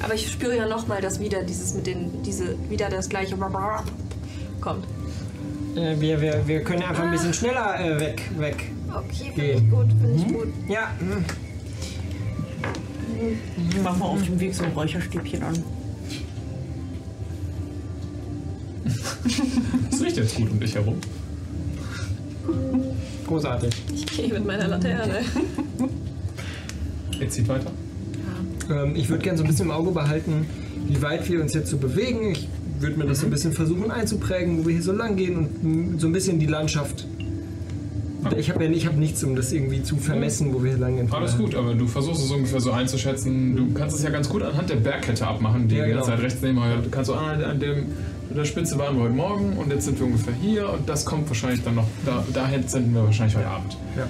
Aber ich spüre ja nochmal, dass wieder dieses mit den, diese, wieder das gleiche kommt.
äh, wir, wir, wir können einfach ein bisschen schneller äh, weg, weg.
Okay,
finde ich gut,
finde ich gut.
Ja. hm.
Mach mal auf dem Weg so ein Räucherstäbchen an.
Es riecht jetzt gut um dich herum.
Großartig.
Ich gehe mit meiner Laterne.
Jetzt zieht weiter.
Ähm,
ich würde gerne so ein bisschen im Auge behalten,
wie weit wir uns jetzt so bewegen. Ich würde mir das
Mhm.
so ein bisschen versuchen einzuprägen, wo wir hier so lang gehen und mm, so ein bisschen die Landschaft. Ich habe ja ich hab nichts, um das irgendwie zu vermessen, wo wir hier lang gehen.
Alles gut, aber du versuchst es ungefähr so einzuschätzen. Du kannst es ja ganz gut anhand der Bergkette abmachen, die
Ja,
die
genau.
ganze Zeit rechts neben euch. Du kannst so an, an dem, an der Spitze waren wir heute Morgen und jetzt sind wir ungefähr hier und das kommt wahrscheinlich dann noch. Da, dahin senden wir wahrscheinlich heute Abend.
Ja.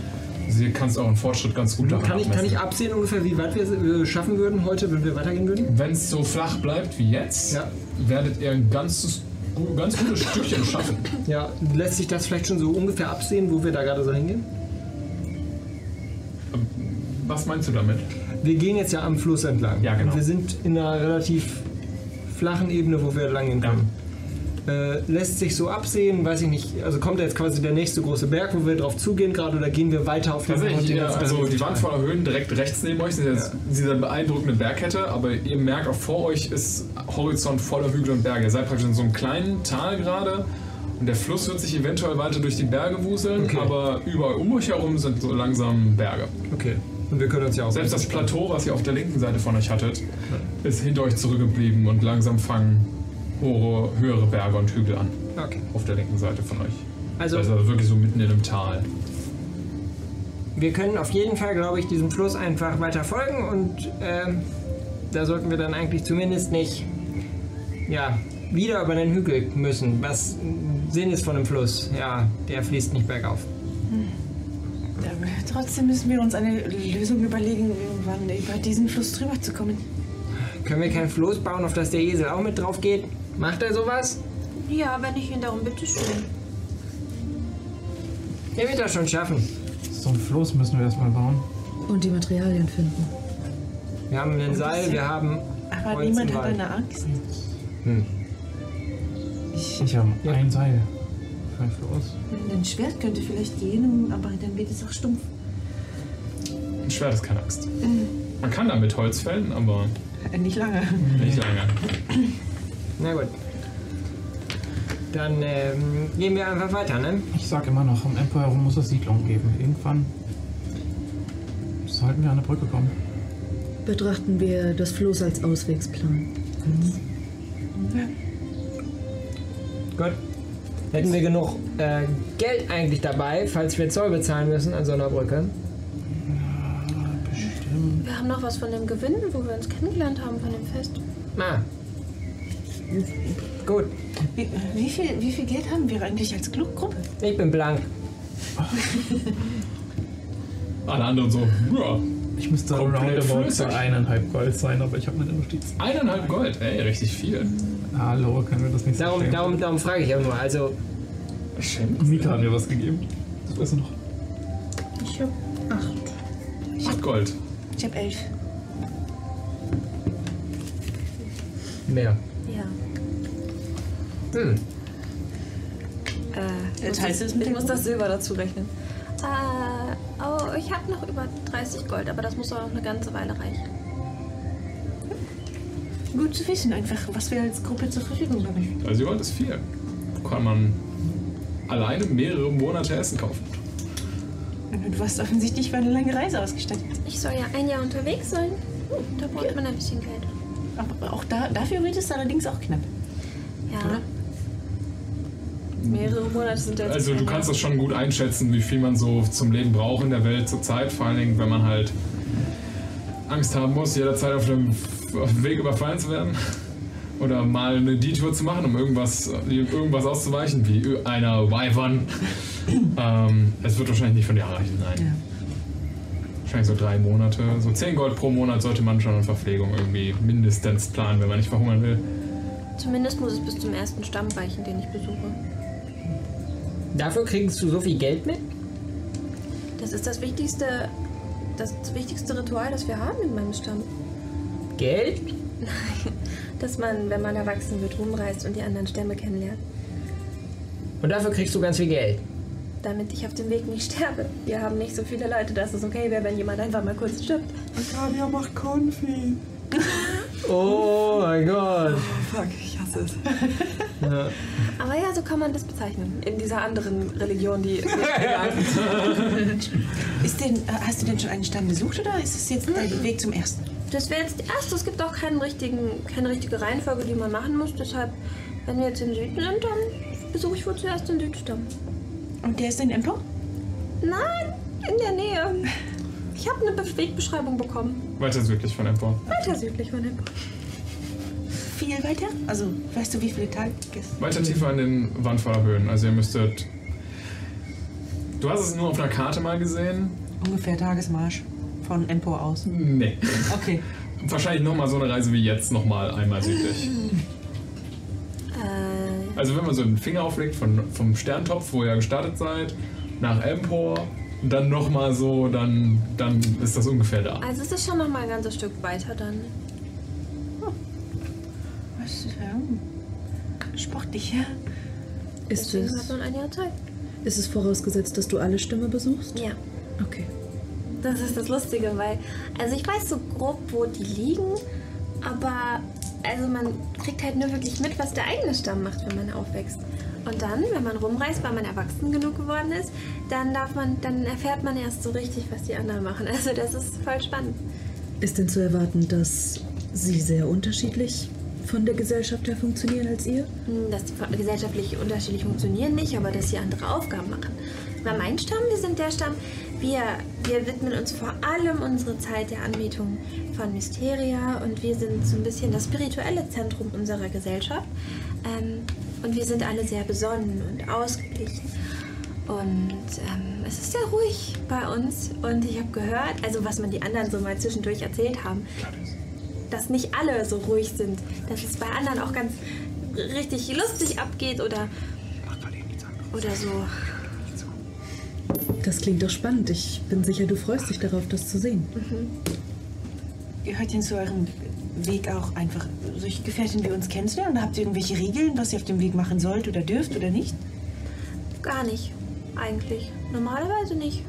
Sie kannst auch einen Fortschritt ganz gut daran
Kann ich, kann ich
abmessen.
absehen ungefähr, wie weit wir es äh, schaffen würden heute, wenn wir weitergehen würden?
Wenn es so flach bleibt wie jetzt, werdet ihr ein ganzes, gu- ganz gutes Stückchen schaffen.
Ja, lässt sich das vielleicht schon so ungefähr absehen, wo wir da gerade so hingehen?
Was meinst du damit?
Wir gehen jetzt ja am Fluss entlang. Ja,
genau.
Wir sind in einer relativ flachen Ebene, wo wir lang gehen können. Äh, lässt sich so absehen, weiß ich nicht. Also kommt da jetzt quasi der nächste große Berg, wo wir drauf zugehen gerade, oder gehen wir weiter auf den
Tatsächlich,
Kontinent?
ihr, also die Wand voller Höhen direkt rechts neben euch sind jetzt diese beeindruckende Bergkette, aber ihr merkt auch vor euch ist Horizont voller Hügel und Berge. Ihr seid praktisch in so einem kleinen Tal gerade und der Fluss wird sich eventuell weiter durch die Berge wuseln, aber überall um euch herum sind so langsam Berge.
Okay. Und wir können uns ja auch.
Selbst das Plateau, was ihr auf der linken Seite von euch hattet, ist hinter euch zurückgeblieben und langsam fangen hohe, höhere Berge und Hügel an.
Okay.
Auf der linken Seite von euch.
Also-
also wirklich so mitten in einem Tal.
Wir können auf jeden Fall, glaube ich, diesem Fluss einfach weiter folgen und ähm, da sollten wir dann eigentlich zumindest nicht ja, wieder über den Hügel müssen. Was mm, Sinn ist von dem Fluss? Ja, der fließt nicht bergauf.
Trotzdem müssen wir uns eine Lösung überlegen, wann über diesen Fluss drüber zu kommen.
Können wir keinen Floß bauen, auf das der Esel auch mit drauf geht? Macht er sowas?
Ja, wenn ich ihn darum bitte schön.
Der wird das schon schaffen.
So ein Floß müssen wir erstmal bauen.
Und die Materialien finden.
Wir haben ein Seil, wir haben.
Aber
Holz
niemand
im
hat
Wald. Hm.
eine Angst.
Ich habe ein Seil. Für ein Floß.
Ein Schwert könnte vielleicht gehen, um- aber dann wird es auch stumpf.
Ein Schwert ist keine Axt. Man kann damit Holz fällen, aber
Äh, Nicht lange.
nicht lange.
Na gut. Dann ähm, gehen wir einfach weiter, ne?
Ich sag immer noch, im Empire Room muss es Siedlung geben. Irgendwann sollten wir an eine Brücke kommen.
Betrachten wir das Floß als Auswegsplan.
Gut. Hätten wir genug äh, Geld eigentlich dabei, falls wir Zoll bezahlen müssen an so einer Brücke?
Wir haben noch was von dem Gewinn, wo wir uns kennengelernt haben, von dem Fest.
Ah. Gut.
Wie, wie, viel, wie viel Geld haben wir eigentlich als Gru- Gruppe?
Ich bin blank.
Alle anderen so. Ja.
Ich müsste
Komplett
roundabout
flüssig.
bei eineinhalb Gold sein, aber ich habe meine Notizen.
Eineinhalb Gold, ey, richtig viel.
Hallo, können wir das nicht
Darum, darum, darum frage ich ja nur. Also.
Mika hat mir was gegeben. Das weißt du noch.
Ich hab acht. Ich hab,
Gold.
ich hab elf.
Mehr.
Ja.
Hm.
Äh,
Jetzt
muss
heißt
ich-
es mit
ich
dem
muss das Silber dazu rechnen.
Äh, oh, ich habe noch über 30 Gold, aber das muss doch noch eine ganze Weile reichen.
Gut zu wissen, einfach, was wir als Gruppe zur Verfügung haben.
Also Gold ist viel. Kann man alleine mehrere Monate Essen kaufen.
Du warst offensichtlich für eine lange Reise ausgestattet.
Ich soll ja ein Jahr unterwegs sein. Hm, Da braucht man ein bisschen Geld.
Aber auch da, dafür wird es allerdings auch knapp.
Ja.
Mehrere Monate sind jetzt.
Also du kannst das schon gut einschätzen, wie viel man so zum Leben braucht in der Welt zurzeit. Vor allen Dingen, wenn man halt Angst haben muss, jederzeit auf dem, auf dem Weg überfallen zu werden. Oder mal eine Detour zu machen, um irgendwas, irgendwas auszuweichen, wie einer Wyvern. ähm, es wird wahrscheinlich nicht von dir reichen, nein. Wahrscheinlich so drei Monate. So 10 Gold pro Monat sollte man schon an Verpflegung irgendwie mindestens planen, wenn man nicht verhungern will.
Zumindest muss es bis zum ersten Stamm reichen, den ich besuche.
Dafür kriegst du so viel Geld mit?
Das ist das wichtigste, das wichtigste Ritual, das wir haben in meinem Stamm.
Geld?
Dass man, wenn man erwachsen wird, rumreist und die anderen Stämme kennenlernt.
Und dafür kriegst du ganz viel Geld.
Damit ich auf dem Weg nicht sterbe. Wir haben nicht so viele Leute, dass es okay wäre, wenn jemand einfach mal kurz stirbt.
Octavia macht Konfi.
[LAUGHS] Oh mein Gott.
Oh, Fuck, ich hasse es.
[LAUGHS] Ja.
Aber ja, so kann man das bezeichnen. In dieser anderen Religion,
[LAUGHS]
die.
Ist denn, äh, hast du denn schon einen Stamm besucht oder ist es jetzt dein Weg zum ersten?
Das wäre jetzt erst. Es gibt auch keinen richtigen, keine richtige Reihenfolge, die man machen muss. Deshalb, wenn wir jetzt im Süden sind, dann besuche ich wohl zuerst den Südstamm.
Und der ist in Empo?
Nein, in der Nähe. Ich habe eine Be- Wegbeschreibung bekommen.
Weiter südlich von Empor.
Weiter südlich von Empo.
Viel weiter? Also, weißt du, wie viele Tage es
Weiter tiefer in den Wandfahrerhöhen. Also ihr müsstet. Du hast es nur auf einer Karte mal gesehen.
Ungefähr Tagesmarsch von Empo aus.
Nee.
Okay.
Wahrscheinlich nochmal so eine Reise wie jetzt, nochmal einmal südlich. Also wenn man so den Finger auflegt von, vom Sterntopf, wo ihr gestartet seid, nach Empor, dann nochmal so, dann, dann ist das ungefähr da.
Also es ist schon noch mal ein ganzes Stück weiter dann.
Was? Ja. Sportlich, ja.
Ist
Deswegen hat
es,
man ein Jahr Zeit.
ist es vorausgesetzt, dass du alle Stimme besuchst?
Ja.
Okay.
Das ist das Lustige, weil, also ich weiß so grob, wo die liegen, aber also man kriegt halt nur wirklich mit, was der eigene Stamm macht, wenn man aufwächst. Und dann, wenn man rumreist, weil man erwachsen genug geworden ist, dann darf man, dann erfährt man erst so richtig, was die anderen machen. [LAUGHS] Also das ist voll spannend.
Ist denn zu erwarten, dass sie sehr unterschiedlich von der Gesellschaft her funktionieren als ihr?
Hm, Dass die gesellschaftlich unterschiedlich funktionieren nicht, aber dass sie andere Aufgaben machen. Bei meinem Stamm, wir sind der Stamm, wir, wir widmen uns vor allem unsere Zeit der Anbetung von Mysteria und wir sind so ein bisschen das spirituelle Zentrum unserer Gesellschaft. Ähm, und wir sind alle sehr besonnen und ausgeglichen. Und ähm, es ist sehr ruhig bei uns. Und ich habe gehört, also was man die anderen so mal zwischendurch erzählt haben, dass nicht alle so ruhig sind, dass es bei anderen auch ganz richtig lustig abgeht oder oder so.
Das klingt doch spannend. Ich bin sicher, du freust dich darauf, das zu sehen.
Gehört denn zu eurem Weg auch einfach solche Gefährten wie uns kennenzulernen? Habt ihr irgendwelche Regeln, was ihr auf dem Weg machen sollt oder dürft oder nicht?
Gar nicht, eigentlich. Normalerweise nicht.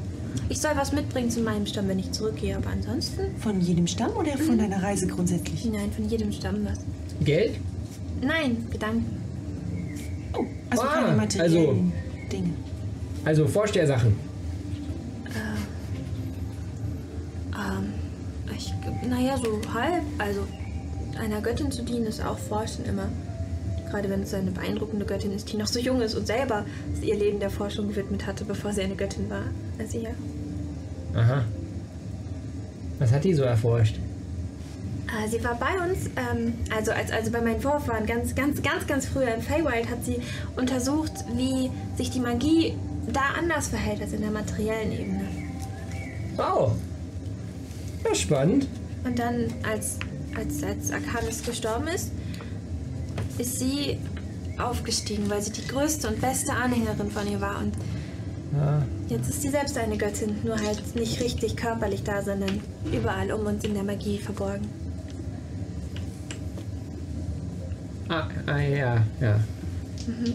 Ich soll was mitbringen zu meinem Stamm, wenn ich zurückgehe, aber ansonsten.
Hm. Von jedem Stamm oder von deiner Reise grundsätzlich?
Nein, von jedem Stamm was.
Geld?
Nein, Gedanken.
Also keine materiellen
also,
Dinge.
also Vorstellsachen.
Ähm, ich, naja, so halb. Also, einer Göttin zu dienen ist auch Forschen immer. Gerade wenn es eine beeindruckende Göttin ist, die noch so jung ist und selber ihr Leben der Forschung gewidmet hatte, bevor sie eine Göttin war. Also ja.
Aha. Was hat die so erforscht?
Äh, Sie war bei uns, ähm, also als also bei meinen Vorfahren ganz, ganz, ganz, ganz früher im Feywild hat sie untersucht, wie sich die Magie da anders verhält als in der materiellen Ebene.
Wow. Ja, spannend.
Und dann, als, als, als Arcanus gestorben ist, ist sie aufgestiegen, weil sie die größte und beste Anhängerin von ihr war. Und
Ja.
jetzt ist sie selbst eine Göttin, nur halt nicht richtig körperlich da, sondern überall um uns in der Magie verborgen.
Ah, ah ja, ja.
Mhm.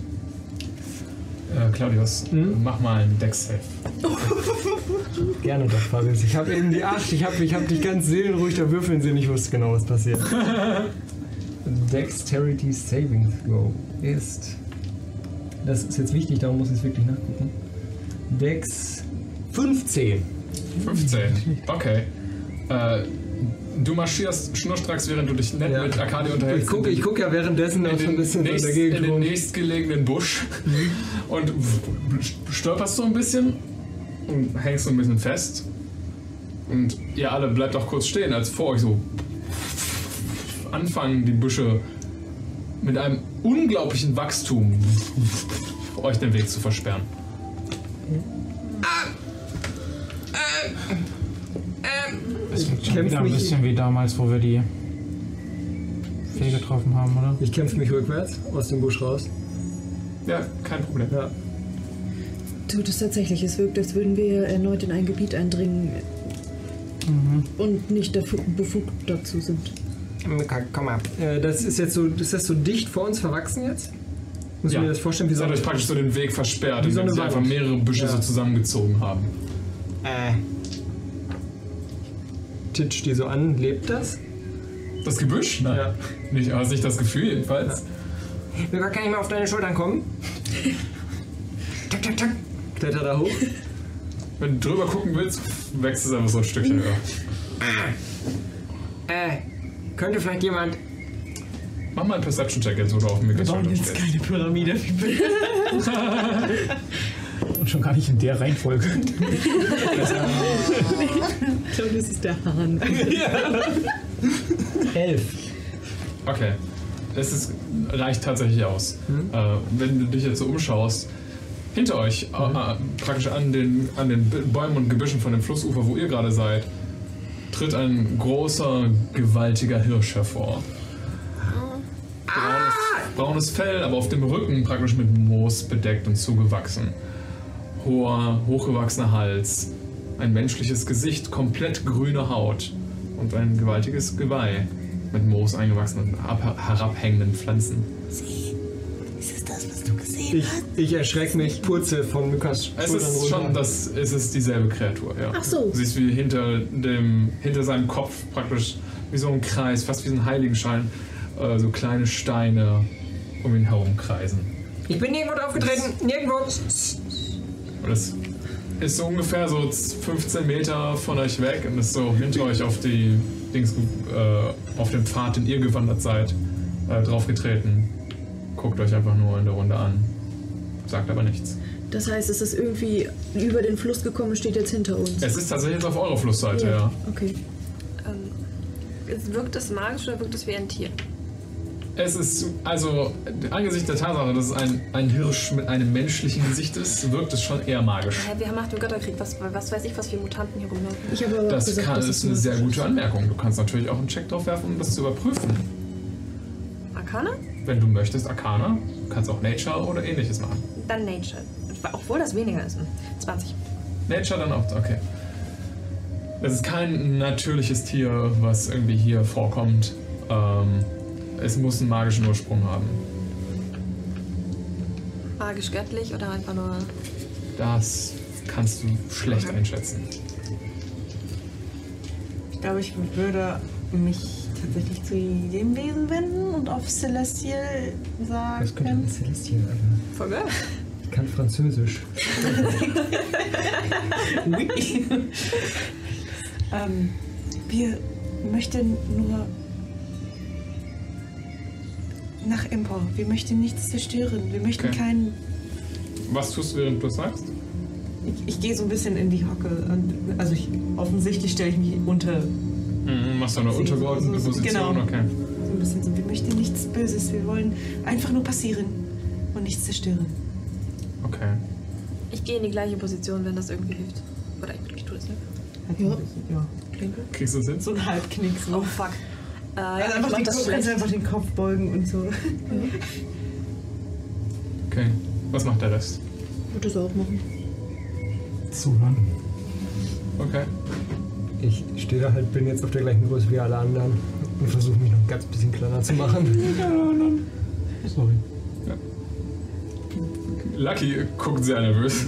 Äh, Claudius, mach mal einen Deck-Safe.
Gerne doch, Fabius. Ich habe eben die Acht, ich habe ich hab dich ganz seelenruhig da würfeln sehen, ich wusste genau, was passiert. [LAUGHS] Dexterity Saving Throw ist. Das ist jetzt wichtig, darum muss ich es wirklich nachgucken. Dex 15.
15. Okay. Äh, du marschierst schnurstracks, während du dich nett mit Arkadi unterhältst.
Ich gucke ich guck ja währenddessen auch so ein bisschen so
nächst,
dagegen.
in den nächstgelegenen Busch
Mhm.
und stolperst so ein bisschen und hängst so ein bisschen fest. Und ihr alle bleibt auch kurz stehen, als vor euch so anfangen die Büsche mit einem unglaublichen Wachstum euch den Weg zu versperren.
Es wirkt
kämpf
schon wieder ein
mich-
bisschen wie damals, wo wir die Fee getroffen haben, oder?
Ich kämpfe mich rückwärts aus dem Busch raus.
Ja, kein Problem.
Ja.
Tut es tatsächlich. Es wirkt, als würden wir erneut in ein Gebiet eindringen
Mhm.
und nicht dafür befugt dazu sind.
Komm mal. Äh, das ist jetzt so, ist das so dicht vor uns verwachsen jetzt? Muss ich mir das vorstellen, wie
so
so
hat
eine-
euch praktisch so den Weg versperrt,
Wie so
indem
eine
sie
Wand.
einfach mehrere Büsche
Ja.
so zusammengezogen haben.
Äh. Titsch die so an, lebt das?
Das Gebüsch? Nein. Ja. Nicht, hast nicht das Gefühl jedenfalls.
Mika, kann ich mal auf deine Schultern kommen?
Tack, tack, tack.
Kletter da hoch.
Wenn du drüber gucken willst, wächst es einfach so ein Stückchen höher.
Äh, könnte vielleicht jemand.
Mach mal einen Perception-Check jetzt, wo du auf Mikas Schultern stehst.
keine Pyramide.
Und schon gar nicht in der Reihenfolge. [LAUGHS]
Ich glaube, das ist der Hahn.
Elf. Okay. Es ist, reicht tatsächlich aus. Äh, wenn du dich jetzt so umschaust, hinter euch, äh, äh, praktisch an den, an den B- Bäumen und Gebüschen von dem Flussufer, wo ihr gerade seid, tritt ein großer, gewaltiger Hirsch hervor. Braunes, braunes Fell, aber auf dem Rücken praktisch mit Moos bedeckt und zugewachsen. Hoher, hochgewachsener Hals, ein menschliches Gesicht, komplett grüne Haut und ein gewaltiges Geweih mit Moos eingewachsenen, ab, herabhängenden Pflanzen.
Ist es das, was du gesehen
Ich, ich erschrecke mich, purzel von Lukas
Es
Schultern
ist
runter.
schon das, es ist dieselbe Kreatur, ja.
Ach so.
Du siehst, wie hinter, dem, hinter seinem Kopf praktisch wie so ein Kreis, fast wie so ein Heiligenschein, äh, so kleine Steine um ihn herum kreisen.
Ich bin nirgendwo draufgetreten. Nirgendwo.
Und es ist so ungefähr so 15 Meter von euch weg und ist so hinter euch auf die Dings, äh, auf den Pfad, den ihr gewandert seid, äh, draufgetreten. Guckt euch einfach nur in der Runde an. Sagt aber nichts.
Das heißt, es ist irgendwie über den Fluss gekommen und steht jetzt hinter uns.
Es ist tatsächlich jetzt auf eurer Flussseite, ja.
Okay.
Ähm, es- wirkt es magisch oder wirkt es wie ein Tier?
Es ist, also, angesichts der Tatsache, dass es ein, ein Hirsch mit einem menschlichen Gesicht ist, wirkt es schon eher magisch.
Hä, wir haben nach dem Götterkrieg, was, was weiß ich, was wir Mutanten hier rumlaufen.
Ich habe
Das kann, ist eine sehr gute Anmerkung. Du kannst natürlich auch einen Check drauf werfen, um das zu überprüfen.
Arcana?
Wenn du möchtest, Arcana, du kannst auch Nature oder ähnliches machen.
Dann Nature. Obwohl das weniger
ne?
ist. 20.
Nature dann auch, okay. Es ist kein natürliches Tier, was irgendwie hier vorkommt. Ähm, es muss einen magischen Ursprung haben.
Magisch-göttlich oder einfach nur.
Das kannst du schlecht einschätzen.
Ich glaube, ich würde mich tatsächlich zu jedem Wesen wenden und auf Celestial sagen.
Das könnte man Celestial, Alter.
Voll geil.
Ich kann Französisch.
Oui. [LAUGHS] ähm, wir möchten nur nach Empor. Wir möchten nichts zerstören. Wir möchten
Okay.
keinen.
Was tust du, während du das sagst?
Ich, ich gehe so ein bisschen in die Hocke. Und, also ich, offensichtlich stelle ich mich unter.
Mhm, machst du eine untergeordnete Position?
Genau.
Okay.
So ein bisschen so. Wir möchten nichts Böses. Wir wollen einfach nur passieren und nichts zerstören.
Okay.
Ich gehe in die gleiche Position, wenn das irgendwie hilft. Oder ich, ich tue
ne?
es nicht.
Ja. ja.
Kriegst du es hin?
So ein Halbknicks. Oh fuck.
Äh,
Also
ja, ich
einfach
mach
die
das
Kopf-
schlecht.
also einfach den Kopf beugen und so.
Okay. Was macht der Rest?
Würde es auch machen.
Zuhören.
Okay.
Ich stehe da halt, bin jetzt auf der gleichen Größe wie alle anderen und versuche mich noch ein ganz bisschen kleiner zu machen.
Sorry.
Lucky guckt sehr nervös.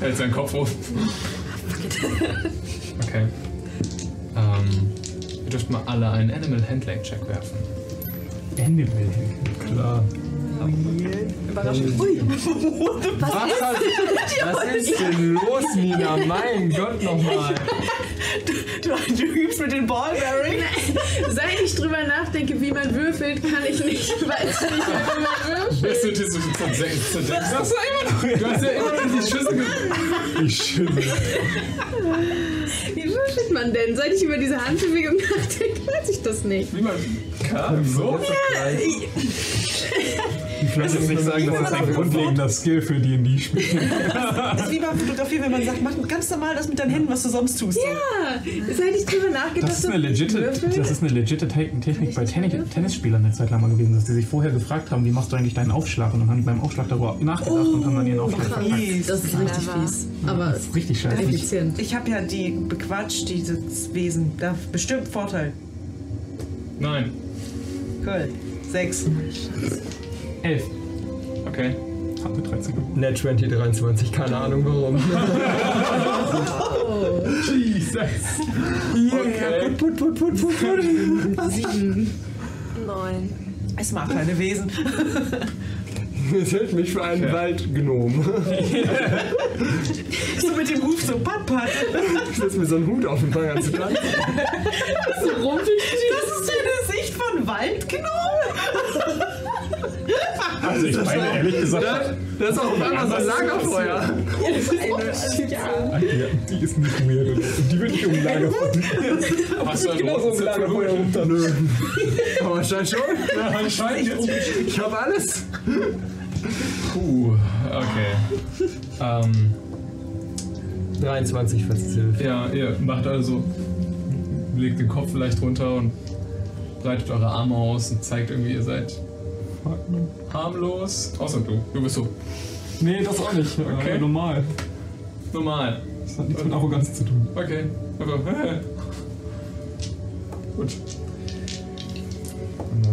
Hält seinen Kopf hoch. Okay. Ähm, ihr dürft mal alle einen Animal Handling Check werfen.
Animal Handling, klar.
Überraschend.
Ui.
Was, was ist denn los, Nina? Mein Gott, nochmal.
Du, du übst mit den [LAUGHS] Ballbearings.
Seit ich drüber nachdenke, wie man würfelt, kann ich nicht, [LAUGHS] weiß nicht, wie man würfelt.
Bist du das Du hast ja immer noch, du hast ja immer noch die Schüsse ge Ich schimmel.
Wie würfelt man denn? Seit ich über diese Handbewegung nachdenke, weiß ich das nicht.
Wie man kann, so?
Ja, ich,
Ich will jetzt nicht sagen, das ist ein grundlegender Skill für die in die Spiele.
Das ist wie beim Fotografieren, wenn man sagt, mach ganz normal das mit deinen Händen, was du sonst tust.
Ja, Ah, seit ich drüber nachgedacht
Das ist eine legitime, das ist eine legitite Te- Technik bei Tenni- Tennisspielern eine Zeit lang mal gewesen, dass die sich vorher gefragt haben, wie machst du eigentlich deinen Aufschlag? Und dann haben die beim Aufschlag darüber nachgedacht und haben dann
Oh.
ihren Aufschlag verpackt.
Das ist richtig fies.
Aber das ist richtig scheiße.
Ich habe ja die bequatscht, dieses Wesen. Da bestimmt Vorteil.
Nein.
Cool. Sechs.
Elf.
Okay.
Haben wir 13
Net 20, 23, keine Ahnung warum.
Jesus.
Okay. Put, put, put, put, put, put.
Sieben.
Neun.
Es mag keine Wesen. [LAUGHS]
Es hält mich für einen Waldgnom.
so mit dem Ruf so pat pat.
Ich setze mir so einen Hut auf und fange an zu tanzen.
so rumpelig. Das ist deine Sicht von genau. Waldgnomen.
Also ich meine, ehrlich gesagt-
Das, das ist auch auf einmal so ein Lagerfeuer.
Ja.
Die ist nicht weird. und Die um wird nicht umlagern.
Hast du einen
Genau so ein
roten
Lagerfeuer runter. Nö. Aber anscheinend schon.
anscheinend
jetzt. Ich habe alles.
Puh, Uh, okay. Ähm,
23 fast
Ja, ihr macht also, legt den Kopf vielleicht runter und breitet eure Arme aus und zeigt irgendwie, ihr seid harmlos. Außer du, du bist so.
Nee, das auch nicht.
Okay.
Okay. Normal.
Normal.
Das hat nichts mit Arroganz zu tun.
Okay, aber. [LAUGHS] äh. Gut.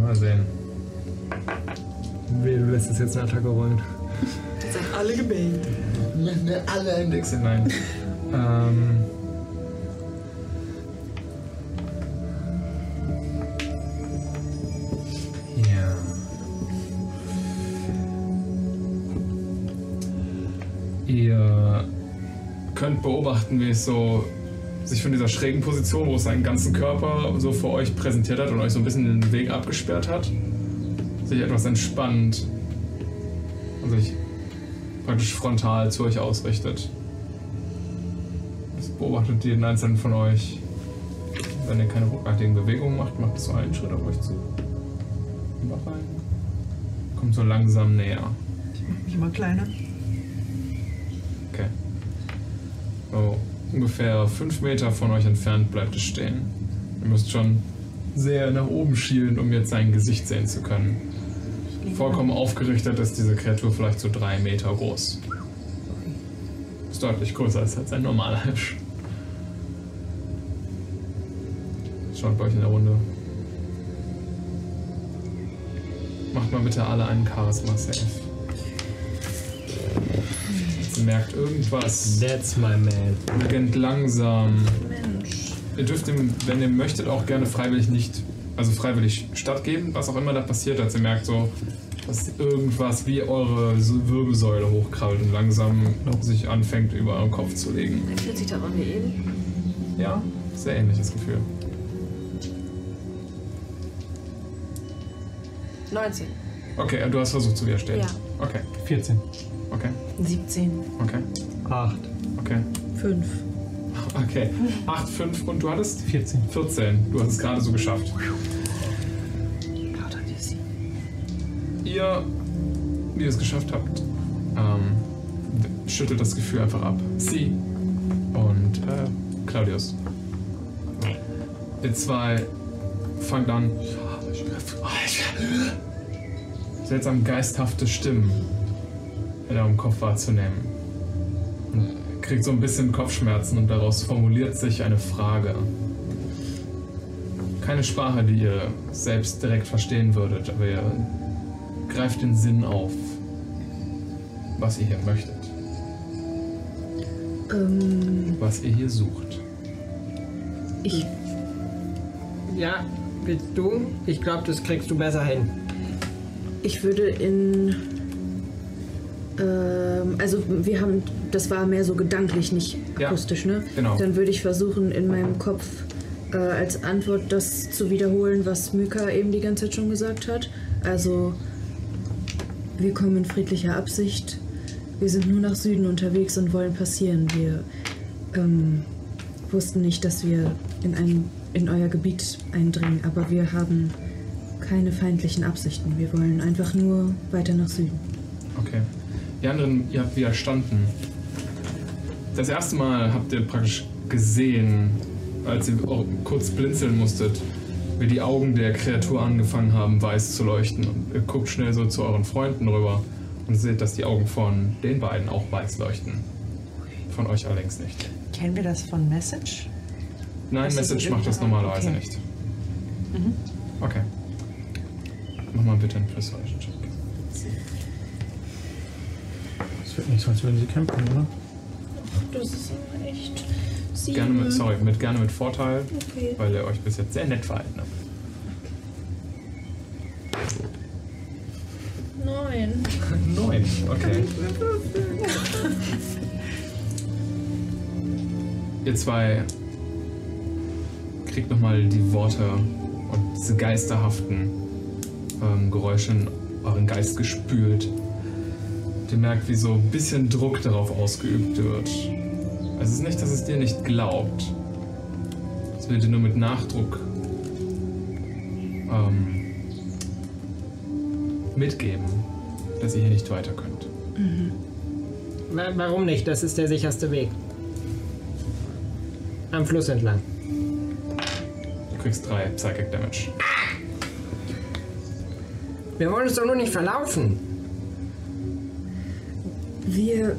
Mal sehen.
Nee, du lässt es jetzt eine Attacke rollen.
Das sind alle gebellt.
Alle Indexe,
[LAUGHS]
nein. ähm. Ja. Ihr könnt beobachten, wie es so sich von dieser schrägen Position, wo es seinen ganzen Körper so vor euch präsentiert hat und euch so ein bisschen den Weg abgesperrt hat, sich etwas entspannt und sich praktisch frontal zu euch ausrichtet. Es beobachtet jeden einzelnen von euch. Wenn ihr keine ruckartigen Bewegungen macht, macht es so einen Schritt auf euch zu. Macht einen. Kommt so langsam näher.
Ich immer kleiner.
Okay. So, ungefähr fünf Meter von euch entfernt bleibt es stehen. Ihr müsst schon sehr nach oben schielen, um jetzt sein Gesicht sehen zu können. Vollkommen aufgerichtet ist diese Kreatur vielleicht so drei Meter groß. Ist deutlich größer als als ein normaler Hirsch. Schaut bei euch in der Runde. Macht mal bitte alle einen Charisma-Safe. merkt irgendwas. That's my man. Rennt langsam. Mensch. Ihr dürft ihm, wenn ihr möchtet, auch gerne freiwillig nicht, also freiwillig stattgeben, was auch immer da passiert, als ihr merkt so, dass irgendwas wie eure Wirbelsäule hochkrabbelt und langsam sich anfängt, über euren Kopf zu legen.
Fühlt sich daran wie eben.
Ja, sehr ähnliches Gefühl.
19.
Okay, du hast versucht zu widerstehen.
Ja.
Okay.
14.
Okay.
17.
Okay. 8. Okay.
5.
Okay. 8, 5 und du hattest? 14. 14. Du hast es gerade so geschafft. Ihr, wie ihr es geschafft habt, ähm, schüttelt das Gefühl einfach ab. Sie und äh, Claudius. Ihr zwei fangt an. Seltsam geisthafte Stimmen in eurem Kopf wahrzunehmen. Und kriegt so ein bisschen Kopfschmerzen und daraus formuliert sich eine Frage. Keine Sprache, die ihr selbst direkt verstehen würdet, aber ihr greift den Sinn auf, was ihr hier möchtet,
Ähm,
was ihr hier sucht.
ich.
Ja, willst du? Ich glaube, das kriegst du besser hin.
Ich würde in. Ähm, also, wir haben. Das war mehr so gedanklich, nicht
Ja,
akustisch, ne?
genau.
Dann würde ich versuchen, in meinem Kopf äh, als Antwort das zu wiederholen, was Myka eben die ganze Zeit schon gesagt hat. Also, wir kommen in friedlicher Absicht. Wir sind nur nach Süden unterwegs und wollen passieren. Wir ähm, wussten nicht, dass wir in, ein, in euer Gebiet eindringen, aber wir haben keine feindlichen Absichten. Wir wollen einfach nur weiter nach Süden.
Okay. Die anderen, ihr habt widerstanden. Das erste Mal habt ihr praktisch gesehen, als ihr auch kurz blinzeln musstet, wie die Augen der Kreatur angefangen haben, weiß zu leuchten. Und ihr guckt schnell so zu euren Freunden rüber und seht, dass die Augen von den beiden auch weiß leuchten. Von euch allerdings nicht.
Kennen wir das von Message?
Nein,
Das ist
Message
so
macht das
irgendwann-
normalerweise
okay.
nicht.
Mhm.
Okay. Mach mal bitte einen Persuasion-Check.
Es wird nicht so, als würden sie kämpfen, oder?
Das ist aber echt. Sieben.
Gerne mit, sorry, mit, gerne mit Vorteil,
Okay.
weil ihr euch bis jetzt sehr nett verhalten habt.
Neun.
[LAUGHS] Neun, okay. Ihr zwei kriegt nochmal die Worte und diese geisterhaften ähm, Geräusche in euren Geist gespült. Und ihr merkt, wie so ein bisschen Druck darauf ausgeübt wird. Es ist nicht, dass es dir nicht glaubt. Es wird dir nur mit Nachdruck ähm, mitgeben, dass ihr hier nicht weiter könnt.
Wa- Warum nicht? Das ist der sicherste Weg. Am Fluss entlang.
Du kriegst drei Psychic Damage.
Wir wollen uns doch nur nicht verlaufen.
Wir.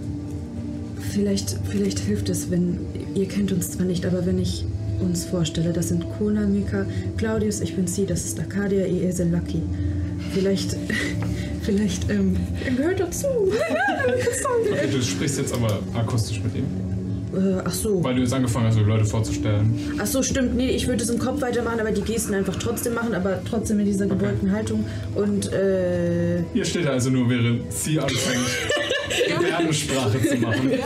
Vielleicht, vielleicht hilft es, wenn. Ihr kennt uns zwar nicht, aber wenn ich uns vorstelle, das sind Kona, Mika, Claudius, ich bin sie, das ist Arcadia, ihr seid Lucky. Vielleicht. [LAUGHS] Vielleicht, ähm. Er gehört [LAUGHS] dazu.
Okay, du sprichst jetzt aber akustisch mit ihm.
Äh, ach so.
Weil du jetzt angefangen hast, die Leute vorzustellen.
Ach so, stimmt. Nee, ich würde es im Kopf weitermachen, aber die Gesten einfach trotzdem machen, aber trotzdem in dieser gebeugten Haltung. Und, äh.
Hier steht er also nur, während sie anfängt, Gebärdensprache zu machen.
Wait,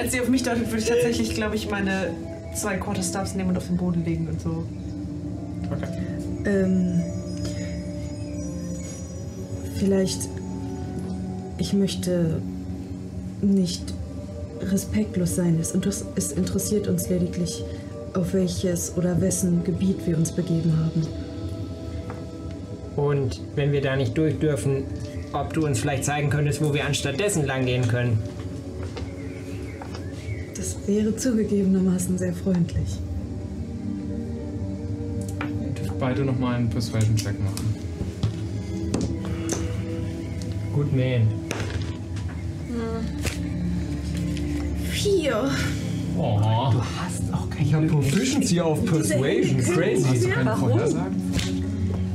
Als sie auf mich deutet, würde ich tatsächlich, glaube ich, meine zwei Quarterstaffs nehmen und auf den Boden legen und so.
Ähm, vielleicht, ich möchte nicht respektlos sein. Es, inter es interessiert uns lediglich, auf welches oder wessen Gebiet wir uns begeben haben.
Und wenn wir da nicht durch dürfen, ob du uns vielleicht zeigen könntest, wo wir anstattdessen lang gehen können.
Das wäre zugegebenermaßen sehr freundlich.
Beide nochmal einen Persuasion-Check machen.
Good man.
Vier.
Oh. Du
hast
auch keine Ich habe Proficiency auf Persuasion.
Diese-
Crazy.
Hast du keinen Warum? Vorhersagen?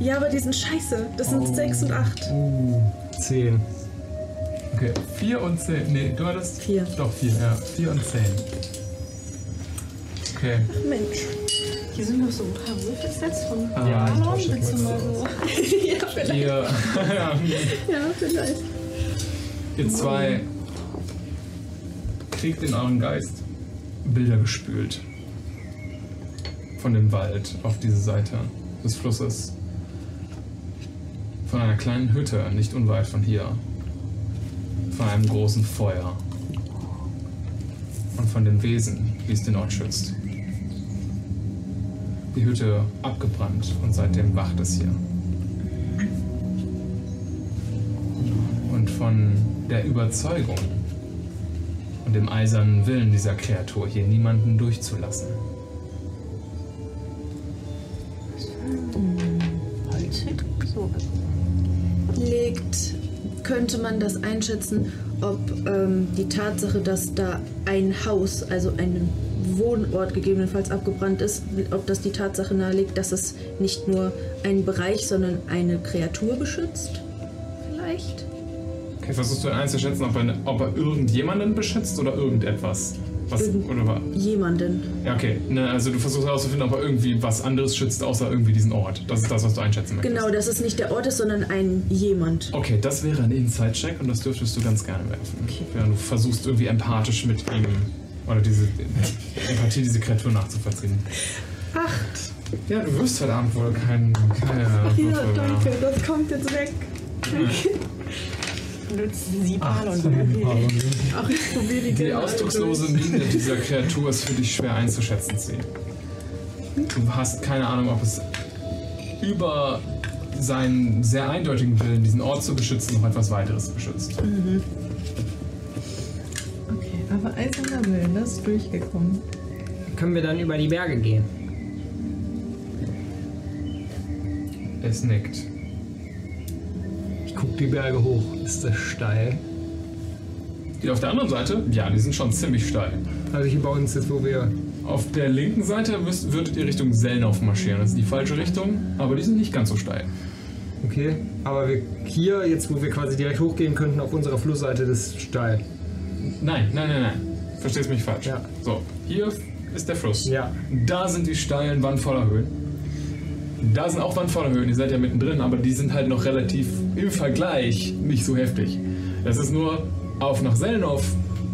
Ja, aber die sind scheiße. Das sind sechs und acht.
Uh, 10.
Okay, 4 und 10. Nee, du hattest. 4. Doch, 4, ja. 4 und 10. Okay.
Mensch. Hier sind noch so ein paar Würfelsets vom
Ah, ja, ich
Alarm.
tausche
Willst du
kurz
mal so? [LAUGHS] ja, vielleicht.
Ihr, [LAUGHS] ja,
Ja, vielleicht.
ihr zwei kriegt in euren Geist Bilder gespült. Von dem Wald auf diese Seite des Flusses. Von einer kleinen Hütte, nicht unweit von hier. Von einem großen Feuer. Und von dem Wesen, wie es den Ort schützt. Die Hütte abgebrannt und seitdem wacht es hier. und von der Überzeugung und dem eisernen Willen dieser Kreatur, hier niemanden durchzulassen.
Legt, könnte man das einschätzen, ob ähm, die Tatsache, dass da ein Haus, also ein Wohnort gegebenenfalls abgebrannt ist, ob das die Tatsache nahelegt, dass es nicht nur einen Bereich, sondern eine Kreatur beschützt? Vielleicht?
Okay, versuchst du einzuschätzen, ob er, ob er irgendjemanden beschützt oder irgendetwas? Was, oder wa-
Jemanden.
ja, okay. Ne, also du versuchst herauszufinden, ob er irgendwie was anderes schützt, außer irgendwie diesen Ort. Das ist das, was du einschätzen möchtest.
Genau, dass es nicht der Ort ist, sondern ein jemand.
Okay, das wäre ein Inside-Check und das dürftest du ganz gerne werfen. Während du versuchst, irgendwie empathisch mit ihm oder diese Empathie, diese Kreatur nachzuvollziehen.
Acht.
Ja, du wirst heute Abend wohl keinen. Keine
Ja,
Würfel mehr.
danke, das kommt jetzt weg. Nutzt sie Palon. Ach, ich probiere die
Die
gerne alle
ausdruckslose
durch.
Miene dieser Kreatur ist für dich schwer einzuschätzen, sie. Du hast keine Ahnung, ob es über seinen sehr eindeutigen Willen, diesen Ort zu beschützen, noch etwas weiteres beschützt.
Mhm. Okay, aber eiserner Willen, das ist durchgekommen.
Können wir dann über die Berge gehen?
Es nickt.
Ich guck die Berge hoch. Ist das steil?
Die auf der anderen Seite? Ja, die sind schon ziemlich steil.
Also hier bei uns jetzt, wo wir...
Auf der linken Seite müsst, würdet ihr Richtung Selnauf marschieren. Das ist die falsche Richtung, aber die sind nicht ganz so steil.
Okay, aber wir hier, jetzt wo wir quasi direkt hochgehen könnten, auf unserer Flussseite, das ist steil.
Nein, nein, nein, nein. Verstehst mich falsch. So, hier ist der Fluss. Ja. Da sind die steilen Wandvoller Höhen. Da sind auch Wandvoller Höhen, ihr seid ja mittendrin, aber die sind halt noch relativ im Vergleich nicht so heftig. Das ist nur auf nach Sellenhof,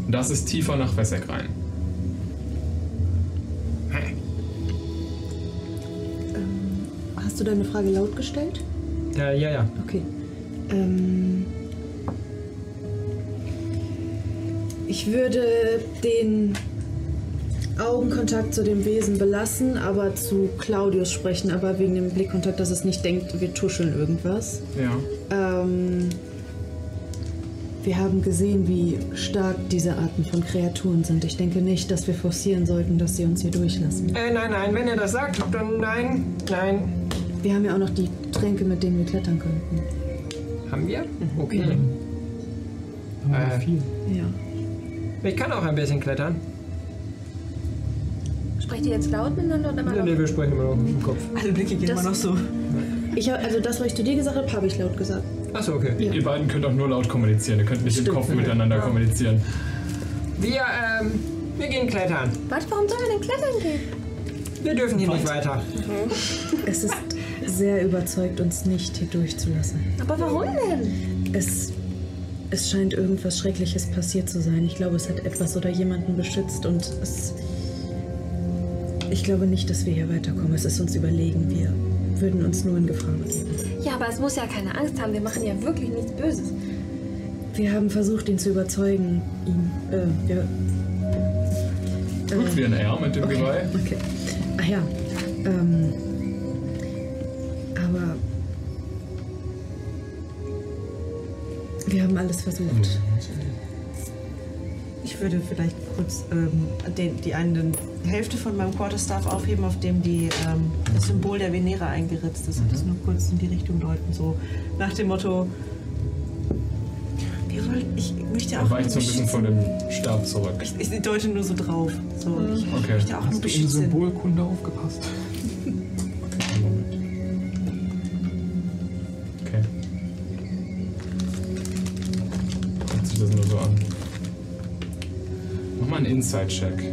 das ist tiefer nach Wesseck rein.
Hast du deine Frage laut gestellt?
Ja, ja, ja.
Okay. Ähm, ich würde den Augenkontakt zu dem Wesen belassen, aber zu Claudius sprechen, aber wegen dem Blickkontakt, dass es nicht denkt, wir tuscheln irgendwas.
Ja.
Ähm, wir haben gesehen, wie stark diese Arten von Kreaturen sind. Ich denke nicht, dass wir forcieren sollten, dass sie uns hier durchlassen.
Äh, nein, nein, wenn ihr das sagt, dann nein, nein.
Wir haben ja auch noch die Tränke, mit denen wir klettern könnten.
Haben wir? Okay.
Äh,
Ja.
Ich kann auch ein bisschen klettern.
Sprecht ihr jetzt laut miteinander oder mal
Nee, nee, wir sprechen immer noch im Kopf.
Alle Blicke gehen
Das-
immer noch so. Ich hab, also das, was ich zu dir gesagt habe, habe ich laut gesagt.
Achso, okay.
Ihr beiden könnt auch nur laut kommunizieren, ihr könnt nicht im Kopf miteinander kommunizieren.
Wir, ähm, wir gehen klettern.
Was, warum sollen wir denn klettern gehen?
Wir dürfen hier nicht weiter.
Es ist sehr überzeugt, uns nicht hier durchzulassen.
Aber warum denn?
Es, es scheint irgendwas Schreckliches passiert zu sein. Ich glaube, es hat etwas oder jemanden beschützt und es. Ich glaube nicht, dass wir hier weiterkommen. Es ist uns überlegen. Wir würden uns nur in Gefahr begeben.
Ja, aber es muss ja keine Angst haben. Wir machen ja wirklich nichts Böses.
Wir haben versucht, ihn zu überzeugen. Ihn. Äh, wir, äh,
Gut wie ein R mit dem
okay,
Geweih.
Okay. Ach ja. Ähm, aber wir haben alles versucht.
Mhm.
Ich würde vielleicht kurz ähm, den, die eine Hälfte von meinem Quarterstaff aufheben, auf dem die, ähm, das Symbol der Venera eingeritzt ist
Mhm.
und das nur kurz in die Richtung deuten, so nach dem Motto, wir wollen, ich möchte
Er
auch
weicht so ein bisschen von dem Stab zurück.
Ich, ich deute nur so drauf. So, ich
Okay.
möchte auch nur
Mhm. Hast du in
beschützen.
Symbolkunde aufgepasst? Okay. Jetzt einen Inside-Check.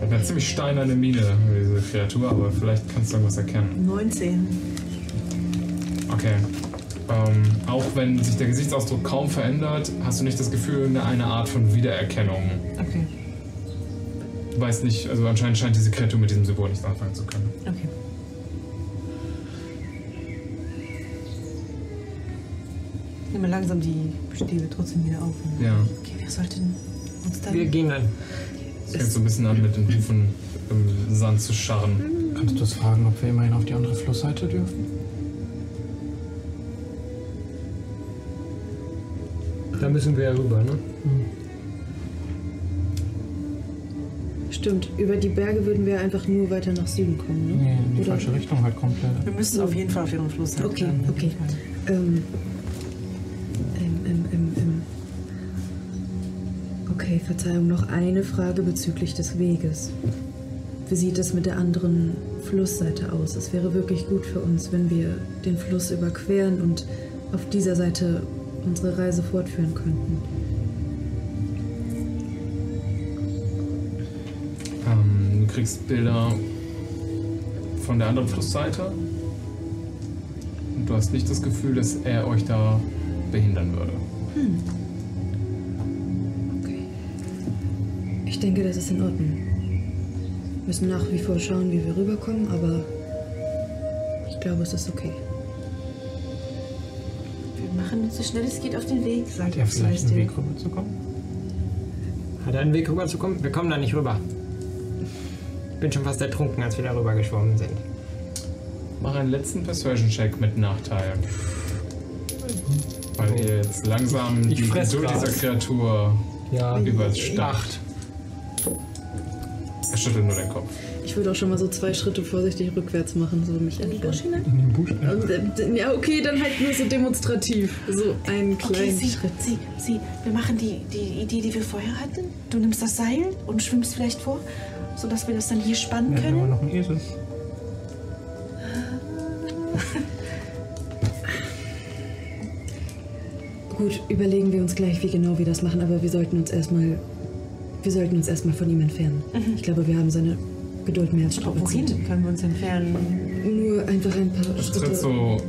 Hat eine ziemlich steinerne Miene, diese Kreatur, aber vielleicht kannst du irgendwas erkennen.
19.
Okay. Ähm, auch wenn sich der Gesichtsausdruck kaum verändert, hast du nicht das Gefühl, eine, eine Art von Wiedererkennung.
Okay.
Du weißt nicht, also anscheinend scheint diese Kreatur mit diesem Symbol nichts anfangen zu können.
Okay. Nimm mal langsam die Stäbe trotzdem wieder auf.
Ja.
Okay, wir sollten uns dann.
Wir gehen dann.
Es fängt so ein bisschen an, mit den Hufen im Sand zu scharren.
Kannst du es fragen, ob wir immerhin auf die andere Flussseite dürfen?
Da müssen wir ja rüber, ne?
Stimmt, über die Berge würden wir einfach nur weiter nach Süden kommen, ne?
Nee, in die falsche Richtung halt komplett.
Wir müssen auf jeden Fall auf ihren Fluss halten.
Okay, okay. Ähm, ähm, ähm, ähm, ähm. Okay, Verzeihung, noch eine Frage bezüglich des Weges. Wie sieht es mit der anderen Flussseite aus? Es wäre wirklich gut für uns, wenn wir den Fluss überqueren und auf dieser Seite unsere Reise fortführen könnten.
Ähm, du kriegst Bilder von der anderen Flussseite. Und du hast nicht das Gefühl, dass er euch da behindern würde.
Hm. Okay. Ich denke, das ist in Ordnung. Wir müssen nach wie vor schauen, wie wir rüberkommen, aber ich glaube, es ist okay.
Wir machen uns so schnell es geht auf den Weg, sagt
Ja, vielleicht einen
Celestine.
Weg rüber zu kommen. Hat er einen Weg rüber zu kommen? Wir kommen da nicht rüber. Ich bin schon fast ertrunken, als wir da rüber geschwommen sind.
Mach einen letzten Persuasion-Check mit Nachteil. Weil ihr jetzt langsam
Ich
die
fress
Geduld
grad.
dieser Kreatur
Ja.
überstacht. Er schüttelt nur den Kopf.
Ich würde auch schon mal so zwei Schritte vorsichtig rückwärts machen, so mich In den Busch hinein?
In den Busch.
Ja, okay, dann halt nur so demonstrativ. So einen
Okay,
kleinen
sie,
Schritt.
sie, sie, wir machen die, die Idee, die wir vorher hatten. Du nimmst das Seil und schwimmst vielleicht vor, sodass wir das dann hier spannen
Wir haben aber
können.
noch einen Esel.
Gut, überlegen wir uns gleich, wie genau wir das machen, aber wir sollten uns erstmal. Wir sollten uns erstmal von ihm entfernen. Ich glaube, wir haben seine Geduld mehr als strapaziert. Mhm. Wohin
können wir uns entfernen?
Nur einfach ein paar
Es
Schritte.
tritt so ein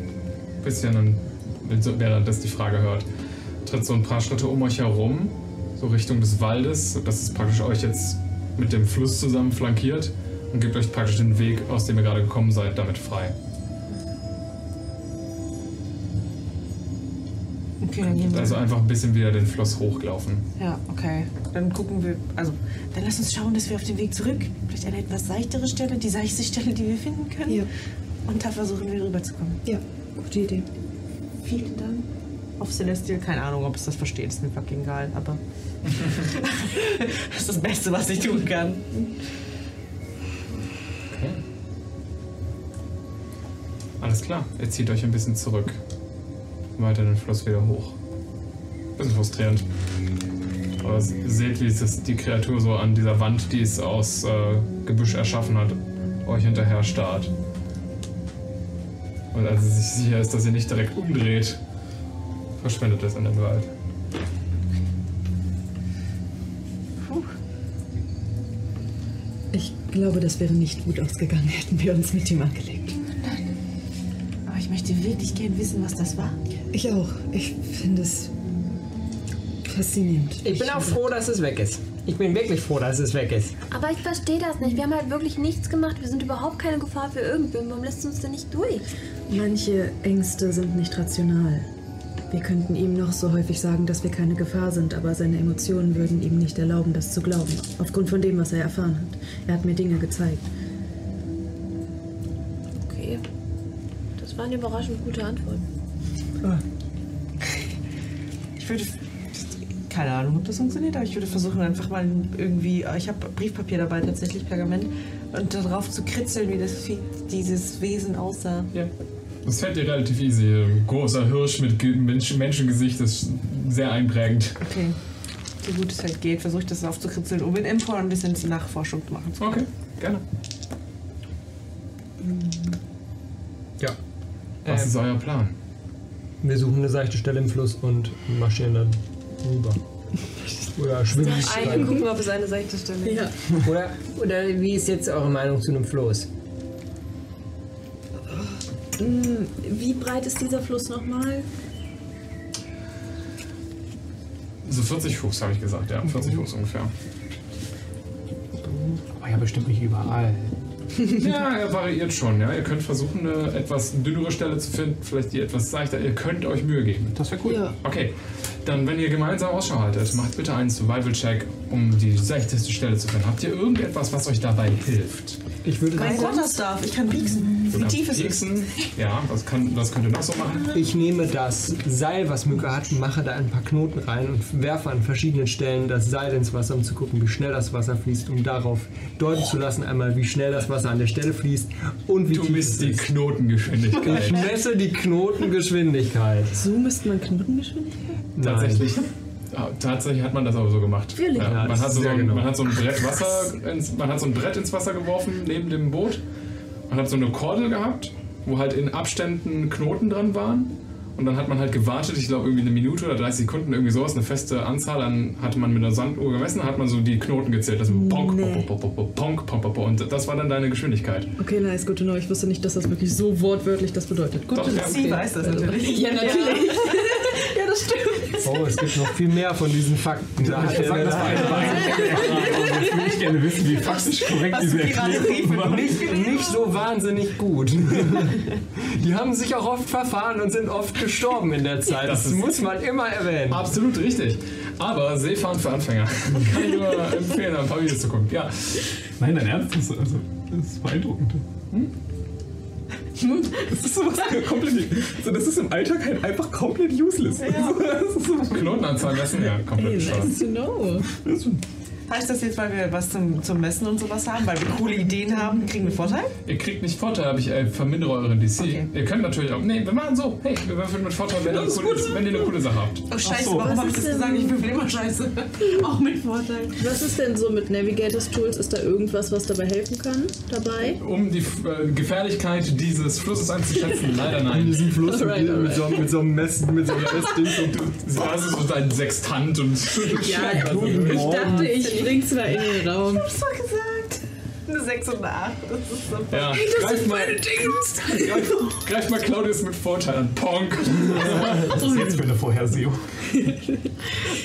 bisschen, und während das die Frage hört, tritt so ein paar Schritte um euch herum, so Richtung des Waldes. Das ist praktisch euch jetzt mit dem Fluss zusammen flankiert und gibt euch praktisch den Weg, aus dem ihr gerade gekommen seid, damit frei.
Okay, dann gehen wir.
Also einfach ein bisschen wieder den Fluss hochlaufen.
Ja, okay. Dann gucken wir. Also, dann lass uns schauen, dass wir auf den Weg zurück. Vielleicht eine etwas seichtere Stelle, die seichte Stelle, die wir finden können. Und da versuchen wir rüberzukommen.
Ja, gute Idee.
Vielen Dank.
Auf Celestial, keine Ahnung, ob es das versteht, ist mir fucking egal,
[LAUGHS]
aber. das ist das Beste, was ich tun kann.
Alles klar, ihr zieht euch ein bisschen zurück. Weiter den Fluss wieder hoch. Bisschen frustrierend. Aber s- seht, wie es das, die Kreatur so an dieser Wand, die es aus äh, Gebüsch erschaffen hat, euch hinterher starrt. Und als es sich sicher ist, dass ihr nicht direkt umdreht, verschwindet es in der Gewalt.
Ich glaube, das wäre nicht gut ausgegangen, [LAUGHS] hätten wir uns mit ihm angelegt.
Aber ich möchte wirklich gern wissen, was das war.
Ich auch. Ich finde es faszinierend.
Ich bin auch froh, dass es weg ist. Ich bin wirklich froh, dass es weg ist.
Aber ich verstehe das nicht. Wir haben halt wirklich nichts gemacht. Wir sind überhaupt keine Gefahr für irgendwen. Warum lässt du uns denn nicht durch?
Manche Ängste sind nicht rational. Wir könnten ihm noch so häufig sagen, dass wir keine Gefahr sind, aber seine Emotionen würden ihm nicht erlauben, das zu glauben. Aufgrund von dem, was er erfahren hat. Er hat mir Dinge gezeigt.
Okay. Das waren überraschend gute Antworten.
Ich würde. Keine Ahnung, ob das funktioniert, aber ich würde versuchen, einfach mal irgendwie. Ich habe Briefpapier dabei, tatsächlich Pergament. Und darauf zu kritzeln, wie das Vieh, dieses Wesen aussah.
Ja. Das fällt dir relativ easy. Ein großer Hirsch mit Ge- Mensch Menschengesicht ist sehr einprägend.
Okay. So gut es halt geht, versuche ich das aufzukritzeln, um in Empor ein bisschen die Nachforschung machen zu
können. Okay, gerne.
Ja.
Was
Ähm.
Ähm,
ist euer Plan?
Wir suchen eine seichte Stelle im Fluss und marschieren dann rüber.
Oder schwimme
Eine gucken, ob es eine seichte Stelle ist.
Oder, oder wie ist jetzt eure Meinung zu einem Floß?
Mm, Wie breit ist dieser Fluss nochmal?
So 40 Fuß, habe ich gesagt, ja. 40 Fuß ungefähr.
Aber ja, bestimmt nicht überall.
ja, er variiert schon. Ja. Ihr könnt versuchen, eine etwas dünnere Stelle zu finden, vielleicht die etwas seichter. Ihr könnt euch Mühe geben. Das wäre cool. Okay, dann, wenn ihr gemeinsam Ausschau haltet, macht bitte einen Survival-Check, um die seichteste Stelle zu finden. Habt ihr irgendetwas, was euch dabei hilft?
Ich würde
Mein
Also
Quarterstaff, ich kann pieksen. Wie
Oder
tief ist es?
pieksen. Ja, was, kann, was könnt ihr noch so machen?
Ich nehme das Seil, was Mücke hat, mache da ein paar Knoten rein und werfe an verschiedenen Stellen das Seil ins Wasser, um zu gucken, wie schnell das Wasser fließt, um darauf deuten zu lassen, einmal wie schnell das Wasser an der Stelle fließt und wie
Du
tief
misst
es
die
ist.
um Knotengeschwindigkeit. [LAUGHS]
Ich messe die Knotengeschwindigkeit.
So misst man Knotengeschwindigkeit?
Tatsächlich. Ah, Tatsächlich hat man das aber so gemacht.
Wirklich? Ja,
man,
das
hat
ist
so
sehr
ein,
genau.
man hat so ein Brett Wasser ins, man hat so ein Brett ins Wasser geworfen neben dem Boot. Man hat so eine Kordel gehabt, wo halt in Abständen Knoten dran waren. Und dann hat man halt gewartet, ich glaube irgendwie eine Minute oder 30 Sekunden, irgendwie sowas, eine feste Anzahl. Dann hatte man mit einer Sanduhr gemessen, hat man so die Knoten gezählt. Also Ponk, pop, pop, pop, pop, Ponk, pop, pop, pop. Und das war dann deine Geschwindigkeit.
Okay, nice, gute Neue. Ich wusste nicht, dass das wirklich so wortwörtlich das bedeutet. Gute
Doch, ja.
Neue.
Sie weiß das natürlich.
Ja, natürlich.
Ja, das stimmt.
Oh, es gibt noch viel mehr von diesen Fakten. Da
Ich sag, das war eine Frage.
Ich würde gerne wissen,
[LAUGHS]
wie faktisch korrekt
Hast diese du die Erklärung gerade war.
Nicht, nicht so wahnsinnig gut. [LAUGHS] Die haben sich auch oft verfahren und sind oft gestorben in der Zeit. Das,
ist-
muss man immer erwähnen.
Absolut richtig. Aber Seefahren für Anfänger. [LAUGHS] Kann ich nur empfehlen, ein paar Videos zu gucken. Ja.
Nein, dein Ernst ist, also, das ist beeindruckend.
Hm? [LAUGHS] Das ist sowas komplett. So, das ist im Alltag halt einfach komplett useless. Also, Das ist so-
Knotenanzahl messen, ja, komplett schade.
to know. Heißt das jetzt, weil wir was zum, zum Messen und sowas haben, weil wir coole Ideen haben, kriegen wir Vorteil?
Ihr kriegt nicht Vorteil, aber ich äh, vermindere euren DC. Ihr könnt natürlich auch. Nee, wir machen so. Hey, wir würfeln mit Vorteil, wenn, ihr eine, coole, wenn ihr eine coole Sache habt.
Oh scheiße,
Ach so.
warum habe ich
ist
das
denn-
gesagt? Ich bin immer scheiße. [LAUGHS] Auch mit Vorteil.
Was ist denn so mit Navigators Tools? Ist da irgendwas, was dabei helfen kann? Dabei?
Um die äh, Gefährlichkeit dieses Flusses einzuschätzen, leider nein.
In diesem Fluss mit- Alright, mit so einem- mit so einem Mess, mit so einem Messding
und du hast so dein Sextant und.
Ja, du, ich dachte, ich bring's mal in den Raum.
Ich hab's doch gesagt. Eine 6 und eine 8. Das ist so
Ja,
Hey, das
greif
sind
mal,
meine Dinge.
greif, greif mal Claudius mit Vorteil an. Ponk!
Was ist jetzt für eine Vorhersehung?
Ich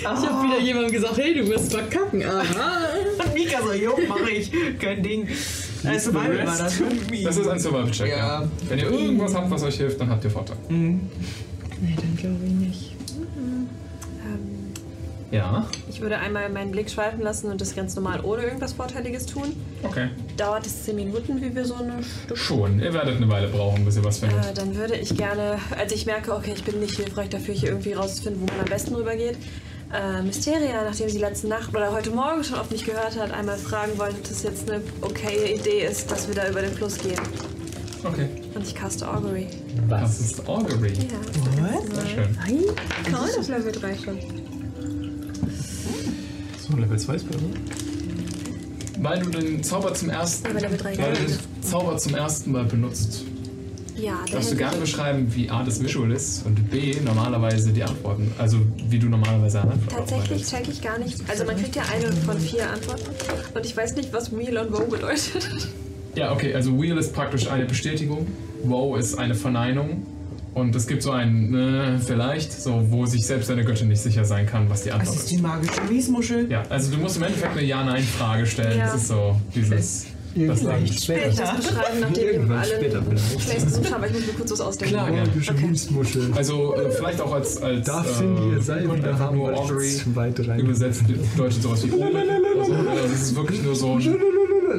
hab wieder jemandem gesagt, hey, du wirst verkacken. Aha.
Und [LAUGHS] Mika so, jo, mach ich. Kein Ding. Ein Survival war das. ne?
Das ist ein Survival-Check, ja. Wenn ihr irgendwas habt, was euch hilft, dann habt ihr Vorteil.
Mhm.
Mhm.
Nee, dann glaube ich nicht.
Ähm,
Ja.
ich würde einmal meinen Blick schweifen lassen und das ganz normal ohne irgendwas Vorteiliges tun.
Okay.
Dauert es 10 Minuten, wie wir so eine Stunde.
Schon. Ihr werdet eine Weile brauchen, bis ihr was findet.
Äh, dann würde ich gerne, als ich merke, okay, ich bin nicht hilfreich dafür, hier irgendwie rauszufinden, wo man am besten rübergeht. Äh, Mysteria, nachdem sie letzte Nacht oder heute Morgen schon oft nicht gehört hat, einmal fragen wollen, ob das jetzt eine okaye Idee ist, dass wir da über den Fluss gehen.
Okay.
Und ich caste Augury.
Was? Das ist Augury.
Ja.
Sehr schön.
Nein, kann man das Level 3 schon.
So, Level 2 ist besser.
Weil du den Zauber zum ersten
Aber Level drei
weil du
gelandet.
den Zauber zum ersten Mal benutzt.
Ja, dann
Darfst du
hätte
gerne
ich-
beschreiben, wie A das Visual ist und B normalerweise die Antworten, also wie du normalerweise an Antworten
Tatsächlich check ich gar nicht. Also man kriegt ja eine von vier Antworten. Und ich weiß nicht, was Wheel und Woe bedeutet.
arbeitest. Ja, okay, also Wheel ist praktisch eine Bestätigung, Wow ist eine Verneinung und es gibt so ein äh, vielleicht, so wo sich selbst eine Göttin nicht sicher sein kann, was die Antwort
Das ist die magische Wiesmuschel.
Ja, also du musst im Endeffekt eine Ja-Nein-Frage stellen.
Ja.
Das ist so dieses. Das Ding.
Ich werde das beschreiben, nachdem wir
Irgendwann
alle
später vielleicht.
vielleicht gesucht haben, aber ich muss mir kurz was ausdenken.
Klar, gerne. genau. Also äh, vielleicht auch als, als
Da
äh,
finden wir Seil,
und
da
einfach
haben
nur
wir
Augury
zwei, drei.
übersetzt bedeutet sowas
[LAUGHS]
wie Omen. oder so. Also, das ist wirklich nur so ein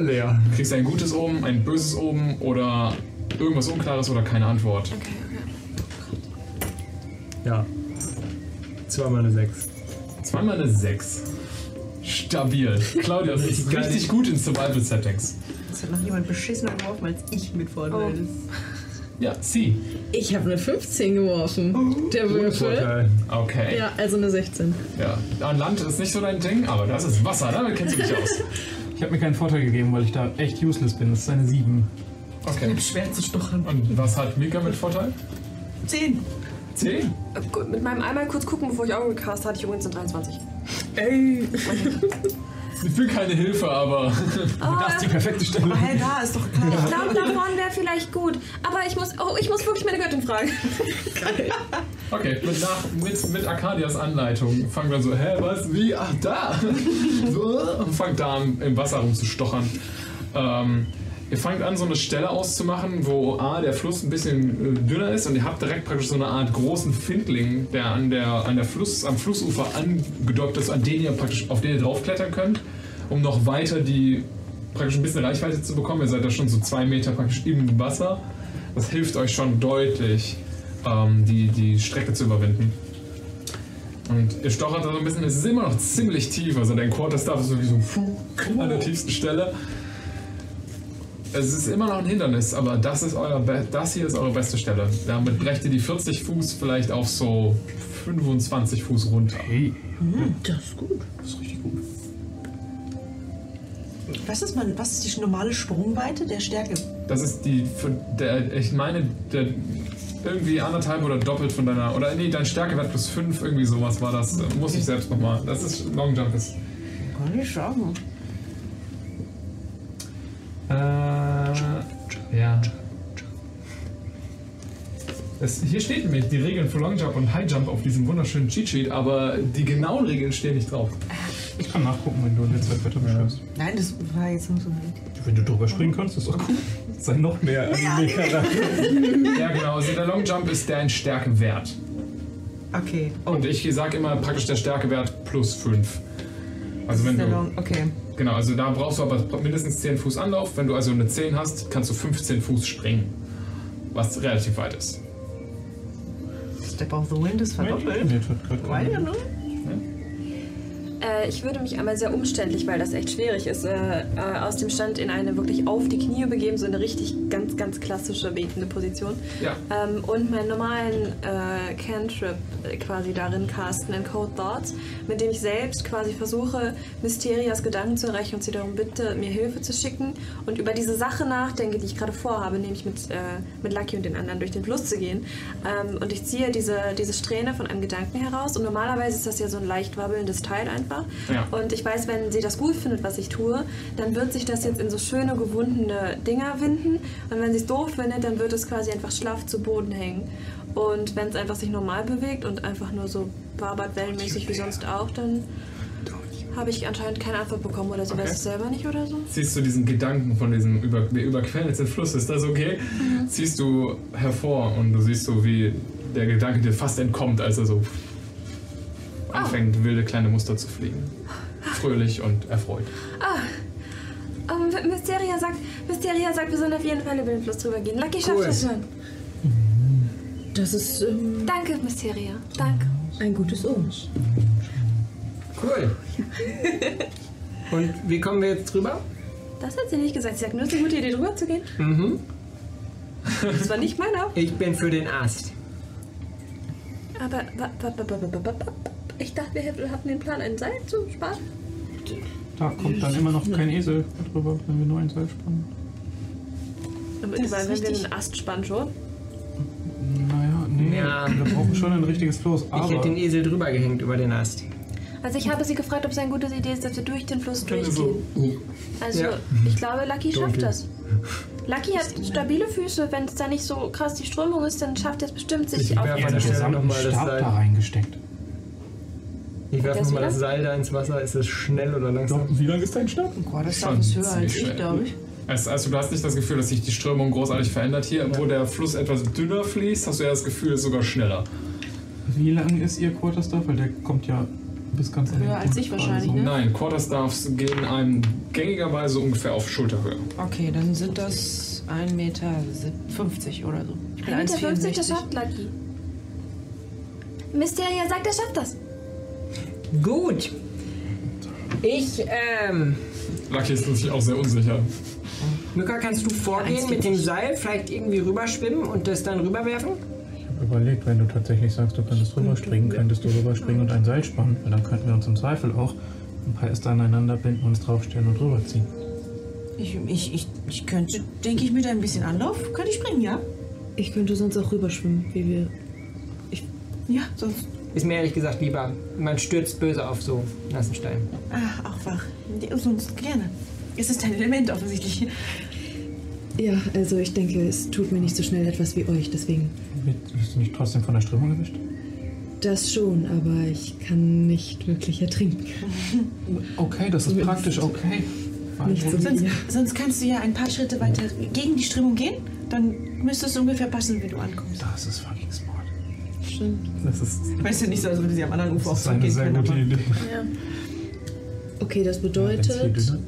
leer.
Du kriegst ein gutes Omen, ein böses Omen oder irgendwas Unklares oder keine Antwort.
Ja. Zweimal eine 6.
Zweimal eine 6. Stabil. Claudia, das ist
Geil.
richtig gut in Survival Settings.
Das hat noch jemand beschissener geworfen als ich mit
Oh.
Vorteil.
Ja, sie.
Ich habe eine 15 geworfen. Der Würfel.
Okay.
Ja, also eine 16.
Ja, an Land ist nicht so dein Ding, aber das ist Wasser, damit kennst du dich aus.
Ich habe mir keinen Vorteil gegeben, weil ich da echt useless bin. Das ist eine 7.
Okay.
Schwer zu stochern.
Und was hat Mika mit Vorteil?
Zehn.
Zehn?
Äh, Gut, Mit meinem einmal kurz gucken, bevor ich Augen gecast hatte ich übrigens eine 23.
Ey! Ich will keine Hilfe, aber [LAUGHS]
Also
das ist die perfekte Stelle.
hey, da ist doch klar. Ich glaube, da vorne wäre vielleicht gut. Aber ich muss, oh, ich muss wirklich meine Göttin fragen.
Okay, mit, nach, mit, mit Arcadias Anleitung fangen wir so, hä, was, wie, ach da! [LAUGHS] So, äh, und fangt da an, im Wasser rumzustochern. Ähm, ihr fangt an, so eine Stelle auszumachen, wo A, der Fluss ein bisschen äh, dünner ist und ihr habt direkt praktisch so eine Art großen Findling, der an der, an der Fluss, am Flussufer angedockt ist, an den ihr praktisch, auf den ihr draufklettern könnt, um noch weiter die, praktisch ein bisschen Reichweite zu bekommen. Ihr seid da schon so zwei Meter praktisch im Wasser. Das hilft euch schon deutlich ähm, die, die Strecke zu überwinden. Und ihr stochert da so ein bisschen, es ist immer noch ziemlich tief, also dein Quarterstaff ist wirklich so puh, an der tiefsten Stelle. Es ist immer noch ein Hindernis, aber das, ist euer Be das hier ist eure beste Stelle. Damit brecht ihr die 40 Fuß vielleicht auf so 25 Fuß runter. Hey.
Das ist gut.
Das ist richtig gut.
Was ist, man, was ist die normale Sprungweite der Stärke?
Das ist die, für, der, ich meine, der, irgendwie anderthalb oder doppelt von deiner, oder nee, dein Stärkewert plus 5, irgendwie sowas war das. Äh, Muss ich selbst nochmal. Das ist Long Jump ist.
Kann ich sagen.
Äh, ja. Es, hier steht nämlich die Regeln für Long Jump und High Jump auf diesem wunderschönen Cheat Sheet, aber die genauen Regeln stehen nicht drauf.
Ich kann nachgucken, wenn du in der Zeit weiter beschreibst.
Nein, das war jetzt nur so wild.
Wenn du drüber springen kannst, ist doch cool. Sei noch mehr Anime-Charakter.
Ja, genau. Also der Long Jump ist dein Stärkewert.
Okay.
Und ich sage immer praktisch der Stärkewert plus 5. Also wenn
Ist der
du.
Long- okay.
Genau, also da brauchst du aber mindestens 10 Fuß Anlauf. Wenn du also eine 10 hast, kannst du 15 Fuß springen. Was relativ weit ist.
Step of the Wind ist verdoppelt. Weil ja, ne?
Äh, ich würde mich einmal sehr umständlich, weil das echt schwierig ist, äh, äh, aus dem Stand in eine wirklich auf die Knie begeben, so eine richtig ganz, ganz klassische betende Position.
Ja.
Ähm, und meinen normalen äh, Cantrip äh, quasi darin casten, in Code Thoughts, mit dem ich selbst quasi versuche, Mysterias Gedanken zu erreichen und sie darum bitte, mir Hilfe zu schicken und über diese Sache nachdenke, die ich gerade vorhabe, nämlich mit, äh, mit Lucky und den anderen durch den Fluss zu gehen. Ähm, und ich ziehe diese, diese Strähne von einem Gedanken heraus und normalerweise ist das ja so ein leicht wabbelndes Teil einfach.
Ja.
Und ich weiß, wenn sie das gut findet, was ich tue, dann wird sich das jetzt in so schöne, gewundene Dinger winden. Und wenn sie es doof findet, dann wird es quasi einfach schlaff zu Boden hängen. Und wenn es einfach sich normal bewegt und einfach nur so wabert wellenmäßig wie sonst auch, dann habe ich anscheinend keine Antwort bekommen oder sie
Okay.
weiß es selber nicht oder so.
Ziehst du diesen Gedanken von diesem über, wir überqueren jetzt den Fluss, ist das okay?
Mhm.
Ziehst du hervor und du siehst so, wie der Gedanke dir fast entkommt, als er so anfängt, wilde kleine Muster zu fliegen. Fröhlich und erfreut.
Ah, ähm, Mysteria sagt, Mysteria sagt, wir sollen auf jeden Fall über den Fluss drüber gehen. Lucky schafft
Cool.
das schon.
Das ist ähm,
Danke, Mysteria. Danke.
ein gutes Ohr.
Cool. [LAUGHS] Und wie kommen wir jetzt drüber?
Das hat sie nicht gesagt. Sie sagt nur, es ist eine gute Idee, drüber zu gehen.
Mhm.
Das war nicht meiner.
Ich bin für den Ast.
Aber wa- wa- wa- wa- wa- wa- wa- ich dachte, wir hätten- hatten den Plan, ein Seil zu sparen.
Da kommt dann immer noch kein Esel drüber, wenn wir nur ein Seil spannen.
Aber ich meine, wenn wir den Ast spannen schon.
Naja, nee. Wir brauchen schon ein richtiges Floß.
Ich
aber-
hätte den Esel drüber gehängt über den Ast.
Also ich habe sie gefragt, ob es eine gute Idee ist, dass wir durch den Fluss durchgehen. Also
Ja.
ich glaube, Lucky schafft
Dunkel.
das. Lucky hat stabile Füße. Wenn es da nicht so krass die Strömung ist, dann schafft er es bestimmt, sich
Ich
auf
werfe an
den
der Stelle
gesamten
nochmal das
Stab
Seil.
da reingesteckt.
Ich werfe
Das
nochmal
wieder?
das Seil da ins Wasser. Ist das schnell oder langsam?
Wie lang ist dein Stab?
Boah, das
Schon ziemlich schnell. Es- Also du hast nicht das Gefühl, dass sich die Strömung großartig verändert hier. Wo der Fluss etwas dünner fließt, hast du ja das Gefühl, es ist sogar schneller.
Wie lang ist ihr Quarterstaff? Weil der kommt ja bis ganz an den
Höher als
Grund
ich
quasi.
wahrscheinlich, ne?
Nein, Quarterstaffs gehen einem gängigerweise ungefähr auf Schulterhöhe.
Okay, dann sind das 1,50 Meter oder so. Ich bin
1,50 Meter, das
1,54
schafft Lucky. Mysteria sagt, er schafft das.
Gut. Ich, ähm.
Lucky ist natürlich auch sehr unsicher.
Mika, kannst du vorgehen mit dem Seil, vielleicht irgendwie rüberschwimmen und das dann rüberwerfen?
Überlegt, wenn du tatsächlich sagst, du könntest rüberspringen, könntest du rüberspringen und ein Seil spannen, weil dann könnten wir uns im Zweifel auch ein paar Äste aneinander binden, uns draufstellen und rüberziehen.
Ich, ich, ich, ich könnte, denke ich, mit ein bisschen Anlauf könnte ich springen, ja?
Ich könnte sonst auch rüberschwimmen, wie wir.
Ja, sonst
Ist mir ehrlich gesagt lieber. Man stürzt böse auf so nassen Stein.
Ach, ah, auch wach. Sonst gerne. Es ist ein Element offensichtlich.
Ja, also ich denke, es tut mir nicht so schnell etwas wie euch, deswegen.
Bist du nicht trotzdem von der Strömung erwischt?
Das schon, aber ich kann nicht wirklich ertrinken.
Okay, das ist praktisch, okay.
Nicht so
sonst,
wie ihr.
sonst kannst du ja ein paar Schritte weiter gegen die Strömung gehen. Dann müsste es ungefähr passen, wenn du ankommst.
Das ist fucking smart.
Stimmt.
Das ist.
Weißt du nicht so, als würde sie am anderen Ufer
Das
auch
ist eine
gehen
sehr
können.
gute Idee.
Ja. Okay, das
Ja,
bedeutet,
wenn's viel dünner-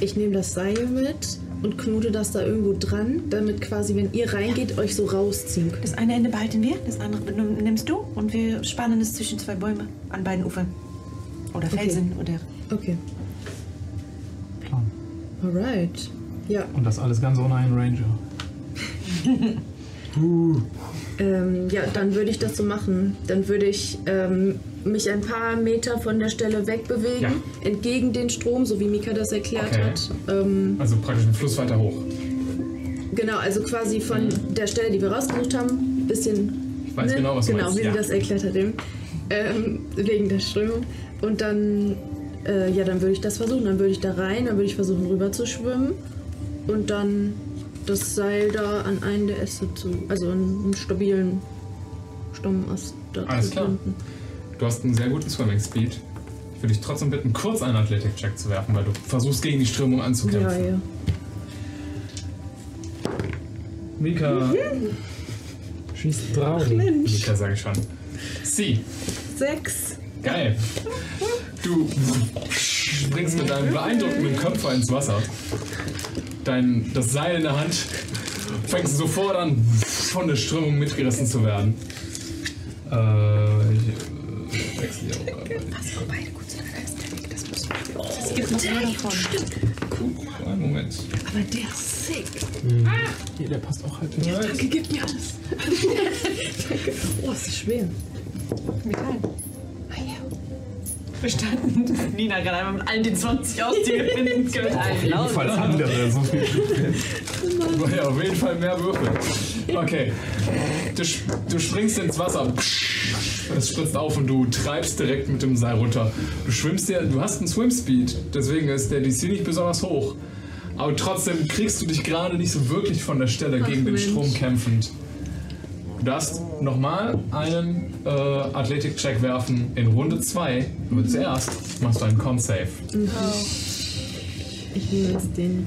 ich nehme das Seil mit und knote das da irgendwo dran, damit quasi, wenn ihr reingeht, euch so rausziehen könnt.
Das eine Ende behalten wir, das andere nimm- nimmst du und wir spannen es zwischen zwei Bäume an beiden Ufern. Oder
Okay.
Felsen oder.
Okay.
Plan.
Alright. Ja.
Und das alles ganz ohne einen Ranger.
Ähm, ja, dann würde ich das so machen. Dann würde ich ähm, mich ein paar Meter von der Stelle wegbewegen, entgegen den Strom, so wie Mika das erklärt
Okay.
hat. Ähm,
Also praktisch den Fluss weiter hoch.
genau, also quasi von der Stelle, die wir rausgesucht haben, ein bisschen.
Ich weiß genau, was du
Genau,
meinst,
wie
ja.
sie das erklärt hat eben. Ähm, wegen der Strömung. Und dann, äh, ja, dann würde ich das versuchen. Dann würde ich da rein, dann würde ich versuchen, rüber zu schwimmen. Und dann das Seil da an einen der Äste zu. Also einen stabilen Stammast da
Alles
zu
klar.
binden.
Du hast einen sehr guten Swimming Speed. Ich würde dich trotzdem bitten, kurz einen Athletic-Check zu werfen, weil du versuchst, gegen die Strömung anzukämpfen.
Ja, ja.
Mika.
Schieß drauf.
Mika, sage ich schon. Sie.
Sechs.
Geil. Du springst mit deinem beeindruckenden Körper ins Wasser. Dein, das Seil in der Hand. Fängst sofort an, von der Strömung mitgerissen zu werden. Äh, ich äh, wechsle hier auch.
Pass auf, beide gut sind als der Weg, das muss Es
gibt noch mehr davon.
Stimmt.
Einen Moment.
Aber der ist sick.
Ah! Hier, der passt auch halt.
Ja, danke, gib mir alles. danke.
[LAUGHS] Oh, es ist schwer. Ah,
Metall. Verstanden. Nina gerade einmal mit allen den 20 aus, die wir
[LAUGHS]
finden können.
Jedenfalls andere. So viel. Ja, auf jeden Fall mehr Würfel. Okay. Du, sch- du springst ins Wasser. Es spritzt auf und du treibst direkt mit dem Seil runter. Du schwimmst ja, du hast einen Swimspeed, deswegen ist der DC nicht besonders hoch. Aber trotzdem kriegst du dich gerade nicht so wirklich von der Stelle
Ach,
gegen den
Mensch.
Strom kämpfend. Du darfst nochmal einen äh, Athletik-Check werfen in Runde 2. Aber zuerst machst du einen Con-Save.
Mhm. Ich nehme jetzt den.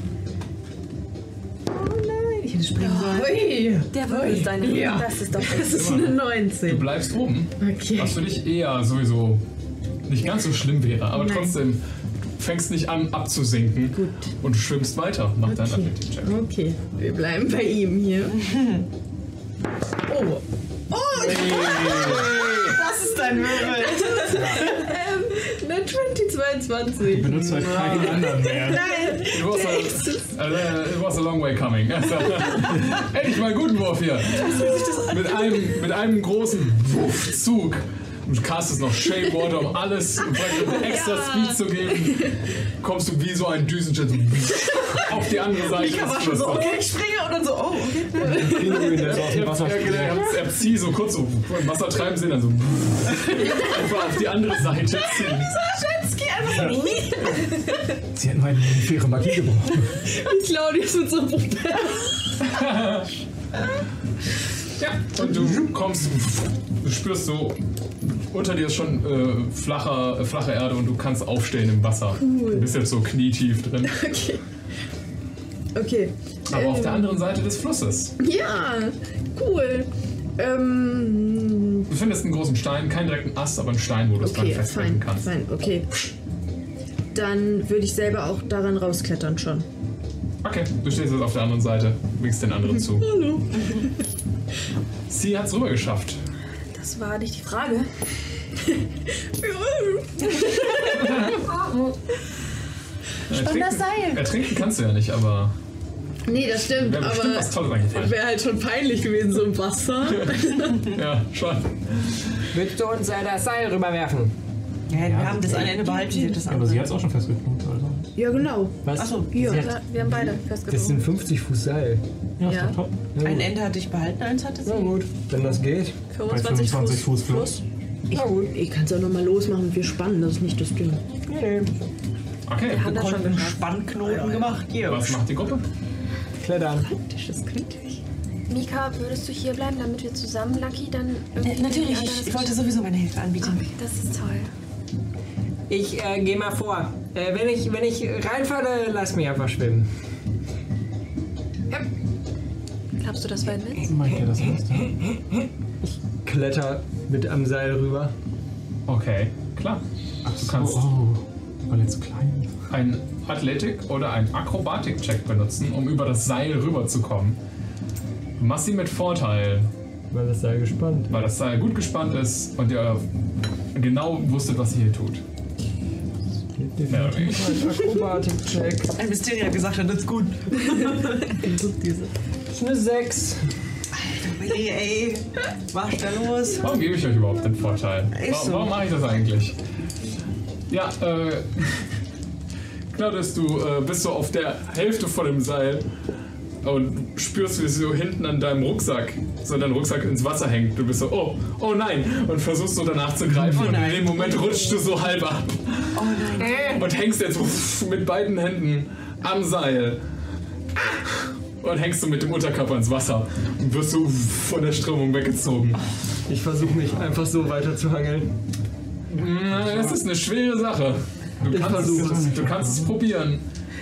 Oh nein, ich hätte springen sollen.
Der Würfel ist deine
Ja.
Das ist doch
Das ist eine 19.
Du bleibst oben.
Okay.
Was für dich eher sowieso nicht ganz so schlimm wäre, aber
Nein.
trotzdem fängst nicht an abzusinken Gut. und du schwimmst weiter. Mach deinen
Okay.
Athletik-Check.
Okay, wir bleiben bei ihm hier. Oh. Oh!
Das ist dein Würfel.
ähm, [LAUGHS] ne 20, 22.
Benutzt halt keinen anderen mehr.
Nein.
It was, a, äh, it was a long way coming. [LAUGHS] Also, Endlich mal einen guten Wurf hier. Mit einem, mit einem großen Wuff-Zug. Du castest noch Shape Water, um alles um praktisch extra Speed zu geben. Kommst du wie so [LAUGHS] ein Düsenjet auf die andere Seite.
Mika war
des
schon so,
oh,
Flusses.
okay, ich springe und dann so, oh,
Pinguin, der
okay.
so aus dem Wasser springt. Ja, genau, er zieht so kurz so im Wasser treiben sehen, dann so einfach [LAUGHS] auf die andere Seite ziehen.
Schatski, einfach so.
Sie hätten meine faire Magie gebraucht.
Wie Claudius mit so einem Puppe.
Und du kommst, du spürst so, unter dir ist schon äh, flacher, äh, flache Erde und du kannst aufstehen im Wasser.
Cool.
Du bist jetzt so knietief drin.
Okay. Okay.
Aber auf
Ähm,
der anderen Seite des Flusses.
Ja, cool. Ähm,
Du findest einen großen Stein, keinen direkten Ast, aber einen Stein, wo du es dran
okay,
festhalten
fein,
kannst.
fein, okay. Dann würde ich selber auch daran rausklettern schon.
Okay, du stehst jetzt auf der anderen Seite, winkst den anderen zu.
Hallo.
Sie hat's rüber geschafft.
Das war nicht die
[LAUGHS]
Frage.
Ertrinken-
das Seil.
Ertrinken kannst du ja nicht, aber.
Nee, das stimmt,
Wäre bestimmt was
aber
Tolles eingefallen.
wäre halt schon peinlich gewesen, so im Wasser.
ja, schon.
Willst du uns äh, das Seil rüberwerfen?
wir haben das eine Ende behalten, sie hat das
Ja,
also
andere.
aber sie hat es auch schon festgeknotet, also.
Ja, genau.
Was?
Achso,
Ja,
sie
da-
hat-
wir haben beide festgezogen.
Das sind 50 Fuß Seil.
Ja,
Ja.
top.
Ein Ende hatte ich behalten, eins hatte sie.
Na gut, wenn das geht.
25 25 Fuß Fluss.
Ich, ich kann es auch nochmal losmachen. Wir spannen, das ist nicht das Ding.
Nee,
Okay,
wir haben da schon einen
Bannknoten gemacht hier. Was macht die Gruppe?
Klettern.
Das könnte ich.
Mika, würdest du hier bleiben, damit wir zusammen Lucky dann
Äh,
irgendwie.
Äh, Natürlich,
ein anderes
ich wollte sowieso meine Hilfe anbieten.
Das ist toll.
Ich äh, gehe mal vor. Äh, wenn, ich, wenn ich reinfalle, lass mich einfach schwimmen.
Glaubst du, das war ein Witz?
Meint ihr das ernst?
Kletter mit am Seil rüber.
Okay, klar. Du kannst
oh.
weil jetzt klein.
einen Athletik- oder einen Akrobatik-Check benutzen, um über das Seil rüberzukommen. Du machst sie mit Vorteil.
Weil das Seil gespannt ist.
Weil das Seil gut gespannt ist und ihr genau wusstet, was ihr hier tut. Mehr oder weniger.
Akrobatik-Check.
Ein Mysterio hat gesagt, das ist gut.
Das ist eine 6.
Alter, ey, ey, mach da los.
Warum gebe ich euch überhaupt den Vorteil?
Ist
Wa-
so.
Warum mache ich das eigentlich? Ja, äh. [LAUGHS] Claudius, du äh, bist so auf der Hälfte von dem Seil und spürst, wie so hinten an deinem Rucksack, so dein Rucksack ins Wasser hängt. Du bist so, oh, oh nein! Und versuchst so danach zu greifen und in dem Moment rutschst du so halb ab. Äh.
Oh nein.
Und hängst jetzt [LAUGHS] wuff, mit beiden Händen am Seil. Und hängst du mit dem Unterkörper ins Wasser und wirst so wuff, von der Strömung weggezogen.
Ich versuche mich einfach so weiter zu hangeln.
Das Äh, ist eine schwere Sache. Du
Ich
kannst, es,
versuch's.
du kannst es probieren.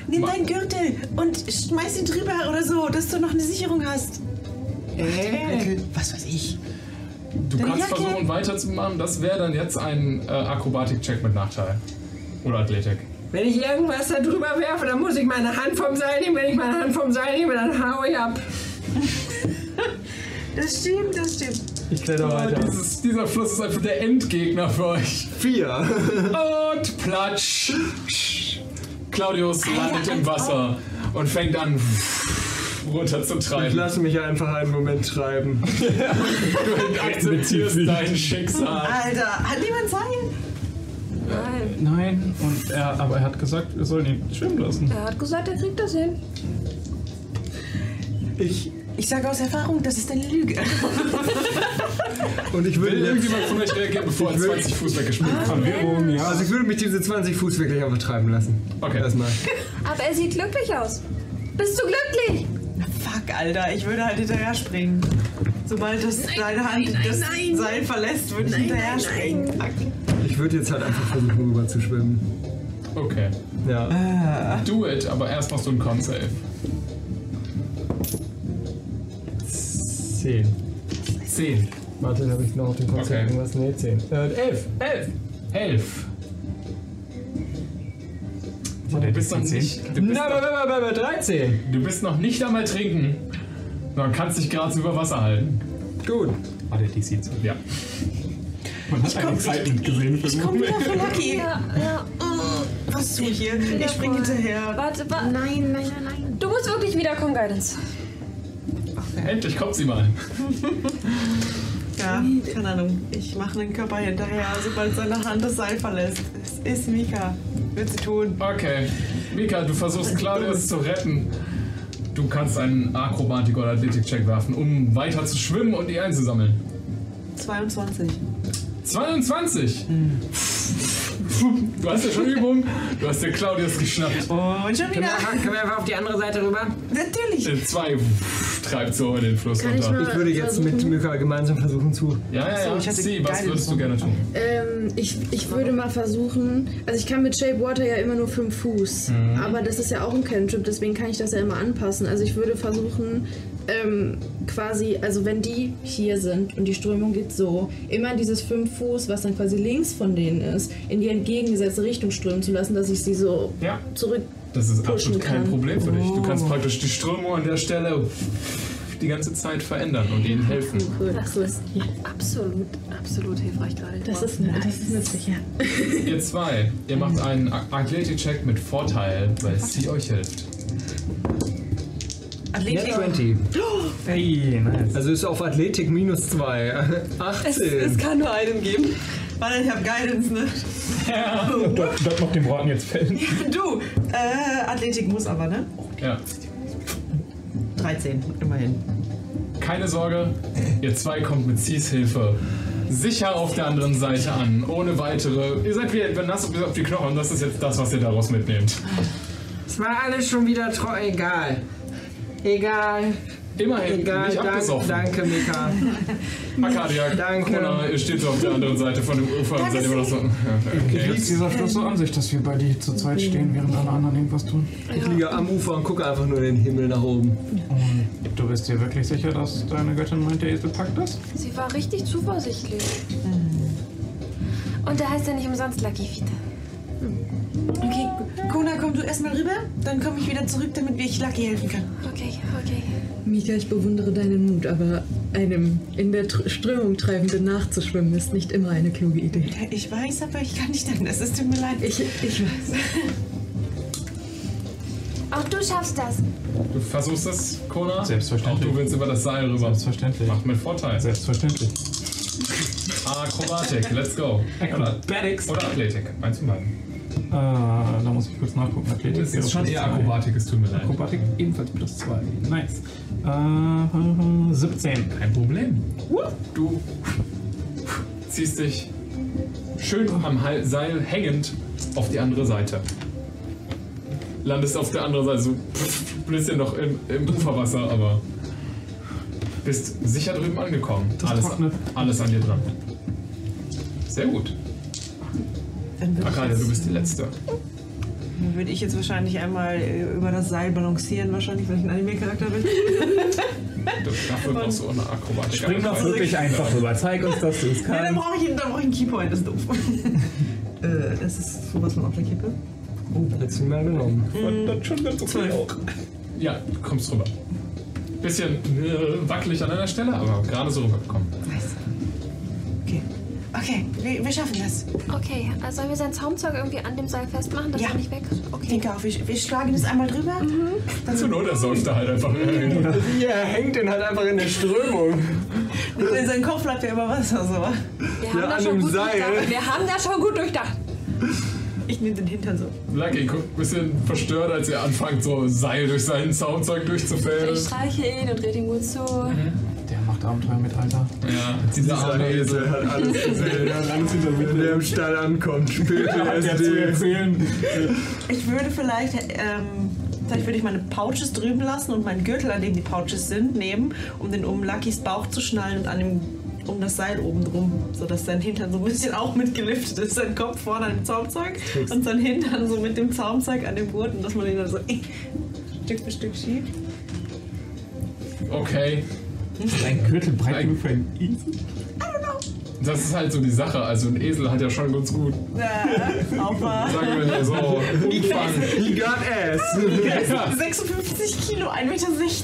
Nimm deinen Gürtel und schmeiß ihn drüber oder so, dass du noch eine Sicherung hast.
Äh.
Was weiß ich.
Du
Deine
kannst
Jacke.
versuchen weiterzumachen. Das wäre dann jetzt ein äh, Akrobatik-Check mit Nachteil. Oder Athletik.
Wenn ich irgendwas da drüber werfe, dann muss ich meine Hand vom Seil nehmen. Wenn ich meine Hand vom Seil nehme, dann hau ich ab.
Das stimmt, das stimmt.
Ich kletter
Ah,
weiter.
dieses, dieser Fluss ist einfach der Endgegner für euch.
Vier.
Und platsch. Claudius landet im Wasser und fängt an runterzutreiben.
Ich lasse mich einfach einen Moment treiben.
Du akzeptierst dein Schicksal.
Alter, hat niemand sein?
Nein.
Nein, und er, aber er hat gesagt, wir sollen ihn schwimmen lassen.
Er hat gesagt, er kriegt das hin.
Ich.
Ich sage aus Erfahrung, das ist eine Lüge. [LAUGHS]
Und ich würde.
Will
jetzt-
irgendjemand von euch reagieren, bevor er
Ich will-
20 Fuß weggespielt wird?
Verwirrung, ja. Also ich würde mich diese 20 Fuß wirklich einfach treiben lassen. Okay. Erstmal.
Aber er sieht glücklich aus. Bist du glücklich?
Fuck, Alter, ich würde halt hinterher springen. Sobald das deine Hand das Seil verlässt, würde ich hinterher springen. Fuck.
Ich würde jetzt halt einfach versuchen, rüber zu schwimmen.
Okay.
Äh.
Ja.
Do it, aber erst machst du einen Con-Save.
10.
10.
Warte, habe ich noch auf dem Kopf
Okay.
irgendwas? Nee, 10. Äh, 11.
11. 11. Du bist noch nicht. Du bist,
Na,
noch,
aber, aber, aber 13.
du bist noch nicht einmal trinken. Man kannst dich gerade so über Wasser halten.
Gut.
War der DC zu?
Ja.
Man hat einen Excitement gesehen für
Ich
den
komme wieder
Moment.
für Lucky.
Ja, ja.
Was tue ich hier? Ich springe hinterher.
Warte, warte.
Nein, nein, nein, nein.
Du musst wirklich wiederkommen, Guidance.
Endlich kommt sie mal.
Ja, keine Ahnung. Ich mache einen Körper hinterher, sobald seine Hand das Seil verlässt. Es ist Mika. Wird sie tun.
Okay. Mika, du versuchst Claudius zu retten. Du kannst einen Akrobatik- oder Athletik-Check werfen, um weiter zu schwimmen und die einzusammeln.
22.
22! Du hast ja schon Übung. Du hast dir Claudius geschnappt.
Und schon
Können
wieder.
Genau.
wir, können wir einfach auf die andere Seite rüber?
Natürlich.
In zwei treibt so in den Fluss
Kann ich
runter.
mal- also,
Ich würde jetzt mit Mika gemeinsam versuchen zu.
Ja, ja, ja.
Achso, ich hatte
Sie, was
geile
würdest du gerne tun?
Ähm, ich, ich würde mal versuchen, also ich kann mit Shape Water ja immer nur 5 Fuß,
Mhm.
aber das ist ja auch ein Cantrip, deswegen kann ich das ja immer anpassen. Also ich würde versuchen, ähm, quasi, also wenn die hier sind und die Strömung geht so, immer dieses 5 Fuß, was dann quasi links von denen ist, in die entgegengesetzte Richtung strömen zu lassen, dass ich sie so
Ja.
zurück.
Das ist absolut
Pushen
kein
kann. Oh.
Problem für dich. Du kannst praktisch die Strömung an der Stelle die ganze Zeit verändern und ihnen helfen.
Das ist absolut, absolut hilfreich gerade.
Das ist, das ist nützlich, ja.
Ihr zwei, ihr macht einen A- Athletik-Check mit Vorteil, weil sie euch hilft.
Athletik.
Net 20.
Hey, nice.
[LAUGHS]
Also ist auf Athletik minus 2. 18.
Es, es kann nur einen geben. Warte, ich hab Guidance, ne?
Ja. Das, das macht dem Braten jetzt fällen.
Du, äh, Athletik muss aber, ne?
Ja.
13, immerhin.
Keine Sorge, ihr zwei kommt mit Cis Hilfe sicher auf der anderen Seite an, ohne weitere. Ihr seid wie etwa nass bis auf die Knochen und das ist jetzt das, was ihr daraus mitnehmt.
Es war alles schon wieder treu. Egal. Egal.
Immerhin,
Egal.
nicht abgesoffen.
danke, Mika.
Arcadia,
Danke.
Corona, ihr steht so auf der anderen Seite von dem Ufer und seid immer noch so. Ja,
Wie
Okay.
liegt dieser Schluss so an sich, dass wir beide hier zu zweit stehen, während alle anderen irgendwas tun?
Ich liege am Ufer und gucke einfach nur den Himmel nach oben.
Und du bist dir wirklich sicher, dass deine Göttin meint, der Esel packt das?
Sie war richtig zuversichtlich. Mhm. Und der heißt ja nicht umsonst Lucky Vita.
Okay, Kona, komm du erstmal rüber, dann komme ich wieder zurück, damit ich Lucky helfen kann.
Okay, okay.
Mika, ich bewundere deinen Mut, aber einem in der Tr Strömung Treibenden nachzuschwimmen ist nicht immer eine kluge Idee.
Ich weiß, aber ich kann nicht anders. Es tut mir leid.
Ich, ich weiß.
Auch du schaffst das.
Du versuchst es, Kona? Selbstverständlich. Auch du willst über das Seil rüber. Selbstverständlich. Macht mit Vorteil.
Selbstverständlich.
Akrobatik, let's go.
Acrobatics.
Oder Athletik, eins von beiden.
Äh, da muss ich kurz nachgucken. Athletik
Das ist
wäre
schon
plus
eher
zwei.
Akrobatik, es tut mir leid.
Akrobatik ebenfalls plus 2. Nice. Äh, 17.
Kein Problem. Du ziehst dich schön am Hal- Seil hängend auf die andere Seite. Landest auf der anderen Seite so ein bisschen noch im, im Uferwasser, aber bist sicher drüben angekommen. Alles, alles an dir dran. Sehr gut.
Dann würde ich,
Akadia, du bist die Letzte.
dann würd ich jetzt wahrscheinlich einmal äh, über das Seil balancieren, wahrscheinlich, weil ich ein Anime-Charakter bin.
Dafür brauchst du auch eine Akrobatik. Also
Spring doch wirklich einfach rüber. Zeig uns, dass du es
[LAUGHS]
Ja, dann
kannst.
brauche ich, dann brauch ich einen Keypoint, das ist doof. [LAUGHS] äh, das ist sowas von auf der Kippe.
Oh, letztes Mal genommen.
Verdammt,
schon ganz okay Ja, du kommst rüber. Bisschen äh, wackelig an einer Stelle, aber gerade so rübergekommen.
Okay, wir, schaffen das. Okay, äh, sollen wir sein Zaumzeug irgendwie an dem Seil festmachen, dass er nicht weg? Okay. Denke auch, wir, schlagen das einmal drüber.
Mhm.
Zu Not, er säuft da halt
[LAUGHS]
einfach.
Genau. Ja, hängt den halt einfach in der Strömung.
Sein Kopf bleibt ja über Wasser, so.
Wir haben, da schon gut durchdacht. wir haben das schon gut durchdacht.
Ich nehme den Hintern so.
Lucky guckt ein bisschen verstört, als ihr anfangt, so Seil durch seinen Zaunzeug durchzufällen.
Ich streiche ihn und rede ihm gut zu.
Der macht Abenteuer mit, Alter.
Ja, dieser arme Esel
hat alles
[LAUGHS]
gesehen. Er hat alles hinter mir. Wenn der im Stall ankommt, spielt er
Der zu erzählen.
Ich würde vielleicht, ähm, vielleicht würde ich meine Pouches drüben lassen und meinen Gürtel, an dem die Pouches sind, nehmen, um den um Luckys Bauch zu schnallen und an dem um das Seil oben drum, sodass sein Hintern so ein bisschen auch mitgeliftet ist. Sein Kopf vorne an dem Zaumzeug und sein Hintern so mit dem Zaumzeug an dem Gurten, dass man ihn dann so Stück für Stück schiebt.
Okay.
Dein Gürtel breit genug für einen Esel?
Das ist halt so die Sache. Also ein Esel hat ja schon ganz gut.
Äh, Aufwand.
Sagen wir
[LAUGHS]
mal so. Umfang.
He got ass.
Ja.
56 Kilo, 1,60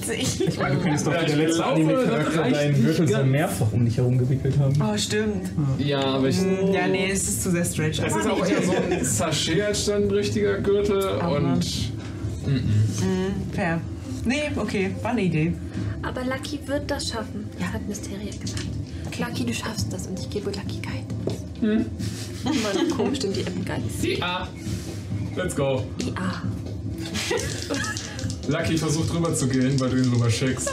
Meter. Ich
Also Du könntest doch
Ja,
wie der
ich glaube,
letzte
das
Anime-Charakter
reicht
deinen Gürtel so mehrfach um dich herum gewickelt haben.
Oh, stimmt.
Ja, aber ich.
Oh.
Ja, nee, es ist zu sehr stretch.
Es ist auch eher so ein Sachet als dann ein richtiger Gürtel und.
Mhm, fair. Nee, okay, war eine Idee.
Aber Lucky wird das schaffen, ja. hat Mysteria gesagt. Lucky, du schaffst das und ich gebe Lucky Guide.
Hm? [LAUGHS] Mann, komisch, stimmt die App geil.
Ja. Let's go.
Ja.
[LAUGHS] Lucky versucht rüber zu gehen, weil du ihn rüber schickst.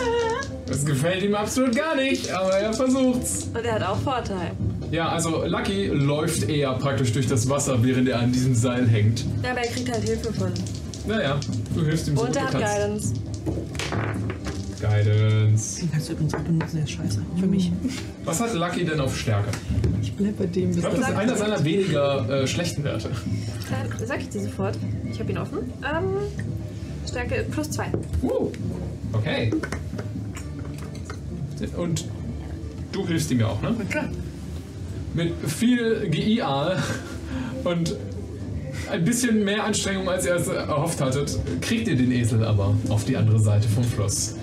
Es gefällt ihm absolut gar nicht, aber er versucht's.
Und er hat auch Vorteil.
Ja, also Lucky läuft eher praktisch durch das Wasser, während er an diesem Seil hängt.
Ja, aber er kriegt halt Hilfe von.
Naja, du hilfst ihm so
Und
gut
er hat
du
Guidance.
kannst. Guidance.
Den kannst du übrigens auch benutzen, der ist scheiße. Für mich.
Was hat Lucky denn auf Stärke?
Ich bleib bei dem.
Ich
bis
glaube,
das
das ist einer seiner weniger äh, schlechten Werte.
Äh, sag ich dir sofort. Ich habe ihn offen. Ähm, Stärke plus zwei.
Uh, okay. Und du hilfst ihm ja auch, ne?
Klar.
Mit viel GIA und ein bisschen mehr Anstrengung, als ihr es erhofft hattet, kriegt ihr den Esel aber auf die andere Seite vom Fluss.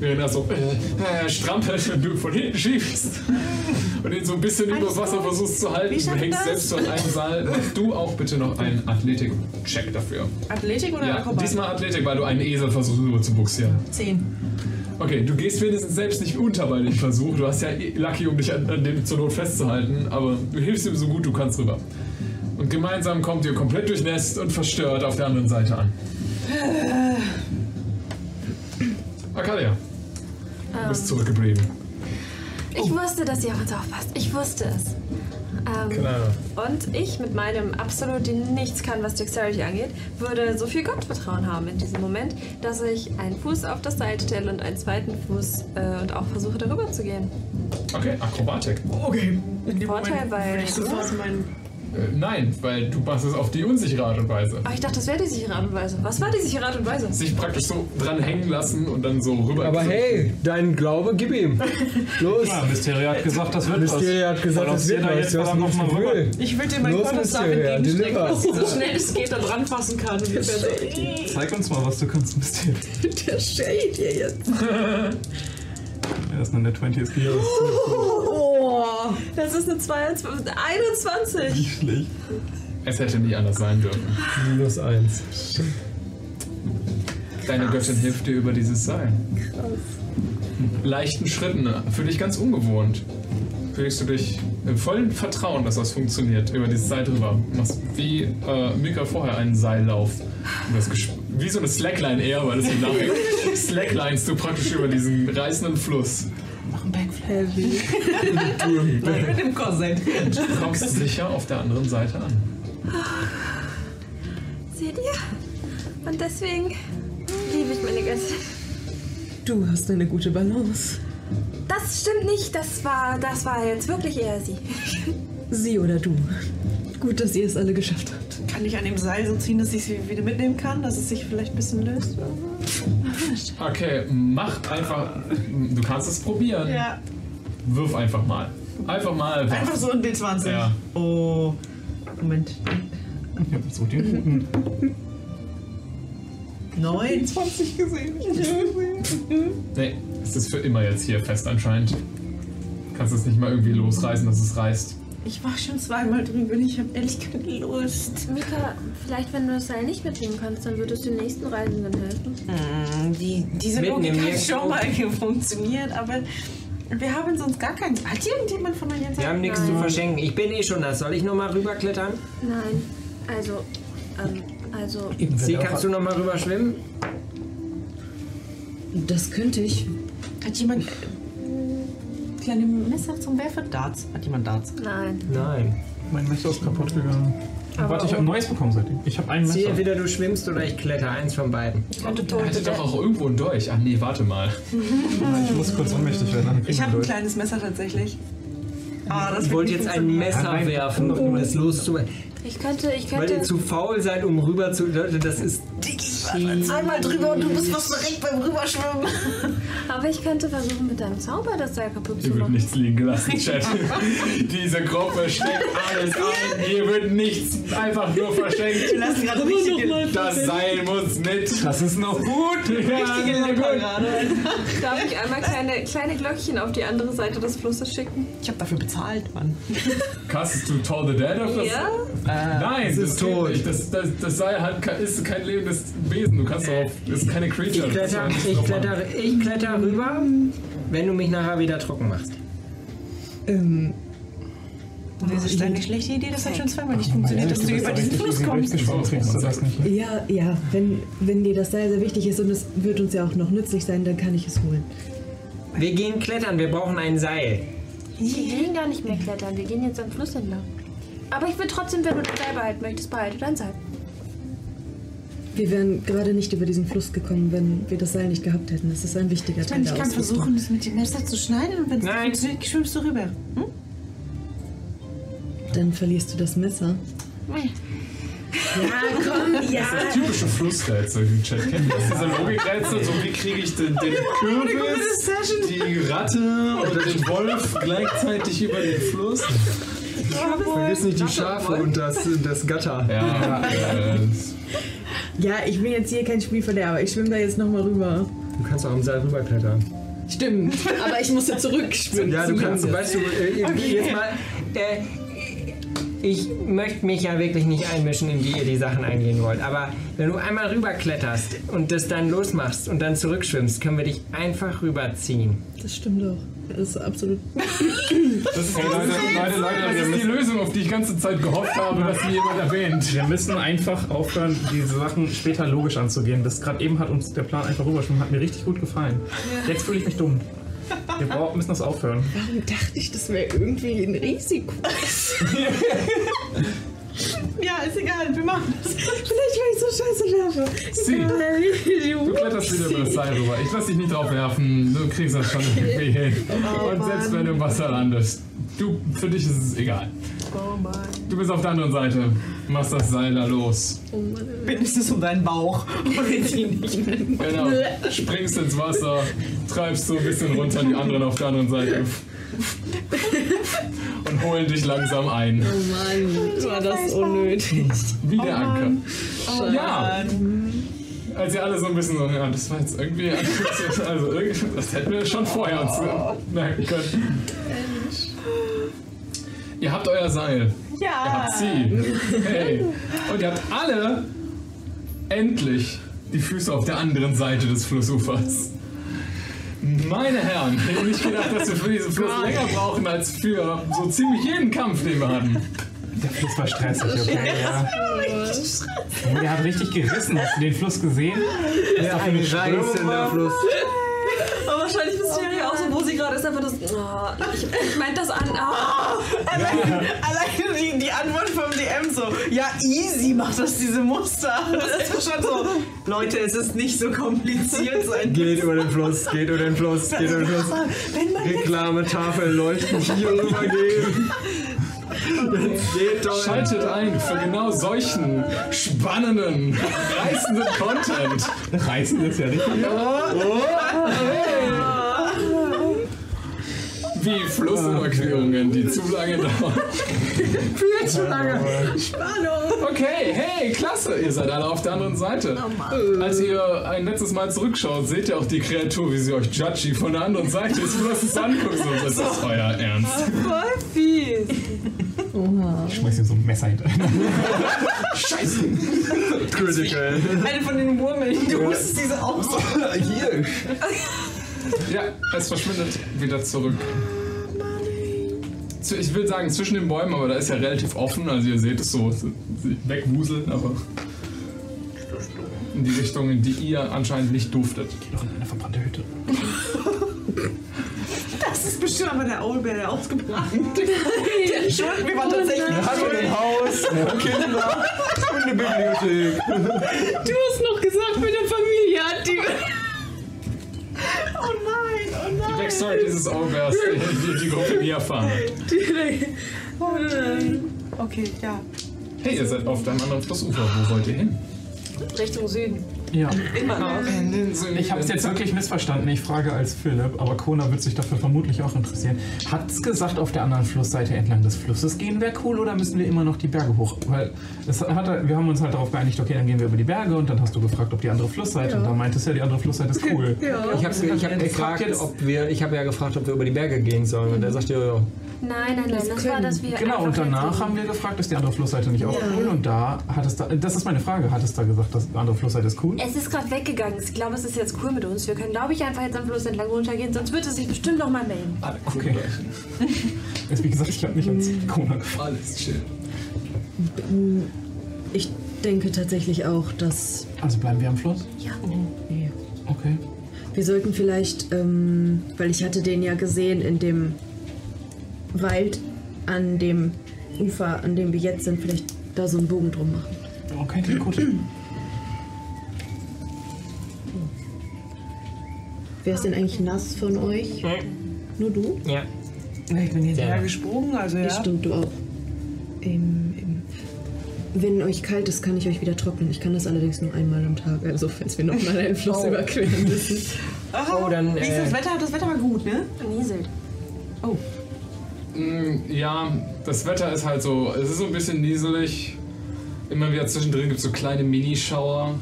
Irena so äh, äh, strampelt, wenn du von hinten schiebst und ihn so ein bisschen
Alles
übers Wasser
gut.
versuchst zu halten.
Wir
Du
schaffen
hängst
das.
selbst an einem Seil. Mach du auch bitte noch einen Athletik-Check dafür.
Athletik oder
Ja,
Akrobatik?
diesmal Athletik, weil du einen Esel versuchst rüber zu buxieren.
Zehn.
Okay, du gehst wenigstens selbst nicht unter bei dem Versuch. Du hast ja eh Lucky, um dich an, an dem zur Not festzuhalten, aber du hilfst ihm so gut du kannst rüber. Und gemeinsam kommt ihr komplett durchnässt und verstört auf der anderen Seite an. Arcadia, du bist zurückgeblieben.
Ich wusste, dass ihr auf uns aufpasst. Ich wusste es. Ähm,
Klar.
Und ich mit meinem absolut nichts kann, was Dexterity angeht, würde so viel Gottvertrauen haben in diesem Moment, dass ich einen Fuß auf das Seil stelle und einen zweiten Fuß äh, und auch versuche darüber zu gehen.
Okay, Akrobatik.
Okay. Mit Vorteil, weil.
Äh, nein, weil du machst es auf die unsichere Art und Weise.
Ah, ich dachte, das wäre die sichere Art und Weise. Was war die sichere Art und Weise?
Sich praktisch so dran hängen lassen und dann so rüber.
Aber hey, dein Glaube, gib ihm. Los.
Ja, Ah, Mysterio hat gesagt, das wird was.
Mysterio hat gesagt,
Voll auf
das wird
Sena
was.
jetzt
Du hast
aber
ein
noch mal
Gefühl.
rüber.
Ich würde dir mein
Los,
Gottesarm
Mysterio,
entgegenstecken,
deliver.
dass ich so schnell es geht da dran fassen kann. Und ungefähr so, äh,
Zeig uns mal, was du kannst, Mysterio.
Der Shade hier
[LAUGHS]
jetzt.
Er ist noch in der 20th Year.
Oh, das ist eine 22, 21.
schlecht. Es hätte nie anders sein dürfen.
Minus eins.
Deine Göttin hilft dir über dieses Seil.
Krass.
Leichten Schritten, für dich ganz ungewohnt. Fühlst du dich im vollen Vertrauen, dass das funktioniert, über dieses Seil drüber. Machst wie äh, Mika vorher einen Seillauf. Und das gesp- wie so eine Slackline eher, weil es so lang
[LAUGHS]
ist. Slacklinest du praktisch über diesen reißenden Fluss.
Mach einen Backflip. Heavy. Nein, mit dem Korsett.
Du kommst sicher auf der anderen Seite an.
Seht ihr? Und deswegen liebe ich meine Göttin.
Du hast eine gute Balance.
Das stimmt nicht. Das war, das war jetzt wirklich eher sie.
Sie oder du. Gut, dass ihr es alle geschafft habt.
Kann ich an dem Seil so ziehen, dass ich sie wieder mitnehmen kann, dass es sich vielleicht ein bisschen löst?
Okay, mach einfach. Du kannst es probieren.
Ja.
Wirf einfach mal. Einfach mal. werfen.
Einfach so ein D20.
Ja.
Oh. Moment.
Ich hab so den guten.
9.
20 gesehen.
Nee, es ist für immer jetzt hier fest anscheinend. Kannst es nicht mal irgendwie losreißen, dass es reißt.
Ich war schon zweimal drüben und ich habe ehrlich keine Lust.
Mika, vielleicht wenn du das Seil nicht mitnehmen kannst, dann würdest du den nächsten Reisenden helfen.
Die, diese
Mitnehmen
Logik
wir.
hat schon mal hier funktioniert, aber wir haben sonst gar keinen. Hat irgendjemand von euch jetzt
Wir haben nichts zu verschenken. Ich bin eh schon nass. Soll ich nochmal rüberklettern?
Nein, also, ähm, also.
Sie, kannst du nochmal rüber schwimmen?
Das könnte ich.
Hat jemand. Kleine Messer zum Werfen? Darts. Hat jemand Darts?
Nein.
Nein.
Mein Messer ist kaputt gegangen.
Aber
Warte, ich
auch-
habe ein neues bekommen seitdem. Ich habe ein
Sie,
Messer.
entweder du schwimmst oder ich kletter. Eins von beiden.
Oh,
Er hätte doch auch irgendwo einen Dolch. Ach nee, warte mal.
Ich muss kurz ohnmächtig werden. dann kriegen
Ich
wir
habe ein
durch.
kleines Messer tatsächlich. Ah, das
Ich
wird
wollte
nicht
jetzt ein Messer
funktionieren.
werfen, um das loszuwerden.
Ich könnte, ich
Weil
könnte.
ihr zu faul seid, um rüber zu. Leute, das ist.
Einmal drüber und du bist was direkt beim Rüberschwimmen.
Aber ich könnte versuchen, mit deinem Zauber das Seil kaputt zu
Hier wird
machen.
nichts liegen gelassen,
[LAUGHS]
Chat. Diese Gruppe steckt alles ein. Hier wird nichts einfach nur verschenkt.
[LAUGHS] Wir lassen [LAUGHS] gerade richtige-
Das Seil muss mit. Das ist noch gut.
Richtige Lecker gerade.
Darf ich einmal kleine, kleine Glöckchen auf die andere Seite des Flusses schicken?
Ich habe dafür bezahlt, Mann.
Castest du Toll the Dead auf das?
Ja.
Nein,
es
das
ist
geht
tot.
nicht. Das, das, das Seil hat, ke- ist kein lebendes Wesen. Du kannst doch. Ist keine Creature.
Ich kletter,
Das ist
ich
doch mal-
kletter, ich kletter rüber, wenn du mich nachher wieder trocken machst.
Ähm.
Das ist eine schlechte Idee, das hat schon zweimal nicht funktioniert, dass du
das
über
ist
diesen
richtig
Fluss
gut
kommst.
geschwommen, kriegst du das nicht.
Ja, ja, wenn, wenn dir das Seil sehr wichtig ist und es wird uns ja auch noch nützlich sein, dann kann ich es holen.
Wir gehen klettern, wir brauchen ein Seil.
Wir gehen gar nicht mehr klettern, wir gehen jetzt am Fluss entlang. Aber ich will trotzdem, wenn du dein Seil behalten möchtest, behalte dein Seil.
Wir wären gerade nicht über diesen Fluss gekommen, wenn wir das Seil nicht gehabt hätten. Das ist ein wichtiger
Ich meine,
Teil
ich
der
kann
Ausrüstung.
versuchen, das mit dem Messer zu schneiden und wenn es nicht funktioniert, schwimmst du rüber.
Dann verlierst du das Messer.
Ja, komm, ja.
Das typische Flussrätsel, die Chat kennt das. Diese Logikrätsel, so wie kriege ich den, den Kürbis, die Ratte oder den Wolf gleichzeitig über den Fluss?
Vergiss nicht die Schafe und das, das Gatter.
Ja, äh, [LAUGHS]
Ja, ich bin jetzt hier kein Spielverderber. Ich schwimme da jetzt nochmal rüber.
Du kannst auch am Seil rüberklettern.
Stimmt, [LAUGHS] aber ich muss ja zurückschwimmen.
Ja, du kannst, weißt du, äh,
Okay.
jetzt mal.
Äh, ich möchte mich ja wirklich nicht einmischen, in wie ihr die Sachen eingehen wollt. Aber wenn du einmal rüberkletterst und das dann losmachst und dann zurückschwimmst, können wir dich einfach rüberziehen.
Das stimmt doch. Das ist absolut.
Das ist, Leute, Leute, Leute, das ist die Lösung, auf die ich ganze Zeit gehofft habe, dass sie jemand erwähnt.
Wir müssen einfach aufhören, diese Sachen später logisch anzugehen. Das gerade eben hat uns der Plan einfach rüberschwimmen, hat mir richtig gut gefallen. Jetzt fühle ich mich dumm. Wir brauchen- müssen das aufhören.
Warum dachte ich, das wäre irgendwie ein Risiko?
Ja, ist egal, wir machen [LAUGHS] das.
Vielleicht, weil ich so scheiße laufe.
Sie.
Äh,
Du kletterst wieder über das Seil rüber. Ich lass dich nicht drauf werfen. Du kriegst das schon irgendwie
[LAUGHS]
hin.
Oh,
Und selbst
Mann.
wenn du im Wasser landest, du, für dich ist es egal.
Oh Mann.
Du bist auf der anderen Seite. Machst das Seil da los.
Bindest es um deinen Bauch und wir ziehen nicht mehr.
Genau. Springst ins Wasser, treibst so ein bisschen runter, die anderen auf der anderen
[LAUGHS]
Seite. Und holen dich langsam ein.
Oh Mann, war das unnötig.
Wie der Anker.
Oh
ja. Als ihr alle so ein bisschen so, ja, das war jetzt irgendwie, also irgendwie, das hätten wir schon vorher uns merken können. Ihr habt euer Seil.
Ja.
Ihr habt sie. Hey. Und ihr habt alle endlich die Füße auf der anderen Seite des Flussufers. Meine Herren, ich hätte nicht gedacht, dass wir für diesen Fluss länger brauchen als für so ziemlich jeden Kampf, den wir hatten.
Der Fluss war stressig, okay? Ja.
Richtig
Der hat richtig gerissen. Hast du den Fluss gesehen? Was da für eine Strömung war?
Aber wahrscheinlich ist
Oh
Thierry auch so, wo sie gerade ist, einfach das. ah, ich ich meinte das an. ah.
Alleine die, die Antwort vom DM so, ja, easy macht das diese Muster. [LAUGHS] Das ist schon so, Leute, es ist nicht so [LAUGHS] kompliziert sein.
Geht über den Fluss, geht über den Fluss, geht über den Fluss.
Wenn man
Reklametafel leuchten, hier rübergehen.
Geht doch. Schaltet ein für genau solchen spannenden, reißenden Content.
Reißen ist ja nicht.
Wie Flussevakuierungen, die zu lange dauern.
Viel zu lange.
Spannung. Okay, hey, klasse. Ihr seid alle auf der anderen Seite. Als ihr ein letztes Mal zurückschaut, seht ihr auch die Kreatur, wie sie euch judgy von der anderen Seite des Flusses anguckt. So, das ist euer Ernst.
Voll fies.
Oha.
Ich schmeiß dir so ein Messer hinter.
Scheiße.
Critical.
Eine von den Wurmeln. Du
Ja.
musstest diese auch so.
Hier.
Ja, es verschwindet wieder zurück. Zu- Ich will sagen, zwischen den Bäumen, aber da ist ja relativ offen. Also ihr seht es so, sie sie wegwuseln, aber in die Richtung, in die ihr anscheinend nicht duftet. Geht doch in eine verbrannte Hütte.
Das ist bestimmt aber der Owlbear, der ausgebrannt [LAUGHS] Der Schuld, wir waren tatsächlich
Wir hatten
[LAUGHS]
ein Haus, Kinder und eine Bibliothek.
Du hast noch gesagt, mit der Familie hat die. Oh nein, oh nein.
Die Backstory dieses Ogres, die die Gruppe nie erfahren hat.
Okay. okay, ja.
Hey, ihr seid auf deinem anderen Flussufer. Wo wollt ihr hin?
Richtung Süden.
Ja.
Immer noch.
Ich habe es jetzt wirklich missverstanden. Ich frage als Philipp, aber Kona wird sich dafür vermutlich auch interessieren. Hat's gesagt, auf der anderen Flussseite entlang des Flusses gehen wäre cool oder müssen wir immer noch die Berge hoch? Weil es hat, wir haben uns halt darauf geeinigt, okay, dann gehen wir über die Berge und dann hast du gefragt, ob die andere Flussseite.
Ja.
Und da meintest du ja, die andere Flussseite ist cool.
Ich habe ich hab gefragt, ob wir, ich habe ja gefragt, ob wir über die Berge gehen sollen und er sagte, ja, ja.
Nein, nein, nein, das, war,
können.
dass wir.
Genau, und
einfach
halt
danach
jetzt-
haben wir gefragt, ist die andere Flussseite nicht auch cool? Und da hat es da, das ist meine Frage, hat es da gesagt, dass die andere Flussseite ist cool?
Es ist gerade weggegangen. Ich glaube, es ist jetzt cool mit uns. Wir können, glaube ich, einfach jetzt am Fluss entlang runtergehen, sonst wird es sich bestimmt noch mal melden.
Okay. Wie gesagt, ich habe
[LAUGHS]
nicht ans Kona gefragt.
Alles chill.
Ich denke tatsächlich auch, dass.
Also bleiben wir am Fluss?
Ja.
Okay.
Wir sollten vielleicht, ähm, weil ich hatte den ja gesehen in dem Wald an dem Ufer, an dem wir jetzt sind, vielleicht da so einen Bogen drum machen.
Okay, gut.
Wer ist denn eigentlich nass von euch? Nur du?
Ja.
Ich bin
hinterher Ja.
gesprungen,
also ja.
Stimmt, du auch. Ähm, ähm. Wenn euch kalt ist, kann ich euch wieder trocknen. Ich kann das allerdings nur einmal am Tag, also falls wir nochmal einen [LAUGHS] Fluss
Oh.
überqueren müssen.
Aha,
Oh, dann,
Wie ist das
äh,
Wetter? Das Wetter war gut, ne?
Nieselt.
Oh.
Mm, Ja, das Wetter ist halt so, es ist so ein bisschen nieselig. Immer wieder zwischendrin gibt es so kleine Minischauer.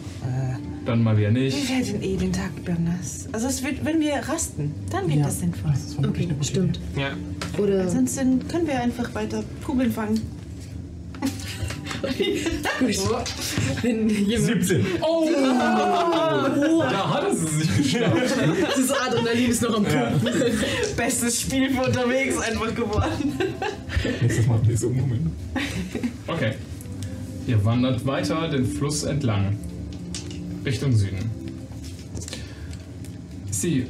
dann mal wieder nicht.
Wir werden eh den Tag über nass. Also es wird, wenn wir rasten, dann wird
Ja,
das sinnvoll.
Okay, Also- stimmt.
Ja.
Oder
Ansonsten können wir einfach weiter Kugeln fangen.
wenn jemand...
17. Oh! Da hat es sich geschafft.
Das Adrenalin ist noch am Pumpen.
Bestes Spiel für unterwegs einfach geworden.
Nächstes Mal nicht so umgummeln. Okay. Ihr wandert weiter den Fluss entlang. Richtung Süden. Sie,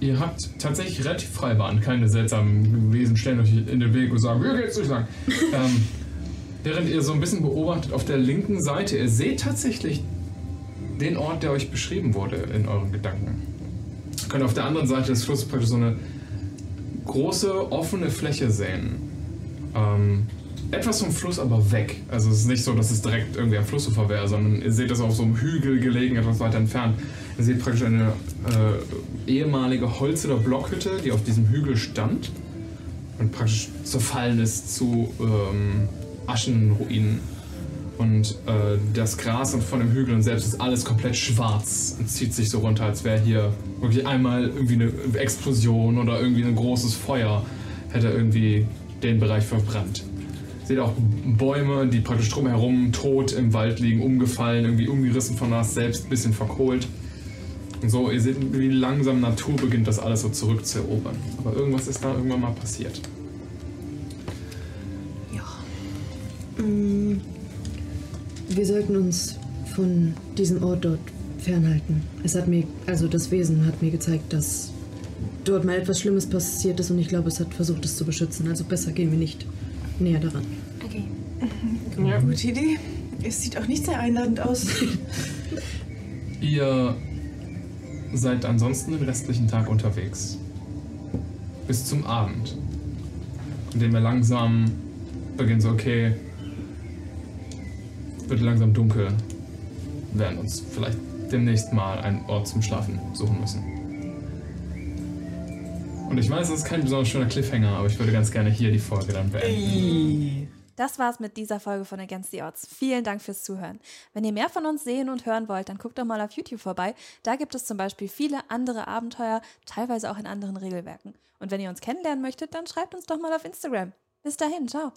ihr habt tatsächlich relativ freie Bahn. Keine seltsamen Wesen stellen euch in den Weg und sagen, wir gehen jetzt nicht lang. ähm, während ihr so ein bisschen beobachtet, auf der linken Seite, ihr seht tatsächlich den Ort, der euch beschrieben wurde in euren Gedanken. Ihr könnt auf der anderen Seite des Flusses praktisch so eine große offene Fläche sehen. Ähm, etwas vom Fluss aber weg. Also es ist nicht so, dass es direkt irgendwie am Flussufer wäre, sondern ihr seht das auf so einem Hügel gelegen, etwas weiter entfernt. Ihr seht praktisch eine äh, ehemalige Holz- oder Blockhütte, die auf diesem Hügel stand und praktisch zerfallen ist zu ähm, Aschenruinen. Und äh, das Gras von dem Hügel und selbst ist alles komplett schwarz und zieht sich so runter, als wäre hier wirklich einmal irgendwie eine Explosion oder irgendwie ein großes Feuer hätte irgendwie den Bereich verbrannt. Seht auch Bäume, die praktisch drumherum tot im Wald liegen, umgefallen, irgendwie umgerissen von Nas selbst, ein bisschen verkohlt. Und so, ihr seht, wie langsam Natur beginnt, das alles so zurückzuerobern. Aber irgendwas ist da irgendwann mal passiert.
Mm, Wir sollten uns von diesem Ort dort fernhalten. Es hat mir, also das Wesen hat mir gezeigt, dass dort mal etwas Schlimmes passiert ist und ich glaube, es hat versucht, es zu beschützen. Also besser gehen wir nicht näher daran.
Okay.
Ja. Gute Idee. Es sieht auch nicht sehr einladend aus.
Ihr seid ansonsten den restlichen Tag unterwegs. Bis zum Abend. Indem ihr langsam beginnt so, okay, wird langsam dunkel. Wir werden uns vielleicht demnächst mal einen Ort zum Schlafen suchen müssen. Und ich weiß, das ist kein besonders schöner Cliffhanger, aber ich würde ganz gerne hier die Folge dann beenden.
Das war's mit dieser Folge von Against the Odds. Vielen Dank fürs Zuhören. Wenn ihr mehr von uns sehen und hören wollt, dann guckt doch mal auf YouTube vorbei. Da gibt es zum Beispiel viele andere Abenteuer, teilweise auch in anderen Regelwerken. Und wenn ihr uns kennenlernen möchtet, dann schreibt uns doch mal auf Instagram. Bis dahin, ciao.